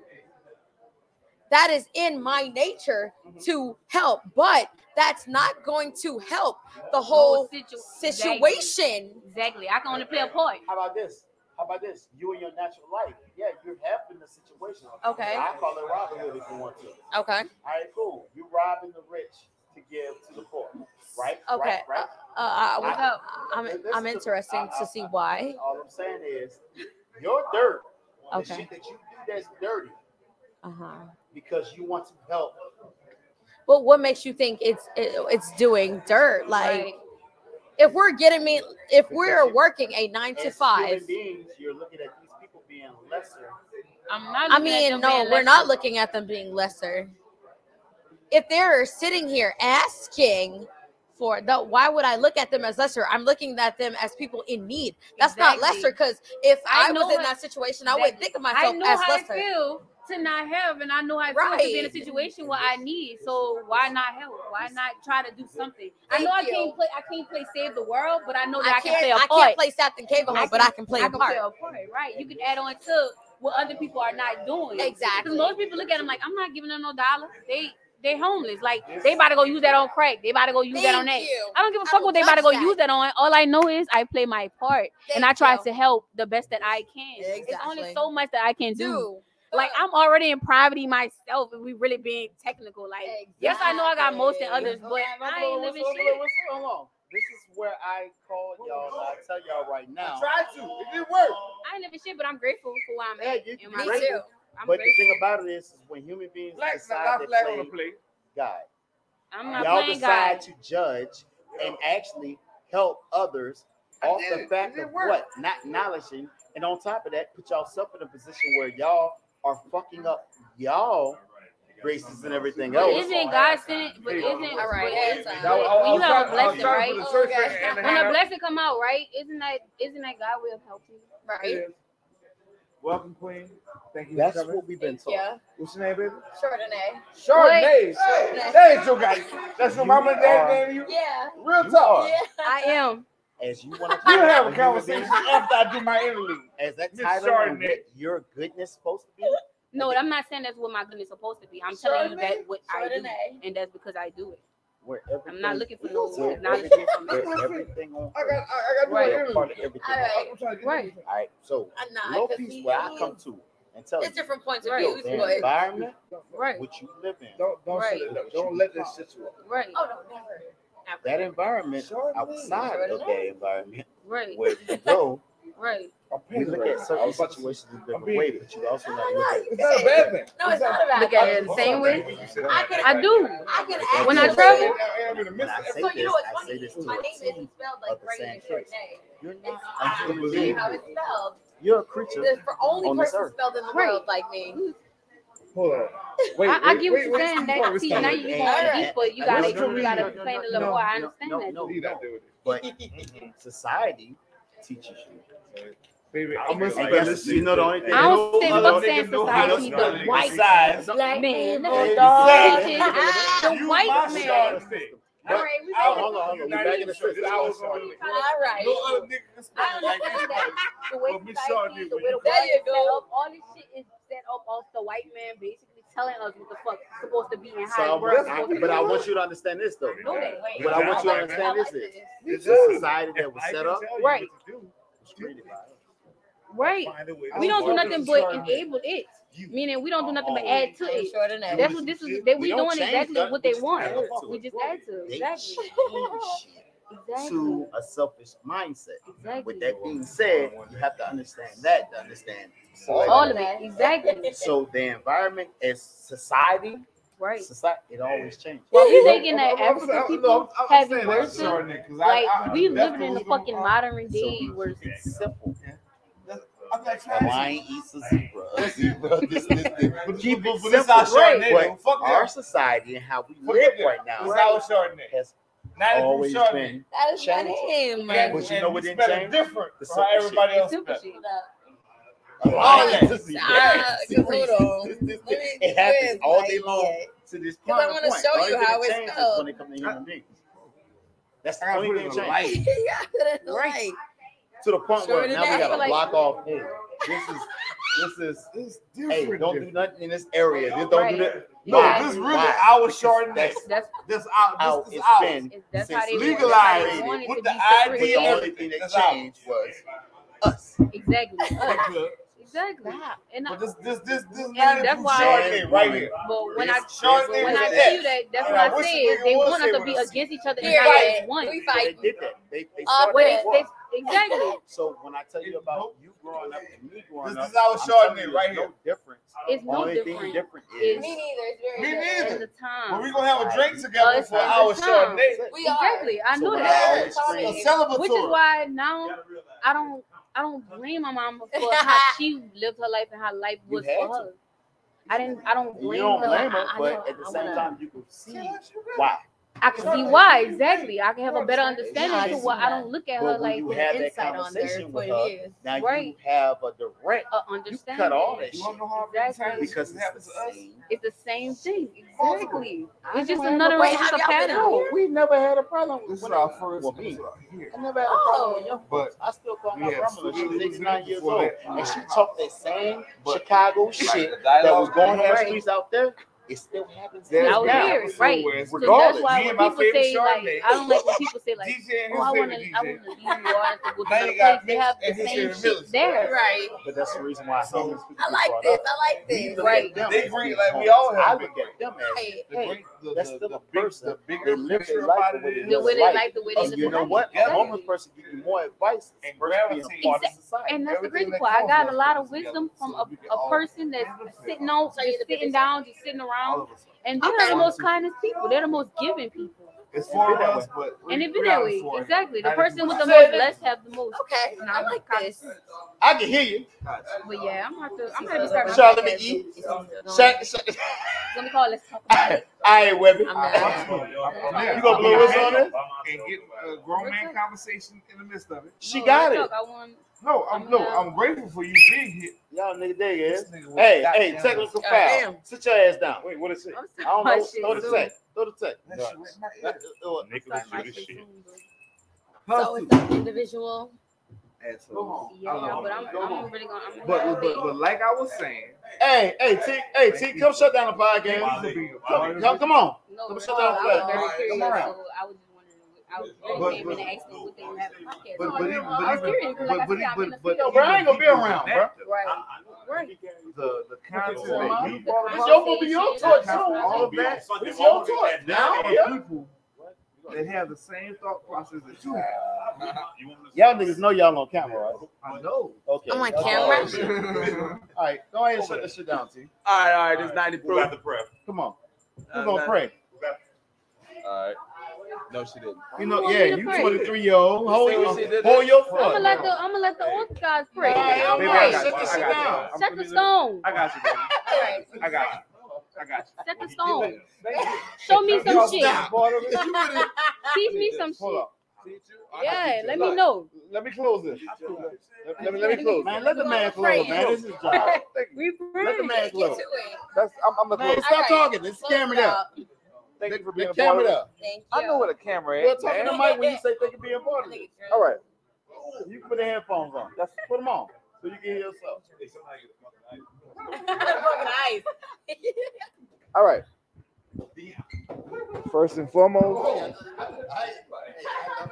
Speaker 9: that is in my nature
Speaker 2: Mhm.
Speaker 9: to help, but that's not going to help the whole
Speaker 8: situ-
Speaker 9: situation.
Speaker 8: Exactly. I can only play a part.
Speaker 2: How about this? How about this? You and your natural life. Yeah, you're helping the situation.
Speaker 9: Okay.
Speaker 2: I call it Robin Hood if you want to. All
Speaker 9: Okay.
Speaker 2: right, cool. You're robbing the rich to give to the poor. Right?
Speaker 9: Okay.
Speaker 2: Right? right?
Speaker 9: Uh, I,
Speaker 2: I-
Speaker 9: I, I'm,
Speaker 2: Listen to
Speaker 9: I'm
Speaker 2: me.
Speaker 9: interested
Speaker 2: I- I-
Speaker 9: to see why.
Speaker 2: All I'm saying is your dirt, the
Speaker 9: Okay.
Speaker 2: shit that you do that's dirty
Speaker 9: Uh huh.
Speaker 2: because you want to help.
Speaker 9: But what makes you think it's it, it's doing dirt? Like,
Speaker 8: Right.
Speaker 9: if we're getting me, if we're
Speaker 2: you-
Speaker 9: working a nine to
Speaker 2: As
Speaker 9: five,
Speaker 2: human beings, you're looking at these people being lesser.
Speaker 8: I'm not.
Speaker 9: I
Speaker 8: looking at
Speaker 9: mean,
Speaker 8: them
Speaker 9: no,
Speaker 8: being
Speaker 9: we're
Speaker 8: less-
Speaker 9: not looking at them being lesser. If they're sitting here asking for the, why would I look at them as lesser? I'm looking at them as people in need. That's not
Speaker 8: Exactly.
Speaker 9: lesser because if
Speaker 8: I
Speaker 9: I,
Speaker 8: know
Speaker 9: was in
Speaker 8: it-
Speaker 9: that situation, I wouldn't
Speaker 8: Exactly.
Speaker 9: think of
Speaker 8: I
Speaker 9: myself
Speaker 8: know
Speaker 9: as
Speaker 8: how I
Speaker 9: lesser.
Speaker 8: feel to not have, and I know how I feel to be in a
Speaker 9: Right.
Speaker 8: situation where I need. So why not help? Why not try to do something? I know I
Speaker 9: Thank you.
Speaker 8: can't play. I can't play save the world, but I know that I,
Speaker 9: I
Speaker 8: can play a
Speaker 9: can't, I
Speaker 8: part.
Speaker 9: can't play Seth and Cable,
Speaker 8: I
Speaker 9: but I can play
Speaker 8: I
Speaker 9: a
Speaker 8: can play
Speaker 9: part.
Speaker 8: a part, right? You can add on to what other people are not doing. Because
Speaker 9: Exactly.
Speaker 8: most people look at them like, I'm not giving them no dollar. They they homeless. Like they about to go use that on crack. They about to go use that on that.
Speaker 9: Thank you.
Speaker 8: I don't give a
Speaker 9: I
Speaker 8: fuck
Speaker 9: will
Speaker 8: what they about to
Speaker 9: judge
Speaker 8: go
Speaker 9: that.
Speaker 8: use that on. All I know is I play my part
Speaker 9: Thank
Speaker 8: and I try
Speaker 9: you.
Speaker 8: to help the best that I can. It's only
Speaker 9: Exactly.
Speaker 8: so much that I can do.
Speaker 9: do.
Speaker 8: Like I'm already in poverty myself, if we really being technical. Like yes, I know I got most than others, but I ain't living
Speaker 2: Hold on,
Speaker 8: shit.
Speaker 2: hold on, hold on. This is where I call y'all. and I tell y'all right now.
Speaker 3: Try to. It didn't work.
Speaker 8: I ain't living shit, but I'm grateful for where I'm at.
Speaker 2: Yeah, you can
Speaker 8: in my
Speaker 9: Me
Speaker 2: break
Speaker 8: life.
Speaker 9: too.
Speaker 2: it.
Speaker 8: I'm
Speaker 2: But the
Speaker 8: grateful.
Speaker 2: thing about it is, is when human beings
Speaker 3: Black,
Speaker 2: decide
Speaker 3: not
Speaker 2: to
Speaker 3: flag on the
Speaker 2: play
Speaker 3: plate.
Speaker 2: God,
Speaker 8: I'm not
Speaker 2: y'all
Speaker 8: playing
Speaker 2: decide
Speaker 8: God.
Speaker 2: to judge and actually help others
Speaker 3: I
Speaker 2: off
Speaker 3: did
Speaker 2: the
Speaker 3: it.
Speaker 2: fact
Speaker 3: It
Speaker 2: of
Speaker 3: worked.
Speaker 2: what not acknowledging, and on top of that, put yourself in a position where y'all are fucking up y'all races and everything
Speaker 8: But
Speaker 2: else.
Speaker 8: isn't God sent? But isn't
Speaker 9: All right,
Speaker 8: but is-
Speaker 9: that's
Speaker 8: but
Speaker 9: all.
Speaker 8: when you have a blessing,
Speaker 3: I
Speaker 8: right?
Speaker 3: was trying to put a
Speaker 9: right?
Speaker 3: church and- and
Speaker 8: When a
Speaker 3: hand
Speaker 8: blessing come out, right? Isn't that isn't that God will help you?
Speaker 9: Right?
Speaker 3: up. Welcome, Queen. Thank you.
Speaker 2: That's
Speaker 3: for coming.
Speaker 2: what we've been taught.
Speaker 9: Yeah.
Speaker 3: What's your name, baby?
Speaker 9: Chardonnay.
Speaker 3: Chardonnay.
Speaker 9: Chardonnay.
Speaker 3: That ain't your guy. That's your mama and daddy name. You
Speaker 9: Yeah.
Speaker 3: real talk.
Speaker 9: Yeah.
Speaker 8: I am.
Speaker 2: As you want to
Speaker 3: We'll have a conversation after I do my interlude.
Speaker 2: As that
Speaker 3: Miss
Speaker 2: title, on
Speaker 3: Chardonnay.
Speaker 2: what your goodness supposed to be.
Speaker 8: No, I'm not saying that's what my goodness is supposed to be. I'm telling you that what I do,
Speaker 9: Chardonnay.
Speaker 8: and that's because I do it.
Speaker 2: Where
Speaker 8: I'm not
Speaker 2: everything-
Speaker 8: looking for no
Speaker 2: where
Speaker 8: acknowledgement from
Speaker 2: everything-
Speaker 8: it.
Speaker 2: where everything on
Speaker 3: I got, I,
Speaker 2: earth
Speaker 3: I got to do
Speaker 2: is
Speaker 3: my
Speaker 2: a
Speaker 3: interlude.
Speaker 2: part of everything
Speaker 9: All
Speaker 2: on
Speaker 9: right.
Speaker 3: I'm trying to get
Speaker 8: Right.
Speaker 2: All right, so
Speaker 9: I'm not.
Speaker 2: low
Speaker 9: 'cause
Speaker 2: piece
Speaker 9: we-
Speaker 2: where I come to and tell
Speaker 9: It's
Speaker 2: you
Speaker 9: different points of
Speaker 8: Right.
Speaker 9: view,
Speaker 2: the
Speaker 9: but
Speaker 2: environment
Speaker 8: Right.
Speaker 2: which you live in.
Speaker 3: Don't don't
Speaker 8: Right.
Speaker 3: sit it up. Don't let that sit you up.
Speaker 8: Right.
Speaker 9: oh no, never.
Speaker 2: That environment
Speaker 3: Sure
Speaker 2: outside of that environment
Speaker 8: Right.
Speaker 2: where you go,
Speaker 8: Right.
Speaker 2: you look at
Speaker 3: I
Speaker 2: certain
Speaker 3: was about to-
Speaker 2: situations in a different way, but you also not look at
Speaker 3: It's not a bad thing.
Speaker 9: No, it's not about.
Speaker 8: Look at it the same way.
Speaker 9: I could.
Speaker 8: I do.
Speaker 9: I can act
Speaker 8: When I
Speaker 9: like-
Speaker 8: travel-
Speaker 3: I'm in the
Speaker 2: when
Speaker 3: midst
Speaker 2: I
Speaker 3: of
Speaker 2: say
Speaker 9: So
Speaker 2: this,
Speaker 9: you know
Speaker 2: I
Speaker 9: what's
Speaker 2: say
Speaker 9: funny?
Speaker 2: this
Speaker 9: My
Speaker 2: to
Speaker 9: name isn't spelled like
Speaker 2: of the
Speaker 9: regular
Speaker 2: same
Speaker 9: short
Speaker 2: case.
Speaker 9: name.
Speaker 2: You're
Speaker 9: It's
Speaker 2: not
Speaker 9: I
Speaker 2: unto the
Speaker 9: see how
Speaker 2: believer.
Speaker 9: it's spelled.
Speaker 2: You're a creature.
Speaker 9: The for
Speaker 2: on
Speaker 9: only
Speaker 2: this
Speaker 9: person
Speaker 2: earth.
Speaker 9: spelled in the
Speaker 8: Right.
Speaker 9: world like me.
Speaker 3: Hold on. Wait,
Speaker 8: I, I
Speaker 3: wait, wait,
Speaker 8: get what
Speaker 3: wait,
Speaker 8: you're saying.
Speaker 3: before we
Speaker 8: That, see, now
Speaker 3: start.
Speaker 8: you're going deep, but you gotta,
Speaker 3: No, no, no,
Speaker 8: you gotta
Speaker 3: no,
Speaker 8: explain a
Speaker 2: no,
Speaker 8: little more. I
Speaker 2: no,
Speaker 8: understand
Speaker 2: no,
Speaker 8: that.
Speaker 2: no.
Speaker 3: Leave that dude.
Speaker 2: But society teaches you.
Speaker 3: Baby, I'm gonna
Speaker 2: Like,
Speaker 3: spell
Speaker 2: that's-
Speaker 3: this
Speaker 2: you
Speaker 3: shit.
Speaker 2: know the only thing.
Speaker 8: I don't think
Speaker 3: Mother
Speaker 8: books
Speaker 3: nigga
Speaker 8: and
Speaker 3: know how to
Speaker 8: society,
Speaker 3: spell
Speaker 8: the
Speaker 3: it.
Speaker 8: white
Speaker 2: Besides,
Speaker 8: black men, the
Speaker 2: people
Speaker 8: dog,
Speaker 2: say-
Speaker 8: the
Speaker 3: You
Speaker 8: white
Speaker 3: my
Speaker 8: man.
Speaker 3: star thing.
Speaker 9: All right, we
Speaker 3: I
Speaker 2: Oh,
Speaker 3: was
Speaker 2: hold on, hold on. We back in the
Speaker 3: United
Speaker 2: streets.
Speaker 3: States. I was on it.
Speaker 9: All right.
Speaker 3: No other nigga can spell
Speaker 8: I
Speaker 3: it like this.
Speaker 8: understand that. The way
Speaker 3: Well, Miss
Speaker 8: society,
Speaker 3: Shawnee,
Speaker 8: the
Speaker 3: when
Speaker 8: way
Speaker 3: you-
Speaker 8: the world
Speaker 9: There you
Speaker 8: is set
Speaker 9: go.
Speaker 8: up, all this shit is set up off the white man basically telling us what the fuck is supposed to be and
Speaker 2: So I
Speaker 8: how
Speaker 2: want,
Speaker 8: it works.
Speaker 2: I, but I want you to understand this though.
Speaker 8: No, they ain't.
Speaker 2: What I want you to
Speaker 8: like this.
Speaker 2: understand
Speaker 8: I
Speaker 2: is
Speaker 8: like
Speaker 2: this:
Speaker 8: this.
Speaker 2: it's a society that was
Speaker 3: I
Speaker 2: set
Speaker 3: can
Speaker 2: up.
Speaker 3: tell you
Speaker 8: Right.
Speaker 3: what to do.
Speaker 2: It's created by us.
Speaker 8: Right.
Speaker 3: Find a way to
Speaker 8: We don't do
Speaker 3: work
Speaker 8: nothing
Speaker 3: with
Speaker 8: but
Speaker 3: society.
Speaker 8: enable it.
Speaker 3: You.
Speaker 8: Meaning we don't do nothing but
Speaker 2: Oh.
Speaker 8: add to it.
Speaker 9: Shorter than
Speaker 8: That's what this is. They, we
Speaker 2: We don't
Speaker 8: doing
Speaker 2: change
Speaker 8: exactly
Speaker 2: nothing,
Speaker 8: what
Speaker 2: we
Speaker 8: they
Speaker 2: just
Speaker 8: want.
Speaker 2: add to
Speaker 8: We
Speaker 2: it.
Speaker 8: just add to it.
Speaker 2: They
Speaker 8: Exactly.
Speaker 2: change it
Speaker 8: Exactly.
Speaker 2: to a selfish mindset.
Speaker 8: Exactly.
Speaker 2: With that being said, you have to understand that to understand.
Speaker 8: All of it. Exactly.
Speaker 2: So the environment as society,
Speaker 8: Right.
Speaker 2: society, it always changes.
Speaker 8: Well, we thinking that
Speaker 3: I'm- I'm-
Speaker 8: African
Speaker 3: I'm-
Speaker 8: people
Speaker 3: I'm- I'm
Speaker 8: have it
Speaker 3: saying
Speaker 8: worse
Speaker 3: that's Jordan, 'cause I-
Speaker 8: Like
Speaker 3: I-
Speaker 8: we
Speaker 3: that's
Speaker 8: living in the
Speaker 3: who's gonna-
Speaker 8: fucking modern day
Speaker 2: So
Speaker 8: where
Speaker 2: it's simple.
Speaker 3: I'm not
Speaker 2: A
Speaker 3: trying to-
Speaker 2: lion eats a zebra. A zebra, this, this, this.
Speaker 3: But
Speaker 2: Keep
Speaker 3: but-
Speaker 2: it
Speaker 3: but this
Speaker 2: simple,
Speaker 3: our
Speaker 2: right?
Speaker 3: Chardonnay, though.
Speaker 2: But
Speaker 3: Fuck
Speaker 2: Our
Speaker 3: that.
Speaker 2: society and how we
Speaker 3: Fuck
Speaker 2: live
Speaker 3: that.
Speaker 2: right
Speaker 3: This
Speaker 2: now
Speaker 3: our Chardonnay.
Speaker 2: has
Speaker 3: Not even
Speaker 2: always
Speaker 3: Chardonnay.
Speaker 2: been
Speaker 9: That is my
Speaker 2: Change.
Speaker 9: name.
Speaker 3: And-
Speaker 2: But you
Speaker 3: and
Speaker 2: know
Speaker 3: we
Speaker 2: what didn't
Speaker 3: spell it
Speaker 2: change?
Speaker 3: Different from
Speaker 2: The simple
Speaker 3: how everybody
Speaker 2: shit.
Speaker 3: else
Speaker 8: super
Speaker 3: spell
Speaker 8: shit.
Speaker 2: a lion.
Speaker 9: Uh,
Speaker 2: oh, This is yes.
Speaker 9: good little.
Speaker 2: This, this,
Speaker 9: Let
Speaker 2: this.
Speaker 9: me-
Speaker 2: It happens
Speaker 9: where's
Speaker 2: all
Speaker 9: my
Speaker 2: day long
Speaker 9: EA?
Speaker 2: to this
Speaker 9: Because I
Speaker 2: point.
Speaker 9: wanna show
Speaker 2: All
Speaker 9: you
Speaker 2: that
Speaker 9: how it's
Speaker 2: changes
Speaker 9: spelled.
Speaker 2: when it comes to human beings. That's the only thing that changes.
Speaker 9: Right.
Speaker 2: to the point
Speaker 9: Sure
Speaker 2: where
Speaker 9: did
Speaker 2: now
Speaker 9: that.
Speaker 2: we gotta
Speaker 8: Like-
Speaker 2: block off. Hey, this is this is
Speaker 3: It's
Speaker 2: hey,
Speaker 3: different.
Speaker 2: don't do nothing in this area. Just don't do
Speaker 8: Right.
Speaker 2: that.
Speaker 3: No,
Speaker 2: Why?
Speaker 3: this really
Speaker 2: Why?
Speaker 3: our
Speaker 2: Because
Speaker 3: Chardonnay.
Speaker 2: that's
Speaker 8: That's
Speaker 3: This out.
Speaker 2: out.
Speaker 3: This is
Speaker 2: It's
Speaker 3: out.
Speaker 2: been
Speaker 8: that's
Speaker 2: since
Speaker 8: how they
Speaker 3: legalized
Speaker 8: want it
Speaker 3: with
Speaker 8: to
Speaker 3: the
Speaker 8: be separated.
Speaker 2: the
Speaker 3: idea
Speaker 2: only thing that
Speaker 3: That's out.
Speaker 2: changed was us.
Speaker 8: Exactly. Us. Exactly. And I-
Speaker 3: But this, this, this, this
Speaker 8: And
Speaker 3: not
Speaker 8: that's
Speaker 3: even
Speaker 8: why-
Speaker 3: Chardonnay right here.
Speaker 8: but when I
Speaker 3: It's Chardonnay
Speaker 8: when I
Speaker 3: with an
Speaker 8: tell you
Speaker 3: X.
Speaker 8: that, that's
Speaker 3: Yeah, I
Speaker 8: what I
Speaker 3: wish
Speaker 8: said.
Speaker 3: the nigga
Speaker 8: They
Speaker 3: would
Speaker 8: want us
Speaker 3: say
Speaker 8: to
Speaker 3: what
Speaker 8: be
Speaker 3: I said.
Speaker 8: against each other and
Speaker 9: Period.
Speaker 8: not as one.
Speaker 9: We
Speaker 2: So they
Speaker 9: fight.
Speaker 2: did that. They, they
Speaker 9: Uh,
Speaker 2: started
Speaker 8: Wait,
Speaker 2: that.
Speaker 8: they,
Speaker 2: war.
Speaker 8: exactly.
Speaker 2: So when I tell you about you growing up and me growing
Speaker 3: This
Speaker 2: up,
Speaker 3: is our
Speaker 2: I'm
Speaker 3: Chardonnay
Speaker 2: telling you
Speaker 3: right
Speaker 2: there's
Speaker 3: here.
Speaker 2: No difference.
Speaker 8: It's no
Speaker 2: only
Speaker 8: different.
Speaker 2: thing different
Speaker 9: Me
Speaker 2: is
Speaker 8: It's-
Speaker 9: neither. It's
Speaker 3: Me
Speaker 9: very
Speaker 3: neither.
Speaker 8: At the
Speaker 3: But
Speaker 8: time.
Speaker 3: we gonna have a drink together
Speaker 8: Us
Speaker 3: for
Speaker 8: at
Speaker 3: our
Speaker 8: the time.
Speaker 3: Chardonnay.
Speaker 9: We are.
Speaker 8: Exactly. I
Speaker 2: So
Speaker 8: know
Speaker 2: when
Speaker 9: we're
Speaker 8: that.
Speaker 9: all
Speaker 3: Yes,
Speaker 9: Chardonnay.
Speaker 3: a celebratory.
Speaker 8: Which is why now I don't I don't blame my mom for how she lived her life and how life
Speaker 2: You
Speaker 8: was
Speaker 2: had
Speaker 8: for her. I didn't I don't
Speaker 2: you
Speaker 8: blame
Speaker 2: don't
Speaker 8: her.
Speaker 2: blame
Speaker 8: I-
Speaker 2: her,
Speaker 8: I know,
Speaker 2: but at
Speaker 8: I
Speaker 2: the same
Speaker 8: wanna-
Speaker 2: time, you can see why.
Speaker 8: I can see why exactly. I can have a better understanding
Speaker 9: Yeah,
Speaker 8: to why I don't look at her
Speaker 2: But
Speaker 8: like
Speaker 2: when you
Speaker 8: with
Speaker 2: have that
Speaker 9: Insight on there
Speaker 2: conversation
Speaker 9: for
Speaker 2: with her,
Speaker 9: years.
Speaker 2: now you
Speaker 8: Right.
Speaker 2: have a direct
Speaker 8: a
Speaker 2: you
Speaker 8: understanding.
Speaker 2: cut all that
Speaker 3: You
Speaker 2: shit
Speaker 3: wanna know how many
Speaker 8: Exactly.
Speaker 3: times this
Speaker 2: because it's the
Speaker 3: happened to us?
Speaker 2: same.
Speaker 8: It's the same thing.
Speaker 3: Multiple.
Speaker 8: Exactly. It's just another
Speaker 9: Wait,
Speaker 8: it's
Speaker 9: have
Speaker 8: just a
Speaker 9: y'all been out
Speaker 8: pattern.
Speaker 9: here?
Speaker 2: We never had a problem
Speaker 3: This is
Speaker 2: when
Speaker 3: our
Speaker 2: I-
Speaker 3: first
Speaker 2: well, me.
Speaker 3: this is our- here.
Speaker 2: I never had a problem with your
Speaker 3: But
Speaker 2: I still call my
Speaker 3: we had
Speaker 2: grandmother. She
Speaker 3: three
Speaker 2: was 89
Speaker 3: years
Speaker 2: years
Speaker 3: before
Speaker 2: old.
Speaker 3: that.
Speaker 2: And she talked that same
Speaker 3: But-
Speaker 2: Chicago
Speaker 3: like,
Speaker 2: shit
Speaker 3: the
Speaker 2: that was
Speaker 3: dialogue
Speaker 2: going on the
Speaker 8: Right.
Speaker 2: streets out there. It still happens
Speaker 3: There's
Speaker 8: Out
Speaker 3: been
Speaker 2: now.
Speaker 3: an
Speaker 8: here,
Speaker 3: episode
Speaker 8: right.
Speaker 3: where it's
Speaker 8: So
Speaker 3: regardless,
Speaker 8: that's why
Speaker 3: me
Speaker 8: when
Speaker 3: and my
Speaker 8: people
Speaker 3: favorite
Speaker 8: say like
Speaker 3: Chardonnay,
Speaker 8: I don't like when people say like
Speaker 3: DJ and
Speaker 8: oh I
Speaker 3: his
Speaker 8: wanna
Speaker 3: favorite
Speaker 8: I
Speaker 3: DJ.
Speaker 8: wanna leave New York to
Speaker 3: Now
Speaker 8: go to another
Speaker 3: you got
Speaker 8: place. They
Speaker 3: Mix
Speaker 8: have the
Speaker 3: and his
Speaker 8: same
Speaker 3: favorite
Speaker 8: shit
Speaker 3: Millis.
Speaker 8: there.
Speaker 9: Right.
Speaker 2: But that's the reason why
Speaker 3: So,
Speaker 9: I like this. I like
Speaker 2: We
Speaker 9: this.
Speaker 2: look
Speaker 8: Right.
Speaker 2: at them
Speaker 3: They
Speaker 2: as
Speaker 3: bring-
Speaker 2: big
Speaker 3: like, we
Speaker 2: homies.
Speaker 3: all have
Speaker 2: I
Speaker 3: big
Speaker 2: look at them as
Speaker 9: Right.
Speaker 3: The
Speaker 8: Hey,
Speaker 3: great- the-
Speaker 2: that's
Speaker 3: the-
Speaker 2: the
Speaker 3: the big-
Speaker 2: person
Speaker 3: the bigger
Speaker 2: that lives
Speaker 3: picture
Speaker 2: their life
Speaker 3: about
Speaker 2: the
Speaker 3: it
Speaker 2: way they
Speaker 3: is-
Speaker 8: The way they
Speaker 2: Life.
Speaker 8: like the way they
Speaker 3: us,
Speaker 8: live
Speaker 2: You
Speaker 8: their
Speaker 2: know
Speaker 8: life.
Speaker 2: what? A
Speaker 8: Exactly.
Speaker 2: homeless person give you more advice
Speaker 3: And
Speaker 2: versus being a part of
Speaker 8: Exact-
Speaker 2: society.
Speaker 8: And that's the
Speaker 3: Everything
Speaker 8: crazy
Speaker 3: that
Speaker 8: part. I
Speaker 3: comes
Speaker 8: got a
Speaker 3: from
Speaker 8: lot
Speaker 3: it
Speaker 8: of
Speaker 3: together,
Speaker 8: wisdom from
Speaker 3: so
Speaker 8: a,
Speaker 3: we can
Speaker 8: a
Speaker 3: all
Speaker 8: person that's
Speaker 3: benefit
Speaker 8: sitting on,
Speaker 9: So you're the
Speaker 8: just sitting
Speaker 9: biggest
Speaker 8: down, just sitting
Speaker 3: all
Speaker 8: around.
Speaker 3: of us.
Speaker 8: And they're the most kindest people. They're the most giving people.
Speaker 3: It's for
Speaker 2: And it
Speaker 3: us, but
Speaker 8: And it be
Speaker 3: we-
Speaker 8: that
Speaker 3: we
Speaker 8: way.
Speaker 3: are for it.
Speaker 8: Exactly. The
Speaker 3: Not
Speaker 8: person
Speaker 3: even-
Speaker 8: with the most less have the most.
Speaker 9: Okay. I like this.
Speaker 2: I can hear you.
Speaker 8: But yeah, I'm gonna have to, I'm gonna have to start my
Speaker 2: Charlotte
Speaker 8: podcast.
Speaker 2: McGee.
Speaker 9: No.
Speaker 2: Shut, shut.
Speaker 8: Let me call. Let's talk about
Speaker 2: I
Speaker 8: it.
Speaker 2: ain't Webby.
Speaker 9: I'm
Speaker 3: I'm
Speaker 9: not.
Speaker 3: sorry. I'm- I'm-
Speaker 2: You gonna blow us on this?
Speaker 3: and get uh, a grown man conversation in the midst of it.
Speaker 2: She
Speaker 8: No,
Speaker 2: got
Speaker 8: let's
Speaker 2: it.
Speaker 8: talk. I want.
Speaker 3: No, I'm no, I'm grateful for you being here.
Speaker 2: Y'all nigga dig
Speaker 3: This
Speaker 2: it.
Speaker 3: nigga was
Speaker 2: Hey,
Speaker 3: goddamn-
Speaker 2: hey, technical
Speaker 9: God
Speaker 2: foul.
Speaker 9: damn.
Speaker 2: Sit your ass down.
Speaker 3: Wait, what is it?
Speaker 8: I'm
Speaker 2: I
Speaker 8: sorry.
Speaker 2: don't
Speaker 8: My
Speaker 2: know.
Speaker 8: shit
Speaker 2: Throw the
Speaker 8: soon.
Speaker 2: tech. Throw the tech.
Speaker 3: That shit went in my
Speaker 2: Uh,
Speaker 3: ear.
Speaker 2: uh, uh,
Speaker 8: Sorry, my shit soon, bro.
Speaker 9: So it's an individual.
Speaker 3: Asshole.
Speaker 8: Yeah,
Speaker 3: I love
Speaker 8: but
Speaker 3: it.
Speaker 8: I'm,
Speaker 3: Go
Speaker 8: I'm
Speaker 3: home.
Speaker 8: really gonna. I'm
Speaker 3: But,
Speaker 8: gonna
Speaker 3: but but but like I was saying,
Speaker 2: Hey, hey, T, hey, T, come shut down the
Speaker 3: niggas
Speaker 2: podcast.
Speaker 3: will be-
Speaker 2: Come, come, come on.
Speaker 8: No,
Speaker 2: Come
Speaker 8: but
Speaker 2: shut
Speaker 8: I
Speaker 2: down
Speaker 8: was
Speaker 2: the
Speaker 8: very
Speaker 3: flag.
Speaker 8: curious.
Speaker 3: Come around.
Speaker 8: so I was just wondering.
Speaker 10: I was really came in and asked them what they have in podcast.
Speaker 3: But, but,
Speaker 10: I
Speaker 3: even, but,
Speaker 10: was
Speaker 3: even,
Speaker 10: curious, 'cause like I
Speaker 3: but, but,
Speaker 10: said, I've been
Speaker 3: but,
Speaker 10: in the
Speaker 3: but,
Speaker 10: field.
Speaker 2: Bro, I ain't gonna be
Speaker 3: even
Speaker 2: around,
Speaker 3: that,
Speaker 10: Right. Right.
Speaker 3: The, the content
Speaker 2: Well,
Speaker 3: that he
Speaker 2: the
Speaker 3: brought
Speaker 2: It's
Speaker 3: about,
Speaker 2: your- gonna be your torch,
Speaker 3: too. All of that.
Speaker 2: It's your choice. Now,
Speaker 3: there are people that have the same thought process that you have.
Speaker 2: Uh, y'all niggas know y'all on camera, right?
Speaker 3: I know.
Speaker 2: Okay.
Speaker 9: I'm on
Speaker 2: That's
Speaker 9: camera?
Speaker 2: all good. All right, go ahead and shut this shit down, T.
Speaker 4: All right, all right. It's 90 proof.
Speaker 1: the prep?
Speaker 2: Come on, we're
Speaker 4: Uh,
Speaker 2: gonna
Speaker 4: nah.
Speaker 2: pray.
Speaker 4: All right. No, she didn't.
Speaker 2: You know,
Speaker 8: want
Speaker 2: yeah,
Speaker 8: me to
Speaker 2: you
Speaker 8: pray?
Speaker 2: 23 year old, hold
Speaker 4: See what she
Speaker 2: your
Speaker 4: did
Speaker 2: hold
Speaker 4: there?
Speaker 2: your
Speaker 8: I'm gonna
Speaker 2: foot.
Speaker 8: let the I'm gonna let the old guys pray.
Speaker 2: Nah, hell
Speaker 8: Y'all
Speaker 2: no,
Speaker 8: pray.
Speaker 2: shut this shit down.
Speaker 8: Set the stone.
Speaker 3: I got you, baby.
Speaker 9: All right.
Speaker 3: I got you. I got you.
Speaker 8: Set the stone. Show me some shit. Teach me some
Speaker 3: Hold
Speaker 8: shit.
Speaker 3: up.
Speaker 8: Yeah, let me know.
Speaker 3: Let me close this. Let, let me let me close.
Speaker 2: Man, let the man
Speaker 9: We're praying.
Speaker 2: close, man. This is his job.
Speaker 8: We
Speaker 2: Let the
Speaker 8: pray.
Speaker 2: man
Speaker 9: Get to
Speaker 2: close.
Speaker 9: it.
Speaker 3: That's I'm, I'm the
Speaker 2: Man,
Speaker 3: close.
Speaker 2: stop
Speaker 9: All right.
Speaker 2: talking. It's
Speaker 9: Close
Speaker 2: scamming
Speaker 9: it
Speaker 2: up.
Speaker 9: out.
Speaker 3: Thank you for being
Speaker 2: The
Speaker 3: a part of
Speaker 2: camera
Speaker 3: it.
Speaker 2: up.
Speaker 9: Thank you.
Speaker 3: I know what a camera
Speaker 2: We'll
Speaker 3: is.
Speaker 2: talk to
Speaker 3: man.
Speaker 2: the mic when you say they can be a part of it.
Speaker 3: All right.
Speaker 2: You can put the headphones on. That's put them on so you can hear yourself.
Speaker 9: Broken eyes.
Speaker 3: All right. First and foremost,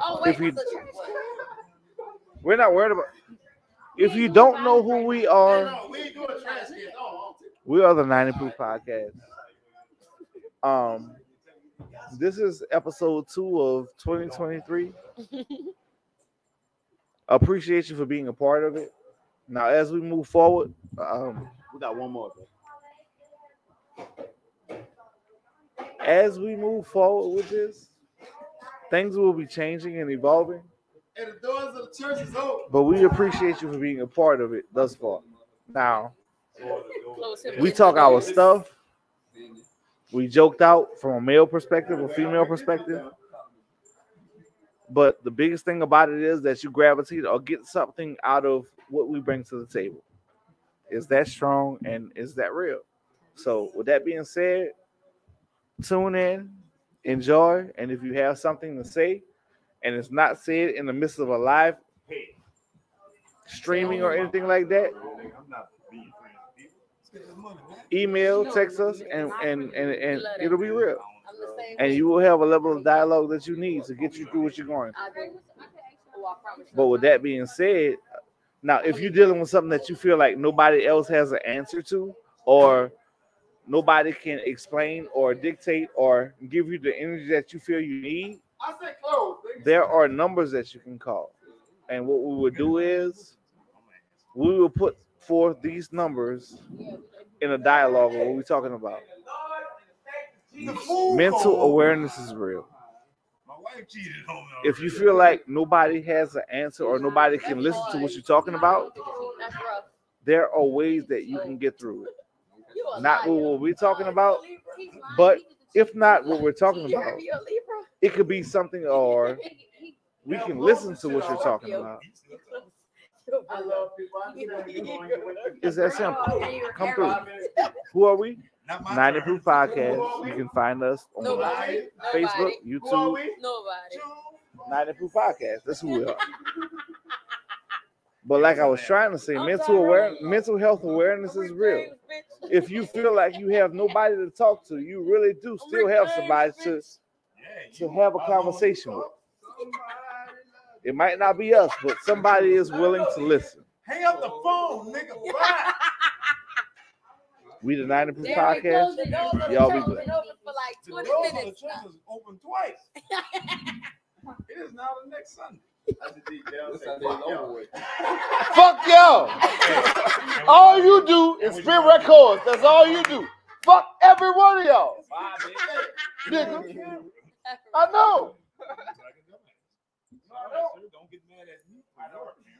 Speaker 9: Oh wait,
Speaker 3: If you-
Speaker 9: that's a trash can.
Speaker 3: we're not worried about. If you don't know who we are,
Speaker 2: we ain't doing trash can. No,
Speaker 3: we are the 90 Proof Podcast. Um, this is episode two of 2023. Appreciate you for being a part of it. Now, as we move forward, um,
Speaker 2: we got one more.
Speaker 3: as we move forward with this, things will be changing and evolving.
Speaker 2: And the doors of the church is open.
Speaker 3: But we appreciate you for being a part of it thus far. Now,
Speaker 9: Close him
Speaker 3: we
Speaker 9: in.
Speaker 3: talk our stuff. We joked out from a male perspective, a female perspective. But the biggest thing about it is that you gravitate or get something out of what we bring to the table. Is that strong and is that real? So, with that being said, tune in, enjoy, and if you have something to say and it's not said in the midst of a live streaming or anything like that, email, text us, and and and, and it'll be real.
Speaker 9: I'm the same.
Speaker 3: And you will have a level of dialogue that you need to get you through what you're going. through.
Speaker 9: I do. Oh, I promise you.
Speaker 3: But with that being said, now if you're dealing with something that you feel like nobody else has an answer to, or nobody can explain or dictate or give you the energy that you feel you need,
Speaker 2: I said close.
Speaker 3: there are numbers that you can call. And what we would do is we will put forth these numbers in a dialogue of what we're talking about. Mental awareness is real.
Speaker 1: My wife cheated on me.
Speaker 3: If you feel like nobody has an answer or nobody can listen to what you're talking about,
Speaker 9: That's rough.
Speaker 3: there are ways that you can get through it.
Speaker 9: You a
Speaker 3: Not what
Speaker 9: liar.
Speaker 3: we'll be talking about.
Speaker 9: He's lying.
Speaker 3: but
Speaker 9: He's a
Speaker 3: If not what we're
Speaker 9: cheater.
Speaker 3: talking
Speaker 9: You
Speaker 3: about,
Speaker 9: heard me, a Libra?
Speaker 3: it could be something or we can listen to what you're talking about.
Speaker 2: I love people. I knew that you going your way.
Speaker 3: It's that simple.
Speaker 9: Oh, you're
Speaker 3: Come
Speaker 9: terrible.
Speaker 3: through. Who are we?
Speaker 1: Not my
Speaker 3: 90
Speaker 1: turn.
Speaker 3: Proof Podcast. You can find us on
Speaker 9: Nobody.
Speaker 3: Facebook,
Speaker 9: Nobody.
Speaker 2: Who are
Speaker 3: YouTube,
Speaker 2: we?
Speaker 9: Nobody.
Speaker 3: 90 Proof Podcast. That's who we are. But like I was trying to say, mental aware, mental health awareness is real. If you feel like you have nobody to talk to, you really do still have somebody to, to have a conversation with. It might not be us, but somebody is willing to listen.
Speaker 1: Hang up the phone, nigga. Bye.
Speaker 3: We the 90 Proof
Speaker 9: There it
Speaker 3: Podcast.
Speaker 9: goes. The doors of the
Speaker 3: Y'all be
Speaker 9: church
Speaker 3: blessed.
Speaker 9: been open for like
Speaker 1: The
Speaker 9: 20
Speaker 1: doors of the
Speaker 9: minutes.
Speaker 1: church is open twice. it is now the next Sunday.
Speaker 2: Fuck y'all. All you do is spin records. That's all you do. Fuck every one of y'all. Nigga. I know.
Speaker 1: Don't get mad at me.